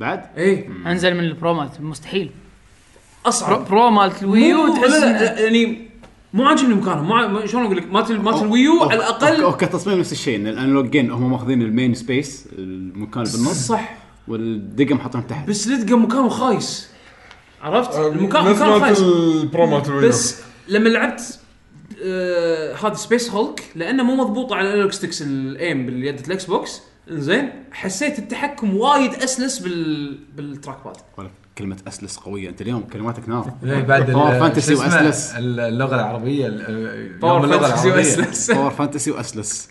[SPEAKER 2] بعد
[SPEAKER 4] اي
[SPEAKER 6] انزل من البرو مالت مستحيل برو,
[SPEAKER 4] اصعب
[SPEAKER 6] برو مالت الويو
[SPEAKER 4] مو-
[SPEAKER 6] تحس
[SPEAKER 4] لا- لا-
[SPEAKER 6] إنه-
[SPEAKER 4] لا، يعني مو عاجبني مكانه مو ع- ما شلون اقول لك مالت ال- مالت الويو على
[SPEAKER 2] أوكي-
[SPEAKER 4] الاقل
[SPEAKER 2] اوكي تصميم نفس الشيء ان الانالوج جين هم ماخذين المين سبيس المكان اللي بالنص
[SPEAKER 4] صح
[SPEAKER 2] والدقم حاطينهم تحت
[SPEAKER 4] بس لدقم مكانه خايس عرفت المكان
[SPEAKER 1] آه، نفس
[SPEAKER 4] مكان
[SPEAKER 1] مالت
[SPEAKER 4] خايس
[SPEAKER 1] البرو مالت الويو.
[SPEAKER 4] بس لما لعبت آه، هذا سبيس هولك لانه مو مضبوط على الانالوج ستكس الايم باليد الاكس بوكس زين حسيت التحكم وايد اسلس بال بالتراك باد
[SPEAKER 2] ولا كلمة اسلس قوية انت اليوم كلماتك نار
[SPEAKER 7] بعد ال-
[SPEAKER 2] باور فانتسي
[SPEAKER 7] شو اسمه؟
[SPEAKER 2] واسلس
[SPEAKER 7] ال- اللغه العربيه ال- يوم
[SPEAKER 4] باور
[SPEAKER 7] اللغة
[SPEAKER 4] فانتسي
[SPEAKER 7] العربية.
[SPEAKER 4] واسلس
[SPEAKER 2] باور فانتسي واسلس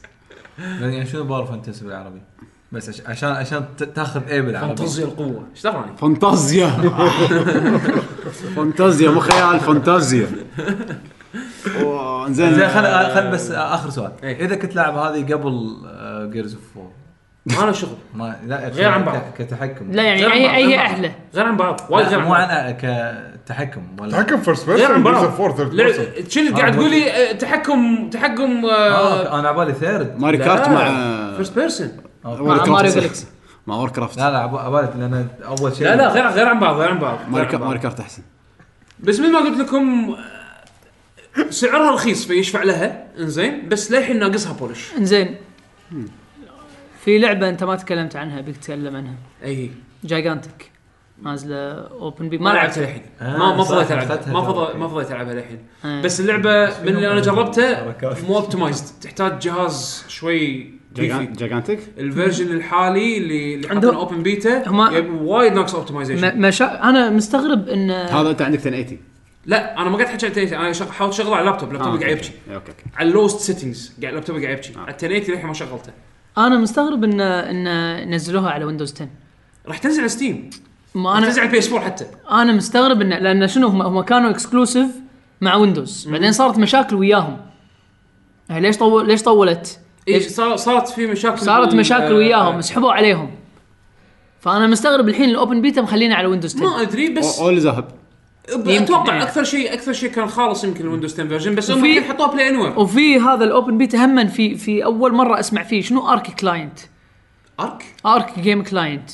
[SPEAKER 7] لأن يعني شنو باور فانتسي بالعربي؟ بس عش- عشان عشان ت- تاخذ اي بالعربي
[SPEAKER 4] فانتازيا القوه ايش دراني؟ [LAUGHS]
[SPEAKER 2] فانتازيا فانتازيا مو خيال فانتازيا أوه، زين
[SPEAKER 7] زين خل خل بس اخر سؤال
[SPEAKER 4] إيه.
[SPEAKER 7] اذا كنت لاعب هذه قبل آه، جيرز اوف 4
[SPEAKER 4] ما له شغل
[SPEAKER 7] ما لا
[SPEAKER 4] غير عن بعض.
[SPEAKER 7] ك- كتحكم
[SPEAKER 6] لا يعني
[SPEAKER 4] غير
[SPEAKER 6] اي
[SPEAKER 4] بعض،
[SPEAKER 6] اي
[SPEAKER 4] غير بعض.
[SPEAKER 6] احلى
[SPEAKER 4] غير عن بعض وايد غير
[SPEAKER 7] لا،
[SPEAKER 4] عن
[SPEAKER 7] مو
[SPEAKER 4] بعض
[SPEAKER 7] انا كتحكم ولا
[SPEAKER 1] تحكم فيرست
[SPEAKER 4] غير عن
[SPEAKER 1] بيرسون فور
[SPEAKER 4] بعض
[SPEAKER 1] ثيرد
[SPEAKER 4] لعب-
[SPEAKER 1] بيرسون
[SPEAKER 4] شنو قاعد
[SPEAKER 7] آه،
[SPEAKER 4] تقول لي آه، تحكم تحكم
[SPEAKER 7] آه، انا عبالي ثيرد
[SPEAKER 2] ماري كارت مع
[SPEAKER 4] فيرست بيرسون
[SPEAKER 6] مع ماريو جالكسي
[SPEAKER 2] مع وور كرافت
[SPEAKER 7] لا لا عب- عبالي لان اول شيء
[SPEAKER 4] لا لا غير غير عن بعض غير عن بعض غير
[SPEAKER 2] ماري
[SPEAKER 4] عن
[SPEAKER 2] كا-
[SPEAKER 4] بعض.
[SPEAKER 2] ماري كارت احسن
[SPEAKER 4] بس مثل ما قلت لكم آه، سعرها رخيص فيشفع لها انزين بس للحين ناقصها بولش
[SPEAKER 6] انزين في لعبه انت ما تكلمت عنها بيك تتكلم عنها
[SPEAKER 4] اي
[SPEAKER 6] جايجانتك نازله اوبن بي
[SPEAKER 4] ما لعبتها للحين ما
[SPEAKER 7] آه،
[SPEAKER 4] ما
[SPEAKER 7] صح،
[SPEAKER 4] فضيت العبها
[SPEAKER 7] أخذتها
[SPEAKER 4] ما
[SPEAKER 7] ترى.
[SPEAKER 4] فضيت ما فضيت العبها للحين
[SPEAKER 6] آه.
[SPEAKER 4] بس اللعبه من اللي انا جربته
[SPEAKER 7] حركات.
[SPEAKER 4] مو اوبتمايزد تحتاج جهاز شوي بيفي.
[SPEAKER 2] جاجانتك
[SPEAKER 4] الفيرجن الحالي اللي اللي
[SPEAKER 6] عندهم-
[SPEAKER 4] حاطين اوبن بيتا
[SPEAKER 6] هما-
[SPEAKER 4] وايد ناقص
[SPEAKER 6] ما
[SPEAKER 4] اوبتمايزيشن
[SPEAKER 6] ما شا... انا مستغرب ان
[SPEAKER 2] هذا انت عندك 1080
[SPEAKER 4] لا انا ما قاعد احكي عن 1080 انا شغ... حاولت شغله على اللابتوب
[SPEAKER 2] آه،
[SPEAKER 4] اللابتوب قاعد
[SPEAKER 2] أوكي. آه.
[SPEAKER 4] يبكي
[SPEAKER 2] اوكي اوكي
[SPEAKER 4] على اللوست سيتنجز قاعد اللابتوب قاعد يبكي على 1080 للحين ما شغلته
[SPEAKER 6] انا مستغرب ان ان نزلوها على ويندوز 10
[SPEAKER 4] راح تنزل على ستيم
[SPEAKER 6] ما
[SPEAKER 4] راح
[SPEAKER 6] انا
[SPEAKER 4] تنزل على البي اس 4 حتى
[SPEAKER 6] انا مستغرب انه لان شنو هم هم كانوا اكسكلوسيف مع ويندوز بعدين صارت مشاكل وياهم يعني ليش طول ليش طولت؟
[SPEAKER 4] اي
[SPEAKER 6] ليش
[SPEAKER 4] صار- صارت في مشاكل
[SPEAKER 6] صارت
[SPEAKER 4] بال-
[SPEAKER 6] مشاكل
[SPEAKER 4] آه،
[SPEAKER 6] وياهم
[SPEAKER 4] آه.
[SPEAKER 6] سحبوا عليهم فانا مستغرب الحين الاوبن بيتا مخلينا على ويندوز 10
[SPEAKER 4] ما ادري بس
[SPEAKER 2] اول ذهب
[SPEAKER 4] ب-
[SPEAKER 6] يمكن،
[SPEAKER 4] اتوقع
[SPEAKER 6] إيه.
[SPEAKER 4] اكثر شيء اكثر شيء كان خالص يمكن الويندوز 10 فيرجن بس هم
[SPEAKER 6] وفي-
[SPEAKER 4] الحين حطوها بلاي انوير
[SPEAKER 6] وفي هذا الاوبن بيتا هم في في اول مره اسمع فيه شنو ارك كلاينت
[SPEAKER 4] ارك
[SPEAKER 6] ارك جيم كلاينت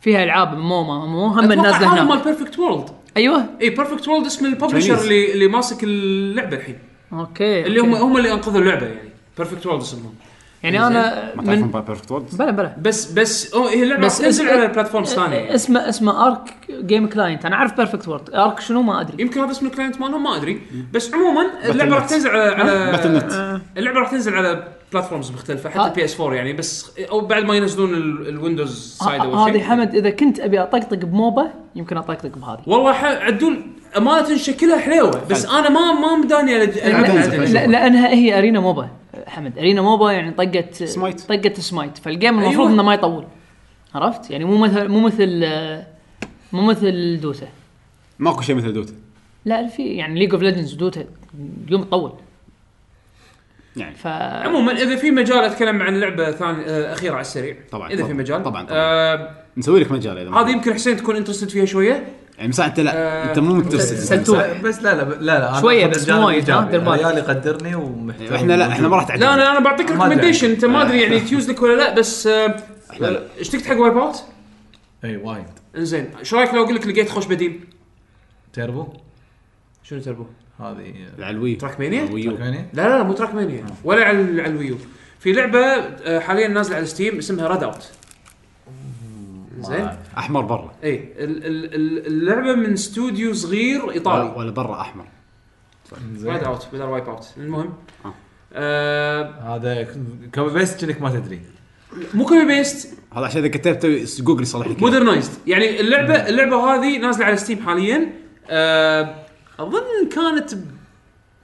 [SPEAKER 6] فيها العاب مو ما مو هم
[SPEAKER 4] اتوقع
[SPEAKER 6] الناس
[SPEAKER 4] هذا
[SPEAKER 6] هناك
[SPEAKER 4] مال بيرفكت وورلد
[SPEAKER 6] ايوه
[SPEAKER 4] اي بيرفكت وورلد اسم الببلشر
[SPEAKER 2] Chinese.
[SPEAKER 4] اللي اللي ماسك اللعبه الحين
[SPEAKER 6] اوكي
[SPEAKER 4] اللي هم
[SPEAKER 6] أوكي.
[SPEAKER 4] هم اللي انقذوا اللعبه يعني بيرفكت وورلد اسمهم
[SPEAKER 6] يعني انا
[SPEAKER 2] ما تعرفون
[SPEAKER 6] من
[SPEAKER 2] بيرفكت وورد
[SPEAKER 6] بلا بلا
[SPEAKER 4] بس بس أو هي اللعبه
[SPEAKER 6] بس إيه،
[SPEAKER 4] بس تنزل
[SPEAKER 6] اسم-
[SPEAKER 4] على البلاتفورم الثانيه
[SPEAKER 6] اسمه اسمه ارك جيم كلاينت انا اعرف بيرفكت وورد ارك شنو ما ادري
[SPEAKER 4] يمكن هذا اسم الكلاينت مالهم ما ادري بس عموما اللعبه راح
[SPEAKER 2] نت.
[SPEAKER 4] تنزل على
[SPEAKER 2] باتل نت.
[SPEAKER 4] على اللعبه راح تنزل على بلاتفورمز مختلفه
[SPEAKER 6] ها-
[SPEAKER 4] حتى بي اس 4 يعني بس او بعد ما ينزلون ال- الويندوز
[SPEAKER 6] ه-
[SPEAKER 4] سايد اول شيء
[SPEAKER 6] آه، هذه حمد اذا كنت ابي اطقطق بموبا يمكن اطقطق بهذه
[SPEAKER 4] والله ح- عدول امانه شكلها حليوه بس انا ما ما مداني على
[SPEAKER 6] لأن-
[SPEAKER 2] عدل زين.
[SPEAKER 6] لا- لانها هي ارينا موبا حمد ارينا موبا يعني طقت
[SPEAKER 2] سمايت.
[SPEAKER 6] طقت سمايت فالجيم المفروض
[SPEAKER 2] أيوه.
[SPEAKER 4] أيوة.
[SPEAKER 6] انه ما يطول عرفت يعني مو مثل مو مثل آه، مو مثل دوتا
[SPEAKER 2] ماكو شيء مثل دوتا
[SPEAKER 6] لا في يعني ليج اوف ليجندز ودوتا يوم تطول
[SPEAKER 2] يعني
[SPEAKER 6] ف
[SPEAKER 4] عموما اذا في مجال اتكلم عن لعبه ثانيه آه، اخيره على السريع
[SPEAKER 2] طبعاً،
[SPEAKER 4] اذا في
[SPEAKER 2] طبعاً،
[SPEAKER 4] مجال
[SPEAKER 2] طبعاً، طبعاً.
[SPEAKER 4] آه،
[SPEAKER 2] نسوي لك مجال اذا ما-
[SPEAKER 4] هذه يمكن حسين تكون انترستد فيها شويه
[SPEAKER 2] يعني مساعة انت لا
[SPEAKER 4] آه،
[SPEAKER 2] انت مو يعني متوسط
[SPEAKER 6] سلتوه.
[SPEAKER 7] بس لا لا لا لا أنا
[SPEAKER 6] شوية
[SPEAKER 7] أخذ
[SPEAKER 6] بس
[SPEAKER 7] الجانب
[SPEAKER 6] مو وايد،
[SPEAKER 7] الإيجابي.
[SPEAKER 6] ها، دربات.
[SPEAKER 7] العيال يقدرني ومحترم
[SPEAKER 2] احنا لا احنا ما راح
[SPEAKER 4] لا انا انا بعطيك
[SPEAKER 7] ما أدري.
[SPEAKER 4] ريكومنديشن انت ما ادري يعني تيوز لك ولا لا بس آه،
[SPEAKER 2] إحنا لا.
[SPEAKER 4] آه، اشتقت حق وايب اوت
[SPEAKER 7] اي وايد
[SPEAKER 4] انزين شو رايك لو اقول لك لقيت خوش بديل
[SPEAKER 7] تيربو
[SPEAKER 4] شنو تربو
[SPEAKER 7] هذه
[SPEAKER 2] على الوي
[SPEAKER 4] تراك مانيا؟
[SPEAKER 2] ويو
[SPEAKER 7] فاهمني؟
[SPEAKER 4] لا لا لا مو تراك مانيا ولا على على الويو في لعبه آه، حاليا نازله على ستيم اسمها راد اوت زين
[SPEAKER 7] آه،
[SPEAKER 2] احمر برا
[SPEAKER 4] اي إيه، ال- ال- ال- اللعبه من استوديو صغير ايطالي
[SPEAKER 2] ولا برا احمر
[SPEAKER 4] وايد اوت بدل وايب اوت المهم
[SPEAKER 2] آه.
[SPEAKER 4] آه
[SPEAKER 7] هذا ك- كوبي بيست كأنك ما تدري
[SPEAKER 4] مو كوبي بيست
[SPEAKER 2] هذا عشان اذا كتبت جوجل يصلح لك إياه.
[SPEAKER 4] مودرنايزد يعني اللعبه اللعبه هذه نازله على ستيم حاليا آه اظن كانت ب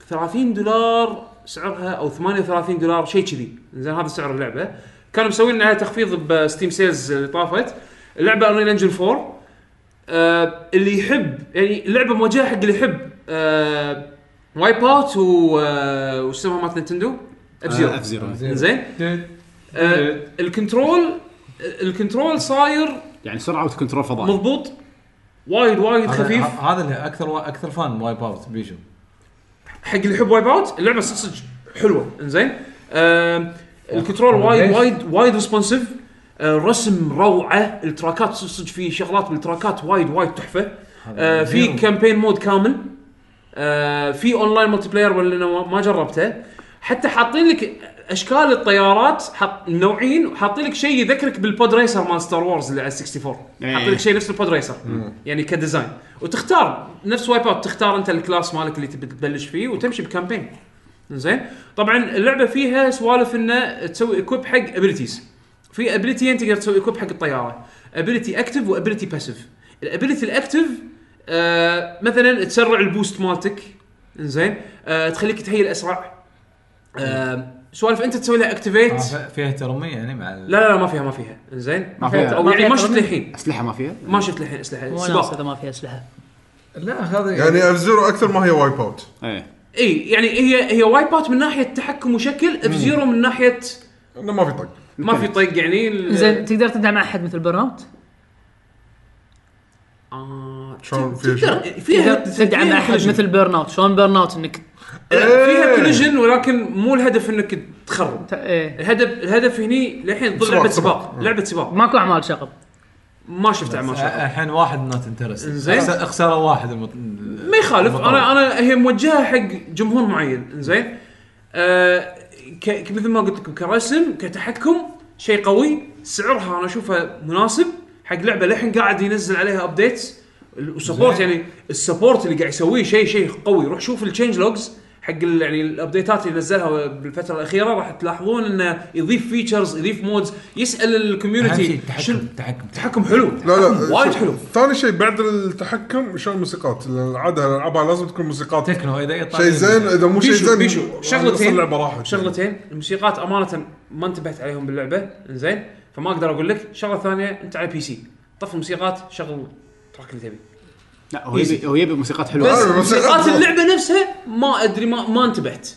[SPEAKER 4] 30 دولار سعرها او 38 دولار شيء كذي زين هذا سعر اللعبه كانوا مسوين عليها تخفيض بستيم سيلز اللي طافت اللعبه انريل انجل 4 آه اللي يحب يعني اللعبه موجهه حق اللي يحب آه وايب اوت و آه، وش اسمها مالت نتندو؟ اف زيرو
[SPEAKER 2] آه، اف زيرو
[SPEAKER 4] زين آه، الكنترول الكنترول صاير
[SPEAKER 2] يعني سرعه وكنترول فضائي
[SPEAKER 4] مضبوط وايد وايد
[SPEAKER 7] هذا-
[SPEAKER 4] خفيف
[SPEAKER 7] ه- هذا اللي اكثر اكثر فان وايب اوت بيشو
[SPEAKER 4] حق اللي يحب وايب اوت اللعبه صدق صدق حلوه انزين آه، الكنترول وايد
[SPEAKER 7] ليش؟
[SPEAKER 4] وايد وايد ريسبونسيف الرسم روعه التراكات صدق صدق في شغلات بالتراكات وايد وايد تحفه آه، في
[SPEAKER 7] زيرو.
[SPEAKER 4] كامبين مود كامل آه، في اونلاين ملتي بلاير ولا أنا ما- ما جربته حتى حاطين لك اشكال الطيارات حط نوعين وحاطين لك شيء يذكرك بالبود ريسر مال ستار وورز اللي على 64
[SPEAKER 2] إيه.
[SPEAKER 4] حاطين لك شيء نفس البود ريسر يعني كديزاين وتختار نفس وايب اوت تختار انت الكلاس مالك اللي تبي تبلش فيه وتمشي بكامبين زين طبعا اللعبه فيها سوالف انه تسوي اكويب حق ابيلتيز في ابيلتيين تقدر تسوي اكويب حق الطياره ابيلتي اكتف وابيلتي باسيف الابيلتي الاكتف آه مثلا تسرع البوست مالتك زين آه تخليك تهيل اسرع آه سوالف انت تسوي لها
[SPEAKER 7] آه،
[SPEAKER 4] اكتيفيت
[SPEAKER 7] ف- فيها ترمية يعني مع ال-
[SPEAKER 4] لا لا لا ما فيها ما فيها زين
[SPEAKER 2] ما فيها.
[SPEAKER 4] او
[SPEAKER 6] ما
[SPEAKER 4] يعني
[SPEAKER 6] فيها
[SPEAKER 4] ما شفت
[SPEAKER 6] ترميم.
[SPEAKER 4] للحين
[SPEAKER 2] اسلحه ما فيها
[SPEAKER 4] ما شفت للحين اسلحه
[SPEAKER 6] مو ناس
[SPEAKER 4] سباق
[SPEAKER 6] اذا ما في اسلحه
[SPEAKER 7] لا هذا
[SPEAKER 1] يعني اف زيرو اكثر ما هي وايب اوت
[SPEAKER 2] ايه
[SPEAKER 4] اي يعني هي هي وايب اوت من ناحيه تحكم وشكل اف زيرو من ناحيه
[SPEAKER 1] انه ما في طق
[SPEAKER 4] ما في طق يعني ال-
[SPEAKER 6] زين تقدر تدعم احد مثل بيرن اوت
[SPEAKER 4] آه،
[SPEAKER 1] شلون في شيء؟
[SPEAKER 4] تقدر فيها
[SPEAKER 6] تقدر تدعم
[SPEAKER 4] فيها
[SPEAKER 6] احد
[SPEAKER 4] collision.
[SPEAKER 6] مثل بيرن اوت شلون بيرن اوت انك
[SPEAKER 4] لا، فيها
[SPEAKER 1] إيه.
[SPEAKER 4] كوليجن ولكن مو الهدف انك تخرب
[SPEAKER 6] ت- ايه
[SPEAKER 4] الهدف الهدف هني للحين ظل
[SPEAKER 1] سباق،
[SPEAKER 4] لعبه
[SPEAKER 1] سباق.
[SPEAKER 4] سباق لعبه سباق
[SPEAKER 6] ماكو اعمال شغب
[SPEAKER 4] ما شفت
[SPEAKER 7] بس آه،
[SPEAKER 4] اعمال
[SPEAKER 7] ع-
[SPEAKER 4] شغل
[SPEAKER 7] الحين واحد نوت انترست
[SPEAKER 4] إنزين.
[SPEAKER 7] خساره واحد
[SPEAKER 4] ما يخالف انا انا هي موجهه حق جمهور معين زين آه ك- ك- مثل ما قلت لكم كرسم كتحكم شيء قوي سعرها انا اشوفه مناسب حق لعبه للحين قاعد ينزل عليها ابديتس وسبورت
[SPEAKER 7] زين.
[SPEAKER 4] يعني السبورت اللي قاعد يسويه شيء شيء قوي روح شوف التشينج لوجز حق ال- يعني الابديتات اللي نزلها بالفتره الاخيره راح تلاحظون انه يضيف فيتشرز يضيف مودز يسال الكوميونتي شنو-
[SPEAKER 7] تحكم
[SPEAKER 4] تحكم حلو
[SPEAKER 1] لا
[SPEAKER 4] تحكم
[SPEAKER 1] لا
[SPEAKER 4] وايد
[SPEAKER 1] شوف،
[SPEAKER 4] حلو
[SPEAKER 1] ثاني شيء بعد التحكم شلون الموسيقات لأن العاده الالعابها لازم تكون موسيقات
[SPEAKER 7] تكنو اذا يطلع-
[SPEAKER 1] شيء زين اذا مو شيء
[SPEAKER 4] بيشو-
[SPEAKER 1] زين
[SPEAKER 4] بيشو.
[SPEAKER 1] راح
[SPEAKER 4] شغلتين.
[SPEAKER 1] نوصل اللعبه راحت
[SPEAKER 4] شغلتين الموسيقات امانه ما انتبهت عليهم باللعبه زين فما اقدر اقول لك شغله ثانيه انت على بي سي طفي الموسيقات شغل تراك اللي تبي
[SPEAKER 2] لا هو يبي هو يبي موسيقات حلوه
[SPEAKER 4] بس
[SPEAKER 1] آه، الموسيقات
[SPEAKER 4] موسيقات
[SPEAKER 1] حلوة.
[SPEAKER 4] اللعبه نفسها ما ادري ما ما انتبهت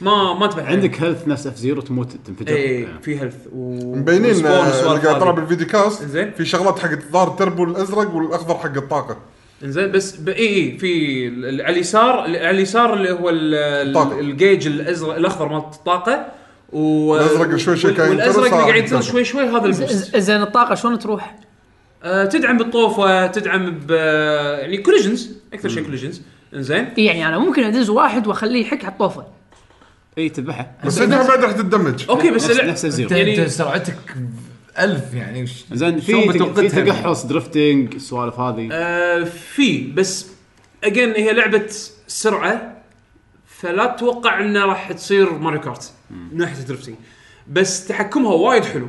[SPEAKER 4] ما ما انتبهت
[SPEAKER 2] عندك هيلث نفس اف زيرو تموت تنفجر آه.
[SPEAKER 4] اي في هيلث و
[SPEAKER 1] مبينين
[SPEAKER 4] وسبون
[SPEAKER 1] آه،
[SPEAKER 4] وسوالف
[SPEAKER 1] اللي قاعد طلع
[SPEAKER 4] هذه.
[SPEAKER 1] بالفيديو كاست
[SPEAKER 4] زين.
[SPEAKER 1] في شغلات حق الظاهر التربو الازرق والاخضر حق الطاقه
[SPEAKER 4] انزين بس ب- اي اي في ال- ال- على اليسار ال- على اليسار اللي هو ال- ال-
[SPEAKER 1] الطاقة.
[SPEAKER 4] الجيج الازرق الاخضر مال الطاقه و
[SPEAKER 1] الأزرق شوي شوي
[SPEAKER 4] وال-
[SPEAKER 1] كان ينطر،
[SPEAKER 4] والازرق اللي
[SPEAKER 1] صار
[SPEAKER 4] قاعد
[SPEAKER 1] ينطر.
[SPEAKER 4] يصير شوي شوي هذا البوست
[SPEAKER 6] ز- زين الطاقه شلون تروح؟
[SPEAKER 4] آه، تدعم بالطوفه تدعم ب يعني كوليجنز اكثر شيء كوليجنز انزين
[SPEAKER 6] إي يعني انا ممكن ادز واحد واخليه يحك على الطوفه
[SPEAKER 2] اي تذبحه
[SPEAKER 1] بس انها بعد راح تدمج
[SPEAKER 4] اوكي بس
[SPEAKER 2] نفس
[SPEAKER 4] اللعب-
[SPEAKER 2] إيه، نفس اف
[SPEAKER 7] انت
[SPEAKER 2] زيرو
[SPEAKER 4] يعني-
[SPEAKER 7] انت سرعتك ألف يعني ش-
[SPEAKER 2] زين في
[SPEAKER 7] شلون يعني؟
[SPEAKER 2] تق- في
[SPEAKER 7] بتوقتها؟
[SPEAKER 2] تقحص درفتنج السوالف هذه
[SPEAKER 4] آه، في بس اجين هي لعبه سرعه فلا تتوقع انه راح تصير ماريو كارت من ناحيه الدرفتنج بس تحكمها وايد حلو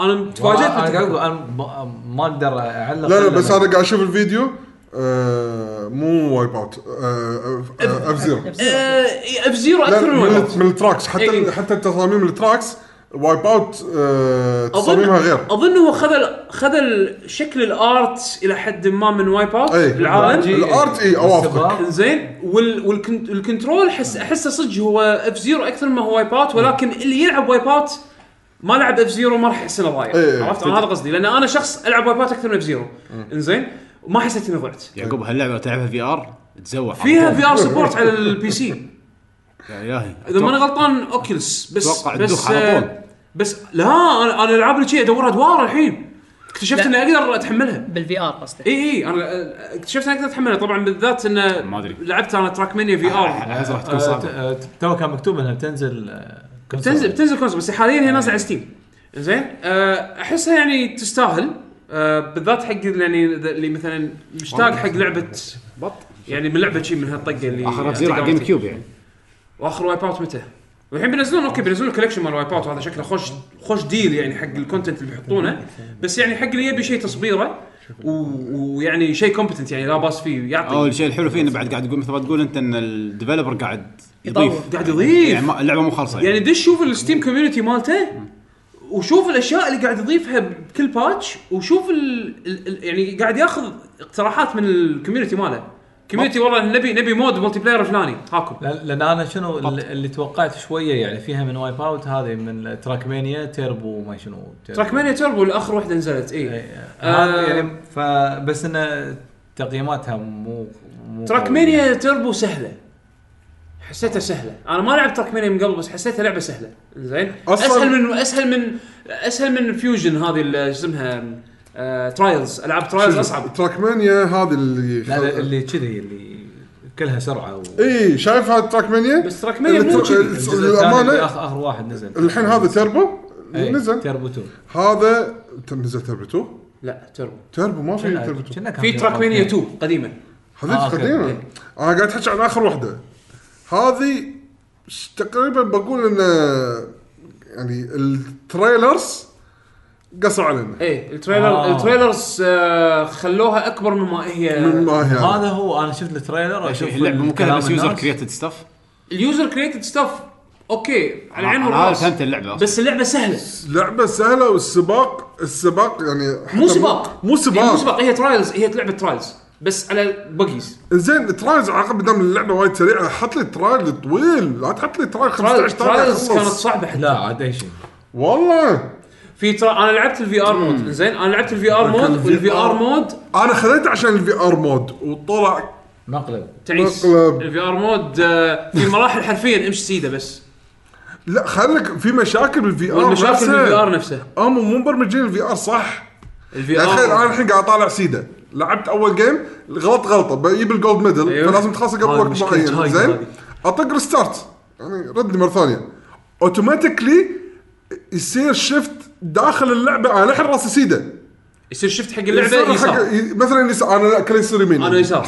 [SPEAKER 4] انا
[SPEAKER 7] والله
[SPEAKER 4] تفاجات
[SPEAKER 7] انا قاعد
[SPEAKER 4] بالتحكم.
[SPEAKER 7] اقول انا ما- ما اقدر اعلق
[SPEAKER 1] لا لا
[SPEAKER 7] إلا
[SPEAKER 1] بس
[SPEAKER 7] لما-
[SPEAKER 1] انا قاعد اشوف الفيديو آه، مو وايب اوت آه، آه، آه، اف زيرو
[SPEAKER 4] آه، اف زيرو
[SPEAKER 1] لا
[SPEAKER 4] اكثر من
[SPEAKER 1] من,
[SPEAKER 4] وايد
[SPEAKER 1] الت- من التراكس حتى
[SPEAKER 4] إيه.
[SPEAKER 1] ال- حتى تصاميم التراكس وايب اوت آه،
[SPEAKER 4] اظن
[SPEAKER 1] تصاميمها غير
[SPEAKER 4] اظن هو خذ ال- خذ ال- شكل الارت الى حد ما من وايب اوت
[SPEAKER 1] إيه.
[SPEAKER 4] بالعالم
[SPEAKER 1] الارت اي
[SPEAKER 2] [LAUGHS]
[SPEAKER 1] اوافقك
[SPEAKER 4] زين والكنترول احس احسه صدق هو اف زيرو اكثر ما هو وايب اوت ولكن اللي يلعب وايب اوت ما لعب اف زيرو ما راح يحس انه
[SPEAKER 1] إيه.
[SPEAKER 4] ضايع عرفت انا هذا قصدي لان انا شخص العب وايب اوت اكثر من اف زيرو انزين وما حسيت اني ضعت
[SPEAKER 2] يعقوب هاللعبه لو تلعبها في ار تزوع
[SPEAKER 4] فيها
[SPEAKER 2] على طول.
[SPEAKER 4] في ار سبورت على البي سي
[SPEAKER 2] يا إلهي.
[SPEAKER 4] اذا ماني غلطان اوكيلس بس
[SPEAKER 2] أتوقع
[SPEAKER 4] بس
[SPEAKER 2] تدوخ على
[SPEAKER 4] آه،
[SPEAKER 2] طول.
[SPEAKER 4] بس لا انا انا العاب اللي شي ادور ادوار الحين اكتشفت
[SPEAKER 6] لا.
[SPEAKER 4] اني اقدر اتحملها
[SPEAKER 6] بالفي ار قصدي
[SPEAKER 4] اي اي انا آه، اكتشفت اني اقدر اتحملها طبعا بالذات انه
[SPEAKER 2] ما أدري.
[SPEAKER 4] لعبت انا تراك مانيا في ار
[SPEAKER 2] احس راح
[SPEAKER 7] آه،
[SPEAKER 2] تكون صعبه
[SPEAKER 7] آه، ت- تو كان مكتوب انها بتنزل آه، كونسول.
[SPEAKER 4] بتنزل بتنزل كونسول بس حاليا هي نازله على ستيم زين آه، احسها يعني تستاهل آه، بالذات حق ال- يعني ذا- اللي مثلا مشتاق حق لعبه
[SPEAKER 2] بط
[SPEAKER 4] يعني من لعبه شيء من هالطقه اللي
[SPEAKER 2] اخر اف زيرو على جيم كيوب يعني
[SPEAKER 4] واخر وايب اوت متى؟ والحين بينزلون اوكي بينزلون الكولكشن مال وايب اوت وهذا شكله خوش خوش ديل يعني حق الكونتنت اللي بيحطونه بس يعني حق اللي يبي شيء تصبيره و- ويعني شيء كومبتنت يعني لا باس فيه يعطي
[SPEAKER 2] اول شيء الحلو فيه انه بعد قاعد تقول مثل ما تقول انت ان الديفلوبر قاعد يضيف
[SPEAKER 4] قاعد يضيف
[SPEAKER 2] يعني ما- اللعبه مو خالصه
[SPEAKER 4] يعني دش شوف الستيم كوميونتي مالته وشوف الاشياء اللي قاعد يضيفها بكل باتش وشوف ال ال ال- يعني قاعد ياخذ اقتراحات من الكوميونتي ماله كوميونتي والله نبي نبي مود ملتي بلاير فلاني هاكم
[SPEAKER 7] لأن- لان انا شنو ال- اللي توقعت شويه يعني فيها من وايب اوت هذه من تراك مانيا تيربو ما شنو
[SPEAKER 4] تراك مانيا توربو الاخر واحده نزلت
[SPEAKER 7] إيه.
[SPEAKER 4] اي آه.
[SPEAKER 7] هذا يعني فبس ان تقييماتها مو مو
[SPEAKER 4] تراك
[SPEAKER 7] قوية.
[SPEAKER 4] مانيا توربو سهله حسيتها سهله انا ما لعبت تراك مانيا من قبل بس حسيتها لعبه سهله زين
[SPEAKER 1] أصلاً-
[SPEAKER 4] اسهل من اسهل من اسهل من فيوجن هذه اللي اسمها آه، ترايلز العاب ترايلز اصعب
[SPEAKER 1] تراك مانيا هذه اللي
[SPEAKER 7] لا لا اللي كذي اللي كلها سرعه و...
[SPEAKER 1] اي شايف هذا تراك مانيا
[SPEAKER 4] بس تراك مانيا مو
[SPEAKER 1] اللي-
[SPEAKER 4] كذي
[SPEAKER 1] الس-
[SPEAKER 7] الجزء الثاني
[SPEAKER 1] الأمانة- إيه؟
[SPEAKER 7] اللي آخر, اخر واحد نزل
[SPEAKER 1] الحين هذا تربو
[SPEAKER 7] إيه،
[SPEAKER 1] نزل
[SPEAKER 7] تيربو 2
[SPEAKER 1] هذا ت- نزل تربو 2
[SPEAKER 4] لا توربو
[SPEAKER 1] تربو ما في تربو 2
[SPEAKER 7] آه، كنا كان
[SPEAKER 4] في تراك مانيا 2 قديمه
[SPEAKER 1] هذيك
[SPEAKER 7] آه، أوكي.
[SPEAKER 1] قديمه
[SPEAKER 4] إيه.
[SPEAKER 1] انا قاعد احكي عن اخر واحده هذه ش- تقريبا بقول ان يعني التريلرز قصوا علينا
[SPEAKER 4] ايه التريلر
[SPEAKER 7] آه.
[SPEAKER 4] آه. التريلرز آه خلوها اكبر مما هي
[SPEAKER 1] من ما هي
[SPEAKER 7] هذا هو انا شفت التريلر اشوف
[SPEAKER 2] اللعبه مو كلها
[SPEAKER 7] كلام
[SPEAKER 2] بس يوزر
[SPEAKER 7] الناس.
[SPEAKER 2] كريتد ستاف
[SPEAKER 4] اليوزر كريتد ستاف اوكي على العين والراس
[SPEAKER 2] آه، فهمت اللعبه أصلاً.
[SPEAKER 4] بس اللعبه سهله
[SPEAKER 1] لعبه سهله والسباق السباق يعني حتى
[SPEAKER 4] مو سباق
[SPEAKER 1] مو
[SPEAKER 4] هي مو
[SPEAKER 1] سباق
[SPEAKER 4] سباق هي ترايلز هي لعبه ترايلز بس على بقيز
[SPEAKER 1] زين ترايلز عقب دام اللعبه وايد سريعه حط لي ترايل طويل لا تحط لي ترايل 15 دقيقه
[SPEAKER 4] ترايلز كانت
[SPEAKER 1] خلص
[SPEAKER 4] صعبه حتى
[SPEAKER 7] لا عاد اي شيء
[SPEAKER 1] والله
[SPEAKER 4] في ترا... انا لعبت الفي ار مود زين انا لعبت الفي ار
[SPEAKER 1] كان
[SPEAKER 4] مود والفي ار مود
[SPEAKER 1] انا خذيته عشان الفي ار مود وطلع
[SPEAKER 7] مقلب
[SPEAKER 4] تعيس
[SPEAKER 1] مقلب.
[SPEAKER 4] الفي ار مود آه، في مراحل حرفيا امشي سيده بس
[SPEAKER 1] لا خليك في مشاكل بالفي ار
[SPEAKER 4] والمشاكل بالفي ار نفسها
[SPEAKER 1] هم مو مبرمجين الفي ار صح
[SPEAKER 4] الفي
[SPEAKER 1] يا اخي انا
[SPEAKER 4] ار
[SPEAKER 1] الحين قاعد اطالع سيده لعبت اول جيم غلط غلطه بجيب الجولد ميدل
[SPEAKER 4] أيوه.
[SPEAKER 1] فلازم تخلصه
[SPEAKER 4] هذه
[SPEAKER 1] قبل وقت
[SPEAKER 4] مشكلة
[SPEAKER 1] معين
[SPEAKER 4] هاي
[SPEAKER 1] زين
[SPEAKER 4] هذه.
[SPEAKER 1] اطق ريستارت يعني ردني مره ثانيه اوتوماتيكلي يصير شفت داخل اللعبه انا الحين راسي سيده
[SPEAKER 4] يصير شفت حق اللعبه
[SPEAKER 1] يصير حق-
[SPEAKER 4] يسار
[SPEAKER 1] ي- مثلا يسار انا لا كل يصير يمين
[SPEAKER 4] انا يسار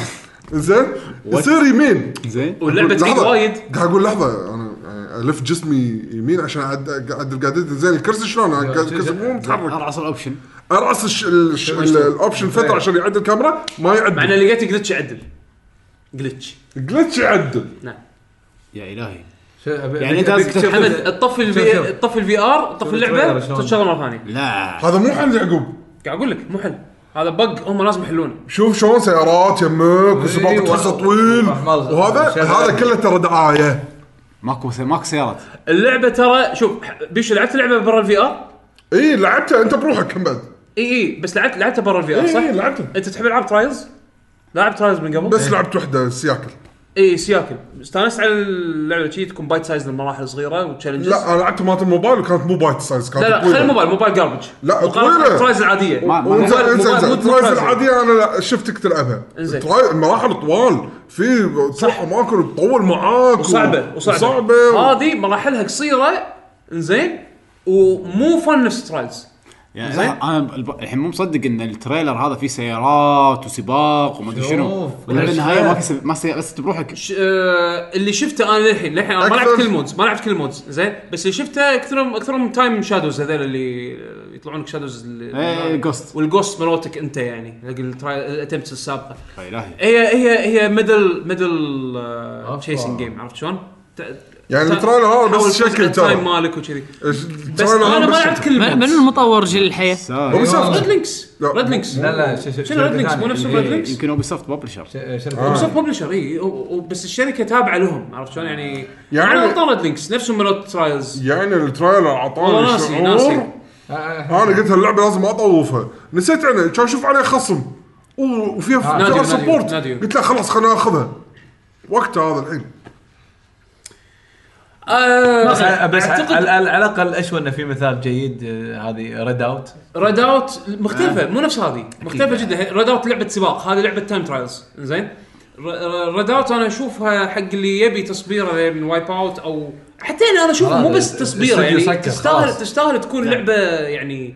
[SPEAKER 1] زين يصير يمين
[SPEAKER 2] زين
[SPEAKER 4] واللعبه
[SPEAKER 1] لحظة.
[SPEAKER 4] تقيد وايد
[SPEAKER 1] قاعد اقول لحظه انا يعني الف جسمي يمين عشان اعد اعد قاعد زين الكرسي شلون أنا قاعد- الكرسي مو متحرك
[SPEAKER 2] ارعص الاوبشن
[SPEAKER 1] ارعص الش- الش- ال- الاوبشن فتره عشان يعد الكاميرا ما
[SPEAKER 4] مع
[SPEAKER 1] يعد
[SPEAKER 4] ان لقيت جلتش يعدل جلتش
[SPEAKER 1] جلتش يعدل
[SPEAKER 2] يا الهي يعني
[SPEAKER 7] يعني
[SPEAKER 2] أنت قصدك شوف-
[SPEAKER 4] حمد تطفي
[SPEAKER 7] شوف.
[SPEAKER 4] الفي تطفي الفي ار تطفي اللعبه
[SPEAKER 7] التريلر شلون.
[SPEAKER 4] تشتغل مره ثانيه
[SPEAKER 2] لا
[SPEAKER 1] هذا مو حل يعقوب
[SPEAKER 4] قاعد اقول لك مو حل هذا بق هم لازم يحلونه
[SPEAKER 1] شوف شلون سيارات يمك وسباق
[SPEAKER 7] إيه،
[SPEAKER 1] تخصص
[SPEAKER 7] وأحمر-
[SPEAKER 1] طويل
[SPEAKER 7] وأحمر-
[SPEAKER 1] وهذا
[SPEAKER 7] شغال.
[SPEAKER 1] هذا كله ترى دعايه
[SPEAKER 2] ماكو ماكو سيارات
[SPEAKER 4] اللعبه ترى شوف ح- بيشو لعبت لعبه برا الفي ار
[SPEAKER 1] اي إيه، لعبته انت بروحك كم بعد
[SPEAKER 4] اي اي بس لعبت لعبتها برا الفي ار
[SPEAKER 1] اي
[SPEAKER 4] صح؟
[SPEAKER 1] اي لعبته
[SPEAKER 4] انت تحب العاب ترايلز؟ لاعب ترايلز من قبل؟
[SPEAKER 1] بس لعبت وحده سياكل
[SPEAKER 4] اي سياكل استانست على اللعبه شي تكون بايت سايز المراحل صغيره وتشالنجز
[SPEAKER 1] لا انا لعبت مالت الموبايل وكانت مو بايت سايز كانت
[SPEAKER 4] لا لا
[SPEAKER 1] طويلة.
[SPEAKER 4] خلي الموبايل موبايل جاربج
[SPEAKER 1] لا،
[SPEAKER 4] مقارنه
[SPEAKER 1] طويلة.
[SPEAKER 4] بالترايلز العاديه
[SPEAKER 2] ما- ما-
[SPEAKER 1] انزين
[SPEAKER 4] موبايل-
[SPEAKER 1] انزين
[SPEAKER 4] موبايل-
[SPEAKER 1] انزين
[SPEAKER 4] موبايل
[SPEAKER 1] الترايز
[SPEAKER 4] ترايلز.
[SPEAKER 1] العاديه انا لا شفتك تلعبها
[SPEAKER 4] انزين.
[SPEAKER 1] التراي- المراحل طوال في تروح اماكن تطول معاك
[SPEAKER 4] وصعبه وصعبه
[SPEAKER 1] صعبه
[SPEAKER 4] هذه مراحلها قصيره زين ومو فن نفس ترايلز
[SPEAKER 2] يعني
[SPEAKER 4] زين.
[SPEAKER 2] انا الب- الحين مو مصدق ان التريلر هذا فيه سيارات وسباق وما ادري شنو
[SPEAKER 7] شوف.
[SPEAKER 2] ولا بالنهايه ما كسب ما سي- بس بروحك
[SPEAKER 4] ش... آه... اللي شفته انا للحين للحين انا ما
[SPEAKER 1] أكثر-
[SPEAKER 4] لعبت كل المودز ما لعبت كل المودز زين بس اللي شفته اكثرهم اكثرهم تايم شادوز هذول اللي آه، يطلعونك شادوز ال-
[SPEAKER 2] إيه، Ghost.
[SPEAKER 4] والجوست مالتك انت يعني حق الاتمتس السابقه
[SPEAKER 2] يا الهي
[SPEAKER 4] هي هي هي ميدل ميدل تشيسنج جيم عرفت شلون؟ ت-
[SPEAKER 1] يعني
[SPEAKER 4] ت-
[SPEAKER 1] التريلر هذا بس
[SPEAKER 4] تحاول
[SPEAKER 1] شكل
[SPEAKER 4] تفوز على
[SPEAKER 1] ترى.
[SPEAKER 4] التايم مالك وكذي بس
[SPEAKER 1] الترايز
[SPEAKER 4] انا
[SPEAKER 1] هذا
[SPEAKER 4] ما
[SPEAKER 1] بس
[SPEAKER 4] لعبت
[SPEAKER 1] شكل.
[SPEAKER 4] كل
[SPEAKER 6] من من
[SPEAKER 4] المودز.
[SPEAKER 6] المطور جل
[SPEAKER 4] إيه.
[SPEAKER 6] الحياه؟
[SPEAKER 2] ساري.
[SPEAKER 1] Ubisoft.
[SPEAKER 4] ريد لينكس
[SPEAKER 1] لا،
[SPEAKER 4] ريد لينكس
[SPEAKER 7] لا لا شو- شو-
[SPEAKER 4] شنو ريد
[SPEAKER 7] شركة
[SPEAKER 4] لينكس
[SPEAKER 7] ثانية.
[SPEAKER 4] مو نفس
[SPEAKER 7] إيه،
[SPEAKER 4] ريد لينكس
[SPEAKER 2] يمكن اوبي سوفت ببلشر
[SPEAKER 7] ش- شركة
[SPEAKER 1] آه.
[SPEAKER 4] سوفت ببلشر اي بس الشركه تابعه لهم عرفت شلون يعني
[SPEAKER 1] يعني-
[SPEAKER 4] يعني طلع ريد لينكس نفسهم ملوت ترايلز
[SPEAKER 1] يعني التريلر اعطاني
[SPEAKER 4] والله ناسي ناسي
[SPEAKER 1] شعور انا قلت هاللعبه لازم اطوفها نسيت عنها كان اشوف عليه خصم و- وفيها
[SPEAKER 4] ناديو،
[SPEAKER 1] فيها
[SPEAKER 4] ناديو،
[SPEAKER 1] سبورت
[SPEAKER 4] ناديو.
[SPEAKER 1] قلت لا خلاص خلنا اخذها وقتها هذا الحين
[SPEAKER 4] آه،
[SPEAKER 7] بس على
[SPEAKER 4] اعتقد
[SPEAKER 7] على- على الاقل اشوى انه في مثال جيد آه، هذه ريد اوت
[SPEAKER 4] ريد اوت مختلفه
[SPEAKER 7] آه.
[SPEAKER 4] مو نفس هذه مختلفه جدا ريد اوت لعبه سباق هذه لعبه تايم ترايلز زين ريد اوت انا اشوفها حق اللي يبي يعني تصبيره من وايب اوت او حتى انا انا اشوفها
[SPEAKER 7] خلاص،
[SPEAKER 4] مو بس تصبيره
[SPEAKER 7] الاستوديو
[SPEAKER 4] يعني
[SPEAKER 7] سكر،
[SPEAKER 4] تستاهل
[SPEAKER 7] خلاص. نعم.
[SPEAKER 4] تستاهل تكون لعبه يعني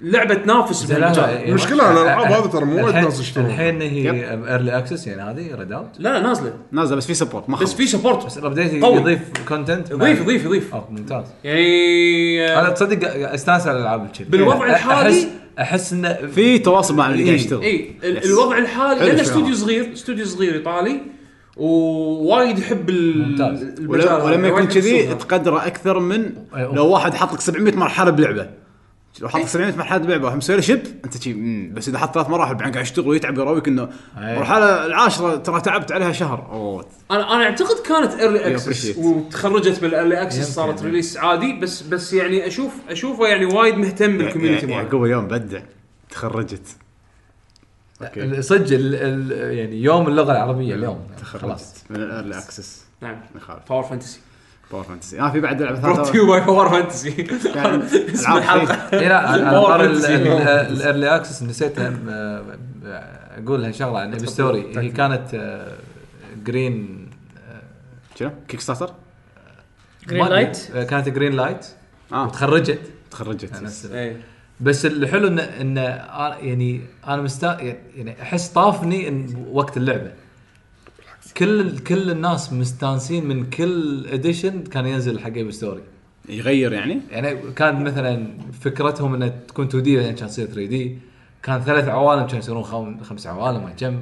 [SPEAKER 4] لعبه تنافس بالمجال.
[SPEAKER 1] المشكلة إن الألعاب هذه ترى مو وايد
[SPEAKER 7] الحين-
[SPEAKER 1] ناس يشترونها.
[SPEAKER 7] الحين
[SPEAKER 2] يب.
[SPEAKER 7] هي ايرلي اكسس يعني هذه ريد اوت
[SPEAKER 4] لا لا نازله
[SPEAKER 2] نازله بس في سبورت ما
[SPEAKER 4] بس
[SPEAKER 2] خلص.
[SPEAKER 4] في
[SPEAKER 7] بس
[SPEAKER 4] سبورت
[SPEAKER 7] الابديت
[SPEAKER 4] قوي.
[SPEAKER 7] يضيف كونتنت
[SPEAKER 4] يضيف يضيف يضيف
[SPEAKER 7] اوه ممتاز
[SPEAKER 4] يعني آه،
[SPEAKER 7] انا تصدق استانس على الالعاب الشيء
[SPEAKER 4] بالوضع الحالي-
[SPEAKER 7] احس انه
[SPEAKER 2] في تواصل مع اللي قاعد
[SPEAKER 7] إيه.
[SPEAKER 2] يشتغل
[SPEAKER 4] اي ال-
[SPEAKER 2] Yes.
[SPEAKER 4] الوضع الحالي
[SPEAKER 2] حلو
[SPEAKER 4] لان
[SPEAKER 2] شيء
[SPEAKER 4] استوديو
[SPEAKER 2] هذا.
[SPEAKER 4] صغير استوديو صغير ايطالي ووايد يحب ال-
[SPEAKER 7] ممتاز.
[SPEAKER 4] المجال
[SPEAKER 2] ولا-
[SPEAKER 4] هذا،
[SPEAKER 2] ولما
[SPEAKER 4] وايد
[SPEAKER 2] يكون
[SPEAKER 4] يحب
[SPEAKER 2] كذي
[SPEAKER 4] السوق هذا.
[SPEAKER 2] تقدره اكثر من
[SPEAKER 7] أي، إيه. أوف.
[SPEAKER 2] لو واحد حاط لك 700 مرحله بلعبه لو حاط لك 700 مرحله بلعبه هم مسوي له شب انت شي مم، بس اذا حط ثلاث مراحل بعدين قاعد يشتغل ويتعب يراويك انه
[SPEAKER 7] أي.
[SPEAKER 2] المرحله العاشره ترى تعبت عليها شهر اوه
[SPEAKER 4] انا انا اعتقد كانت ايرلي اكسس
[SPEAKER 2] appreciate. يعني.
[SPEAKER 4] وتخرجت بالايرلي اكسس
[SPEAKER 7] يمكن.
[SPEAKER 4] صارت ريليس عادي بس بس يعني اشوف اشوفه يعني وايد مهتم بالكوميونتي ماله
[SPEAKER 2] يعقوب اليوم بدع تخرجت اوكي
[SPEAKER 7] صدق ال- ال- يعني يوم اللغه العربيه اليوم خلاص
[SPEAKER 2] تخرجت من الارلي اكسس
[SPEAKER 4] نعم
[SPEAKER 2] ما يخالف
[SPEAKER 4] باور
[SPEAKER 2] [LAUGHS]
[SPEAKER 4] فانتسي
[SPEAKER 2] باور فانتسي اه في بعد لعبه
[SPEAKER 4] بروت
[SPEAKER 2] ثالثه
[SPEAKER 4] يو باي باور فانتسي
[SPEAKER 7] [LAUGHS]
[SPEAKER 2] يعني
[SPEAKER 4] اسم
[SPEAKER 2] ألعاب
[SPEAKER 4] الحلقه
[SPEAKER 7] اي لا أنا- انا
[SPEAKER 4] Power
[SPEAKER 7] طار
[SPEAKER 4] Fantasy.
[SPEAKER 7] الايرلي اكسس نسيت أم- آه، اقولها شغله عن ستوري هي كانت آه، جرين
[SPEAKER 2] شنو كيك ستارتر
[SPEAKER 6] جرين لايت
[SPEAKER 7] آه، كانت جرين لايت
[SPEAKER 4] آه.
[SPEAKER 2] اه
[SPEAKER 7] وتخرجت
[SPEAKER 2] تخرجت
[SPEAKER 4] إيه.
[SPEAKER 7] بس الحلو ان ان أنا- يعني انا مستا يعني احس طافني إن وقت اللعبه كل كل الناس مستانسين من كل اديشن كان ينزل حق جيم ستوري
[SPEAKER 2] يغير يعني
[SPEAKER 7] يعني كان مثلا فكرتهم انها تكون 2 دي بعدين كان تصير 3 دي كان ثلاث عوالم كان يصيرون خم- خمس عوالم ما كم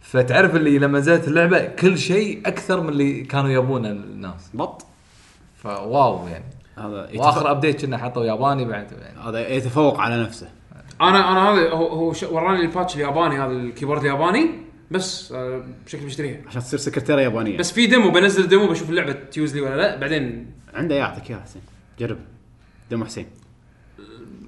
[SPEAKER 7] فتعرف اللي لما نزلت اللعبه كل شيء اكثر من اللي كانوا يبونه الناس
[SPEAKER 2] بط
[SPEAKER 7] فواو يعني
[SPEAKER 2] هذا
[SPEAKER 7] واخر
[SPEAKER 2] يتفوق
[SPEAKER 7] ابديت كنا حطوا ياباني بعد يعني
[SPEAKER 2] هذا يتفوق على نفسه
[SPEAKER 4] انا انا هذا هو هو ش- وراني الباتش الياباني هذا الكيبورد الياباني بس آه، بشكل بشتريها
[SPEAKER 2] عشان تصير سكرتيره يابانيه
[SPEAKER 4] بس في ديمو بنزل ديمو بشوف اللعبه تيوزلي ولا لا بعدين
[SPEAKER 2] عنده يعطيك اياه حسين جرب دم حسين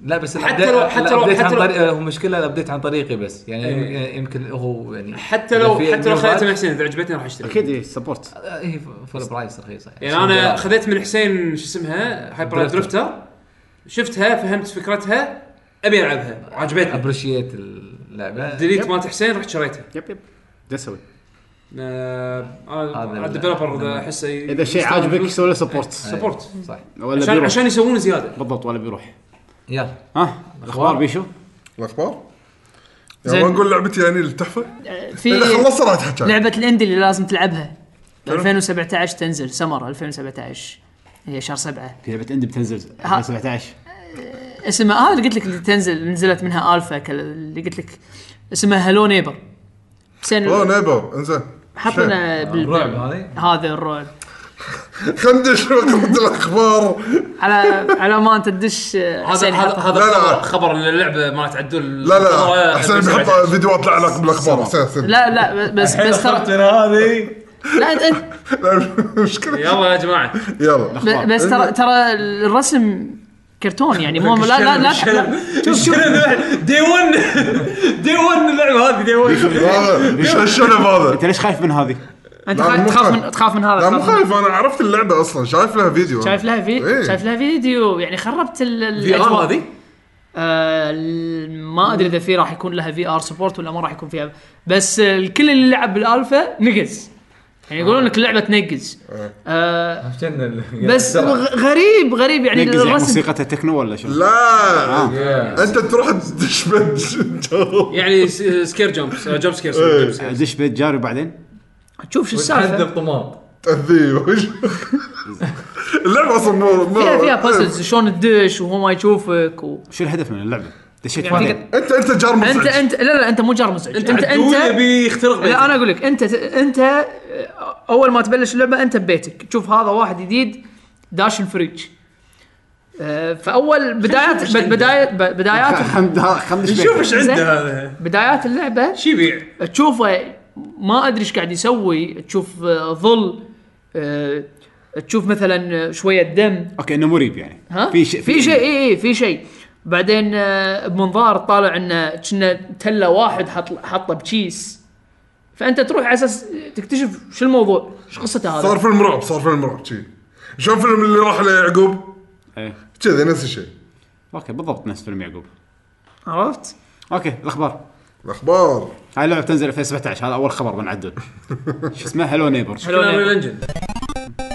[SPEAKER 7] لا بس
[SPEAKER 4] حتى
[SPEAKER 7] الأبديت-
[SPEAKER 4] لو- حتى لو-
[SPEAKER 7] الأبديت
[SPEAKER 4] حتى
[SPEAKER 7] عن
[SPEAKER 4] لو-
[SPEAKER 7] طريق هو مشكله الابديت عن طريقي بس يعني
[SPEAKER 4] إيه.
[SPEAKER 7] يمكن هو يعني
[SPEAKER 4] حتى لو
[SPEAKER 7] إذا في
[SPEAKER 4] حتى لو خذيتها من
[SPEAKER 7] نيوبات-
[SPEAKER 4] حسين اذا عجبتني راح اشتري
[SPEAKER 2] اكيد سبورت
[SPEAKER 7] آه، هي فول برايس رخيصه
[SPEAKER 4] يعني انا خذيت من حسين شو اسمها هايبر
[SPEAKER 7] درفتر.
[SPEAKER 4] درفتر شفتها فهمت فكرتها ابي العبها عجبتني
[SPEAKER 7] ابريشيت اللعبه
[SPEAKER 4] ديليت
[SPEAKER 2] يب.
[SPEAKER 4] مالت حسين رحت شريتها
[SPEAKER 2] يب يب ده اسوي
[SPEAKER 4] آه،
[SPEAKER 7] هذا
[SPEAKER 4] انا
[SPEAKER 7] ال- نعم.
[SPEAKER 4] الديفلوبر احسه ي-
[SPEAKER 2] اذا شيء
[SPEAKER 4] يستاهل
[SPEAKER 2] عاجبك
[SPEAKER 4] فلوس.
[SPEAKER 2] سوي له سبورت
[SPEAKER 4] سبورت
[SPEAKER 7] صح
[SPEAKER 2] ولا
[SPEAKER 4] عشان
[SPEAKER 2] بيروح
[SPEAKER 4] عشان يسوون زياده
[SPEAKER 2] بالضبط ولا بيروح
[SPEAKER 7] يلا
[SPEAKER 2] ها الاخبار بيشو
[SPEAKER 1] الاخبار يعني ما نقول لعبتي يعني التحفه
[SPEAKER 4] إيه.
[SPEAKER 6] في
[SPEAKER 1] اذا خلصت راح تحكي عنها.
[SPEAKER 6] لعبه الاندي اللي لازم تلعبها ب
[SPEAKER 1] حلو.
[SPEAKER 6] 2017 تنزل سمر 2017 هي شهر سبعة
[SPEAKER 2] في لعبه اندي بتنزل
[SPEAKER 6] ها.
[SPEAKER 2] 17
[SPEAKER 6] اسمها هذا اللي قلت لك اللي تنزل نزلت منها الفا كل- اللي قلت لك اسمها هلو نيبر
[SPEAKER 1] اوه
[SPEAKER 6] زين
[SPEAKER 1] نيبر انزين
[SPEAKER 6] حطنا بال...
[SPEAKER 7] الرعب طيب، هذه
[SPEAKER 6] هذا الرعب
[SPEAKER 1] خندش وقت الاخبار
[SPEAKER 6] على على ما انت تدش
[SPEAKER 4] هذا هذا هذا
[SPEAKER 1] لا، لا.
[SPEAKER 4] خبر- خبر اللعبه مالت عدول
[SPEAKER 1] لا لا احسن بيحط فيديوهات لها علاقه بالاخبار احسن احسن
[SPEAKER 6] لا لا بس
[SPEAKER 1] إيه،
[SPEAKER 6] بس ترى
[SPEAKER 7] لنا هذه
[SPEAKER 6] لا انت انت
[SPEAKER 1] [LAUGHS] مشكله
[SPEAKER 4] يلا يا جماعه
[SPEAKER 1] يلا
[SPEAKER 6] ب- بس ترى ترى الرسم كرتون يعني مو لا لا لا لا-
[SPEAKER 7] دي 1 دي 1 اللعبه هذه دي 1
[SPEAKER 1] هذا ايش هالشنب هذا؟
[SPEAKER 2] انت ليش خايف من هذه؟
[SPEAKER 6] انت
[SPEAKER 1] لا، مو
[SPEAKER 6] خا- تخاف
[SPEAKER 1] خايف.
[SPEAKER 6] من تخاف من هذا
[SPEAKER 1] لا
[SPEAKER 6] تخاف
[SPEAKER 1] مو
[SPEAKER 6] من-
[SPEAKER 1] خايف انا عرفت اللعبه اصلا شايف لها فيديو
[SPEAKER 6] شايف لها في
[SPEAKER 1] إيه.
[SPEAKER 6] شايف لها فيديو يعني خربت ال
[SPEAKER 3] في ار
[SPEAKER 6] الاجواء
[SPEAKER 3] هذه
[SPEAKER 6] آه ال- ما ادري اذا في راح يكون لها في ار سبورت ولا ما راح يكون فيها بس الكل اللي لعب بالالفا نقز يعني يقولون لك اللعبه تنقز آه بس غ- غريب غريب يعني
[SPEAKER 2] نقز يعني
[SPEAKER 6] الرسم
[SPEAKER 2] موسيقتها تكنو ولا شو؟
[SPEAKER 1] لا
[SPEAKER 7] Yeah.
[SPEAKER 1] انت تروح تدش بنش
[SPEAKER 4] يعني س- سكير جمبس آه، جمب سكيرز جمب سكيرز.
[SPEAKER 2] دش بيت جاري بعدين
[SPEAKER 6] شوف شو السالفه
[SPEAKER 7] تحدب طماط
[SPEAKER 1] تاذيه وش- اللعبه اصلا مو مو-
[SPEAKER 6] فيها فيها بازلز شلون تدش وهو ما يشوفك و...
[SPEAKER 2] شو الهدف من اللعبه؟ دشيت
[SPEAKER 6] يعني
[SPEAKER 2] بعدين
[SPEAKER 6] تقدر-
[SPEAKER 1] انت انت إيه. جار
[SPEAKER 6] انت
[SPEAKER 1] مزعج
[SPEAKER 6] انت لا لا انت مو جار مزعج انت انت,
[SPEAKER 4] عدول يبي يخترق بيتك.
[SPEAKER 6] لا انا اقول لك انت انت اول ما تبلش اللعبه انت ببيتك تشوف هذا واحد جديد داش انفريج آه، فاول بدايات بدايات بدايات
[SPEAKER 2] خمس
[SPEAKER 4] شوف ايش
[SPEAKER 6] زين.
[SPEAKER 4] عنده هذا
[SPEAKER 6] بدايات اللعبه
[SPEAKER 4] شي يبيع
[SPEAKER 6] تشوفه ما ادري ايش قاعد يسوي تشوف آه، ظل آه، تشوف مثلا آه، شويه دم
[SPEAKER 2] اوكي انه مريب يعني
[SPEAKER 6] ها
[SPEAKER 2] في شيء
[SPEAKER 6] في شيء اي اي في شيء بعدين آه، بمنظار طالع انه كنا تله واحد حط حطه بكيس فانت تروح على اساس تكتشف شو الموضوع شو قصته
[SPEAKER 1] صار
[SPEAKER 6] هذا
[SPEAKER 1] فيلم رعب صار فيلم رعب شي شلون فيلم اللي راح ليعقوب
[SPEAKER 2] إيه.
[SPEAKER 1] كذي نفس الشيء
[SPEAKER 2] اوكي بالضبط نفس فيلم يعقوب
[SPEAKER 6] عرفت
[SPEAKER 2] اوكي الاخبار
[SPEAKER 1] الاخبار
[SPEAKER 2] هاي اللعبه تنزل 2017 هذا اول خبر من عدل شو اسمه هلو نيبر
[SPEAKER 6] حلو
[SPEAKER 4] انا
[SPEAKER 6] ليه؟
[SPEAKER 4] انجن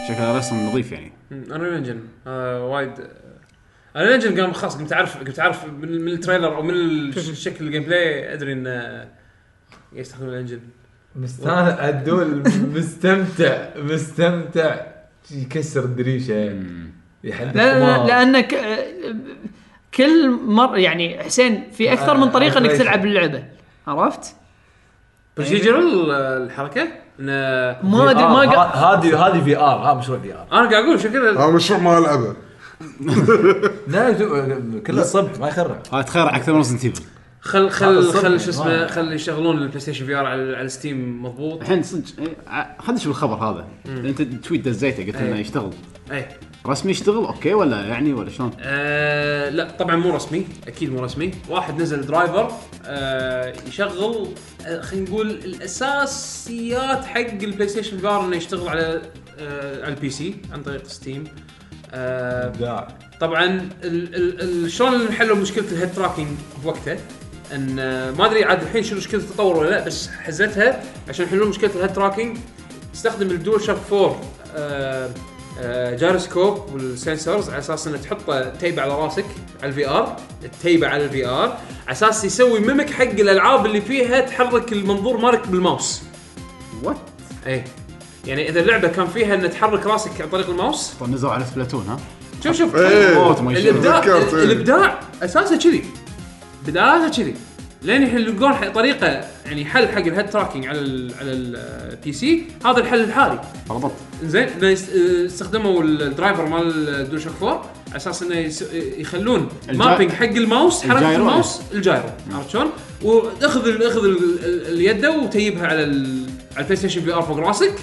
[SPEAKER 2] شكلها رسم نظيف يعني
[SPEAKER 4] انا انجن آه، وايد انا انجن قام خلاص قمت اعرف قمت اعرف من, من التريلر او من ال- شكل الجيم بلاي ادري انه آه، يستخدم الانجن
[SPEAKER 7] مستانس عدول مستمتع مستمتع يكسر الدريشه يحدد
[SPEAKER 6] لا لا
[SPEAKER 7] طماط.
[SPEAKER 6] لانك آه، كل مره يعني حسين في اكثر من طريقه انك تلعب اللعبه عرفت؟ طيب.
[SPEAKER 4] بروسيجرال الحركه انه
[SPEAKER 6] ما ادري ما
[SPEAKER 7] آه، ه-
[SPEAKER 6] قا-
[SPEAKER 7] هذه هذه في ار ها مشروع في ار
[SPEAKER 4] انا قاعد اقول شكله
[SPEAKER 1] هذا مشروع ما العبه
[SPEAKER 7] لا جو- كله صب ما يخرع
[SPEAKER 2] هذا تخيل اكثر من ريزنت ايفل
[SPEAKER 4] خل
[SPEAKER 7] هذا
[SPEAKER 4] خل
[SPEAKER 7] صدق.
[SPEAKER 4] خل شو اسمه
[SPEAKER 7] آه.
[SPEAKER 4] خل يشغلون البلاي ستيشن في ار على على ستيم مضبوط
[SPEAKER 2] الحين صدق إيه، ع- خلنا نشوف الخبر هذا انت تويت دزيته قلت انه
[SPEAKER 4] إيه.
[SPEAKER 2] يشتغل
[SPEAKER 4] اي
[SPEAKER 2] رسمي يشتغل اوكي ولا يعني ولا شلون؟
[SPEAKER 4] آه لا طبعا مو رسمي اكيد مو رسمي واحد نزل درايفر آه يشغل آه خلينا نقول الاساسيات حق البلاي ستيشن في ار انه يشتغل على آه على البي سي عن طريق ستيم آه
[SPEAKER 7] ابداع
[SPEAKER 4] طبعا ال- ال- ال- شلون حلوا مشكله الهيد تراكنج بوقتها ان آه، ما ادري عاد الحين شنو مشكله التطور ولا لا بس حزتها عشان يحلون مشكله الهيد تراكنج استخدم الدول شوك 4 آه، آه، جاروسكوب والسنسورز على اساس انه تحطه تيبه على راسك على الفي ار التيبه على الفي ار على اساس يسوي ميمك حق الالعاب اللي فيها تحرك المنظور مالك بالماوس
[SPEAKER 2] وات؟
[SPEAKER 4] اي يعني اذا اللعبه كان فيها ان تحرك راسك عن طريق الماوس
[SPEAKER 2] طيب نزلوا على سبلاتون ها؟
[SPEAKER 4] شوف شوف
[SPEAKER 1] إيه.
[SPEAKER 2] موت ما يشوف.
[SPEAKER 4] الابداع
[SPEAKER 1] تذكرت، إيه.
[SPEAKER 4] الابداع اساسه كذي بداياته كذي لين يلقون ح- طريقه يعني حل حق الهيد تراكنج على ال على البي سي هذا الحل الحالي
[SPEAKER 2] بالضبط
[SPEAKER 4] زين إنه يس- اه، استخدموا الدرايفر مال الدول شوك 4 على اساس انه يس- اه، يخلون
[SPEAKER 2] الجا-
[SPEAKER 4] مابينج حق الماوس حركه
[SPEAKER 2] الجايرو.
[SPEAKER 4] الماوس الجايرو عرفت شلون؟ واخذ ال- اخذ ال- ال- اليده وتيبها على ال- على البلاي ستيشن في ار فوق راسك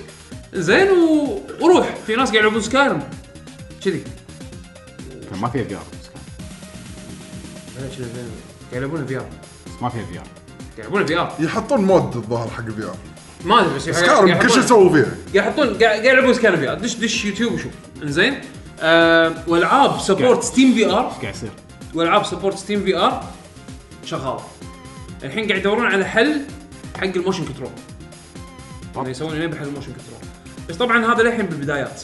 [SPEAKER 4] زين و- وروح في ناس قاعد يلعبون سكايرم كذي
[SPEAKER 2] كان طيب ما فيها في ار
[SPEAKER 4] لا، شنو زين. قاعد يلعبون في ار
[SPEAKER 2] ما فيها في ار
[SPEAKER 4] قاعد يلعبون في ار
[SPEAKER 1] يحطون مود الظاهر حق الفي ار
[SPEAKER 4] ما ادري بس
[SPEAKER 1] سكارم كل شيء سووا فيها
[SPEAKER 4] يحطون قاعد قاعد يلعبون سكان في ار دش دش يوتيوب وشوف انزين آه والعاب سبورت ستيم في ار
[SPEAKER 2] ايش قاعد يصير؟
[SPEAKER 4] والعاب سبورت ستيم في ار شغاله الحين قاعد يدورون على حل حق الموشن كنترول طبعا يسوون لين حل الموشن كنترول بس طبعا هذا للحين بالبدايات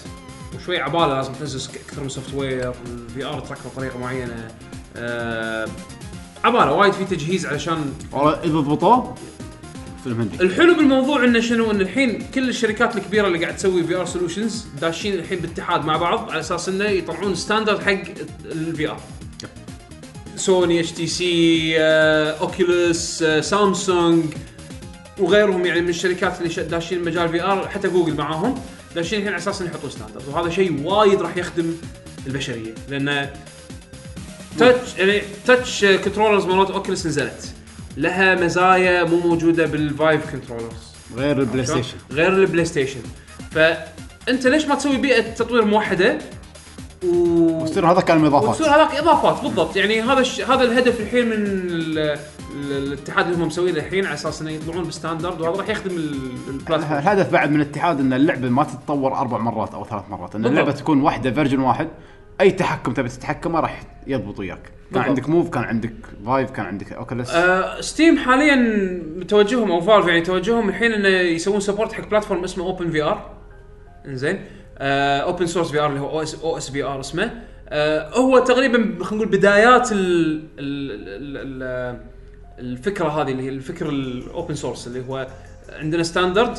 [SPEAKER 4] وشوي عباله لازم تنزل سك- اكثر من سوفت وير الفي ار تركبه بطريقه معينه آه عباره وايد في تجهيز علشان
[SPEAKER 2] والله اذا ضبطوه فيلم هندي
[SPEAKER 4] الحلو بالموضوع انه شنو ان الحين كل الشركات الكبيره اللي قاعد تسوي في ار سولوشنز داشين الحين باتحاد مع بعض على اساس انه يطلعون ستاندرد حق الفي ار سوني اتش تي سي آه، اوكيولس سامسونج وغيرهم يعني من الشركات اللي ش- داشين مجال في ار حتى جوجل معاهم داشين الحين على اساس انه يحطون ستاندرد وهذا شيء وايد راح يخدم البشريه لان تاتش يعني تاتش كنترولرز مالت اوكيولس نزلت لها مزايا مو موجوده بالفايف كنترولرز
[SPEAKER 2] غير البلاي ستيشن
[SPEAKER 4] غير البلاي ستيشن فانت ليش ما تسوي بيئه تطوير موحده و...
[SPEAKER 2] وتصير هذا كان
[SPEAKER 4] وتصير
[SPEAKER 2] اضافات
[SPEAKER 4] هذاك اضافات بالضبط يعني هذا الش... هذا الهدف الحين من ال... ال- الاتحاد اللي هم مسوينه الحين على اساس انه يطلعون بستاندرد وهذا راح يخدم ال- البلاتفورم
[SPEAKER 2] الهدف بعد من الاتحاد ان اللعبه ما تتطور اربع مرات او ثلاث مرات ان اللعبه
[SPEAKER 4] بالضبط.
[SPEAKER 2] تكون واحده فيرجن واحد اي تحكم تبي تتحكمه راح يضبط وياك كان
[SPEAKER 4] بالضبط.
[SPEAKER 2] عندك موف كان عندك فايف كان عندك اوكلس
[SPEAKER 4] آه، ستيم حاليا توجههم او فالف يعني توجههم الحين انه يسوون سبورت حق بلاتفورم اسمه اوبن في ار انزين اوبن سورس في ار اللي هو او اس في ار اسمه آه، هو تقريبا خلينا نقول بدايات ال ال ال ال الفكره هذه اللي هي الفكر الاوبن سورس اللي هو عندنا ستاندرد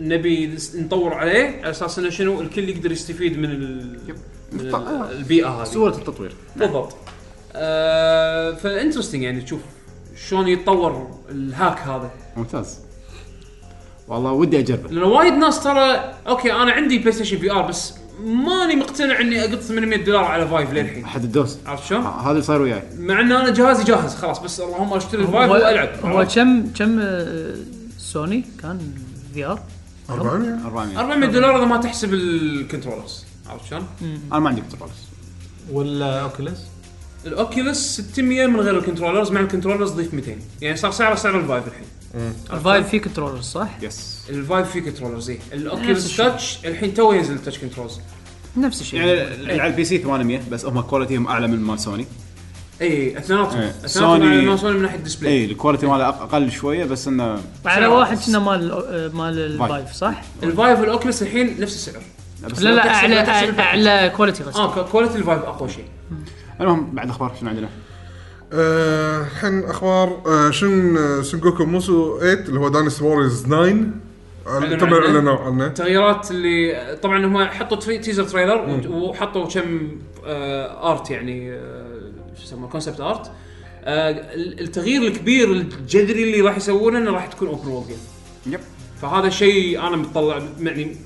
[SPEAKER 4] نبي نس- نطور عليه على اساس انه شنو الكل يقدر يستفيد من, ال... من ال-
[SPEAKER 2] آه.
[SPEAKER 4] البيئه هذه
[SPEAKER 2] سهوله التطوير
[SPEAKER 4] بالضبط آه فانترستنج يعني تشوف شلون يتطور الهاك هذا
[SPEAKER 2] ممتاز والله ودي اجربه
[SPEAKER 4] لان وايد ناس ترى اوكي انا عندي بلاي ستيشن في ار بس ماني مقتنع اني اقط 800 دولار على فايف للحين
[SPEAKER 2] احد الدوس
[SPEAKER 4] عرفت شلون؟
[SPEAKER 2] ه- هذا اللي صار وياي
[SPEAKER 4] مع ان انا جهازي جاهز خلاص بس اللهم اشتري الفايف
[SPEAKER 6] هو-
[SPEAKER 4] والعب
[SPEAKER 6] هو
[SPEAKER 4] عرفت؟
[SPEAKER 6] كم كم آه، سوني كان في ار
[SPEAKER 1] 400
[SPEAKER 2] 400
[SPEAKER 4] 400 دولار اذا ما تحسب الكنترولرز عرفت شلون؟
[SPEAKER 2] انا ما عندي كنترولز
[SPEAKER 7] ولا اوكلس
[SPEAKER 4] الاوكيولس 600 من غير الكنترولرز مع الكنترولرز ضيف 200 يعني صار سعره سعر الفايف الحين
[SPEAKER 6] الفايف فيه كنترولر صح؟
[SPEAKER 2] يس
[SPEAKER 4] الفايف فيه كنترولرز اي
[SPEAKER 6] نفس
[SPEAKER 4] الاوكيولس
[SPEAKER 6] الشيء.
[SPEAKER 4] تاتش الحين تو ينزل التاتش كنترولز
[SPEAKER 6] نفس الشيء
[SPEAKER 2] يعني على البي سي 800 بس هم كواليتيهم اعلى من مال سوني
[SPEAKER 4] اي اثنيناتهم
[SPEAKER 2] إيه.
[SPEAKER 4] اثنيناتهم
[SPEAKER 2] سوني-
[SPEAKER 4] على ما سوني من ناحيه الديسبلاي
[SPEAKER 2] اي الكواليتي ماله أق- اقل شويه بس انه
[SPEAKER 6] على
[SPEAKER 4] سعر
[SPEAKER 6] واحد
[SPEAKER 4] أرخص.
[SPEAKER 6] كنا مال آه، مال الفايف صح؟
[SPEAKER 4] الفايف والاوكلس الحين نفس السعر
[SPEAKER 2] بس
[SPEAKER 6] لا
[SPEAKER 4] لو
[SPEAKER 6] لا
[SPEAKER 4] تحسب-
[SPEAKER 6] اعلى
[SPEAKER 4] لو تحسب
[SPEAKER 6] اعلى, أعلى كواليتي قصدي
[SPEAKER 4] اه ك- كواليتي الفايف اقوى شيء
[SPEAKER 2] المهم بعد اخبار شنو عندنا؟
[SPEAKER 1] آه، الحين اخبار آه، شن آه، سنجوكو موسو 8 اللي هو دانس ووريرز 9
[SPEAKER 4] أعلنوا
[SPEAKER 1] آه، طبعا
[SPEAKER 4] عنه.
[SPEAKER 1] اعلنوا عنه
[SPEAKER 4] التغييرات اللي طبعا هم حطوا تري... تيزر تريلر و- وحطوا كم آه ارت يعني آه شو يسمونه كونسبت ارت آه ال- التغيير الكبير الجذري اللي راح يسوونه انه راح تكون اوبن وورلد جيم
[SPEAKER 2] يب
[SPEAKER 4] فهذا شيء انا متطلع يعني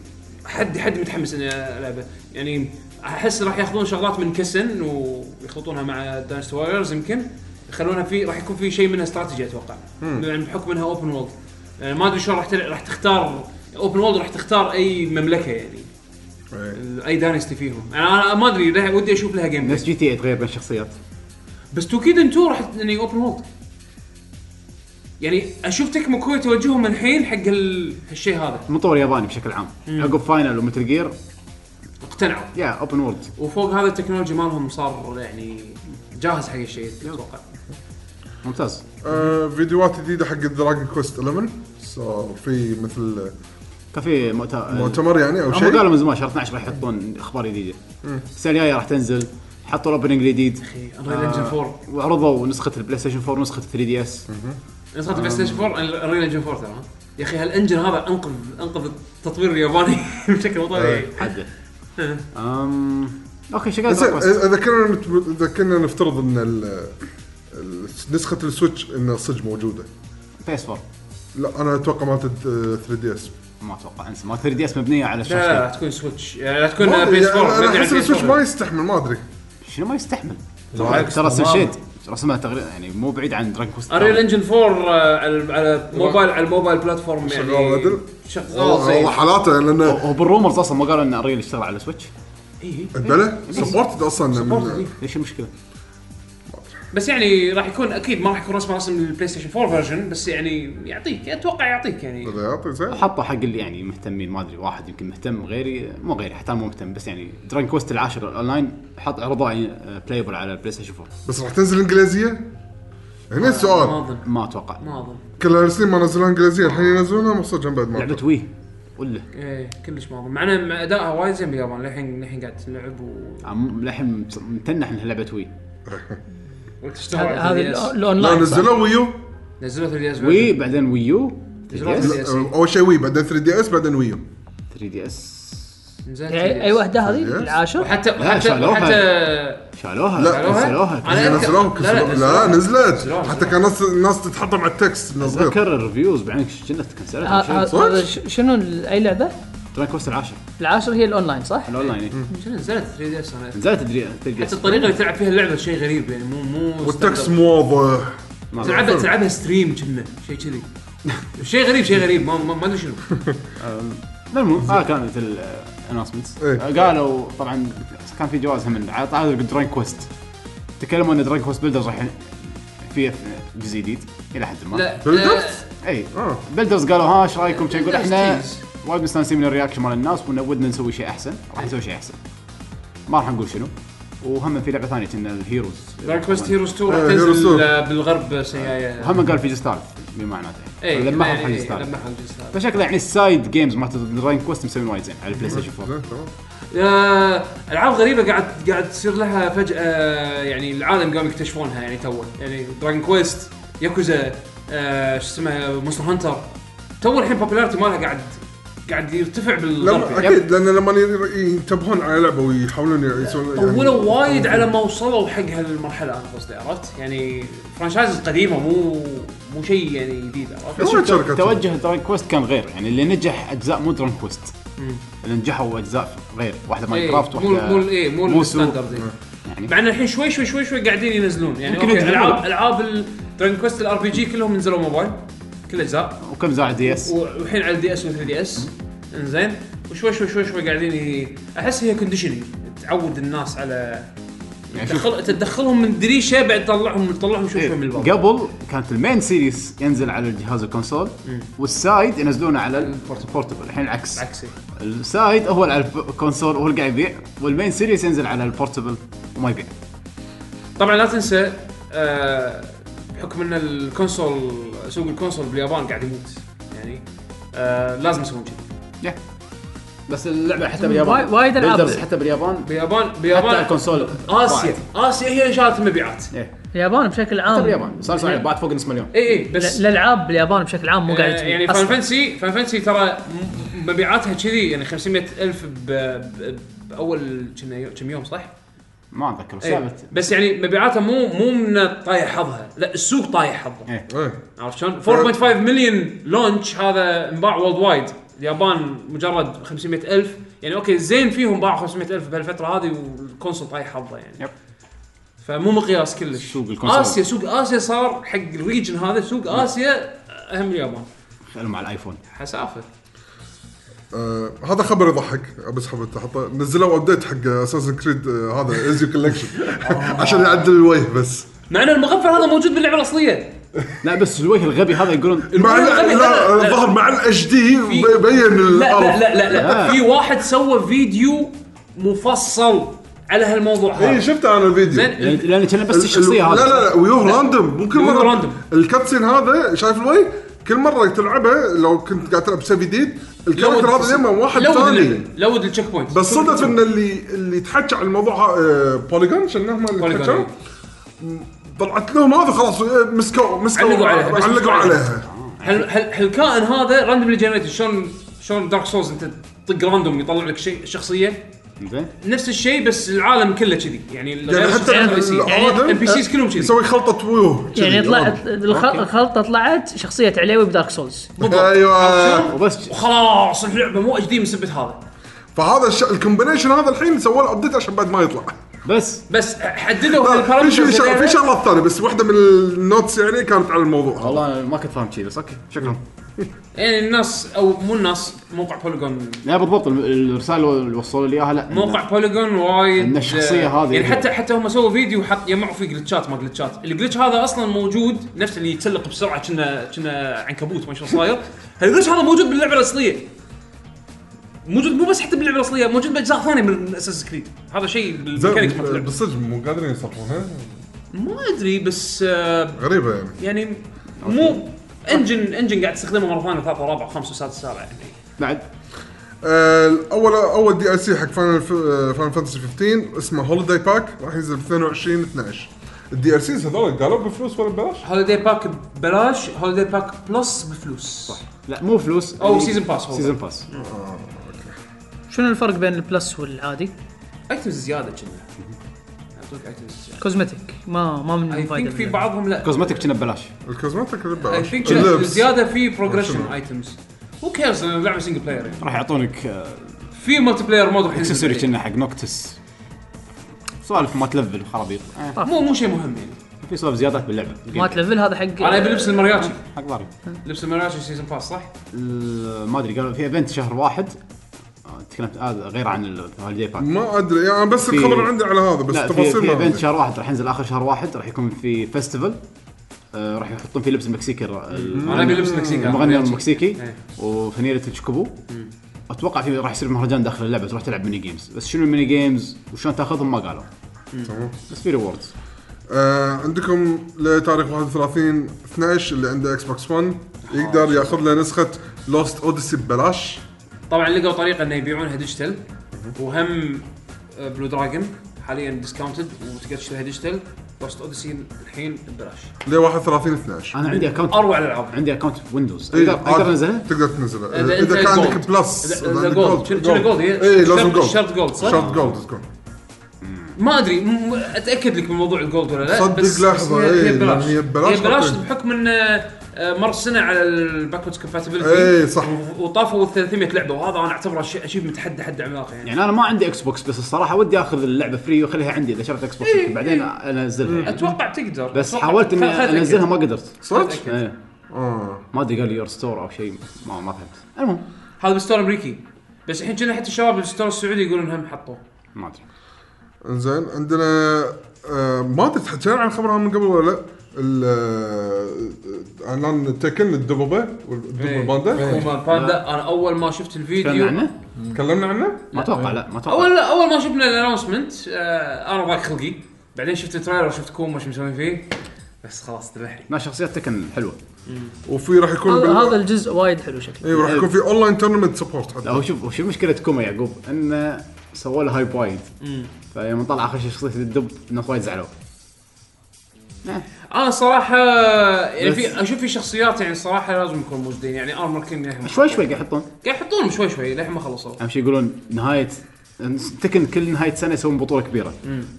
[SPEAKER 4] حد حد متحمس اني العبه يعني احس راح ياخذون شغلات من كسن ويخلطونها مع دانس وايرز يمكن يخلونها في راح يكون في شيء منها استراتيجي اتوقع يعني بحكم انها اوبن وولد يعني ما ادري شلون راح تل- راح تختار اوبن وولد راح تختار اي مملكه يعني
[SPEAKER 1] إيه.
[SPEAKER 4] اي داينستي فيهم يعني انا ما ادري لها- ودي اشوف لها جيم
[SPEAKER 2] نفس جي تي تغير بين الشخصيات
[SPEAKER 4] بس توكيدن 2 راح ت- يعني اوبن وولد يعني اشوف تكمو كوي توجههم الحين حق ال- هالشيء هذا
[SPEAKER 2] المطور ياباني بشكل عام عقب فاينل ومتل جير
[SPEAKER 4] اقتنعوا
[SPEAKER 2] يا اوبن وورلد
[SPEAKER 4] وفوق هذا التكنولوجي مالهم صار يعني جاهز حق الشيء اتوقع
[SPEAKER 2] ممتاز
[SPEAKER 1] آه، فيديوهات جديده حق دراجون كوست 11 صار في مثل
[SPEAKER 2] كان في مؤتمر
[SPEAKER 1] مؤتمر يعني او
[SPEAKER 2] هم
[SPEAKER 1] شيء
[SPEAKER 2] قالوا من زمان شهر 12 راح يحطون اخبار جديده السنه الجايه راح تنزل حطوا الاوبننج الجديد
[SPEAKER 4] انريل انجن 4
[SPEAKER 2] وعرضوا نسخه البلاي ستيشن 4 ونسخه 3 دي اس
[SPEAKER 4] نسخه البلاي ستيشن 4 انريل انجن 4 ترى ها؟ يا اخي هالانجن هذا انقذ انقذ التطوير الياباني [LAUGHS] بشكل مو طبيعي
[SPEAKER 2] حده أم... اوكي شغال
[SPEAKER 1] زين،
[SPEAKER 2] Dragon Quest.
[SPEAKER 1] اذا كنا نت- اذا كنا نفترض ان ال- ال- نسخه السويتش انها صدق موجوده
[SPEAKER 2] بيس 4
[SPEAKER 1] لا انا اتوقع مالت 3 دي اس
[SPEAKER 2] ما اتوقع انسى ما 3 دي اس مبنيه على
[SPEAKER 4] لا لا لا
[SPEAKER 2] الشاشه
[SPEAKER 4] تكون سويتش يعني لا تكون بيس 4
[SPEAKER 1] انا
[SPEAKER 4] مبني على
[SPEAKER 1] احس
[SPEAKER 4] PS4.
[SPEAKER 1] السويتش ما يستحمل ما ادري
[SPEAKER 2] شنو ما يستحمل
[SPEAKER 7] بالعكس،
[SPEAKER 2] ترى رسم
[SPEAKER 7] تمام.
[SPEAKER 2] شيد رسمها تقريبا يعني مو بعيد عن دراجون كوست
[SPEAKER 4] انريل انجن 4 آه، على على موبايل على الموبايل بلاتفورم
[SPEAKER 1] شغال
[SPEAKER 4] يعني
[SPEAKER 1] عدل؟
[SPEAKER 4] شغال زين
[SPEAKER 1] والله حالاته لانه
[SPEAKER 2] هو بالرومرز اصلا ما قالوا ان انريل اشتغل على سويتش
[SPEAKER 1] بلا سبورتد اصلا من-
[SPEAKER 2] ايش المشكله؟
[SPEAKER 4] يعني. بس يعني راح يكون اكيد ما راح يكون رسم رسم البلاي ستيشن 4 فيرجن بس يعني يعطيك اتوقع يعطيك يعني
[SPEAKER 1] هذا يعطي زين
[SPEAKER 2] حطوا حق اللي يعني مهتمين ما ادري واحد يمكن مهتم غيري مو غيري حتى أنا مو مهتم بس يعني دراجون كوست العاشر اونلاين حط عرضه بلايبل على بلاي ستيشن 4
[SPEAKER 1] بس راح تنزل انجليزيه؟ هنا
[SPEAKER 4] ما
[SPEAKER 1] السؤال
[SPEAKER 4] اظن
[SPEAKER 2] ما اتوقع
[SPEAKER 4] ما اظن
[SPEAKER 1] كل هالسنين ما نزلوها انجليزيه الحين ينزلونها مصدقا بعد ما
[SPEAKER 2] لعبه وي ولا
[SPEAKER 4] ايه كلش ما اظن مع ان ادائها وايد زين باليابان للحين للحين قاعد تلعب و
[SPEAKER 2] عم- للحين مت- متنح انها لعبه وي
[SPEAKER 4] وقت اشتهرت
[SPEAKER 6] هذا هذا
[SPEAKER 4] 3DS.
[SPEAKER 1] لا
[SPEAKER 6] الاونلاين صح.
[SPEAKER 1] نزلوه ويو
[SPEAKER 4] نزلوا 3 دي اس
[SPEAKER 2] وي بعدين ويو 3
[SPEAKER 4] نزلوا
[SPEAKER 2] دي اس
[SPEAKER 4] 3DS.
[SPEAKER 1] اول شيء وي بعدين 3 دي اس بعدين ويو
[SPEAKER 2] 3 دي اس
[SPEAKER 6] يعني اي وحده هذه
[SPEAKER 1] Yes.
[SPEAKER 6] العاشر
[SPEAKER 4] وحتى
[SPEAKER 2] لا،
[SPEAKER 4] حتى
[SPEAKER 2] شالوها.
[SPEAKER 4] حتى
[SPEAKER 2] شالوها
[SPEAKER 1] لا.
[SPEAKER 2] كسلوها
[SPEAKER 4] أنا أذكر-
[SPEAKER 1] نزلوه
[SPEAKER 4] لا، لا،
[SPEAKER 1] كسلوه.
[SPEAKER 4] نزلوها.
[SPEAKER 1] لا نزلت
[SPEAKER 4] نزلوها.
[SPEAKER 1] حتى كان ناس الناس تتحطم على التكست من صغير
[SPEAKER 2] اتذكر الريفيوز بعدين كنت كنسلت أو شيء.
[SPEAKER 6] ه- ه- هذا ش- شنو ال- اي لعبه؟
[SPEAKER 2] تراك كوست العاشر
[SPEAKER 6] العاشر هي الاونلاين صح؟
[SPEAKER 2] الاونلاين إيه.
[SPEAKER 4] شنو نزلت 3 دي اس انا أذكر.
[SPEAKER 2] نزلت 3 دي
[SPEAKER 4] حتى
[SPEAKER 2] اس
[SPEAKER 4] الطريقه اللي تلعب فيها اللعبه شيء غريب يعني مو مو
[SPEAKER 1] والتكست
[SPEAKER 4] standard.
[SPEAKER 1] مو واضح
[SPEAKER 4] تلعبها تلعبها ستريم كنا شيء
[SPEAKER 2] [LAUGHS]
[SPEAKER 4] كذي شيء غريب شيء غريب ما ما ما ادري شنو
[SPEAKER 2] المهم اه كانت الانونسمنت
[SPEAKER 1] إيه.
[SPEAKER 2] آه، قالوا طبعا كان في جوائز هم هذا دراج كويست تكلموا ان دراج كويست بيلدرز راح فيه جزء جديد الى حد ما
[SPEAKER 4] لا
[SPEAKER 1] بالضبط؟
[SPEAKER 2] اي
[SPEAKER 1] آه.
[SPEAKER 2] بيلدرز قالوا ها ايش رايكم كان يقول
[SPEAKER 4] لا،
[SPEAKER 2] احنا
[SPEAKER 4] تيز.
[SPEAKER 2] وايد مستانسين من الرياكشن مال الناس وإن ودنا نسوي شيء احسن راح نسوي شيء احسن ما راح نقول شنو وهم في لعبه ثانيه كنا الهيروز
[SPEAKER 4] دارك كويست هيروز 2 راح
[SPEAKER 1] إيه، Heroes 2.
[SPEAKER 4] تنزل آه، بالغرب السنه الجايه
[SPEAKER 2] هم قال في جزء ثالث بمعناته
[SPEAKER 4] اي
[SPEAKER 2] لما
[SPEAKER 4] إي،
[SPEAKER 2] حط
[SPEAKER 4] إي،
[SPEAKER 2] جزء ثالث
[SPEAKER 4] إيه، لما حق الجزء الثالث.
[SPEAKER 2] فشكله يعني السايد جيمز مالت دراين كويست مسوين وايد زين على البلاي ستيشن 4
[SPEAKER 1] زين، تمام.
[SPEAKER 4] آه، العاب غريبه قاعد قاعد تصير لها فجاه يعني العالم قام يكتشفونها يعني تو يعني دراجون كويست ياكوزا آه، شو اسمه مونستر هانتر تو الحين بوبولاريتي مالها قاعد قاعد يرتفع
[SPEAKER 1] لما
[SPEAKER 4] بالغرب يعني
[SPEAKER 1] اكيد لان لما ي- ينتبهون على لعبه ويحاولون يسوون يعني
[SPEAKER 4] طولوا وايد على ما وصلوا حق هالمرحله انا قصدي عرفت يعني فرانشايز قديمه مو مو شيء يعني جديد عرفت
[SPEAKER 1] وايد شركات
[SPEAKER 2] توجه دراين كويست كان غير يعني اللي نجح اجزاء مو دراين كويست اللي نجحوا اجزاء غير واحده ماين
[SPEAKER 4] إيه،
[SPEAKER 2] كرافت
[SPEAKER 4] مو
[SPEAKER 2] واحده
[SPEAKER 4] مو اي مو
[SPEAKER 2] موسو.
[SPEAKER 4] الستاندرد إيه.
[SPEAKER 2] يعني
[SPEAKER 4] مع ان الحين شوي شوي شوي شوي قاعدين ينزلون يعني
[SPEAKER 2] يمكن
[SPEAKER 4] اوكي
[SPEAKER 2] ينزلون.
[SPEAKER 4] العاب العاب دراجون كويست الار بي جي كلهم نزلوا موبايل كل اجزاء
[SPEAKER 2] وكم زاع دي اس
[SPEAKER 4] و- والحين على الدي اس و 3 دي اس انزين وشوي شوي شوي شوي قاعدين ي... احس هي كونديشننج تعود الناس على
[SPEAKER 2] يعني شوف- إيه.
[SPEAKER 4] تدخل تدخلهم من دريشه بعد تطلعهم تطلعهم شوي شوي من الباب
[SPEAKER 2] قبل كانت المين سيريس ينزل على الجهاز الكونسول والسايد ينزلونه على البورتبل الحين العكس
[SPEAKER 4] عكسي
[SPEAKER 2] السايد هو اللي على الكونسول هو اللي قاعد يبيع والمين سيريس ينزل على البورتبل وما يبيع
[SPEAKER 4] طبعا لا تنسى آه بحكم ان الكونسول سوق الكونسول باليابان قاعد يموت يعني آه لازم يسوون كذي
[SPEAKER 2] yeah. بس اللعبه حتى
[SPEAKER 6] باليابان- وايد- وايد ألعاب. Builders
[SPEAKER 2] حتى باليابان
[SPEAKER 4] باليابان
[SPEAKER 2] يابان
[SPEAKER 4] باليابان
[SPEAKER 2] الكونسول إيه.
[SPEAKER 4] اسيا اسيا هي اللي شالت المبيعات
[SPEAKER 6] اليابان بشكل عام
[SPEAKER 2] باليابان صار
[SPEAKER 4] إيه.
[SPEAKER 2] صار بعد فوق نص مليون
[SPEAKER 4] اي اي بس
[SPEAKER 6] ال- الالعاب باليابان بشكل عام مو قاعده
[SPEAKER 4] آه، يعني فان فانسي فان فانسي ترى م- مبيعاتها كذي يعني 500 الف ب- ب- باول كنا يو- كم يوم صح؟
[SPEAKER 2] ما اتذكر بس
[SPEAKER 4] إيه.
[SPEAKER 2] لعبة-
[SPEAKER 4] بس يعني مبيعاتها مو مو من طايح حظها لا السوق طايح حظه
[SPEAKER 1] إيه.
[SPEAKER 4] عرفت شلون؟ 4.5 مليون لونش هذا انباع وولد وايد اليابان مجرد 500 الف يعني اوكي زين فيهم باعوا 500 الف بهالفتره هذه والكونسول طايح حظه يعني
[SPEAKER 2] يب.
[SPEAKER 4] فمو مقياس كلش
[SPEAKER 2] سوق الكونسول
[SPEAKER 4] اسيا سوق اسيا صار حق الريجن هذا سوق اسيا اهم من اليابان
[SPEAKER 2] خلوا مع الايفون
[SPEAKER 4] حسافه
[SPEAKER 1] آه، هذا خبر يضحك بس حبيت احطه نزلوا ابديت حق اساسن كريد هذا ازيو كولكشن عشان يعدل الوجه بس
[SPEAKER 4] مع ان المغفر هذا موجود باللعبه الاصليه
[SPEAKER 2] لا بس الوجه الغبي هذا يقولون
[SPEAKER 1] مع
[SPEAKER 4] الوجه
[SPEAKER 1] لا
[SPEAKER 4] الغبي هذا-
[SPEAKER 1] لا
[SPEAKER 4] لا.
[SPEAKER 1] الظاهر مع الاتش دي
[SPEAKER 4] في-
[SPEAKER 1] بين
[SPEAKER 4] لا لا
[SPEAKER 1] الارض
[SPEAKER 4] لا لا, لا.
[SPEAKER 1] آه.
[SPEAKER 2] لا.
[SPEAKER 4] في واحد سوى فيديو مفصل على هالموضوع
[SPEAKER 1] اي
[SPEAKER 4] هذا
[SPEAKER 1] إيه، شفت انا الفيديو
[SPEAKER 4] زين
[SPEAKER 2] لان لأن كان بس
[SPEAKER 1] ال-
[SPEAKER 2] الشخصيه
[SPEAKER 1] ال-
[SPEAKER 2] هذا
[SPEAKER 1] لا لا لا ويوه راندوم مو كل
[SPEAKER 4] ويوه
[SPEAKER 1] مره
[SPEAKER 4] راندوم.
[SPEAKER 1] الكاتسين هذا شايف الوجه كل مره تلعبه لو كنت قاعد تلعب بسيف جديد الكاركتر هذا دائما واحد
[SPEAKER 4] لود
[SPEAKER 1] ثاني
[SPEAKER 4] اللعبة، لود التشيك بوينت
[SPEAKER 1] بس صدف ان اللي اللي تحكى على الموضوع آه، بوليجون عشان هم اللي
[SPEAKER 4] Polygon،
[SPEAKER 1] تحكوا
[SPEAKER 4] إيه.
[SPEAKER 1] طلعت لهم هذا خلاص آه، مسكوا مسكوا
[SPEAKER 4] علقوا عليها، بس
[SPEAKER 1] علقوا
[SPEAKER 4] مسكوا
[SPEAKER 1] عليها
[SPEAKER 4] هل هل هالكائن هذا راندوملي جنريتد شلون شلون دارك سولز انت تطق راندوم يطلع لك شيء شخصيه
[SPEAKER 2] زين
[SPEAKER 4] نفس الشيء بس العالم كله كذي يعني
[SPEAKER 1] يعني حتى
[SPEAKER 4] الام بي سيز كلهم كذي
[SPEAKER 1] يسوي خلطه ويوه
[SPEAKER 6] يعني
[SPEAKER 1] كذي. أيوة.
[SPEAKER 6] طلعت الخ-
[SPEAKER 2] أوكي.
[SPEAKER 6] الخلطه طلعت شخصيه عليوي بدارك سولز
[SPEAKER 1] ايوه
[SPEAKER 2] وبس
[SPEAKER 4] وخلاص اللعبه مو اتش دي من سبه هذا
[SPEAKER 1] فهذا الش... الكومبينيشن هذا الحين سووا له ابديت عشان بعد ما يطلع
[SPEAKER 2] بس
[SPEAKER 4] بس حددوا
[SPEAKER 1] لا، آه، في
[SPEAKER 4] هالبارامترز
[SPEAKER 1] شيء
[SPEAKER 4] هذيلا.
[SPEAKER 1] في شغلات ثانيه بس واحده من النوتس يعني كانت على الموضوع هذا
[SPEAKER 2] والله أنا ما كنت فاهم شيء بس اوكي شكرا
[SPEAKER 4] يعني الناس او مو الناس موقع بوليجون
[SPEAKER 2] لا بالضبط الم- الرساله اللي وصلوا لي اياها لا إن-
[SPEAKER 4] موقع بوليجون وايد
[SPEAKER 2] إن الشخصية هذه
[SPEAKER 4] يعني
[SPEAKER 2] هي.
[SPEAKER 4] حتى حتى هم سووا فيديو حط جمعوا فيه جلتشات ما جلتشات الجلتش هذا اصلا موجود نفس اللي يتسلق بسرعه كنا كنا عنكبوت ما شلون صاير الجلتش هذا موجود باللعبه الاصليه موجود مو بس حتى باللعبه الاصليه موجود باجزاء ثانيه من اساس كريد هذا شيء بالميكانيك مال
[SPEAKER 1] زين
[SPEAKER 4] اللعبة.
[SPEAKER 1] بالصدق مو قادرين يصلحونها
[SPEAKER 4] ما ادري بس آه،
[SPEAKER 1] غريبه يعني
[SPEAKER 4] يعني مو انجن انجن قاعد تستخدمه مره ثانيه ثالثه رابعه خامسه سادسه سابعه يعني
[SPEAKER 2] بعد
[SPEAKER 1] آه، اول اول دي ال سي حق فاينل فاينل فانتسي 15 اسمه هوليداي باك راح ينزل ب 22 12 الدي ال سيز هذول قالوا بفلوس ولا ببلاش؟
[SPEAKER 3] هوليدي باك ببلاش هوليدي باك بلس بفلوس صح
[SPEAKER 2] لا مو فلوس يعني
[SPEAKER 4] او سيزون باس هو.
[SPEAKER 2] سيزون باس
[SPEAKER 6] شنو الفرق بين البلس والعادي؟
[SPEAKER 4] اكتبس زياده كنا اعطوك اكتبس زياده
[SPEAKER 6] كوزمتيك ما ما
[SPEAKER 4] اي
[SPEAKER 6] من
[SPEAKER 4] ثينك
[SPEAKER 6] فايده
[SPEAKER 4] في
[SPEAKER 6] منه.
[SPEAKER 4] بعضهم لا
[SPEAKER 2] كوزمتك كنا ببلاش
[SPEAKER 1] الكوزماتيك
[SPEAKER 4] اي
[SPEAKER 1] ببلاش
[SPEAKER 4] ثينك
[SPEAKER 1] اللبس
[SPEAKER 4] زياده في بروجريشن ايتمز هو كيرز لعبه سنجل بلاير يعني
[SPEAKER 2] راح يعطونك آه،
[SPEAKER 4] في مالتي بلاير مود راح ينزل
[SPEAKER 2] اكسسوري
[SPEAKER 4] بعدين.
[SPEAKER 2] كنا حق نوكتس سوالف ما تلفل خرابيط
[SPEAKER 4] مو مو شيء مهم يعني
[SPEAKER 2] في سوالف زيادات باللعبه
[SPEAKER 6] ما تلفل هذا حق
[SPEAKER 4] انا ابي لبس المارياتشي
[SPEAKER 2] حق ضاري
[SPEAKER 4] لبس المارياتشي سيزون باس صح؟
[SPEAKER 2] ال- ما ادري قالوا في ايفنت شهر واحد آه، تكلمت آه، غير عن الهوليدي باك
[SPEAKER 1] ما ادري يعني بس الخبر عندي على هذا بس
[SPEAKER 2] لا في
[SPEAKER 1] التفاصيل
[SPEAKER 2] في
[SPEAKER 1] ما
[SPEAKER 2] ايفنت
[SPEAKER 1] عندي
[SPEAKER 2] شهر واحد راح ينزل اخر شهر واحد راح يكون في فيستيفال آه راح يحطون فيه لبس المكسيكي الر-
[SPEAKER 4] انا ابي لبس مكسيكي
[SPEAKER 2] المغني المكسيكي
[SPEAKER 4] إيه.
[SPEAKER 2] وفنيله الشكبو اتوقع في راح يصير مهرجان داخل اللعبه تروح تلعب ميني جيمز بس شنو الميني جيمز وشلون تاخذهم ما قالوا
[SPEAKER 1] تمام.
[SPEAKER 2] بس في ريوردز
[SPEAKER 1] آه عندكم لتاريخ 31 12 اللي عنده اكس بوكس 1
[SPEAKER 4] آه،
[SPEAKER 1] يقدر ياخذ له نسخه لوست اوديسي ببلاش
[SPEAKER 4] طبعا لقوا طريقه انه يبيعونها ديجيتال وهم آه، بلو دراجون حاليا ديسكاونتد وتقدر تشتريها ديجيتال وست اوديسي الحين ببلاش
[SPEAKER 1] ل 31 12
[SPEAKER 2] انا عندي اكونت
[SPEAKER 4] اروع الالعاب
[SPEAKER 2] عندي اكونت ويندوز
[SPEAKER 1] إيه،
[SPEAKER 2] اقدر اقدر
[SPEAKER 1] عاد
[SPEAKER 2] انزلها
[SPEAKER 1] تقدر تنزله
[SPEAKER 4] إذا
[SPEAKER 1] اذا,
[SPEAKER 4] أنت
[SPEAKER 1] إذا كان
[SPEAKER 4] جولد.
[SPEAKER 1] عندك بلس
[SPEAKER 4] إذا- إذا جولد. شنو- شنو جولد؟ هي
[SPEAKER 1] اي لازم
[SPEAKER 4] شرط-
[SPEAKER 1] جولد
[SPEAKER 4] شرط جولد، صح؟
[SPEAKER 1] شرط جولد تكون
[SPEAKER 4] ما ادري م- م- اتاكد لك من موضوع الجولد ولا لا
[SPEAKER 1] صدق
[SPEAKER 4] بس-
[SPEAKER 1] لحظة،
[SPEAKER 4] بس
[SPEAKER 1] إيه،
[SPEAKER 4] هي ببلاش
[SPEAKER 1] لأن هي ببلاش
[SPEAKER 4] هي ببلاش
[SPEAKER 1] حطيت.
[SPEAKER 4] بحكم ان آه، آه، مر سنه على الباكوردز كومباتيبلتي
[SPEAKER 1] إيه، صح.
[SPEAKER 4] وطافوا 300 لعبه وهذا انا اعتبره شيء اشيفمنت حد حد عملاق يعني
[SPEAKER 2] يعني انا ما عندي اكس بوكس بس الصراحه ودي اخذ اللعبه فري واخليها عندي اذا شريت اكس بوكس
[SPEAKER 4] إيه،
[SPEAKER 2] بعدين انزلها يعني.
[SPEAKER 4] اتوقع تقدر
[SPEAKER 2] بس
[SPEAKER 4] أتوقع-
[SPEAKER 2] حاولت
[SPEAKER 4] خل- خل
[SPEAKER 2] اني
[SPEAKER 4] أتأكد.
[SPEAKER 2] انزلها ما قدرت
[SPEAKER 1] صدق؟
[SPEAKER 2] إيه.
[SPEAKER 1] اه
[SPEAKER 2] ما ادري قال يور ستور او شيء ما ما فهمت المهم
[SPEAKER 4] هذا بالستور الامريكي بس الحين كنا حتى الشباب بالستور السعودي يقولون هم حطوه
[SPEAKER 2] ما ادري
[SPEAKER 1] انزين عندنا آه ما ادري تحكينا عن خبرها من قبل ولا لا ال- آه، اعلان تكن الدببه والدببه باندا
[SPEAKER 4] كوما باندا انا اول ما شفت
[SPEAKER 2] تكلمنا
[SPEAKER 4] الفيديو
[SPEAKER 2] عنه؟
[SPEAKER 1] تكلمنا عنه؟
[SPEAKER 2] ما اتوقع لا ما اتوقع
[SPEAKER 4] اول اول ما شفنا الانونسمنت آه انا ضاق خلقي بعدين شفت التريلر شفت كوما شو مسوين فيه بس خلاص ذبحني
[SPEAKER 2] لا شخصيات تكن حلوه
[SPEAKER 1] وفي راح يكون
[SPEAKER 6] هذا-
[SPEAKER 1] بال-
[SPEAKER 6] هذا الجزء وايد حلو شكله
[SPEAKER 1] اي راح يكون في اونلاين تورنمنت سبورت
[SPEAKER 2] لا
[SPEAKER 1] حتى
[SPEAKER 2] هو شوف شوف مشكله كوما يعقوب انه سووا له هايب وايد فيوم طلع اخر شيء شخصيه الدب الناس وايد زعلوا
[SPEAKER 4] انا صراحه آه، يعني
[SPEAKER 2] بس-
[SPEAKER 4] في اشوف في شخصيات يعني صراحه لازم يكونوا موجودين يعني ارمر كينج للحين ما
[SPEAKER 2] شوي
[SPEAKER 4] حطوه.
[SPEAKER 2] شوي قاعد يحطون
[SPEAKER 4] قاعد يحطونهم شوي شوي للحين ما خلصوا
[SPEAKER 2] اهم شيء يقولون نهايه تكن كل نهايه سنه يسوون بطوله كبيره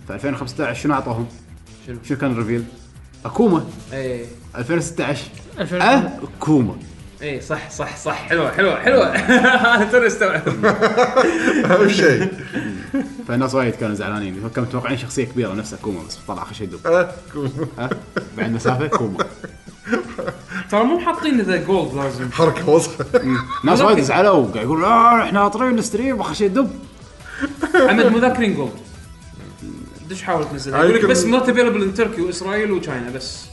[SPEAKER 2] ف 2015 شنو اعطوهم؟
[SPEAKER 4] شنو؟
[SPEAKER 2] شنو كان الريفيل؟ اكوما
[SPEAKER 4] اي
[SPEAKER 2] 2016
[SPEAKER 6] 2000
[SPEAKER 2] أه كوما
[SPEAKER 4] اي إيه، صح صح صح حلوه حلوه [LAUGHS] حلوه انا توني استوعب
[SPEAKER 1] [LAUGHS] اهم شيء
[SPEAKER 2] فالناس وايد كانوا زعلانين كانوا متوقعين شخصيه كبيره نفسها كوما بس طلع اخر شيء دب
[SPEAKER 1] آه، كوم.
[SPEAKER 2] أه بعد مسافه كوما
[SPEAKER 4] ترى مو حاطين ذا جولد لازم
[SPEAKER 1] حركه وسخه
[SPEAKER 2] ناس وايد زعلوا وقاعد يقولون آه احنا ناطرين ستريم واخر شيء دب
[SPEAKER 4] عمد مذاكرين جولد دش حاول تنزلها يقول لك
[SPEAKER 1] يمكن-
[SPEAKER 4] بس نوت افيلبل ان تركي واسرائيل وتشاينا بس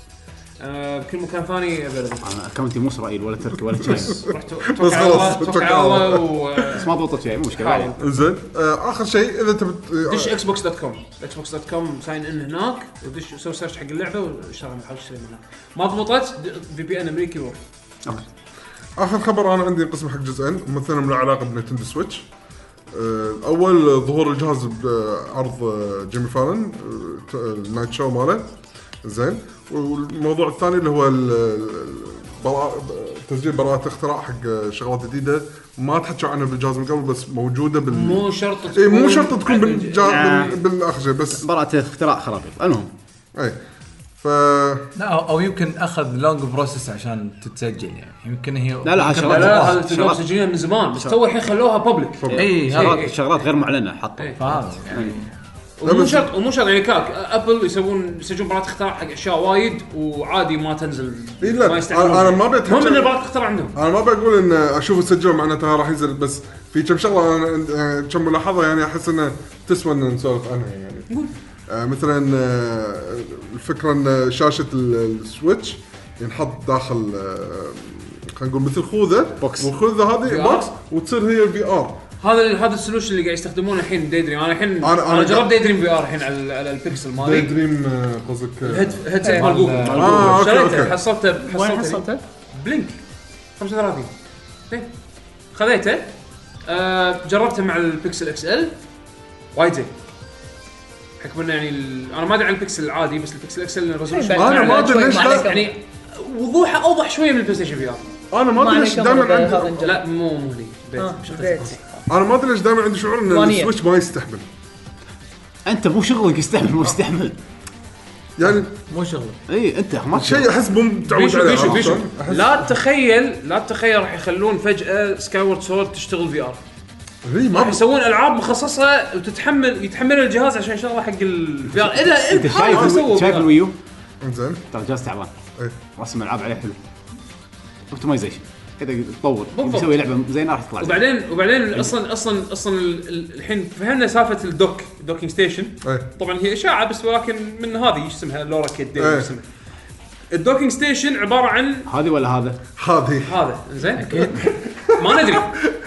[SPEAKER 4] آه بكل مكان ثاني
[SPEAKER 2] [LAUGHS]
[SPEAKER 4] افيلبل
[SPEAKER 2] انا اكونتي مو اسرائيل ولا تركي ولا تشاينا
[SPEAKER 4] [LAUGHS] روح توكل على
[SPEAKER 1] خلاص،
[SPEAKER 4] الله توكل
[SPEAKER 1] توكل
[SPEAKER 4] على
[SPEAKER 1] على
[SPEAKER 4] الله آه،
[SPEAKER 2] بس ما ضبطت فيها مو مشكله
[SPEAKER 4] وحاول
[SPEAKER 2] عادي.
[SPEAKER 1] انزين آه، اخر شيء اذا تبي
[SPEAKER 4] دش اكس بوكس دوت كوم اكس بوكس دوت كوم ساين ان هناك ودش سوي سيرش حق اللعبه واشتغل حاول تشتري من هناك ما ضبطت في بي ان امريكي وروح
[SPEAKER 1] اخر خبر انا عندي قسم حق جزئين مثلا له علاقه بنتندو سويتش آه، اول ظهور الجهاز بعرض آه، جيمي فالن آه، ت- آه، النايت شو ماله زين والموضوع الثاني اللي هو ال- ال- براءة- تسجيل براءة اختراع حق آه، شغلات جديدة ما تحكوا عنها بالجهاز من قبل بس موجودة بال
[SPEAKER 4] مو شرط
[SPEAKER 1] اي إيه، مو شرط تكون
[SPEAKER 2] آه.
[SPEAKER 1] بالجهاز بالاخر شيء بس
[SPEAKER 2] براءة اختراع خرابيط المهم
[SPEAKER 1] اي ف
[SPEAKER 7] لا أو- او يمكن اخذ لونج بروسس عشان تتسجل يعني يمكن هي
[SPEAKER 2] لا لا
[SPEAKER 7] يمكن
[SPEAKER 2] شباب.
[SPEAKER 4] لا لا
[SPEAKER 7] تتواصل.
[SPEAKER 4] هذا تقدر تسجلها من زمان بس تو الحين خلوها بابليك
[SPEAKER 7] اي هذا
[SPEAKER 2] شغلات شغلات غير معلنه حطوا
[SPEAKER 4] إيه.
[SPEAKER 7] فهذا يعني
[SPEAKER 4] ومو شرط ومو شرط يعني كاك ابل يسوون يسجلون براءة اختراع حق اشياء وايد وعادي ما تنزل
[SPEAKER 1] إي إيه، لا،
[SPEAKER 4] ما يستحملون.
[SPEAKER 1] أنا- أنا ما بتحكي-
[SPEAKER 4] المهم ان براءة اختراع عندهم
[SPEAKER 1] انا ما بقول ان اشوف سجلوا معناتها راح ينزل بس في كم شغله انا عند- آه، كم ملاحظه يعني احس انه تسوى ان نسولف عنها يعني آه مثلا آه، الفكره ان شاشه ال- السويتش ينحط داخل آه، خلينا نقول مثل خوذه
[SPEAKER 2] بوكس.
[SPEAKER 1] والخوذه
[SPEAKER 4] VR.
[SPEAKER 1] هذه بوكس وتصير هي الفي ار
[SPEAKER 4] هذا ال- هذا السولوشن اللي قاعد يستخدمونه الحين داي دريم انا الحين
[SPEAKER 1] أنا-
[SPEAKER 4] انا,
[SPEAKER 1] أنا
[SPEAKER 4] جربت داي دريم في ار الحين على, على البكسل
[SPEAKER 1] داي
[SPEAKER 4] مالي
[SPEAKER 1] دريم آه، قصدك آه،
[SPEAKER 4] الهيد- الهيدسيت مال جوجل
[SPEAKER 1] آه، أوكي،
[SPEAKER 4] شريته
[SPEAKER 1] أوكي.
[SPEAKER 4] حصلته
[SPEAKER 6] وين
[SPEAKER 4] حصلته
[SPEAKER 6] حصلته؟
[SPEAKER 4] بلينك إيه. 35 زين خذيته آه جربته مع البكسل اكس ال وايد زين حكم انه يعني ال- انا ما ادري عن البكسل العادي بس البكسل اكسل الريزولوشن
[SPEAKER 6] بعد
[SPEAKER 1] إيه، أنا ما أدري
[SPEAKER 6] شوي
[SPEAKER 1] ليش
[SPEAKER 6] ما
[SPEAKER 1] لا-
[SPEAKER 6] عليكم.
[SPEAKER 4] يعني وضوحه اوضح شويه من البلاي ستيشن في ار
[SPEAKER 1] انا ما
[SPEAKER 6] ما
[SPEAKER 1] ادري
[SPEAKER 6] عليكم
[SPEAKER 1] ليش دائما
[SPEAKER 6] بالهذا
[SPEAKER 1] عندي
[SPEAKER 6] الجو.
[SPEAKER 4] لا مو مو هني بيت
[SPEAKER 6] آه،
[SPEAKER 4] شغلة
[SPEAKER 6] بيت.
[SPEAKER 4] زي-
[SPEAKER 1] انا ما ادري ليش دائما عندي شعور ان
[SPEAKER 6] ثانية.
[SPEAKER 1] السويتش ما يستحمل
[SPEAKER 2] انت مو شغلك يستحمل مو يستحمل
[SPEAKER 1] يعني
[SPEAKER 3] مو شغله
[SPEAKER 2] اي انت ما
[SPEAKER 1] شيء احس مو متعود
[SPEAKER 4] بيشو
[SPEAKER 1] عليه
[SPEAKER 4] بيشو
[SPEAKER 1] عرفت
[SPEAKER 4] بيشو
[SPEAKER 1] شلون؟ أحس-
[SPEAKER 4] لا تتخيل لا تتخيل راح يخلون فجاه سكاي وورد سورد تشتغل في ار
[SPEAKER 1] إي، ما
[SPEAKER 4] راح يسوون العاب مخصصه وتتحمل يتحملها الجهاز عشان شغله حق الفي ار اذا
[SPEAKER 2] انت
[SPEAKER 4] إذا هذا
[SPEAKER 2] شايف
[SPEAKER 4] ما سووا
[SPEAKER 2] الوي- شايف
[SPEAKER 4] VR.
[SPEAKER 2] الويو
[SPEAKER 1] انزين
[SPEAKER 2] ترى جهاز تعبان
[SPEAKER 1] إيه.
[SPEAKER 2] رسم العاب عليه حلو اوبتمايزيشن كذا تطور
[SPEAKER 4] بالضبط.
[SPEAKER 2] مسوي لعبه زينه راح تطلع زينة.
[SPEAKER 4] وبعدين وبعدين اصلا اصلا اصلا ال- ال- الحين فهمنا سالفه الدوك الدوكينج ستيشن
[SPEAKER 1] إيه.
[SPEAKER 4] طبعا هي اشاعه بس ولكن من هذه ايش اسمها لورا كيد ديل،
[SPEAKER 1] إيه.
[SPEAKER 4] ايش اسمها الدوكينج ستيشن عباره عن
[SPEAKER 2] هذه ولا هذا؟
[SPEAKER 1] هذه
[SPEAKER 4] هذا زين اكيد [LAUGHS] ما ندري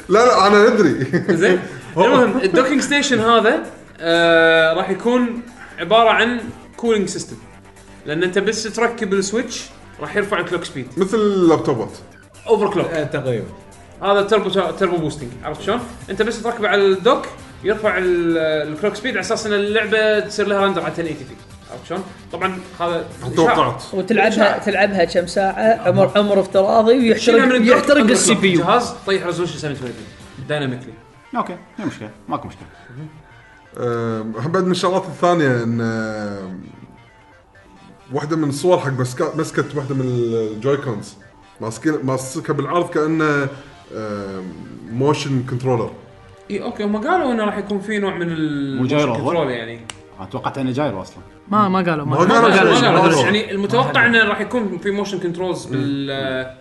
[SPEAKER 1] لا لا انا ادري
[SPEAKER 4] زين المهم الدوكينج ستيشن هذا آه راح يكون عباره عن كولينج سيستم لان انت بس تركب السويتش راح يرفع الكلوك سبيد
[SPEAKER 1] [LAUGHS] مثل اللابتوبات
[SPEAKER 4] اوفر كلوك
[SPEAKER 3] آه، تقريبا
[SPEAKER 4] هذا تربو تربو بوستنج عرفت شلون؟ انت بس تركبه على الدوك يرفع ال- الكلوك سبيد على اساس ان اللعبه تصير لها رندر على 1080 بي عرفت شلون؟ طبعا هذا
[SPEAKER 1] توقعت
[SPEAKER 6] وتلعبها تلعبها كم ساعه عمر عمر افتراضي
[SPEAKER 4] شيلها من
[SPEAKER 6] ويحترق
[SPEAKER 4] الدوك،
[SPEAKER 6] يحترق
[SPEAKER 4] تربو
[SPEAKER 6] السي
[SPEAKER 4] كلوك.
[SPEAKER 6] بي يو
[SPEAKER 4] جهاز طيح ريزولوشن 720 دايناميكلي
[SPEAKER 2] اوكي مو مشكله ماكو مشكله
[SPEAKER 1] أم، بعد من الشغلات الثانيه ان أم، واحده من الصور حق مسكة مسكت واحده من الجويكونز ماسكين ماسكها بالعرض كانه موشن كنترولر
[SPEAKER 4] اي اوكي هم قالوا انه راح يكون في نوع من
[SPEAKER 2] مو جايرو
[SPEAKER 4] ال
[SPEAKER 2] هو؟
[SPEAKER 4] كنترول يعني
[SPEAKER 2] انا توقعت انه جايرو اصلا
[SPEAKER 6] ما ما قالوا ما
[SPEAKER 1] ما
[SPEAKER 6] قالوا
[SPEAKER 1] قالوا.
[SPEAKER 4] ما قالوا،
[SPEAKER 1] شيء، ما
[SPEAKER 4] بس
[SPEAKER 1] قالوا.
[SPEAKER 4] يعني المتوقع انه راح يكون في موشن كنترولز بال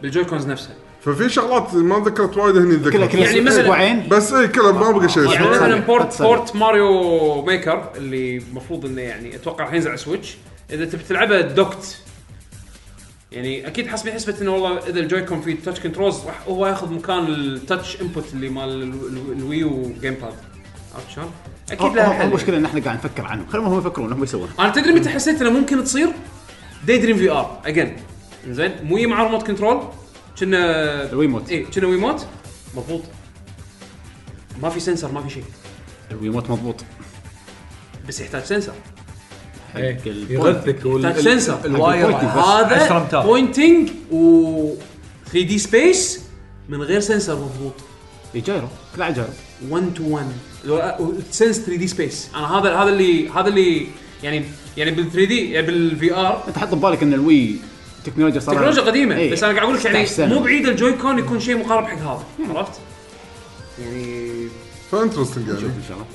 [SPEAKER 4] بالجويكونز نفسها
[SPEAKER 1] ففي شغلات ما ذكرت وايد هني
[SPEAKER 2] كلها
[SPEAKER 1] ذكرت
[SPEAKER 2] كلها
[SPEAKER 4] يعني مثلاً-
[SPEAKER 2] اسبوعين
[SPEAKER 1] بس اي كلها ما بقى شيء
[SPEAKER 4] يعني
[SPEAKER 2] صحيح.
[SPEAKER 4] مثلا
[SPEAKER 2] صحيح.
[SPEAKER 4] بورت
[SPEAKER 2] صحيح.
[SPEAKER 4] بورت ماريو ميكر اللي المفروض انه يعني اتوقع راح ينزل على سويتش اذا تبي تلعبه دوكت يعني اكيد حسبي حسبه انه والله اذا الجويكون فيه تاتش كنترولز راح هو ياخذ مكان التاتش انبوت اللي مال ال- ال- الوي وجيم باد عرفت شلون؟ اكيد لها حل
[SPEAKER 2] المشكله ان احنا قاعد نفكر عنهم خليهم هم يفكرون هم يسوون
[SPEAKER 4] انا تدري متى حسيت انه ممكن تصير؟ داي دريم في ار اجين زين مو يجي معاه ريموت كنترول كنا
[SPEAKER 2] الويموت
[SPEAKER 4] اي كنا ويموت مضبوط ما في سنسر ما في شيء
[SPEAKER 2] الويموت مضبوط
[SPEAKER 4] بس يحتاج سنسر
[SPEAKER 2] حق
[SPEAKER 3] إيه،
[SPEAKER 2] البوينت.
[SPEAKER 3] يغثك وال-
[SPEAKER 4] تاتش سنسر.
[SPEAKER 3] الواير
[SPEAKER 2] حق البوينت.
[SPEAKER 3] عشرة
[SPEAKER 4] هذا
[SPEAKER 3] أمتار.
[SPEAKER 4] بوينتنج و 3 دي سبيس من غير سنسر مضبوط
[SPEAKER 2] إيه، جايرو كل على جايرو
[SPEAKER 4] 1 تو 1 لو سنس 3 دي سبيس انا هذا هذا اللي هذا اللي يعني يعني بال 3 دي يعني بالفي ار
[SPEAKER 2] انت حط ببالك ان الوي تكنولوجيا صار
[SPEAKER 4] تكنولوجيا قديمه
[SPEAKER 2] إيه.
[SPEAKER 4] بس انا قاعد اقول لك
[SPEAKER 2] 16
[SPEAKER 4] يعني
[SPEAKER 2] سنة.
[SPEAKER 4] مو بعيد الجوي كون يكون شيء مقارب حق هذا
[SPEAKER 3] [LAUGHS]
[SPEAKER 4] عرفت؟ يعني
[SPEAKER 1] فانترستنج
[SPEAKER 2] نشوف
[SPEAKER 1] يعني
[SPEAKER 2] ان شاء الله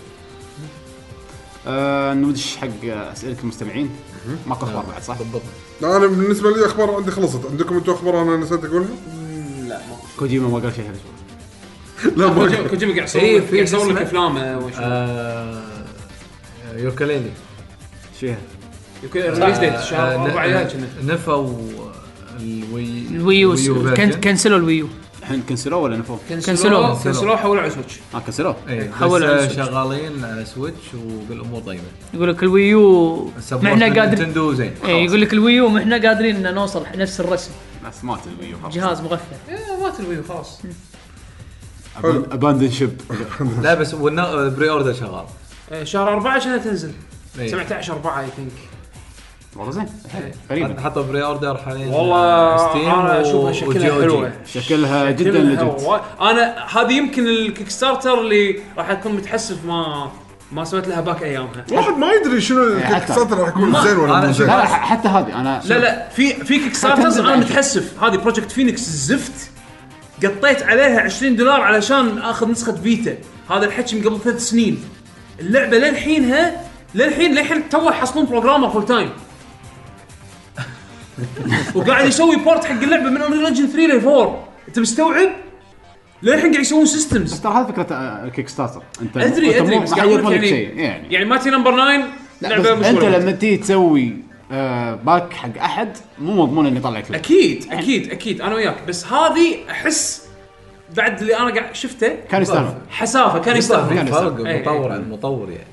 [SPEAKER 2] آه ندش حق اسئله المستمعين ماكو اخبار بعد صح؟
[SPEAKER 3] بالضبط
[SPEAKER 1] لا، انا بالنسبه لي اخبار عندي خلصت عندكم انتم اخبار انا نسيت اقولها
[SPEAKER 2] كوجيما ما قال شيء هالأسبوع.
[SPEAKER 1] لا ما
[SPEAKER 4] كوجيما كوجيما قاعد يصور
[SPEAKER 3] إيه،
[SPEAKER 4] لك-
[SPEAKER 3] في
[SPEAKER 4] قاعد يصور لك
[SPEAKER 3] اسمه.
[SPEAKER 4] افلامه وشو
[SPEAKER 3] آه، يوكليلي
[SPEAKER 2] شيء
[SPEAKER 4] ريليز ديت شهر
[SPEAKER 3] آه،
[SPEAKER 4] اربع
[SPEAKER 3] ن-
[SPEAKER 4] ريال كنا
[SPEAKER 3] نفوا الوي
[SPEAKER 6] الويو كن-
[SPEAKER 3] فيرجن.
[SPEAKER 6] كنسلوا الويو
[SPEAKER 2] الحين كنسلوه ولا نفوه؟
[SPEAKER 6] كنسلوه.
[SPEAKER 4] كنسلوه حولوا على سويتش
[SPEAKER 2] اه كنسلوه
[SPEAKER 3] إيه، بس،
[SPEAKER 6] حولوا على
[SPEAKER 3] آه،
[SPEAKER 6] سويتش.
[SPEAKER 3] شغالين على سويتش والامور طيبه
[SPEAKER 6] يقول لك الويو ما احنا قادرين
[SPEAKER 3] نتندو زين
[SPEAKER 6] إيه، يقول لك الويو ما احنا قادرين ان نوصل نفس الرسم
[SPEAKER 2] بس مات الويو خلاص
[SPEAKER 6] جهاز مغفل
[SPEAKER 4] مات الويو آه، خلاص
[SPEAKER 2] اباندن شيب
[SPEAKER 3] لا بس بري اوردر شغال
[SPEAKER 4] آه، شهر اربعه عشان تنزل
[SPEAKER 3] إيه.
[SPEAKER 4] 17 4 اي ثينك
[SPEAKER 2] والله زين
[SPEAKER 4] إيه.
[SPEAKER 2] غريبة
[SPEAKER 3] حطوا بري اوردر حاليا
[SPEAKER 4] والله
[SPEAKER 3] ستيم
[SPEAKER 4] انا
[SPEAKER 3] و-
[SPEAKER 4] اشوفها شكلها
[SPEAKER 3] وجي أو جي.
[SPEAKER 4] حلوه
[SPEAKER 2] شكلها جدا
[SPEAKER 4] كلها
[SPEAKER 2] لجد
[SPEAKER 4] وايد- انا هذه يمكن الكيك ستارتر اللي راح اكون متحسف ما ما سويت لها باك ايامها
[SPEAKER 1] واحد ما يدري شنو
[SPEAKER 4] إيه،
[SPEAKER 2] حتى.
[SPEAKER 1] الكساتر راح يكون زين ولا
[SPEAKER 3] أنا
[SPEAKER 1] مو
[SPEAKER 2] لا
[SPEAKER 1] زين
[SPEAKER 2] لا ح- حتى هذه انا
[SPEAKER 4] لا لا في في كيك ستارترز
[SPEAKER 2] حتنزل
[SPEAKER 4] انا
[SPEAKER 2] بعد.
[SPEAKER 4] متحسف هذه بروجكت فينيكس الزفت قطيت عليها 20 دولار علشان اخذ نسخه بيتا هذا الحكي من قبل ثلاث سنين اللعبه للحينها للحين للحين تو يحصلون بروجرامر فول تايم [LAUGHS] وقاعد يسوي بورت حق اللعبه من انريل انجن 3 ل 4 انت مستوعب؟ للحين قاعد يسوون سيستمز
[SPEAKER 2] بس ترى هذه فكره كيك ستارتر انت
[SPEAKER 4] ادري
[SPEAKER 2] أنت
[SPEAKER 4] ادري
[SPEAKER 2] مو-
[SPEAKER 4] بس قاعد
[SPEAKER 2] ما حد
[SPEAKER 4] اقول لك
[SPEAKER 2] يضمن لك شيء
[SPEAKER 4] يعني
[SPEAKER 2] يعني
[SPEAKER 4] يعني ماتي نمبر 9
[SPEAKER 2] لا
[SPEAKER 4] لعبه
[SPEAKER 2] بس انت
[SPEAKER 4] مشهوره
[SPEAKER 2] لما تيجي تسوي آه، باك حق احد مو مضمون انه يطلع لك لعبة.
[SPEAKER 4] اكيد
[SPEAKER 6] يعني.
[SPEAKER 4] اكيد اكيد انا وياك بس هذه احس بعد اللي انا قاعد شفته
[SPEAKER 2] كان يستاهل
[SPEAKER 4] حسافه كان
[SPEAKER 3] في
[SPEAKER 4] يستاهل
[SPEAKER 2] يعني
[SPEAKER 3] فرق
[SPEAKER 4] إيه،
[SPEAKER 3] المطور
[SPEAKER 4] إيه.
[SPEAKER 3] عن المطور يعني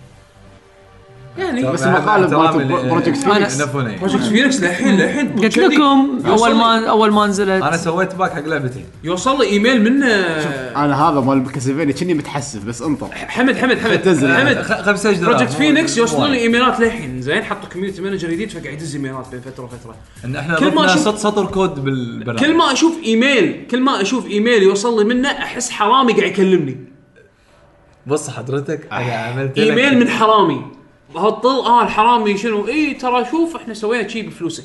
[SPEAKER 4] يعني
[SPEAKER 2] بس المقالب مالت بروجكت فينيكس
[SPEAKER 7] فينيكس
[SPEAKER 4] بروجكت فينيكس للحين للحين
[SPEAKER 6] قلت لكم اول ما اول ما
[SPEAKER 7] انا
[SPEAKER 6] نزلت
[SPEAKER 7] سويت باك حق لعبتين
[SPEAKER 4] يوصل لي ايميل منه
[SPEAKER 2] انا هذا مال كاسلفينيا كني متحسف بس انطر
[SPEAKER 4] حمد حمد حمد
[SPEAKER 2] تنزل.
[SPEAKER 4] حمد
[SPEAKER 7] خ- خمس اجزاء
[SPEAKER 4] بروجكت فينيكس يوصلون لي ايميلات للحين زين حطوا كوميونتي مانجر جديد فقاعد يدز ايميلات بين فتره وفتره
[SPEAKER 7] ان احنا
[SPEAKER 4] كل ما
[SPEAKER 7] ضفنا
[SPEAKER 4] أشوف-
[SPEAKER 7] سط- سطر كود بالبرنامج
[SPEAKER 4] كل ما اشوف ايميل كل ما اشوف ايميل يوصل لي منه احس حرامي قاعد يكلمني
[SPEAKER 7] بص حضرتك انا عملت لك-
[SPEAKER 4] ايميل آه. من حرامي هطل اه الحرامي شنو اي ترى شوف احنا سوينا شي بفلوسك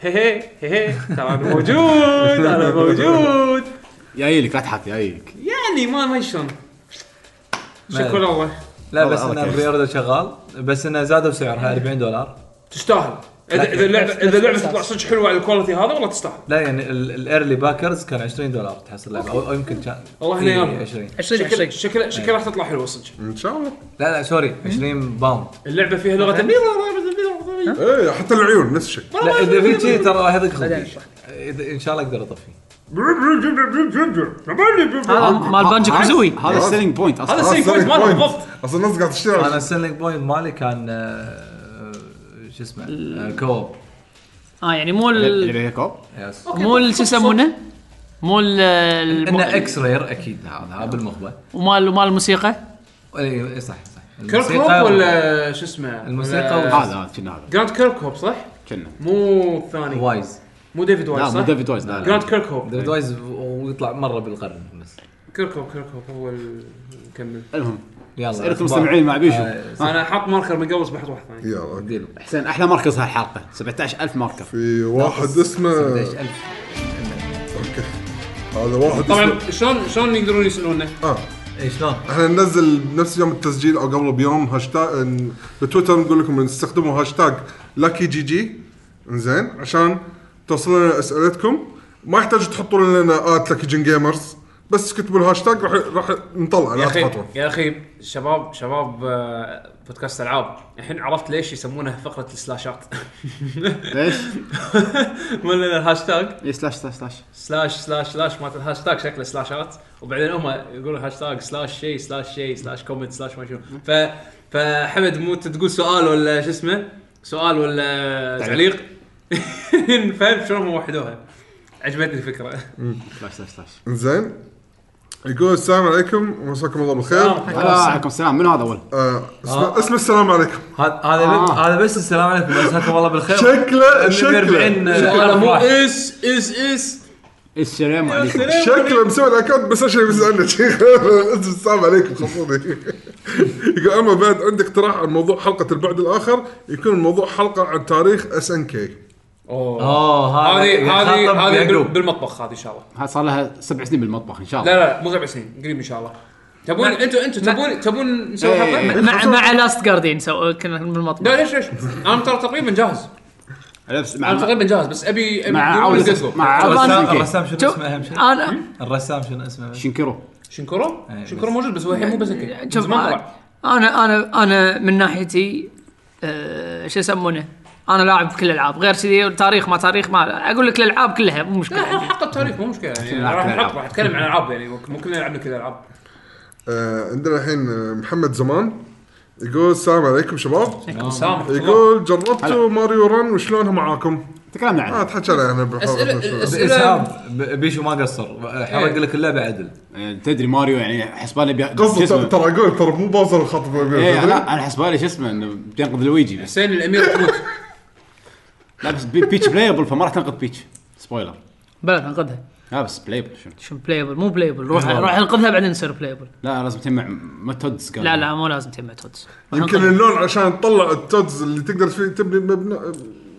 [SPEAKER 4] هي هي هي هي ترى انا موجود انا موجود
[SPEAKER 2] جاي لك لا تحط جاي لك
[SPEAKER 4] يعني ما ما شلون شكرا الله
[SPEAKER 7] لا
[SPEAKER 2] والله
[SPEAKER 7] بس
[SPEAKER 2] الله
[SPEAKER 7] انه
[SPEAKER 2] كيف.
[SPEAKER 7] بري اوردر شغال بس انه زادوا سعرها 40 دولار
[SPEAKER 4] تستاهل اذا إذا اللعبه اذا اللعبه تطلع صدق حلوه على الكواليتي هذا والله تستاهل
[SPEAKER 7] لا يعني الايرلي باكرز كان 20 دولار تحصل لعبه او أو يمكن كان
[SPEAKER 4] والله
[SPEAKER 7] إيه،
[SPEAKER 4] يلا.
[SPEAKER 7] 20
[SPEAKER 6] 20
[SPEAKER 4] شكل
[SPEAKER 6] 20
[SPEAKER 4] شكل شكل راح تطلع حلوه صدق
[SPEAKER 1] ان شاء الله
[SPEAKER 7] لا لا سوري 20 باوند
[SPEAKER 4] اللعبه فيها لغه
[SPEAKER 1] ايه حتى العيون نفس
[SPEAKER 4] [LAUGHS]
[SPEAKER 1] الشيء
[SPEAKER 7] لا اذا في شيء ترى راح يضيق خلقي إذا- ان شاء الله اقدر اطفيه
[SPEAKER 6] هذا مال بانجي كازوي
[SPEAKER 2] هذا السيلينج بوينت
[SPEAKER 4] هذا
[SPEAKER 2] اصلا
[SPEAKER 1] آه،
[SPEAKER 4] السيلينج بوينت ماله بالضبط
[SPEAKER 1] اصلا الناس قاعد تشتري
[SPEAKER 4] طيب.
[SPEAKER 7] انا
[SPEAKER 1] على-
[SPEAKER 7] السيلينج بوينت مالي كان آه، آه، شو اسمه آه، كوب
[SPEAKER 6] اه يعني مو
[SPEAKER 2] اللي
[SPEAKER 6] ال-
[SPEAKER 2] فيها كوب
[SPEAKER 7] يس
[SPEAKER 6] مو ال- شو يسمونه؟ مو ال- ال-
[SPEAKER 7] انه اكس رير اكيد هذا إيه، هذا بالمخبه
[SPEAKER 6] ومال ومال الموسيقى
[SPEAKER 7] اي إي، صح صح
[SPEAKER 4] كيرك هوب
[SPEAKER 7] الموسيقى-
[SPEAKER 4] ولا آه. شو اسمه
[SPEAKER 7] الموسيقى
[SPEAKER 4] ولا-
[SPEAKER 7] وال-
[SPEAKER 2] هذا هذا كنا هذا
[SPEAKER 4] جراند كيرك هوب صح؟
[SPEAKER 2] كنا
[SPEAKER 4] مو الثاني
[SPEAKER 7] وايز
[SPEAKER 4] مو ديفيد وايز
[SPEAKER 2] لا
[SPEAKER 4] صح؟
[SPEAKER 2] مو ديفيد وايز لا
[SPEAKER 4] جراند
[SPEAKER 2] لا
[SPEAKER 4] كيرك هوب
[SPEAKER 7] ديفيد وايز ويطلع مره بالقرن بس
[SPEAKER 4] كيرك هوب كيرك هوب هو المكمل
[SPEAKER 2] المهم
[SPEAKER 7] يلا
[SPEAKER 2] اسئلتكم
[SPEAKER 7] أخبار.
[SPEAKER 2] مستمعين مع بيشو
[SPEAKER 7] آه،
[SPEAKER 4] انا حاط ماركر من قبل بس بحط واحد ثاني
[SPEAKER 1] يلا أوكي.
[SPEAKER 7] ديلو
[SPEAKER 2] حسين احلى مركز هالحلقه 17000 ماركر
[SPEAKER 1] في واحد اسمه
[SPEAKER 7] 17000
[SPEAKER 1] اوكي هذا واحد اسمه
[SPEAKER 4] طبعا شلون شلون يقدرون يسالونه؟
[SPEAKER 1] اه
[SPEAKER 7] اي شلون؟
[SPEAKER 1] احنا ننزل بنفس يوم التسجيل او قبله بيوم هاشتاج ن- بتويتر نقول لكم استخدموا هاشتاج لاكي جي جي انزين عشان توصل لنا اسئلتكم ما يحتاج تحطون لنا ات لاكي جن جيمرز بس كتبوا الهاشتاج راح راح نطلع
[SPEAKER 4] يا
[SPEAKER 1] لا
[SPEAKER 4] اخي
[SPEAKER 1] تخاطرون
[SPEAKER 4] يا اخي شباب شباب آه، بودكاست العاب الحين عرفت ليش يسمونه فقره السلاشات [LAUGHS]
[SPEAKER 2] ليش؟
[SPEAKER 4] ولا الهاشتاج
[SPEAKER 2] ليش سلاش سلاش سلاش
[SPEAKER 4] سلاش سلاش سلاش مالت الهاشتاج شكله سلاشات وبعدين هم يقولوا هاشتاج سلاش شيء سلاش شيء سلاش كومنت سلاش ما شنو ف فحمد مو انت تقول سؤال ولا شو اسمه سؤال ولا تعليق [LAUGHS] نفهم شلون هم وحدوها عجبتني الفكره
[SPEAKER 2] سلاش سلاش
[SPEAKER 4] [LAUGHS]
[SPEAKER 2] سلاش
[SPEAKER 1] انزين يقول السلام عليكم ومساكم الله بالخير
[SPEAKER 2] هلا عليكم السلام من هذا اول؟
[SPEAKER 1] آه اسمه, اسمه السلام عليكم
[SPEAKER 7] هذا هذا
[SPEAKER 2] آه.
[SPEAKER 7] هذا بس السلام عليكم مساكم الله بالخير آه،
[SPEAKER 1] شكله
[SPEAKER 7] اللي
[SPEAKER 1] شكله
[SPEAKER 7] 40
[SPEAKER 4] سؤاله [LAUGHS] مو
[SPEAKER 7] أفراح.
[SPEAKER 4] اس اس اس
[SPEAKER 2] السلام عليكم
[SPEAKER 1] شكله مسوي الاكونت بس عشان يسالنا شي. اسم [LAUGHS] السلام عليكم خلصوني [LAUGHS] يقول اما بعد عندي اقتراح عن موضوع حلقه البعد الاخر يكون الموضوع حلقه عن تاريخ اس ان كي
[SPEAKER 4] اوه
[SPEAKER 7] اوه
[SPEAKER 2] يعني
[SPEAKER 4] هذه هذه هذه بال-
[SPEAKER 7] يعقوب
[SPEAKER 4] بالمطبخ هذه ان شاء الله
[SPEAKER 2] هذا صار لها سبع سنين بالمطبخ ان شاء الله
[SPEAKER 4] لا لا مو سبع سنين قريب ان شاء الله تبون انتوا انتوا تبون تبون نسوي
[SPEAKER 2] إيه.
[SPEAKER 4] حلقه؟
[SPEAKER 6] مع مع لاست جاردين سو كنا بالمطبخ
[SPEAKER 4] لا ليش ليش؟ انا ترى تقريبا جاهز
[SPEAKER 2] لبس مع
[SPEAKER 4] انا تقريبا جاهز بس ابي ابي
[SPEAKER 2] إيه، مع
[SPEAKER 4] بدون
[SPEAKER 2] عودة-
[SPEAKER 4] جزء.
[SPEAKER 2] مع
[SPEAKER 7] الرسام
[SPEAKER 2] عودة
[SPEAKER 7] الرسام شنو
[SPEAKER 6] شوف،
[SPEAKER 7] اسمه اهم شيء
[SPEAKER 4] آه.
[SPEAKER 6] انا
[SPEAKER 7] الرسام شنو اسمه
[SPEAKER 2] شنكرو
[SPEAKER 4] شنكورو؟
[SPEAKER 7] إيه، بس.
[SPEAKER 4] شنكورو موجود بس هو الحين مو بس هيك.
[SPEAKER 6] شوف
[SPEAKER 4] زمان
[SPEAKER 6] أنا-
[SPEAKER 4] طلع.
[SPEAKER 6] انا انا انا من ناحيتي آه، شو يسمونه انا لاعب كل الالعاب غير كذي تاريخ ما تاريخ ما اقول لك الالعاب كلها مو
[SPEAKER 4] لا
[SPEAKER 6] مشكله
[SPEAKER 4] إحنا حق التاريخ مو
[SPEAKER 7] [LAUGHS]
[SPEAKER 4] مشكله يعني
[SPEAKER 2] نلعب
[SPEAKER 4] راح
[SPEAKER 2] كل
[SPEAKER 4] نحط
[SPEAKER 2] الألعاب.
[SPEAKER 4] راح نتكلم عن العاب يعني ممكن كلنا لعبنا كذا العاب
[SPEAKER 1] آه عندنا الحين آه، محمد زمان يقول السلام عليكم شباب
[SPEAKER 7] آه.
[SPEAKER 4] سامح
[SPEAKER 1] يقول جربتوا ماريو رن وشلونها معاكم؟
[SPEAKER 2] تكلمنا
[SPEAKER 1] اه
[SPEAKER 4] آه.
[SPEAKER 2] عنه
[SPEAKER 1] تحكينا عنها بحلقة
[SPEAKER 4] أسئلة-
[SPEAKER 1] من شوي.
[SPEAKER 4] الأس-
[SPEAKER 7] باسهاب ب- بيشو ما قصر حرق
[SPEAKER 4] إيه.
[SPEAKER 7] لك اللعبه عدل
[SPEAKER 2] آه، تدري ماريو يعني حسبالي بي... شو
[SPEAKER 1] قصدي
[SPEAKER 2] اسمه؟
[SPEAKER 1] ترى- ترى اقول ترى مو باوزر الخط
[SPEAKER 2] ايه انا انا حسبالي شو اسمه انه بينقذ لويجي بس
[SPEAKER 4] حسين الامير
[SPEAKER 2] [LAUGHS]
[SPEAKER 4] تموت
[SPEAKER 2] لا بس بي- بيتش بلايبل فما راح تنقذ بيتش سبويلر
[SPEAKER 6] بلد انقذها
[SPEAKER 2] لا بس بلايبل شنو
[SPEAKER 6] شو بلايبل مو بلايبل روح روح انقذها بعدين تصير بلايبل
[SPEAKER 2] لا لازم تجمع ميثودز
[SPEAKER 6] لا لا مو لازم تجمع تودز
[SPEAKER 1] يمكن اللون عشان تطلع التودز اللي تقدر فيه تبني مبنى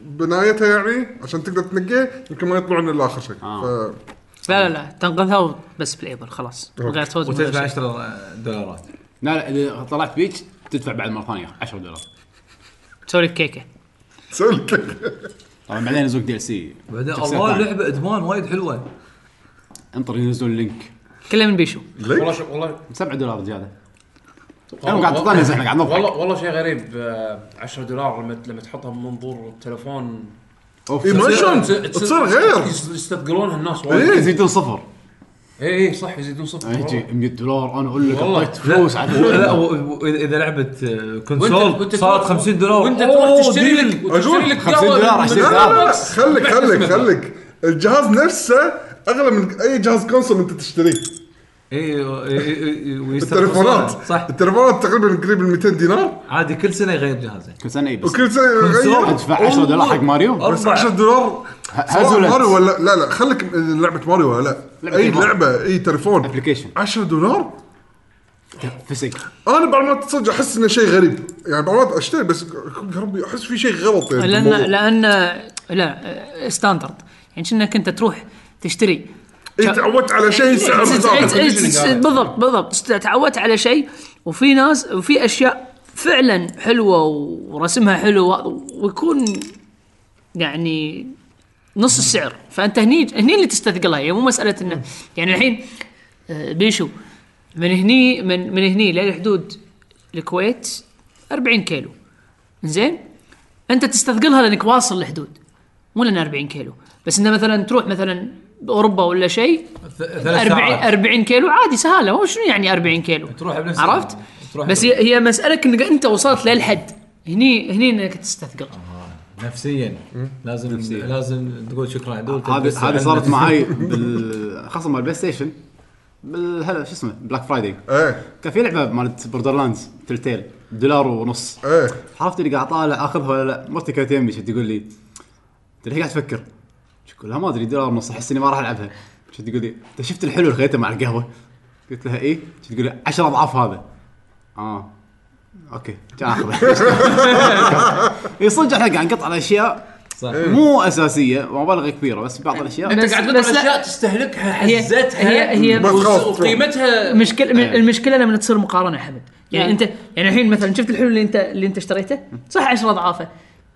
[SPEAKER 1] بنايتها يعني عشان تقدر تنقيه يمكن ما يطلعون الا اخر شيء
[SPEAKER 2] آه.
[SPEAKER 1] ف...
[SPEAKER 6] لا لا لا تنقذها بس بلايبل خلاص من غير تودز من غير
[SPEAKER 7] وتدفع
[SPEAKER 6] شيء.
[SPEAKER 7] 10 دولارات
[SPEAKER 2] لا لا اذا طلعت بيتش تدفع بعد مره ثانيه 10 دولار
[SPEAKER 6] تسوي لك كيكه
[SPEAKER 1] سوي لك
[SPEAKER 2] طبعا بعدين ينزلون دي ال سي
[SPEAKER 7] بعدين الله لعبه ادمان وايد حلوه
[SPEAKER 2] انطر ينزلون لينك
[SPEAKER 6] كله من بيشو
[SPEAKER 4] والله شو- والله
[SPEAKER 2] 7 دولار زياده انا قاعد
[SPEAKER 4] والله
[SPEAKER 2] تطنز احنا قاعد نضحك
[SPEAKER 4] والله- والله شيء غريب آه، 10 دولار لما لما تحطها من منظور التليفون
[SPEAKER 2] اوف
[SPEAKER 1] إيه، ما شلون؟
[SPEAKER 4] تصير-
[SPEAKER 1] تصير غير.
[SPEAKER 4] يس- يستثقلونها الناس وايد
[SPEAKER 1] إيه.
[SPEAKER 2] يزيدون صفر
[SPEAKER 4] اي اي صح يزيدون صفر
[SPEAKER 2] إيه، يجي 100 دولار انا اقول لك
[SPEAKER 4] والله.
[SPEAKER 2] اعطيت فلوس على
[SPEAKER 7] لا و- و- اذا لعبه كونسول
[SPEAKER 4] وأنت
[SPEAKER 7] آه، صارت
[SPEAKER 4] تروح-
[SPEAKER 7] 50 دولار
[SPEAKER 4] وانت تروح
[SPEAKER 7] أوه،
[SPEAKER 4] تشتري
[SPEAKER 7] ديل.
[SPEAKER 4] لك وتشتري لك
[SPEAKER 2] 50
[SPEAKER 4] قهوة
[SPEAKER 2] دولار،
[SPEAKER 4] من-
[SPEAKER 2] 20
[SPEAKER 4] من
[SPEAKER 1] لا لا لا
[SPEAKER 4] Starbucks.
[SPEAKER 1] خليك
[SPEAKER 4] بحث
[SPEAKER 1] خليك
[SPEAKER 4] منه.
[SPEAKER 1] خليك الجهاز نفسه اغلى من اي جهاز كونسول انت تشتريه
[SPEAKER 7] اي و- إي- إي- إي- ويستخدم
[SPEAKER 1] التليفونات
[SPEAKER 7] صح
[SPEAKER 1] التليفونات تقريبا قريب من 200 دينار
[SPEAKER 7] عادي كل سنه يغير جهازه
[SPEAKER 2] كل سنه يبس
[SPEAKER 1] وكل سنه يغير
[SPEAKER 2] ادفع 10 دولار حق ماريو
[SPEAKER 1] بس 10 دولار سواء
[SPEAKER 2] هزولت.
[SPEAKER 1] ماريو ولا لا لا خليك من لعبه ماريو ولا لا
[SPEAKER 2] لعبة
[SPEAKER 1] اي
[SPEAKER 2] ماريو.
[SPEAKER 1] لعبه اي تليفون
[SPEAKER 2] ابلكيشن
[SPEAKER 1] 10 دولار
[SPEAKER 2] فسق
[SPEAKER 1] انا بعض المرات تصدق احس انه شيء غريب يعني بعض المرات اشتري بس يا ربي احس في شيء غلط يعني
[SPEAKER 6] لان
[SPEAKER 1] بالموضوع.
[SPEAKER 6] لان لا ستاندرد يعني كأنك انت تروح تشتري
[SPEAKER 1] إيه، تعودت على شيء سعر
[SPEAKER 6] إيه،
[SPEAKER 1] ثابت.
[SPEAKER 6] إيه، إيه، إيه، بالضبط بالضبط تعودت على شيء وفي ناس وفي اشياء فعلا حلوه ورسمها حلو و- ويكون يعني نص السعر فانت هني هني اللي تستثقلها هي مو مساله انه يعني الحين آه، بيشو من هني من من هني للحدود الكويت 40 كيلو زين انت تستثقلها لانك واصل الحدود مو لان 40 كيلو بس انه مثلا تروح مثلا باوروبا ولا شيء
[SPEAKER 7] ثلاث
[SPEAKER 6] 40
[SPEAKER 7] ساعات
[SPEAKER 6] 40 كيلو عادي سهاله هو شنو يعني 40 كيلو؟
[SPEAKER 7] تروح بنفس
[SPEAKER 6] عرفت؟
[SPEAKER 7] تروح
[SPEAKER 6] بس هي هي مساله انك انت وصلت للحد هني هني انك تستثقل
[SPEAKER 7] نفسيا لازم لازم تقول شكرا عدول
[SPEAKER 2] هذه هذه
[SPEAKER 7] [LAUGHS]
[SPEAKER 2] صارت معاي بال خاصه مال البلاي ستيشن بال هلا شو اسمه بلاك فرايداي
[SPEAKER 1] ايه
[SPEAKER 2] كان في لعبه مالت بوردر لاندز تلتيل دولار ونص
[SPEAKER 1] ايه
[SPEAKER 2] عرفت اللي قاعد طالع اخذها ولا لا مرتي كانت يمي شو تقول لي اللي قاعد تفكر شو كلها ما ادري دولار ونص احس اني ما راح العبها شو تقول لي انت شفت الحلو اللي خليته مع القهوه قلت لها ايه شو تقول لي 10 اضعاف هذا اه اوكي كان [LAUGHS] اخذها اي إيه، صدق احنا قاعد نقطع على اشياء
[SPEAKER 7] صح.
[SPEAKER 2] مو اساسيه ومبالغه كبيره بس بعض الاشياء
[SPEAKER 4] انت
[SPEAKER 6] بس-
[SPEAKER 4] قاعد
[SPEAKER 6] بس
[SPEAKER 4] تقطع
[SPEAKER 6] لا.
[SPEAKER 4] اشياء تستهلكها
[SPEAKER 6] هي-
[SPEAKER 4] حزتها
[SPEAKER 6] هي- هي-
[SPEAKER 4] وس-
[SPEAKER 1] بس خلاص.
[SPEAKER 4] وقيمتها
[SPEAKER 6] المشكله
[SPEAKER 7] آه.
[SPEAKER 2] إيه.
[SPEAKER 6] المشكله لما تصير مقارنه يا حمد يعني انت يعني الحين مثلا شفت الحلو اللي انت اللي انت اشتريته صح 10 اضعافه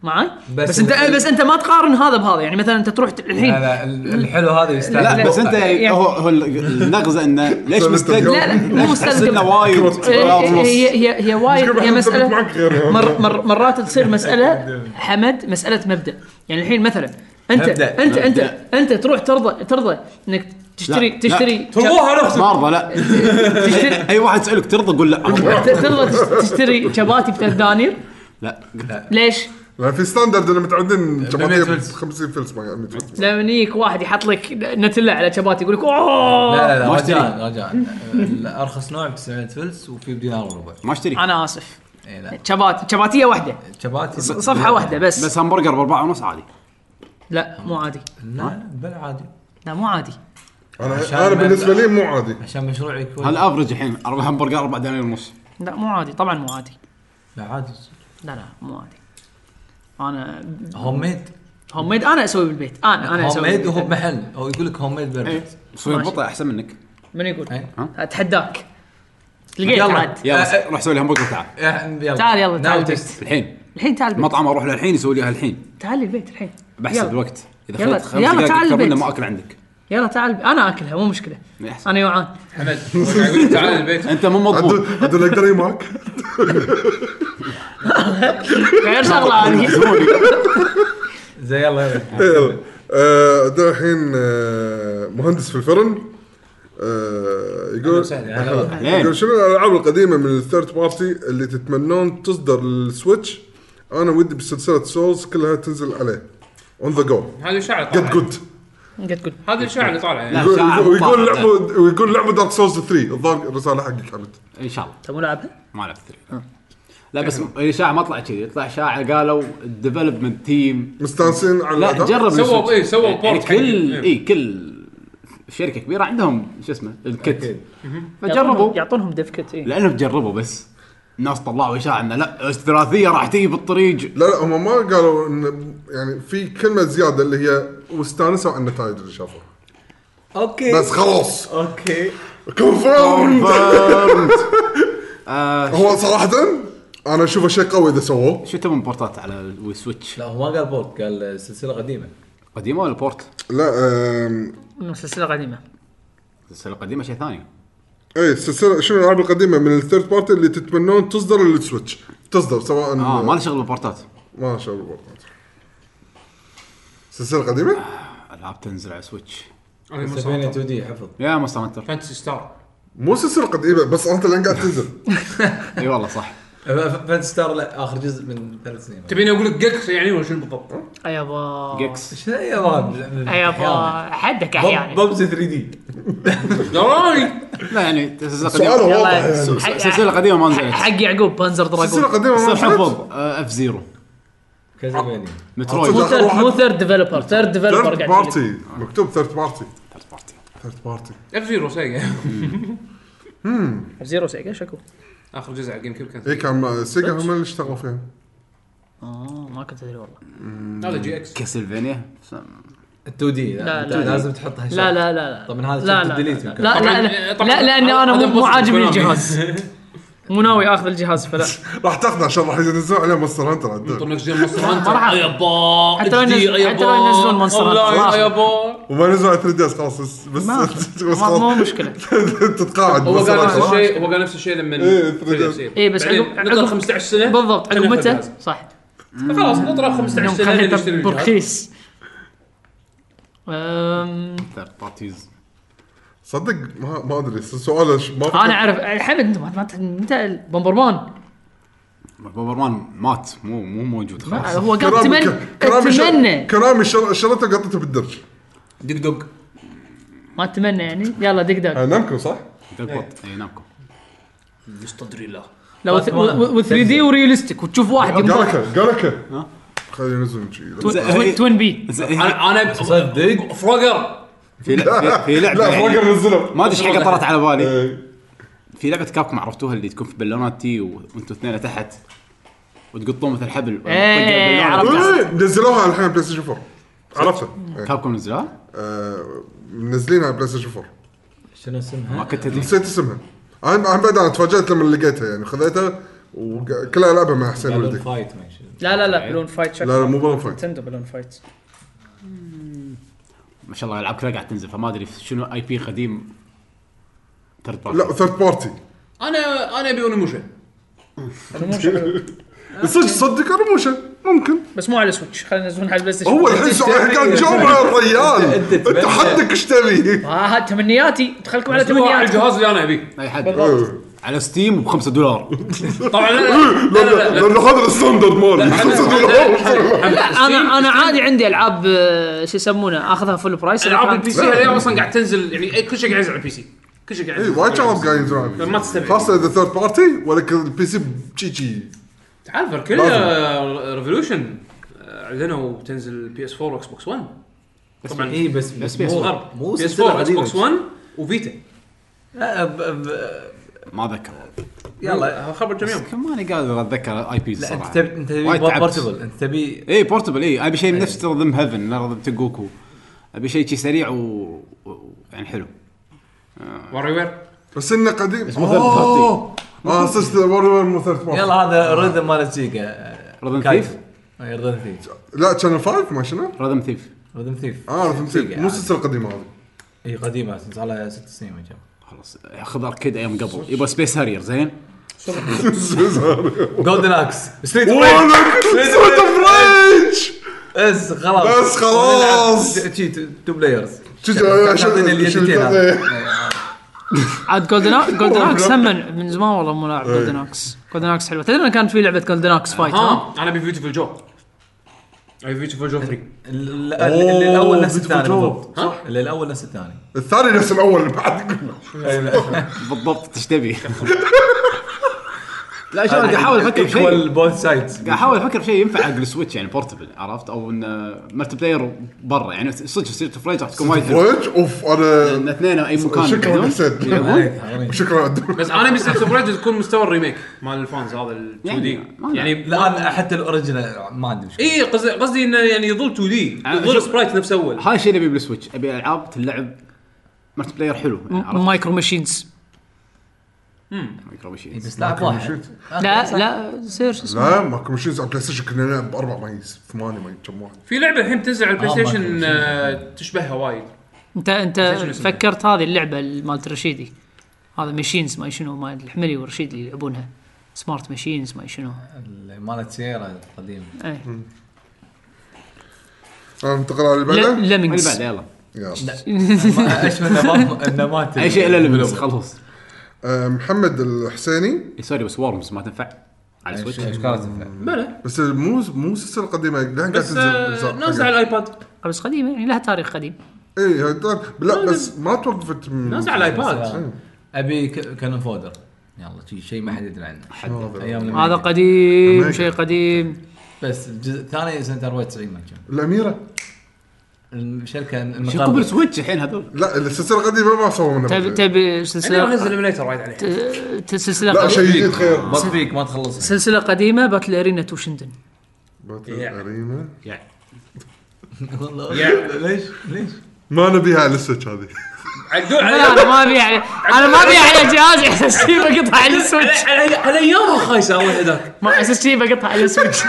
[SPEAKER 6] معاي بس,
[SPEAKER 7] بس
[SPEAKER 6] بس انت
[SPEAKER 7] ال-
[SPEAKER 6] بس انت ما تقارن هذا بهذا يعني مثلا انت تروح ت- الحين
[SPEAKER 7] لا لا ال- الحلو هذا يستاهل
[SPEAKER 2] لا بس انت
[SPEAKER 6] يعني-
[SPEAKER 2] هو هو النغزه انه ليش
[SPEAKER 1] لا، لا،
[SPEAKER 2] مستقل
[SPEAKER 6] لا، مو
[SPEAKER 7] [LAUGHS]
[SPEAKER 6] مستقل.
[SPEAKER 2] وايد دولار
[SPEAKER 6] إيه،
[SPEAKER 2] ونص
[SPEAKER 6] هي هي هي وايد
[SPEAKER 1] مشكلة
[SPEAKER 6] هي
[SPEAKER 1] بحب
[SPEAKER 6] مساله
[SPEAKER 1] أتفق معك غير.
[SPEAKER 6] مر مر مرات تصير مساله حمد مساله مبدا يعني الحين مثلا انت
[SPEAKER 7] مبدأ.
[SPEAKER 6] انت انت
[SPEAKER 2] مبدأ.
[SPEAKER 6] انت تروح ترضى ترضى انك تشتري
[SPEAKER 2] لا.
[SPEAKER 6] تشتري
[SPEAKER 4] تروها نفسك
[SPEAKER 2] ما ارضى
[SPEAKER 6] [LAUGHS]
[SPEAKER 2] لا
[SPEAKER 6] تشتري
[SPEAKER 2] اي واحد يسالك ترضى قول لا
[SPEAKER 6] ترضى تشتري شباتي بثلاث دنانير
[SPEAKER 2] لا
[SPEAKER 6] ليش؟
[SPEAKER 1] لأن في ستاندرد انه متعودين شبابيه ب
[SPEAKER 7] فلس.
[SPEAKER 1] 50 فلس ما يعني 100 فلس
[SPEAKER 6] لما يجيك واحد يحط لك نتله على شباتي يقول لك اوه
[SPEAKER 7] لا لا لا
[SPEAKER 2] ما اشتري.
[SPEAKER 7] رجاء رجاء ال- ارخص نوع ب 900 فلس وفي بدينار وربع
[SPEAKER 2] ما اشتري
[SPEAKER 6] انا اسف
[SPEAKER 7] اي
[SPEAKER 6] إيه.
[SPEAKER 7] لا
[SPEAKER 6] شباتي شباتيه واحده
[SPEAKER 7] شباتي
[SPEAKER 6] صفحه واحده بس,
[SPEAKER 2] بس همبرجر باربعة ونص عادي
[SPEAKER 6] لا مو عادي
[SPEAKER 7] لا بل عادي
[SPEAKER 6] لا مو عادي
[SPEAKER 7] عشان
[SPEAKER 1] انا انا
[SPEAKER 7] ما-
[SPEAKER 1] بالنسبه لي مو عادي
[SPEAKER 7] عشان مشروعي كويس
[SPEAKER 2] هل افرج الحين أربع- همبرجر 4 دنانير ونص
[SPEAKER 6] لا مو عادي طبعا مو عادي
[SPEAKER 7] لا عادي
[SPEAKER 6] لا لا مو عادي انا
[SPEAKER 7] هوم ميد
[SPEAKER 6] هوم ميد انا اسوي بالبيت انا انا
[SPEAKER 7] هوم
[SPEAKER 6] اسوي
[SPEAKER 7] ميد وهو
[SPEAKER 6] بالبيت.
[SPEAKER 7] بمحل هو يقول لك هوم ميد
[SPEAKER 6] إيه.
[SPEAKER 7] بيرفكت
[SPEAKER 2] سوي بطة احسن منك
[SPEAKER 6] من يقول
[SPEAKER 7] إيه.
[SPEAKER 6] اتحداك لقيت
[SPEAKER 7] يلا.
[SPEAKER 6] عاد
[SPEAKER 2] يلا روح سوي لي همبرجر تعال
[SPEAKER 7] إيه، يلا
[SPEAKER 6] تعال يلا تعال
[SPEAKER 7] ناو
[SPEAKER 6] البيت
[SPEAKER 7] تست.
[SPEAKER 2] الحين
[SPEAKER 6] الحين تعال البيت
[SPEAKER 2] المطعم اروح له الحين يسوي لي اياها الحين
[SPEAKER 6] تعال البيت الحين
[SPEAKER 2] بحسب
[SPEAKER 6] يلا.
[SPEAKER 2] الوقت اذا
[SPEAKER 6] يلا.
[SPEAKER 2] خليت خمس
[SPEAKER 6] يلا
[SPEAKER 2] دقائق
[SPEAKER 6] تعال
[SPEAKER 2] اكثر منه
[SPEAKER 6] البيت.
[SPEAKER 2] ما اكل عندك
[SPEAKER 6] يلا تعال البيت. انا اكلها مو مشكله
[SPEAKER 2] يحسن.
[SPEAKER 6] انا جوعان
[SPEAKER 4] حمد هو قاعد يقول لك تعال البيت
[SPEAKER 2] انت مو مضبوط
[SPEAKER 1] عدول عدول اقدر معك
[SPEAKER 6] غير شغله عادي
[SPEAKER 2] [LAUGHS]
[SPEAKER 7] زي يلا يلا
[SPEAKER 1] يلا آه، ده الحين آه، مهندس في الفرن آه،
[SPEAKER 7] أهلا
[SPEAKER 1] يقول
[SPEAKER 7] وسهلا، هلا والله.
[SPEAKER 1] أهلا. يقول شنو الالعاب القديمه من الثيرد بارتي اللي تتمنون تصدر للسويتش انا ودي بسلسله سولز كلها تنزل عليه اون ذا جو
[SPEAKER 4] هذا الشعر
[SPEAKER 1] جت
[SPEAKER 4] طالع
[SPEAKER 1] جود
[SPEAKER 6] قد تقول
[SPEAKER 4] هذا الشعر اللي طالع يعني
[SPEAKER 2] لا.
[SPEAKER 1] يقول
[SPEAKER 2] شعر
[SPEAKER 1] ويقول
[SPEAKER 2] مطالع.
[SPEAKER 1] لعبه ويقول لعبه دارك سولز 3 الظاهر الرساله حقك حمد
[SPEAKER 2] ان شاء الله
[SPEAKER 6] انت مو لعبها؟
[SPEAKER 2] ما لعبت
[SPEAKER 6] أه.
[SPEAKER 2] ثري. لا بس الاشاعه ما طلعت كذي طلع اشاعه قالوا الديفلوبمنت تيم
[SPEAKER 1] مستانسين على
[SPEAKER 2] لا
[SPEAKER 6] أيوة.
[SPEAKER 1] الأداء؟
[SPEAKER 2] جرب
[SPEAKER 4] سووا-
[SPEAKER 2] السويتش.
[SPEAKER 4] إيه، سووا
[SPEAKER 2] يعني
[SPEAKER 4] بورت حق-
[SPEAKER 2] كل
[SPEAKER 4] إيه.
[SPEAKER 2] اي كل شركه كبيره عندهم شو اسمه الكت
[SPEAKER 7] أكيد.
[SPEAKER 2] فجربوا
[SPEAKER 6] يعطونهم إيه. ديف كت اي
[SPEAKER 2] لانهم جربوا بس الناس طلعوا اشاعه انه لا الثلاثيه راح تيجي بالطريق
[SPEAKER 6] [LAUGHS]
[SPEAKER 1] لا لا هم ما قالوا ان يعني في كلمه زياده اللي هي واستانسوا على النتائج اللي شافوها
[SPEAKER 7] اوكي
[SPEAKER 1] بس خلاص
[SPEAKER 7] اوكي
[SPEAKER 1] كونفيرم
[SPEAKER 2] آه،
[SPEAKER 1] هو صراحه انا اشوفه شيء قوي اذا سووه
[SPEAKER 2] شو تبون بورتات على السويتش
[SPEAKER 7] لا هو ما قال بورت قال سلسله قديمه
[SPEAKER 2] قديمه ولا بورت؟
[SPEAKER 1] لا أم،
[SPEAKER 6] من سلسله قديمه
[SPEAKER 2] السلسله القديمه شيء ثاني
[SPEAKER 1] اي السلسله إيه، شنو الالعاب القديمه من الثيرد بارتي اللي تتمنون تصدر للسويتش تصدر سواء
[SPEAKER 6] [LAUGHS] آه،
[SPEAKER 2] اه ما له شغل بالبورتات
[SPEAKER 1] ما شاء الله سلسله قديمه
[SPEAKER 2] العاب تنزل على سويتش
[SPEAKER 7] سفينة 2 دي حفظ
[SPEAKER 2] يا مونستر هانتر
[SPEAKER 4] فانتسي ستار
[SPEAKER 1] مو سلسله قديمه بس انت لين قاعد
[SPEAKER 6] [LAUGHS]
[SPEAKER 1] تنزل
[SPEAKER 2] اي والله صح
[SPEAKER 7] فانت ستار لا اخر جزء من ثلاث سنين
[SPEAKER 4] تبيني اقول لك جكس يعني ولا شنو بالضبط؟
[SPEAKER 6] ايابا
[SPEAKER 2] جيكس
[SPEAKER 7] ايش يا ضاد
[SPEAKER 6] ايابا حدك احيانا
[SPEAKER 7] بوبز 3 دي
[SPEAKER 4] دراني
[SPEAKER 2] لا يعني سلسله
[SPEAKER 1] سؤال
[SPEAKER 2] قديمه
[SPEAKER 1] واضح
[SPEAKER 6] يلا.
[SPEAKER 1] يعني.
[SPEAKER 6] حق-
[SPEAKER 2] سلسله قديمه ما نزلت
[SPEAKER 6] حق يعقوب بانزر
[SPEAKER 1] سلسله
[SPEAKER 6] دراجون
[SPEAKER 1] قديمه ما
[SPEAKER 2] تصير
[SPEAKER 1] نزلت
[SPEAKER 2] حفظ اف زيرو
[SPEAKER 7] كازلفينيا
[SPEAKER 2] مترويد
[SPEAKER 1] أعتقد-
[SPEAKER 6] مو ثيرد مو ثيرد ديفلوبر ثيرد ديفلوبر
[SPEAKER 1] ثيرد
[SPEAKER 6] قاعد يقول
[SPEAKER 1] بارتي مكتوب ثيرد بارتي
[SPEAKER 2] ثيرد بارتي
[SPEAKER 1] ثيرد بارتي
[SPEAKER 4] اف زيرو سيجا
[SPEAKER 6] لي. زيرو سيجا شكو
[SPEAKER 4] اخر جزء على الجيم كيوب كان
[SPEAKER 1] اي إيه، كان سيجا هم اللي اشتغلوا فيها
[SPEAKER 6] اه ما كنت ادري والله
[SPEAKER 4] هذا جي اكس
[SPEAKER 2] كاسلفينيا
[SPEAKER 7] ال 2 دي
[SPEAKER 6] لا، لا.
[SPEAKER 7] لازم تحط هشام
[SPEAKER 6] لا لا لا لا
[SPEAKER 7] طبعاً هذا
[SPEAKER 6] لا
[SPEAKER 7] شرط
[SPEAKER 6] لا
[SPEAKER 7] الديليت
[SPEAKER 6] لا
[SPEAKER 7] يمكن.
[SPEAKER 6] لا
[SPEAKER 4] طبعاً-
[SPEAKER 6] لا
[SPEAKER 4] طبعاً-
[SPEAKER 6] لا لاني انا
[SPEAKER 4] هذا
[SPEAKER 6] مو مو
[SPEAKER 4] بوست
[SPEAKER 6] عاجبني
[SPEAKER 4] كونامي.
[SPEAKER 6] الجهاز مو ناوي اخذ الجهاز فلا
[SPEAKER 1] راح تاخذه عشان راح ينزلون عليه مونستر هانتر
[SPEAKER 4] طب
[SPEAKER 1] عدل
[SPEAKER 4] نكس جيم
[SPEAKER 6] [LAUGHS]
[SPEAKER 4] مونستر
[SPEAKER 6] ما راح-
[SPEAKER 4] هانتر يابا
[SPEAKER 6] حتى لو ينزل- حتى لو ينزلون Monster Hunter، ما
[SPEAKER 4] والله
[SPEAKER 6] أخذ.
[SPEAKER 4] يابا
[SPEAKER 1] وما نزلوا على 3 دي اس خلاص بس [LAUGHS] بس
[SPEAKER 6] ما
[SPEAKER 1] بس
[SPEAKER 6] ما- مو
[SPEAKER 1] خلاص
[SPEAKER 6] مشكله
[SPEAKER 1] تتقاعد
[SPEAKER 4] هو
[SPEAKER 1] بس
[SPEAKER 4] قال
[SPEAKER 1] خلاص.
[SPEAKER 4] نفس الشيء هو قال نفس الشيء لما
[SPEAKER 1] إيه،
[SPEAKER 6] إيه، بس عقب-
[SPEAKER 4] عقب
[SPEAKER 6] عقب-
[SPEAKER 4] 15 سنه
[SPEAKER 6] بالضبط عقب
[SPEAKER 4] خلينا ناخذ
[SPEAKER 6] متى
[SPEAKER 4] الجهاز.
[SPEAKER 6] صح
[SPEAKER 4] خلاص نضرب 15
[SPEAKER 6] يوم
[SPEAKER 4] سنه اللي نشتري
[SPEAKER 6] خليته
[SPEAKER 4] الجهاز.
[SPEAKER 6] برخيص أم،
[SPEAKER 2] ثيرد بارتيز
[SPEAKER 1] صدق ما ما ادري سؤال إيش- ما
[SPEAKER 6] انا اعرف حمد انت ما- ما- متى بومبر مان
[SPEAKER 2] بوبر مان مات مو مو موجود
[SPEAKER 6] ما-
[SPEAKER 2] خلاص
[SPEAKER 6] آه، هو قال
[SPEAKER 1] كرامي-
[SPEAKER 6] تمنى
[SPEAKER 1] كرامي شر-
[SPEAKER 6] اتمنى
[SPEAKER 1] كرامي شر- شرته وقطته بالدرج
[SPEAKER 4] دق دق
[SPEAKER 6] ما اتمنى يعني يلا دق دق
[SPEAKER 1] آه، نمكو صح؟
[SPEAKER 2] دقبط اي نامكو
[SPEAKER 4] يستدري الله
[SPEAKER 6] لو
[SPEAKER 7] باتمان.
[SPEAKER 6] 3 دي وريالستيك وتشوف واحد يمطر
[SPEAKER 1] قالكا قالكا خلينا ننزل شيء
[SPEAKER 6] توين بي
[SPEAKER 2] في
[SPEAKER 4] انا انا
[SPEAKER 7] صدق
[SPEAKER 4] فروجر
[SPEAKER 2] في في لعبه
[SPEAKER 1] لا
[SPEAKER 2] يعني-
[SPEAKER 1] فوق نزلوا
[SPEAKER 2] ما ادري ايش حق طلعت على بالي
[SPEAKER 1] إيه.
[SPEAKER 2] في لعبه كابكم عرفتوها اللي تكون في بالونات تي وانتوا اثنين تحت وتقطون مثل حبل
[SPEAKER 6] إيه، عرفت.
[SPEAKER 1] إيه، نزلوها على الحين بلاي ستيشن 4 عرفتها إيه.
[SPEAKER 2] كابكم نزلها
[SPEAKER 1] آه، منزلينها على بلاي ستيشن 4
[SPEAKER 7] شنو
[SPEAKER 2] ما
[SPEAKER 7] اسمها؟
[SPEAKER 2] كنت ادري
[SPEAKER 1] نسيت اسمها انا انا بعد انا تفاجات لما لقيتها يعني خذيتها وكلها العبها مع حسين
[SPEAKER 7] قالوا
[SPEAKER 1] ولدي
[SPEAKER 7] فايت ما شنو
[SPEAKER 6] لا لا لا بلون فايت
[SPEAKER 1] لا لا
[SPEAKER 6] شكله
[SPEAKER 1] مو بلون فايت
[SPEAKER 6] نتندو بلون فايت
[SPEAKER 2] ما شاء الله العاب كلها قاعد تنزل فما ادري شنو اي بي قديم ثيرد
[SPEAKER 1] لا
[SPEAKER 2] بارتي
[SPEAKER 1] ثيرد بارتي
[SPEAKER 4] انا انا ابي اونيموشا
[SPEAKER 1] صدق صدق انا مو شيء ممكن
[SPEAKER 6] بس مو على سويتش خلينا ننزلون على البلاي ستيشن
[SPEAKER 1] هو الحين سؤال قاعد تجاوب على الرجال
[SPEAKER 7] أنت- أنت
[SPEAKER 1] انت حدك ايش تبي؟
[SPEAKER 6] آه تمنياتي دخلكم على
[SPEAKER 4] هو على
[SPEAKER 6] تمنياتي
[SPEAKER 4] الجهاز اللي انا ابيه
[SPEAKER 2] اي حد
[SPEAKER 1] إيه.
[SPEAKER 2] على ستيم ب 5 دولار
[SPEAKER 4] طبعا لا
[SPEAKER 1] لا
[SPEAKER 4] لا لا لا لا
[SPEAKER 1] لانه هذا الستاندرد مالي 5 دولار
[SPEAKER 6] انا انا عادي عندي العاب آه، شو يسمونه اخذها فول برايس
[SPEAKER 4] العاب
[SPEAKER 6] كان-
[SPEAKER 4] البي سي هالايام اصلا قاعد تنزل يعني كل شيء قاعد ينزل على البي سي كل شيء قاعد
[SPEAKER 1] اي
[SPEAKER 4] ينزل
[SPEAKER 1] وايد شباب قاعدين ينزلون
[SPEAKER 4] ما تستبعد.
[SPEAKER 1] خاصه اذا ثيرد بارتي ولا البي سي تشي تشي
[SPEAKER 4] تعال فالكيريا ريفولوشن اعلنوا تنزل بي اس 4 واكس بوكس 1 طبعا
[SPEAKER 7] اي بس بس
[SPEAKER 2] PS4.
[SPEAKER 7] مو
[SPEAKER 4] بي اس
[SPEAKER 7] سلسلة
[SPEAKER 4] 4 واكس
[SPEAKER 7] قديمة.
[SPEAKER 4] بوكس 1 وفيتا
[SPEAKER 7] لا، ب- ب-
[SPEAKER 2] ما اذكر والله.
[SPEAKER 7] يلا
[SPEAKER 4] خبر كم يوم
[SPEAKER 2] يمكن ماني قادر اتذكر اي بي
[SPEAKER 7] لا
[SPEAKER 2] صراحه
[SPEAKER 7] انت تبي انت تبي
[SPEAKER 2] وايد تعبت.
[SPEAKER 7] بورتبل انت تبي
[SPEAKER 2] اي بورتبل اي ابي إيه. شيء من نفس رذم هيفن لا رذم تنجوكو ابي شيء شي سريع و... و... يعني حلو
[SPEAKER 4] واري وير
[SPEAKER 1] بس انه قديم
[SPEAKER 2] مو ثيرد
[SPEAKER 1] آه. اه صدق ووري وور مو ثيرد بارتي
[SPEAKER 7] يلا هذا الرذم مال سيجا
[SPEAKER 2] رذم
[SPEAKER 7] كايف. إيه،
[SPEAKER 2] ثيف
[SPEAKER 7] اي رذم ثيف
[SPEAKER 1] لا كان فايف ما شنو؟
[SPEAKER 2] رذم ثيف
[SPEAKER 7] رذم ثيف
[SPEAKER 1] اه فهمت
[SPEAKER 7] سيجا
[SPEAKER 1] مو
[SPEAKER 7] عادي.
[SPEAKER 1] السلسله القديمه هذه
[SPEAKER 7] اي قديمه صار لها ست سنين من كم
[SPEAKER 2] خلاص خذ اركيد ايام قبل يبغى سبيس هارير زين
[SPEAKER 7] جولدن اكس ستريت فايتر
[SPEAKER 1] وانا سويت فرنش
[SPEAKER 7] بس خلاص
[SPEAKER 1] بس خلاص.
[SPEAKER 7] نلعب شي تو- تو بلايرز تعطيني اليدتين هذا.
[SPEAKER 1] شو
[SPEAKER 6] عاد جولدن أ- جولدن اكس هم من- من زمان والله مو لاعب جولدن اكس جولدن اكس حلوه تدري إن كان في لعبه جولدن اكس فايت ها
[SPEAKER 4] ها انا ابي بيوتيفول جو ابي بيوتيفول جو 3
[SPEAKER 7] ال- ال- اللي الاول نفس الثاني بالضبط.
[SPEAKER 4] ها؟
[SPEAKER 7] اللي الاول نفس الثاني
[SPEAKER 1] الثاني نفس الاول اللي بعد
[SPEAKER 7] [LAUGHS]
[SPEAKER 2] بالضبط ايش تبي [LAUGHS] لا شو أنا قاعد احاول افكر بشيء قاعد
[SPEAKER 7] ايكوال بوث سايدز
[SPEAKER 2] احاول افكر بشيء ينفع حق السويتش يعني بورتبل عرفت او انه مالتي بلاير برا يعني صدق ستريت اوف ريج راح تكون وايد حلوه
[SPEAKER 1] وجه اوف انا
[SPEAKER 2] لان اثنين اي مكان
[SPEAKER 1] شكرا
[SPEAKER 2] يقعدون.
[SPEAKER 1] حسين شكرا عدو
[SPEAKER 4] بس انا ابي ستريت اوف ريج تكون مستوى الريميك مال الفانز هذا ال 2 دي
[SPEAKER 2] يعني ما
[SPEAKER 4] يعني إيه،
[SPEAKER 7] لا انا حتى الاوريجنال ما عندي مشكله
[SPEAKER 4] اي قصدي قصدي انه يعني يظل 2 دي
[SPEAKER 2] أنا
[SPEAKER 4] يظل
[SPEAKER 2] شوف-
[SPEAKER 4] سبرايت نفس اول
[SPEAKER 2] هاي الشيء اللي ابي بالسويتش ابي العاب تلعب مالتي بلاير حلو يعني عرفت
[SPEAKER 6] مايكرو ماشينز
[SPEAKER 2] مايكرو
[SPEAKER 7] إي،
[SPEAKER 2] ماشينز.
[SPEAKER 7] إيه، بس لاعب واحد
[SPEAKER 6] لا لا سير شو اسمه
[SPEAKER 1] لا ماكو مشينز على بلاي ستيشن كنا نلعب باربع مايز ثمانية مايز كم واحد
[SPEAKER 4] في لعبه الحين بتنزل على البلاي
[SPEAKER 7] آه،
[SPEAKER 4] ستيشن
[SPEAKER 7] ما
[SPEAKER 4] آه، تشبهها وايد
[SPEAKER 6] انت انت
[SPEAKER 4] شنو اسمه؟
[SPEAKER 6] فكرت هذه اللعبه مالت رشيدي هذا ماشينز ما شنو ما الحملي ورشيد اللي يلعبونها سمارت ماشينز ما شنو إيه.
[SPEAKER 7] مالت سيارة قديمة
[SPEAKER 6] اي
[SPEAKER 1] أنا ننتقل آه، على اللي بعده
[SPEAKER 6] ل-
[SPEAKER 2] اللي
[SPEAKER 6] ليمنجز
[SPEAKER 2] بعده طيب، يلا
[SPEAKER 1] يلا.
[SPEAKER 7] اشبه النبات النبات
[SPEAKER 2] اي شيء الا ليمتس خلص
[SPEAKER 1] أه، محمد الحسيني
[SPEAKER 2] إيه، سوري بس وورمز ما تنفع على السويتش
[SPEAKER 7] ايش كانت تنفع؟
[SPEAKER 4] بلى
[SPEAKER 1] بس مو مو السلسله القديمه لين قاعد
[SPEAKER 4] بس
[SPEAKER 1] تنزل
[SPEAKER 4] آه،
[SPEAKER 1] أجزاء.
[SPEAKER 4] نازله على الايباد
[SPEAKER 6] [LAUGHS] بس قديمه يعني لها تاريخ قديم
[SPEAKER 1] اي هذا- إيه، لا بس ما توقفت من-
[SPEAKER 4] نازله على الايباد
[SPEAKER 7] ابي كانون فودر يلا شي- شيء ما حد يدري عنه ايام الأمريكا.
[SPEAKER 6] هذا قديم
[SPEAKER 1] أمريكا.
[SPEAKER 6] شيء قديم
[SPEAKER 7] بس الجزء الثاني سنه 94 ما كان
[SPEAKER 1] الاميره
[SPEAKER 7] الشركه
[SPEAKER 2] شكو
[SPEAKER 7] المقابل
[SPEAKER 2] بالسويتش الحين هذول
[SPEAKER 1] لا السلسله القديمه ما سووا منها
[SPEAKER 6] تبي
[SPEAKER 1] شيء.
[SPEAKER 6] تبي
[SPEAKER 4] يعني راح
[SPEAKER 6] سلسله
[SPEAKER 4] ينزل ايميليتر وايد عليه
[SPEAKER 6] ت- ت- سلسله
[SPEAKER 1] لا شيء
[SPEAKER 6] قديمه
[SPEAKER 1] جديد خير
[SPEAKER 7] بط فيك ما تخلص
[SPEAKER 6] سلسله قديمه باتل ارينا تو شندن
[SPEAKER 1] بطل
[SPEAKER 4] يا.
[SPEAKER 1] الأرينا.
[SPEAKER 2] يعني
[SPEAKER 7] والله
[SPEAKER 4] يا.
[SPEAKER 7] ليش ليش؟
[SPEAKER 1] ما نبيها على السويتش هذه [LAUGHS]
[SPEAKER 4] عدول على
[SPEAKER 6] لا انا ما ابي على انا ما ابي على [LAUGHS] جهازي على اساس شي بقطع
[SPEAKER 4] [LAUGHS]
[SPEAKER 6] على السويتش
[SPEAKER 4] على- على على ايامها خايسه الله هداك
[SPEAKER 6] ما على اساس شي بقطع على [LAUGHS] السويتش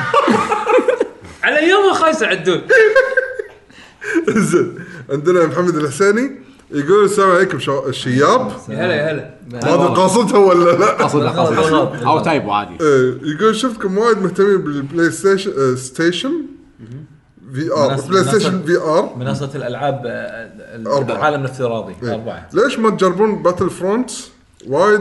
[SPEAKER 4] على ايامها خايسه [LAUGHS] عدول
[SPEAKER 1] زين عندنا محمد الحسيني يقول السلام عليكم شو- الشياب
[SPEAKER 4] يا هلا يا [LAUGHS] هلا
[SPEAKER 1] هذا قاصدها ولا لا؟
[SPEAKER 2] قصد
[SPEAKER 7] غلط، غلط.
[SPEAKER 2] قصد او تايب عادي
[SPEAKER 1] إيه، يقول شفتكم وايد مهتمين بالبلاي ستيشن آه، ستيشن في ار
[SPEAKER 7] منصة-
[SPEAKER 1] بلاي ستيشن
[SPEAKER 7] منصة-
[SPEAKER 1] في ار
[SPEAKER 7] منصه الالعاب آه،
[SPEAKER 1] أربعة. إيه.
[SPEAKER 7] العالم الافتراضي اربعه
[SPEAKER 1] ليش ما تجربون باتل فرونت وايد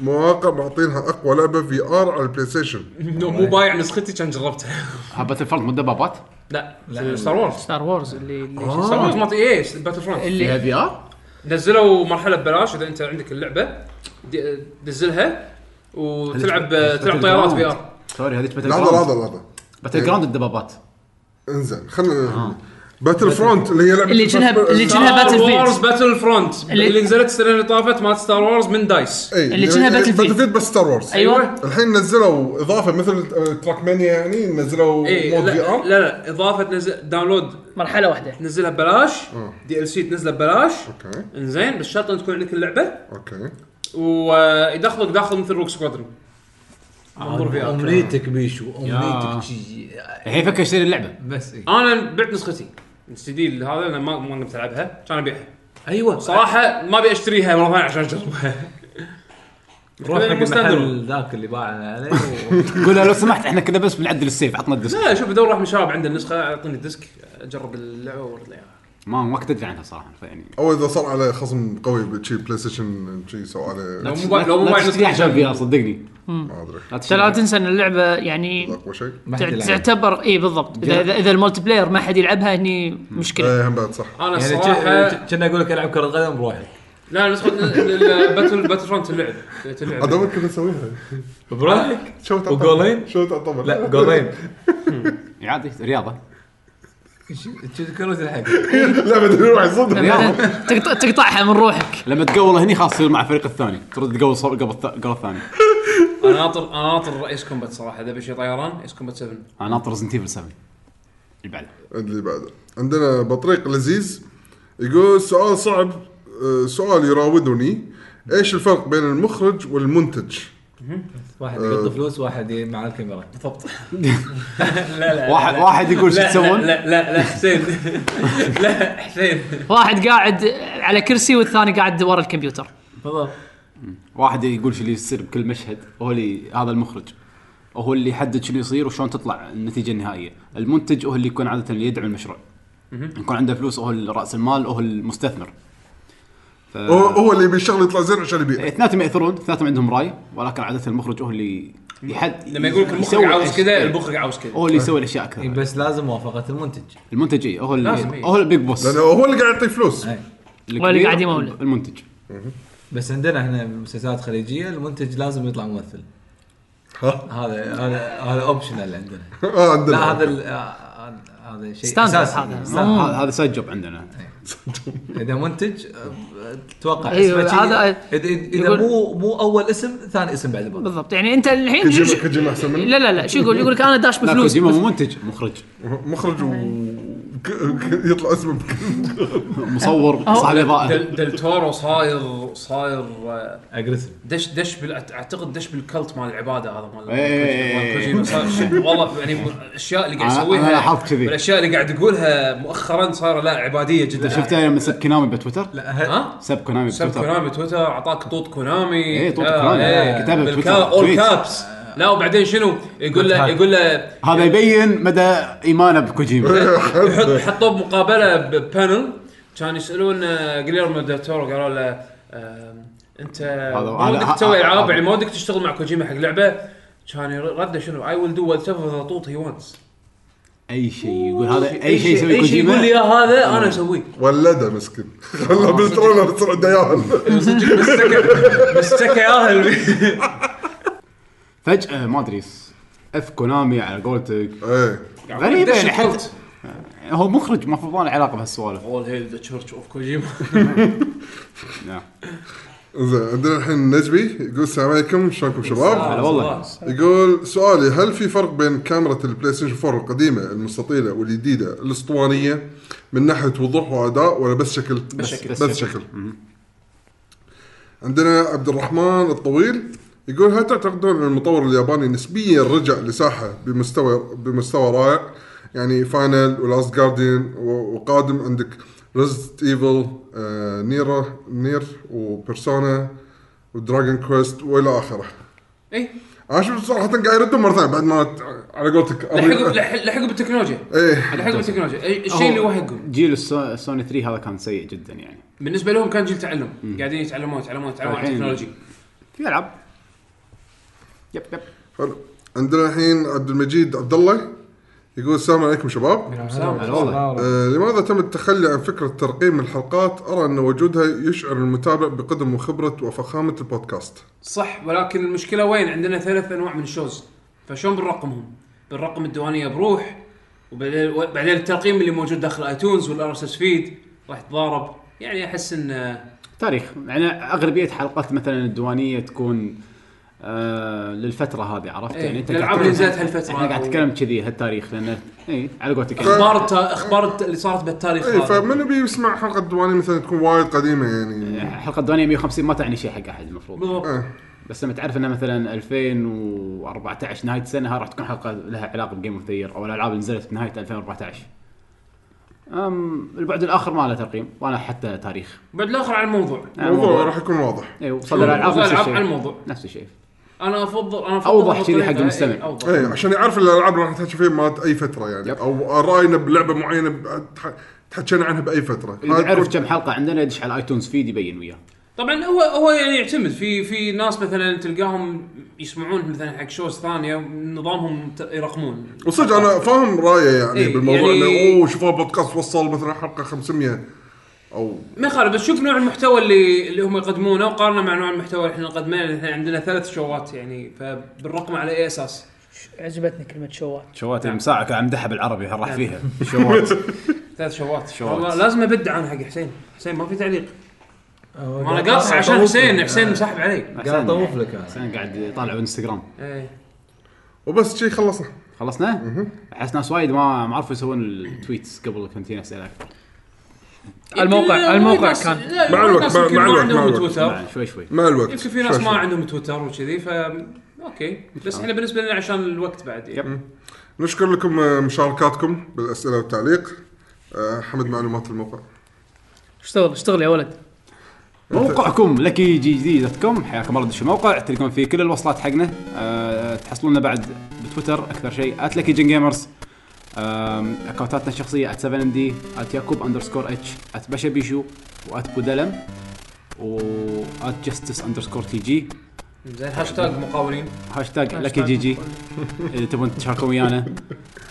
[SPEAKER 1] مواقع معطينها اقوى لعبه في ار على البلاي ستيشن
[SPEAKER 4] مو مو بايع نسختي كان جربتها
[SPEAKER 2] هبت الفرد مو دبابات
[SPEAKER 4] [LAUGHS] لا [LAUGHS] ستار وورز
[SPEAKER 6] ستار وورز اللي اللي-
[SPEAKER 4] ستار وورز معطي ايه باتل فرونت
[SPEAKER 2] فيها
[SPEAKER 6] اللي
[SPEAKER 2] في ار؟
[SPEAKER 4] نزلوا مرحله ببلاش اذا انت عندك اللعبه دي- دزلها وتلعب تلعب طيارات في ار
[SPEAKER 2] سوري هذيك باتل
[SPEAKER 1] لحظه لحظه
[SPEAKER 2] جراوند
[SPEAKER 1] لحظه
[SPEAKER 2] باتل جراوند الدبابات
[SPEAKER 1] انزين خلنا باتل فرونت اللي هي لعبه
[SPEAKER 6] اللي شنها- اللي شنها- كأنها
[SPEAKER 4] ستار
[SPEAKER 6] Battlefield.
[SPEAKER 4] وورز باتل فرونت
[SPEAKER 6] اللي-
[SPEAKER 4] اللي نزلت السنه اللي طافت مالت ستار وورز من دايس
[SPEAKER 1] إيه،
[SPEAKER 6] اللي شنها
[SPEAKER 1] يعني
[SPEAKER 6] Battlefield.
[SPEAKER 1] Battlefield بس ستار وورز
[SPEAKER 6] ايوه
[SPEAKER 1] الحين نزلوا اضافه مثل آه، تراك مانيا يعني نزلوا
[SPEAKER 4] اي
[SPEAKER 1] مود
[SPEAKER 4] لا,
[SPEAKER 1] في
[SPEAKER 4] إيه، لا
[SPEAKER 1] ار
[SPEAKER 4] لا اضافه نزل داونلود
[SPEAKER 6] مرحله واحده
[SPEAKER 4] تنزلها ببلاش
[SPEAKER 1] آه.
[SPEAKER 4] دي ال سي تنزله ببلاش
[SPEAKER 1] اوكي
[SPEAKER 4] انزين بس شرط ان تكون عندك اللعبه
[SPEAKER 1] اوكي
[SPEAKER 4] ويدخلك داخل مثل روك سكوادرون منظور في ار
[SPEAKER 7] امنيتك بيشو
[SPEAKER 2] يا.
[SPEAKER 7] امنيتك شي-
[SPEAKER 2] الحين فكر اشتري
[SPEAKER 7] [LAUGHS]
[SPEAKER 2] اللعبه
[SPEAKER 7] بس إيه.
[SPEAKER 4] انا بعت نسختي السي دي هذا انا ما ما كنت العبها كان ابيعها
[SPEAKER 7] ايوه
[SPEAKER 4] صراحه ما ابي اشتريها مره ثانيه عشان اجربها [LAUGHS]
[SPEAKER 7] روح حق
[SPEAKER 4] مو standalone.
[SPEAKER 7] المحل ذاك اللي باع
[SPEAKER 6] [LAUGHS]
[SPEAKER 7] عليه و-
[SPEAKER 2] قول له لو سمحت احنا كنا بس بنعدل السيف عطنا الديسك
[SPEAKER 4] لا شوف بدور واحد من الشباب عنده النسخه اعطيني الديسك اجرب اللعبه وارد لي اياها
[SPEAKER 2] ما ما كنت ادري عنها صراحه فيعني
[SPEAKER 1] او اذا صار على خصم قوي بشي بلاي ستيشن شي سوى عليه
[SPEAKER 4] لو مو
[SPEAKER 2] لا
[SPEAKER 4] باع- لو مو
[SPEAKER 2] لا
[SPEAKER 4] باع
[SPEAKER 2] تشتري
[SPEAKER 4] نسختي
[SPEAKER 2] عشان في ار صدقني
[SPEAKER 1] ما ادري
[SPEAKER 2] لا
[SPEAKER 6] ترى لا
[SPEAKER 2] تشتري
[SPEAKER 6] تنسى ان اللعبه يعني
[SPEAKER 1] اقوى شيء
[SPEAKER 7] ما حد
[SPEAKER 6] تع-
[SPEAKER 7] يلعب.
[SPEAKER 6] تعتبر اي بالضبط اذا اذا, إذا المولتي بلاير ما حد يلعبها هني مشكله
[SPEAKER 1] ايه هم بعد صح
[SPEAKER 4] انا
[SPEAKER 7] يعني
[SPEAKER 4] الصراحه
[SPEAKER 7] كنا اقول لك العب كره قدم بروحي
[SPEAKER 4] لا نسخه الباتل باتل فرونت اللعب تلعب
[SPEAKER 1] ادوك كنا نسويها
[SPEAKER 7] بروحك
[SPEAKER 1] شو تعتبر
[SPEAKER 7] وجولين؟
[SPEAKER 1] شو تعتبر
[SPEAKER 7] لا جولين
[SPEAKER 2] إيه، عادي رياضه
[SPEAKER 7] تذكرون الحق
[SPEAKER 1] [LAUGHS] لا بدي نروح
[SPEAKER 7] يعني-
[SPEAKER 1] صدق
[SPEAKER 2] رياضه
[SPEAKER 6] تقط- تقطعها من روحك
[SPEAKER 2] لما تقول هني خلاص تصير مع الفريق الثاني ترد تقول صوب قبل الث- قبل الثاني
[SPEAKER 4] انا ناطر انا ناطر ايس كومبات صراحه اذا بشي طيران ايس كومبات 7
[SPEAKER 2] انا ناطر ريزنت ايفل 7 اللي بعده
[SPEAKER 1] اللي بعده عندنا بطريق لذيذ يقول سؤال صعب آه، سؤال يراودني ايش الفرق بين المخرج والمنتج؟
[SPEAKER 7] واحد يحط فلوس واحد ي- مع الكاميرا
[SPEAKER 6] طيب.
[SPEAKER 4] بالضبط لا لا
[SPEAKER 2] واحد واحد يقول شو
[SPEAKER 4] لا
[SPEAKER 2] تسوون؟
[SPEAKER 4] لا لا لا حسين [LAUGHS] لا حسين
[SPEAKER 6] واحد قاعد على كرسي والثاني قاعد ورا الكمبيوتر
[SPEAKER 7] بالضبط
[SPEAKER 2] واحد يقول شو اللي يصير بكل مشهد هو اللي هذا المخرج هو اللي يحدد شو اللي يصير وشلون تطلع النتيجه النهائيه المنتج هو اللي يكون عاده اللي يدعم المشروع يكون عنده فلوس هو اللي راس المال هو المستثمر ف...
[SPEAKER 7] آه.
[SPEAKER 1] هو هو اللي بيشتغل يطلع زين عشان يبيع
[SPEAKER 2] اثنيناتهم ياثرون اثنيناتهم عندهم راي ولكن عاده المخرج هو اللي يحد
[SPEAKER 4] لما يقول لك المخرج
[SPEAKER 2] يسوي
[SPEAKER 4] عاوز
[SPEAKER 2] الأش-
[SPEAKER 4] كذا
[SPEAKER 2] إيه.
[SPEAKER 4] المخرج عاوز كذا
[SPEAKER 2] هو اللي يسوي الاشياء
[SPEAKER 7] إيه،
[SPEAKER 2] اكثر
[SPEAKER 7] بس لازم موافقه المنتج
[SPEAKER 2] المنتج إيه، هو
[SPEAKER 4] لازم
[SPEAKER 2] اللي
[SPEAKER 4] إيه.
[SPEAKER 2] هو البيج بوس
[SPEAKER 1] لانه هو اللي قاعد يعطي فلوس
[SPEAKER 7] إيه.
[SPEAKER 6] هو اللي قاعد
[SPEAKER 2] الكبير
[SPEAKER 6] يمولد.
[SPEAKER 2] المنتج
[SPEAKER 7] بس عندنا احنا مسلسلات خليجيه المنتج لازم يطلع ممثل
[SPEAKER 1] ها
[SPEAKER 7] هذا هذا هذا اوبشنال عندنا
[SPEAKER 1] آه،
[SPEAKER 7] لا
[SPEAKER 1] عندنا
[SPEAKER 7] هذا ال- آه، هذا شيء
[SPEAKER 6] Standard
[SPEAKER 7] اساسي
[SPEAKER 6] هذا.
[SPEAKER 7] Standard.
[SPEAKER 2] هذا هذا سايد جوب عندنا
[SPEAKER 7] اذا منتج آه، توقع
[SPEAKER 6] أيوة،
[SPEAKER 7] اسمه شي-
[SPEAKER 6] هذا-
[SPEAKER 7] إذا- اذا
[SPEAKER 6] يقول-
[SPEAKER 7] مو مو اول اسم ثاني اسم بعد البطل
[SPEAKER 6] بالضبط يعني انت الحين شو-
[SPEAKER 1] كوجيما
[SPEAKER 6] شو-
[SPEAKER 1] كوجيما احسن منه
[SPEAKER 6] لا لا لا شو يقول يقول لك انا داش
[SPEAKER 2] لا
[SPEAKER 6] بفلوس
[SPEAKER 2] كوجيما مو منتج مخرج
[SPEAKER 1] مخرج و [LAUGHS] ك- ك- يطلع اسمه بك- [LAUGHS]
[SPEAKER 6] [LAUGHS]
[SPEAKER 2] مصور صاحب اضاءه
[SPEAKER 4] دل, دل تورو صاير صاير آه،
[SPEAKER 7] اجريسيف
[SPEAKER 4] دش دش بال اعتقد دش بالكلت مال العباده هذا مال
[SPEAKER 2] إيه.
[SPEAKER 4] مال كوجيما صار- شوف، والله يعني م- الاشياء اللي قاعد
[SPEAKER 2] أنا-
[SPEAKER 4] يسويها
[SPEAKER 2] أنا لاحظت كذي.
[SPEAKER 4] والاشياء اللي قاعد يقولها مؤخرا صايره لا عباديه جدا
[SPEAKER 2] انت شفته لما سب كونامي بتويتر؟
[SPEAKER 7] لا ه-
[SPEAKER 4] ها؟
[SPEAKER 2] سب كونامي
[SPEAKER 4] سب
[SPEAKER 2] بتويتر
[SPEAKER 4] كونامي تويتر اعطاك طوط كونامي
[SPEAKER 2] إيه، طوط
[SPEAKER 4] لا،
[SPEAKER 2] كونامي.
[SPEAKER 4] إيه.
[SPEAKER 2] كتابة
[SPEAKER 4] بالكا-
[SPEAKER 2] بتويتر.
[SPEAKER 4] اول
[SPEAKER 2] تويت.
[SPEAKER 4] كابس لا وبعدين شنو يقول له
[SPEAKER 7] هاك.
[SPEAKER 4] يقول له
[SPEAKER 2] هذا يبين مدى ايمانه بكوجيما
[SPEAKER 4] يحط حطوه بمقابله ببانل كان يسالون آه، جليرمو داتورو قالوا له آم، انت ما
[SPEAKER 2] هذا-
[SPEAKER 4] ودك تسوي
[SPEAKER 2] هذا-
[SPEAKER 4] العاب
[SPEAKER 2] هذا-
[SPEAKER 4] يعني ما ودك تشتغل مع كوجيما حق لعبه كان ير- رده شنو اي ويل دو وات ايفر ذا طوط هي وانتس
[SPEAKER 2] اي شيء يقول هذا اي شيء يسوي
[SPEAKER 4] اي شيء يقول لي
[SPEAKER 2] كوجيما
[SPEAKER 4] اياه هذا انا اسويه
[SPEAKER 1] ولده مسكين [LAUGHS]
[SPEAKER 7] آه.
[SPEAKER 1] والله بسترونه بسرعه
[SPEAKER 7] [LAUGHS]
[SPEAKER 1] ديال
[SPEAKER 4] صدق [LAUGHS] مسكه مسكه ياهل
[SPEAKER 2] فجاه ما ادري س- اف كونامي على قولتك
[SPEAKER 1] ايه
[SPEAKER 2] غريبه يعني
[SPEAKER 4] دشت
[SPEAKER 2] حتى هو مخرج المفروض ما له علاقه بهالسوالف
[SPEAKER 4] اول هيل ذا تشيرش اوف كوجيما
[SPEAKER 2] نعم.
[SPEAKER 1] زين عندنا الحين نجبي يقول السلام عليكم شلونكم شباب؟
[SPEAKER 2] [LAUGHS] هلا والله
[SPEAKER 1] يقول سؤالي هل في فرق بين كاميرا البلاي ستيشن 4 القديمه المستطيله والجديده الاسطوانيه من ناحيه وضوح واداء ولا بس شكل؟ بس
[SPEAKER 4] شكل.
[SPEAKER 1] بس شكل. عندنا عبد الرحمن الطويل يقول هل تعتقدون ان المطور الياباني نسبيا رجع لساحه بمستوى بمستوى رائع يعني فاينل ولاست جارديان وقادم عندك آه، ريزد ايفل نير نير وبيرسونا ودراجون كويست والى اخره
[SPEAKER 4] اي
[SPEAKER 1] انا اشوف صراحه قاعد يردون مره ثانيه بعد ما ت- على قولتك
[SPEAKER 4] لحقوا
[SPEAKER 1] أبي-
[SPEAKER 4] لح- لحقوا بالتكنولوجيا
[SPEAKER 1] ايه
[SPEAKER 4] لحقوا بالتكنولوجيا أي- الشيء اللي
[SPEAKER 2] هو
[SPEAKER 4] وهقهم
[SPEAKER 2] جيل السو- سوني 3 هذا كان سيء جدا يعني
[SPEAKER 4] بالنسبه لهم كان جيل تعلم قاعدين يتعلمون يتعلمون يتعلمون على
[SPEAKER 2] الحين-
[SPEAKER 4] التكنولوجي
[SPEAKER 2] في العاب يب يب
[SPEAKER 1] حلو عندنا الحين عبد المجيد عبد الله يقول السلام عليكم شباب
[SPEAKER 2] هلا والله
[SPEAKER 1] آه، لماذا تم التخلي عن فكرة ترقيم الحلقات أرى أن وجودها يشعر المتابع بقدم وخبرة وفخامة البودكاست
[SPEAKER 4] صح ولكن المشكله وين عندنا ثلاث انواع من الشوز فشلون بنرقمهم؟ بنرقم الديوانيه بروح وبعدين وبعدين الترقيم اللي موجود داخل ايتونز والار اس اس فيد راح يتضارب يعني احس ان آه،
[SPEAKER 2] تاريخ يعني اغلبيه حلقات مثلا الديوانيه تكون آه للفتره هذه عرفت
[SPEAKER 4] إيه،
[SPEAKER 2] يعني انت
[SPEAKER 4] الألعاب
[SPEAKER 2] قاعد
[SPEAKER 4] اللي
[SPEAKER 2] تتكلم-
[SPEAKER 4] نزلت هالفترة.
[SPEAKER 2] احنا قاعد نتكلم كذي هالتاريخ لان اي على قولتك يعني
[SPEAKER 4] اخبار الت... اخبار الت... اللي صارت بالتاريخ
[SPEAKER 1] إيه
[SPEAKER 4] هذا.
[SPEAKER 1] فمن يبي يسمع حلقة دواني مثلا تكون وايد قديمة يعني
[SPEAKER 2] حلقه الديوانيه 150 ما تعني شيء حق احد المفروض
[SPEAKER 4] بالضبط.
[SPEAKER 1] آه.
[SPEAKER 2] بس لما تعرف انها مثلا 2014 نهايه السنه هاي راح تكون حلقه لها علاقه بجيم اوف ثير او الالعاب اللي نزلت بنهايه 2014 أم البعد الاخر ما له ترقيم ولا حتى تاريخ
[SPEAKER 4] بعد الاخر على الموضوع
[SPEAKER 2] يعني
[SPEAKER 1] الموضوع
[SPEAKER 2] موضوع-
[SPEAKER 1] راح يكون واضح
[SPEAKER 2] اي وصل الالعاب إيه، نفس
[SPEAKER 4] الألعاب على
[SPEAKER 2] الشيء
[SPEAKER 4] الموضوع
[SPEAKER 2] نفس الشيء
[SPEAKER 4] انا افضل انا افضل
[SPEAKER 2] أوضح كذي
[SPEAKER 4] بطريقة-
[SPEAKER 2] حق المستمع.
[SPEAKER 4] إيه، اوضح
[SPEAKER 1] اي عشان يعرف الالعاب اللي راح نحكي فيها مالت اي فتره يعني
[SPEAKER 2] يب.
[SPEAKER 1] او راينا بلعبه معينه ب- تح- تحكينا عنها باي فتره
[SPEAKER 2] اللي
[SPEAKER 1] هاي
[SPEAKER 2] يعرف
[SPEAKER 1] تكون-
[SPEAKER 2] كم حلقه عندنا يدش على ايتونز فيد يبين وياه
[SPEAKER 4] طبعا هو هو يعني يعتمد في في ناس مثلا تلقاهم يسمعون مثلا حق شوز ثانيه نظامهم ت- يرقمون
[SPEAKER 1] وصدق انا فاهم رايه يعني
[SPEAKER 4] إيه،
[SPEAKER 1] بالموضوع
[SPEAKER 4] يعني-
[SPEAKER 1] انه اوه شوفوا بودكاست وصل مثلا حلقه 500 او
[SPEAKER 4] ما يخالف بس شوف نوع المحتوى اللي اللي هم يقدمونه وقارنه مع نوع المحتوى اللي احنا نقدمه لأن احنا عندنا ثلاث شوات يعني فبنرقم على اي اساس؟
[SPEAKER 6] عجبتني كلمه شوات
[SPEAKER 2] شوات المساعه كان مدحها بالعربي راح فيها نعم. [LAUGHS] شوات
[SPEAKER 4] ثلاث شوات
[SPEAKER 2] شوات.
[SPEAKER 4] والله لازم ابدع عن حق حسين حسين ما في تعليق
[SPEAKER 7] آه،
[SPEAKER 4] ما
[SPEAKER 7] قاعد
[SPEAKER 4] انا قاطع عشان
[SPEAKER 7] أطوف لك.
[SPEAKER 4] حسين حسين مسحب علي
[SPEAKER 7] قاعد اطوف لك انا
[SPEAKER 2] حسين قاعد يطالع بالانستغرام
[SPEAKER 4] إيه.
[SPEAKER 1] وبس شي خلصنا
[SPEAKER 2] خلصنا؟ احس ناس وايد ما ما عرفوا يسوون التويتس قبل كنت هنا اسالك
[SPEAKER 6] الموقع-
[SPEAKER 4] يمكن
[SPEAKER 6] الموقع
[SPEAKER 4] ناس-
[SPEAKER 6] كان.
[SPEAKER 4] لا،
[SPEAKER 1] مع الوقت،
[SPEAKER 4] ناس
[SPEAKER 1] مع-
[SPEAKER 4] يمكن
[SPEAKER 1] مع
[SPEAKER 4] ما
[SPEAKER 1] الوقت، مع
[SPEAKER 4] عندهم
[SPEAKER 1] الوقت.
[SPEAKER 4] تويتر
[SPEAKER 2] مع- شوي شوي
[SPEAKER 1] مع الوقت
[SPEAKER 4] يمكن في ناس
[SPEAKER 1] شوي
[SPEAKER 4] ما
[SPEAKER 1] شوي.
[SPEAKER 4] عندهم تويتر وكذي ف اوكي
[SPEAKER 2] آه.
[SPEAKER 4] بس احنا بالنسبه لنا عشان الوقت بعد يعني.
[SPEAKER 1] نشكر لكم آه، مشاركاتكم بالاسئله والتعليق آه، حمد معلومات الموقع
[SPEAKER 6] اشتغل اشتغل يا ولد
[SPEAKER 2] موقعكم لكي جي جي دوت كوم حياكم الله دش الموقع تلقون فيه كل الوصلات حقنا أه تحصلوننا بعد بتويتر اكثر شيء @لكي جن جيمرز اكونتاتنا الشخصيه @7 دي @يعقوب اندرسكور اتش @بشا بيشو @بودلم و @جستس اندرسكور تي جي
[SPEAKER 4] زين هاشتاج مقاولين
[SPEAKER 2] هاشتاج لكي جي جي اذا تبون تشاركون ويانا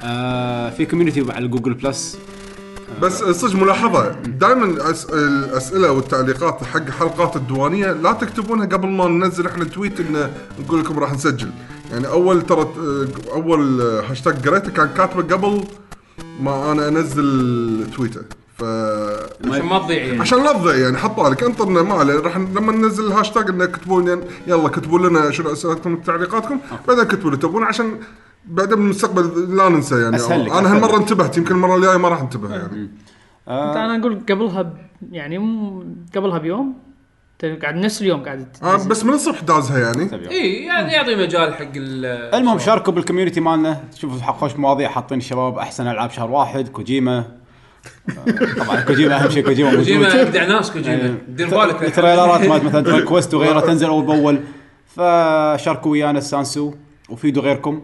[SPEAKER 2] آه في كوميونتي على جوجل بلس
[SPEAKER 1] بس آه، صدق ملاحظه دائما الاسئله والتعليقات حق حلقات الديوانيه لا تكتبونها قبل ما ننزل احنا تويت ان نقول لكم راح نسجل يعني اول ترى آه، اول آه، هاشتاج قريته كان كاتبه قبل ما انا انزل تويته ف
[SPEAKER 4] عشان ما تضيع يعني
[SPEAKER 2] [LAUGHS]
[SPEAKER 1] عشان لا تضيع يعني حط بالك انطرنا ما عليه راح ن- لما ننزل الهاشتاج انه اكتبوا لنا يلا كتبوا لنا شنو اسئلتكم وتعليقاتكم بعدين كتبوا اللي تبون عشان بعدين بالمستقبل لا ننسى يعني
[SPEAKER 2] أسهل لك،
[SPEAKER 1] انا
[SPEAKER 2] أسهل
[SPEAKER 1] هالمره
[SPEAKER 2] لك.
[SPEAKER 1] انتبهت يمكن المره الجايه ما راح انتبه يعني
[SPEAKER 6] انا اقول قبلها ب... يعني مو- قبلها بيوم أنت قاعد نفس اليوم قاعد
[SPEAKER 1] آه بس من الصبح دازها يعني
[SPEAKER 4] اي يعني يعطي مجال حق ال
[SPEAKER 2] [LAUGHS] المهم شاركوا بالكوميونتي مالنا شوفوا حق- خوش مواضيع حاطين الشباب احسن العاب شهر واحد كوجيما آه، طبعا كوجيما اهم شيء كوجيما موجود.
[SPEAKER 4] كوجيما ابدع ناس كوجيما
[SPEAKER 2] يعني
[SPEAKER 4] دير بالك
[SPEAKER 2] التريلرات مالت مثلا دراج كويست وغيرها تنزل اول باول فشاركوا ويانا السانسو وفيدوا غيركم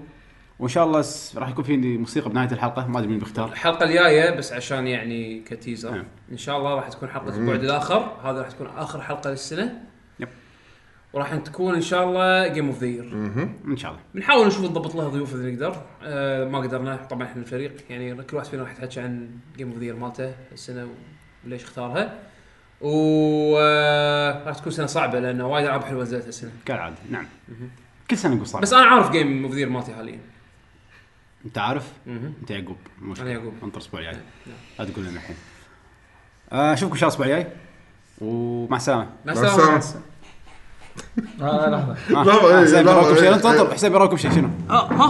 [SPEAKER 2] وان شاء الله س- راح يكون في عندي موسيقى بنهايه الحلقه ما ادري مين بيختار
[SPEAKER 4] الحلقه الجايه بس عشان يعني كتيزر
[SPEAKER 2] نعم.
[SPEAKER 4] ان شاء الله راح تكون حلقه البعد الاخر هذا راح تكون اخر حلقه للسنه
[SPEAKER 2] يب.
[SPEAKER 4] وراح تكون ان شاء الله جيم اوف ذا
[SPEAKER 2] ان شاء الله
[SPEAKER 4] بنحاول نشوف نضبط لها ضيوف اذا نقدر آه ما قدرنا طبعا احنا الفريق يعني كل واحد فينا راح يتحكى عن جيم اوف ذا مالته السنه وليش اختارها و آه، راح تكون سنه صعبه لان وايد العاب حلوه نزلت السنه
[SPEAKER 2] كالعاده نعم كل سنه نقول صعب
[SPEAKER 4] بس انا عارف جيم اوف ذا مالتي حاليا
[SPEAKER 2] انت عارف
[SPEAKER 4] مهم.
[SPEAKER 2] انت يعقوب مو مشكلة.
[SPEAKER 4] أنا يعقوب.
[SPEAKER 2] انطر الاسبوع الجاي
[SPEAKER 4] نعم.
[SPEAKER 2] لا تقول لنا الحين آه، اشوفكم ان شاء الله الاسبوع الجاي ومع السلامه
[SPEAKER 1] مع
[SPEAKER 4] مع السلامه
[SPEAKER 1] السلامه
[SPEAKER 7] آه، لحظه
[SPEAKER 2] آه،
[SPEAKER 1] لا،
[SPEAKER 2] آه،
[SPEAKER 1] إيه،
[SPEAKER 2] حسين
[SPEAKER 1] لا،
[SPEAKER 2] براكم شيء
[SPEAKER 1] إيه،
[SPEAKER 2] انطر
[SPEAKER 1] إيه.
[SPEAKER 2] انطر حسين براكم شيء شنو؟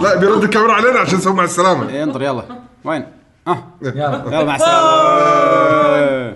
[SPEAKER 1] لا بيرد الكاميرا علينا عشان نسوي مع السلامه
[SPEAKER 2] إيه، انطر يلا وين؟ اه
[SPEAKER 7] يلا
[SPEAKER 2] يلا مع السلامه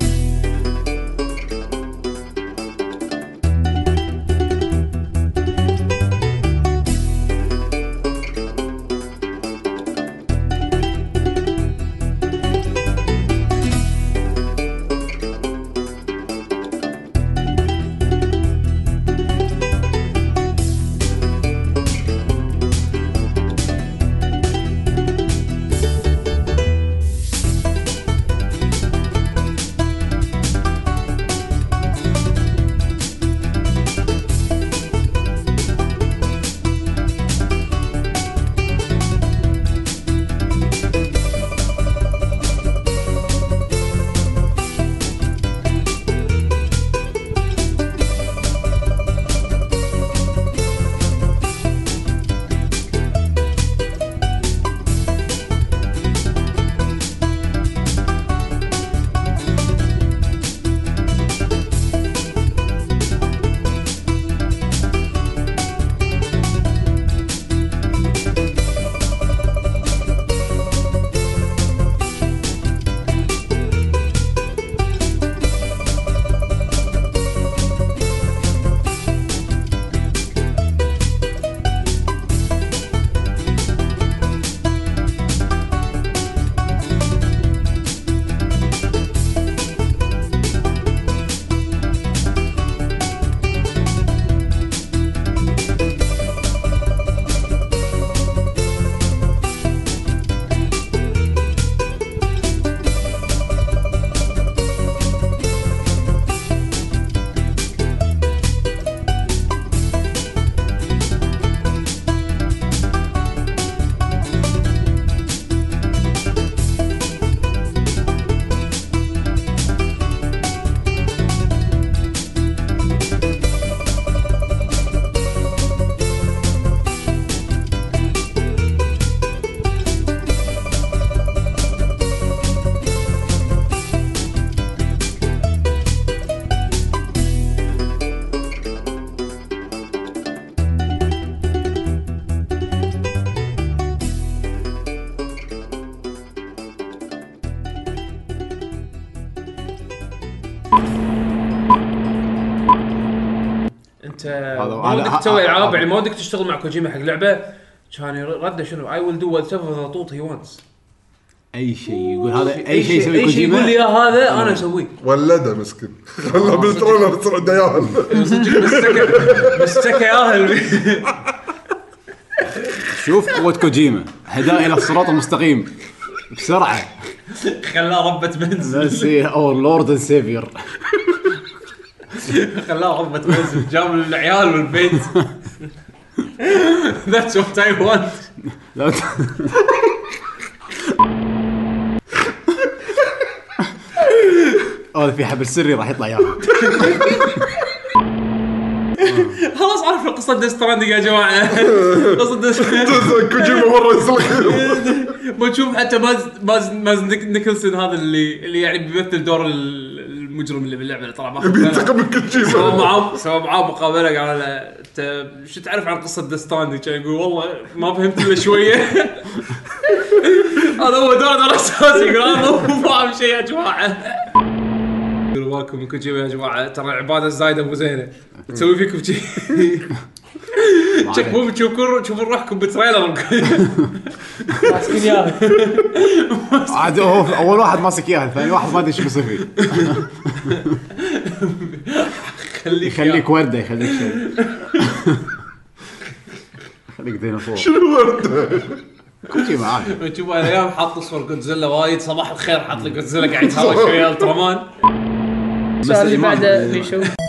[SPEAKER 4] انت
[SPEAKER 2] هذا-
[SPEAKER 4] ما
[SPEAKER 2] هذا-
[SPEAKER 4] ودك تسوي
[SPEAKER 2] هذا-
[SPEAKER 4] العاب
[SPEAKER 2] هذا-
[SPEAKER 4] يعني ما ودك تشتغل مع كوجيما حق لعبه كان ير- رده شنو اي ويل دو وات ايفر طوط هي
[SPEAKER 2] [LAUGHS]
[SPEAKER 4] وانس
[SPEAKER 2] اي شيء يقول هذا اي شيء يسوي
[SPEAKER 4] اي شيء
[SPEAKER 2] كوجيما
[SPEAKER 4] يقول لي اياه هذا انا
[SPEAKER 2] [LAUGHS]
[SPEAKER 4] اسويه
[SPEAKER 1] ولده مسكين [LAUGHS] خلاه بالترولر صار عنده [LAUGHS] ياهل
[SPEAKER 4] مسكه مسكه [LAUGHS] ياهل
[SPEAKER 2] شوف قوة كوجيما هداء إلى الصراط المستقيم بسرعة
[SPEAKER 4] خلاه ربة منزل
[SPEAKER 2] بس اور لورد اند سيفير
[SPEAKER 4] خلاه ربة منزل جاب العيال والبيت [LAUGHS] ذاتس وات اي وانت
[SPEAKER 2] لا ت... [LAUGHS] هذا في حبل سري راح يطلع ياهو
[SPEAKER 4] خلاص عارف قصة ديث ستراندنج يا جماعة قصة ديث
[SPEAKER 1] كوجيما مره
[SPEAKER 2] [LAUGHS]
[SPEAKER 1] يسلك
[SPEAKER 4] بنشوف حتى ماز ماز ماز نيك- نيكلسون هذا اللي اللي يعني بيمثل دور ال- المجرم اللي باللعبة اللي طلع ماخذ
[SPEAKER 1] ينتقم من
[SPEAKER 4] سوى
[SPEAKER 1] كوجيما
[SPEAKER 4] معاه سوى معاه مقابله قال له انت شو تعرف عن قصه دستاندي كان يقول والله ما فهمت الا شويه [LAUGHS] هذا هو دور الاساسي يقول انا مو فاهم شيء يا جماعه يقول واكم من كوجيما يا جماعه ترى العباده الزايده مو زينه تسوي فيكم شيء
[SPEAKER 2] عليك.
[SPEAKER 4] تشوفون تشوفون تشوفون روحكم بتريلر
[SPEAKER 5] ماسكين اياها
[SPEAKER 2] عاد هو اول واحد ماسك اياه ثاني واحد ما ادري شو بيصير فيه
[SPEAKER 4] خليك
[SPEAKER 2] يخليك ورده يخليك شيء يخليك ديناصور
[SPEAKER 1] شنو ورده
[SPEAKER 2] كوجيما عادي
[SPEAKER 4] تشوف انا اليوم حاط صور جودزيلا وايد صباح الخير حاط لي جودزيلا قاعد يتحرك ويا الترامان
[SPEAKER 6] السؤال اللي
[SPEAKER 2] مسج ما-
[SPEAKER 6] بعده بيشو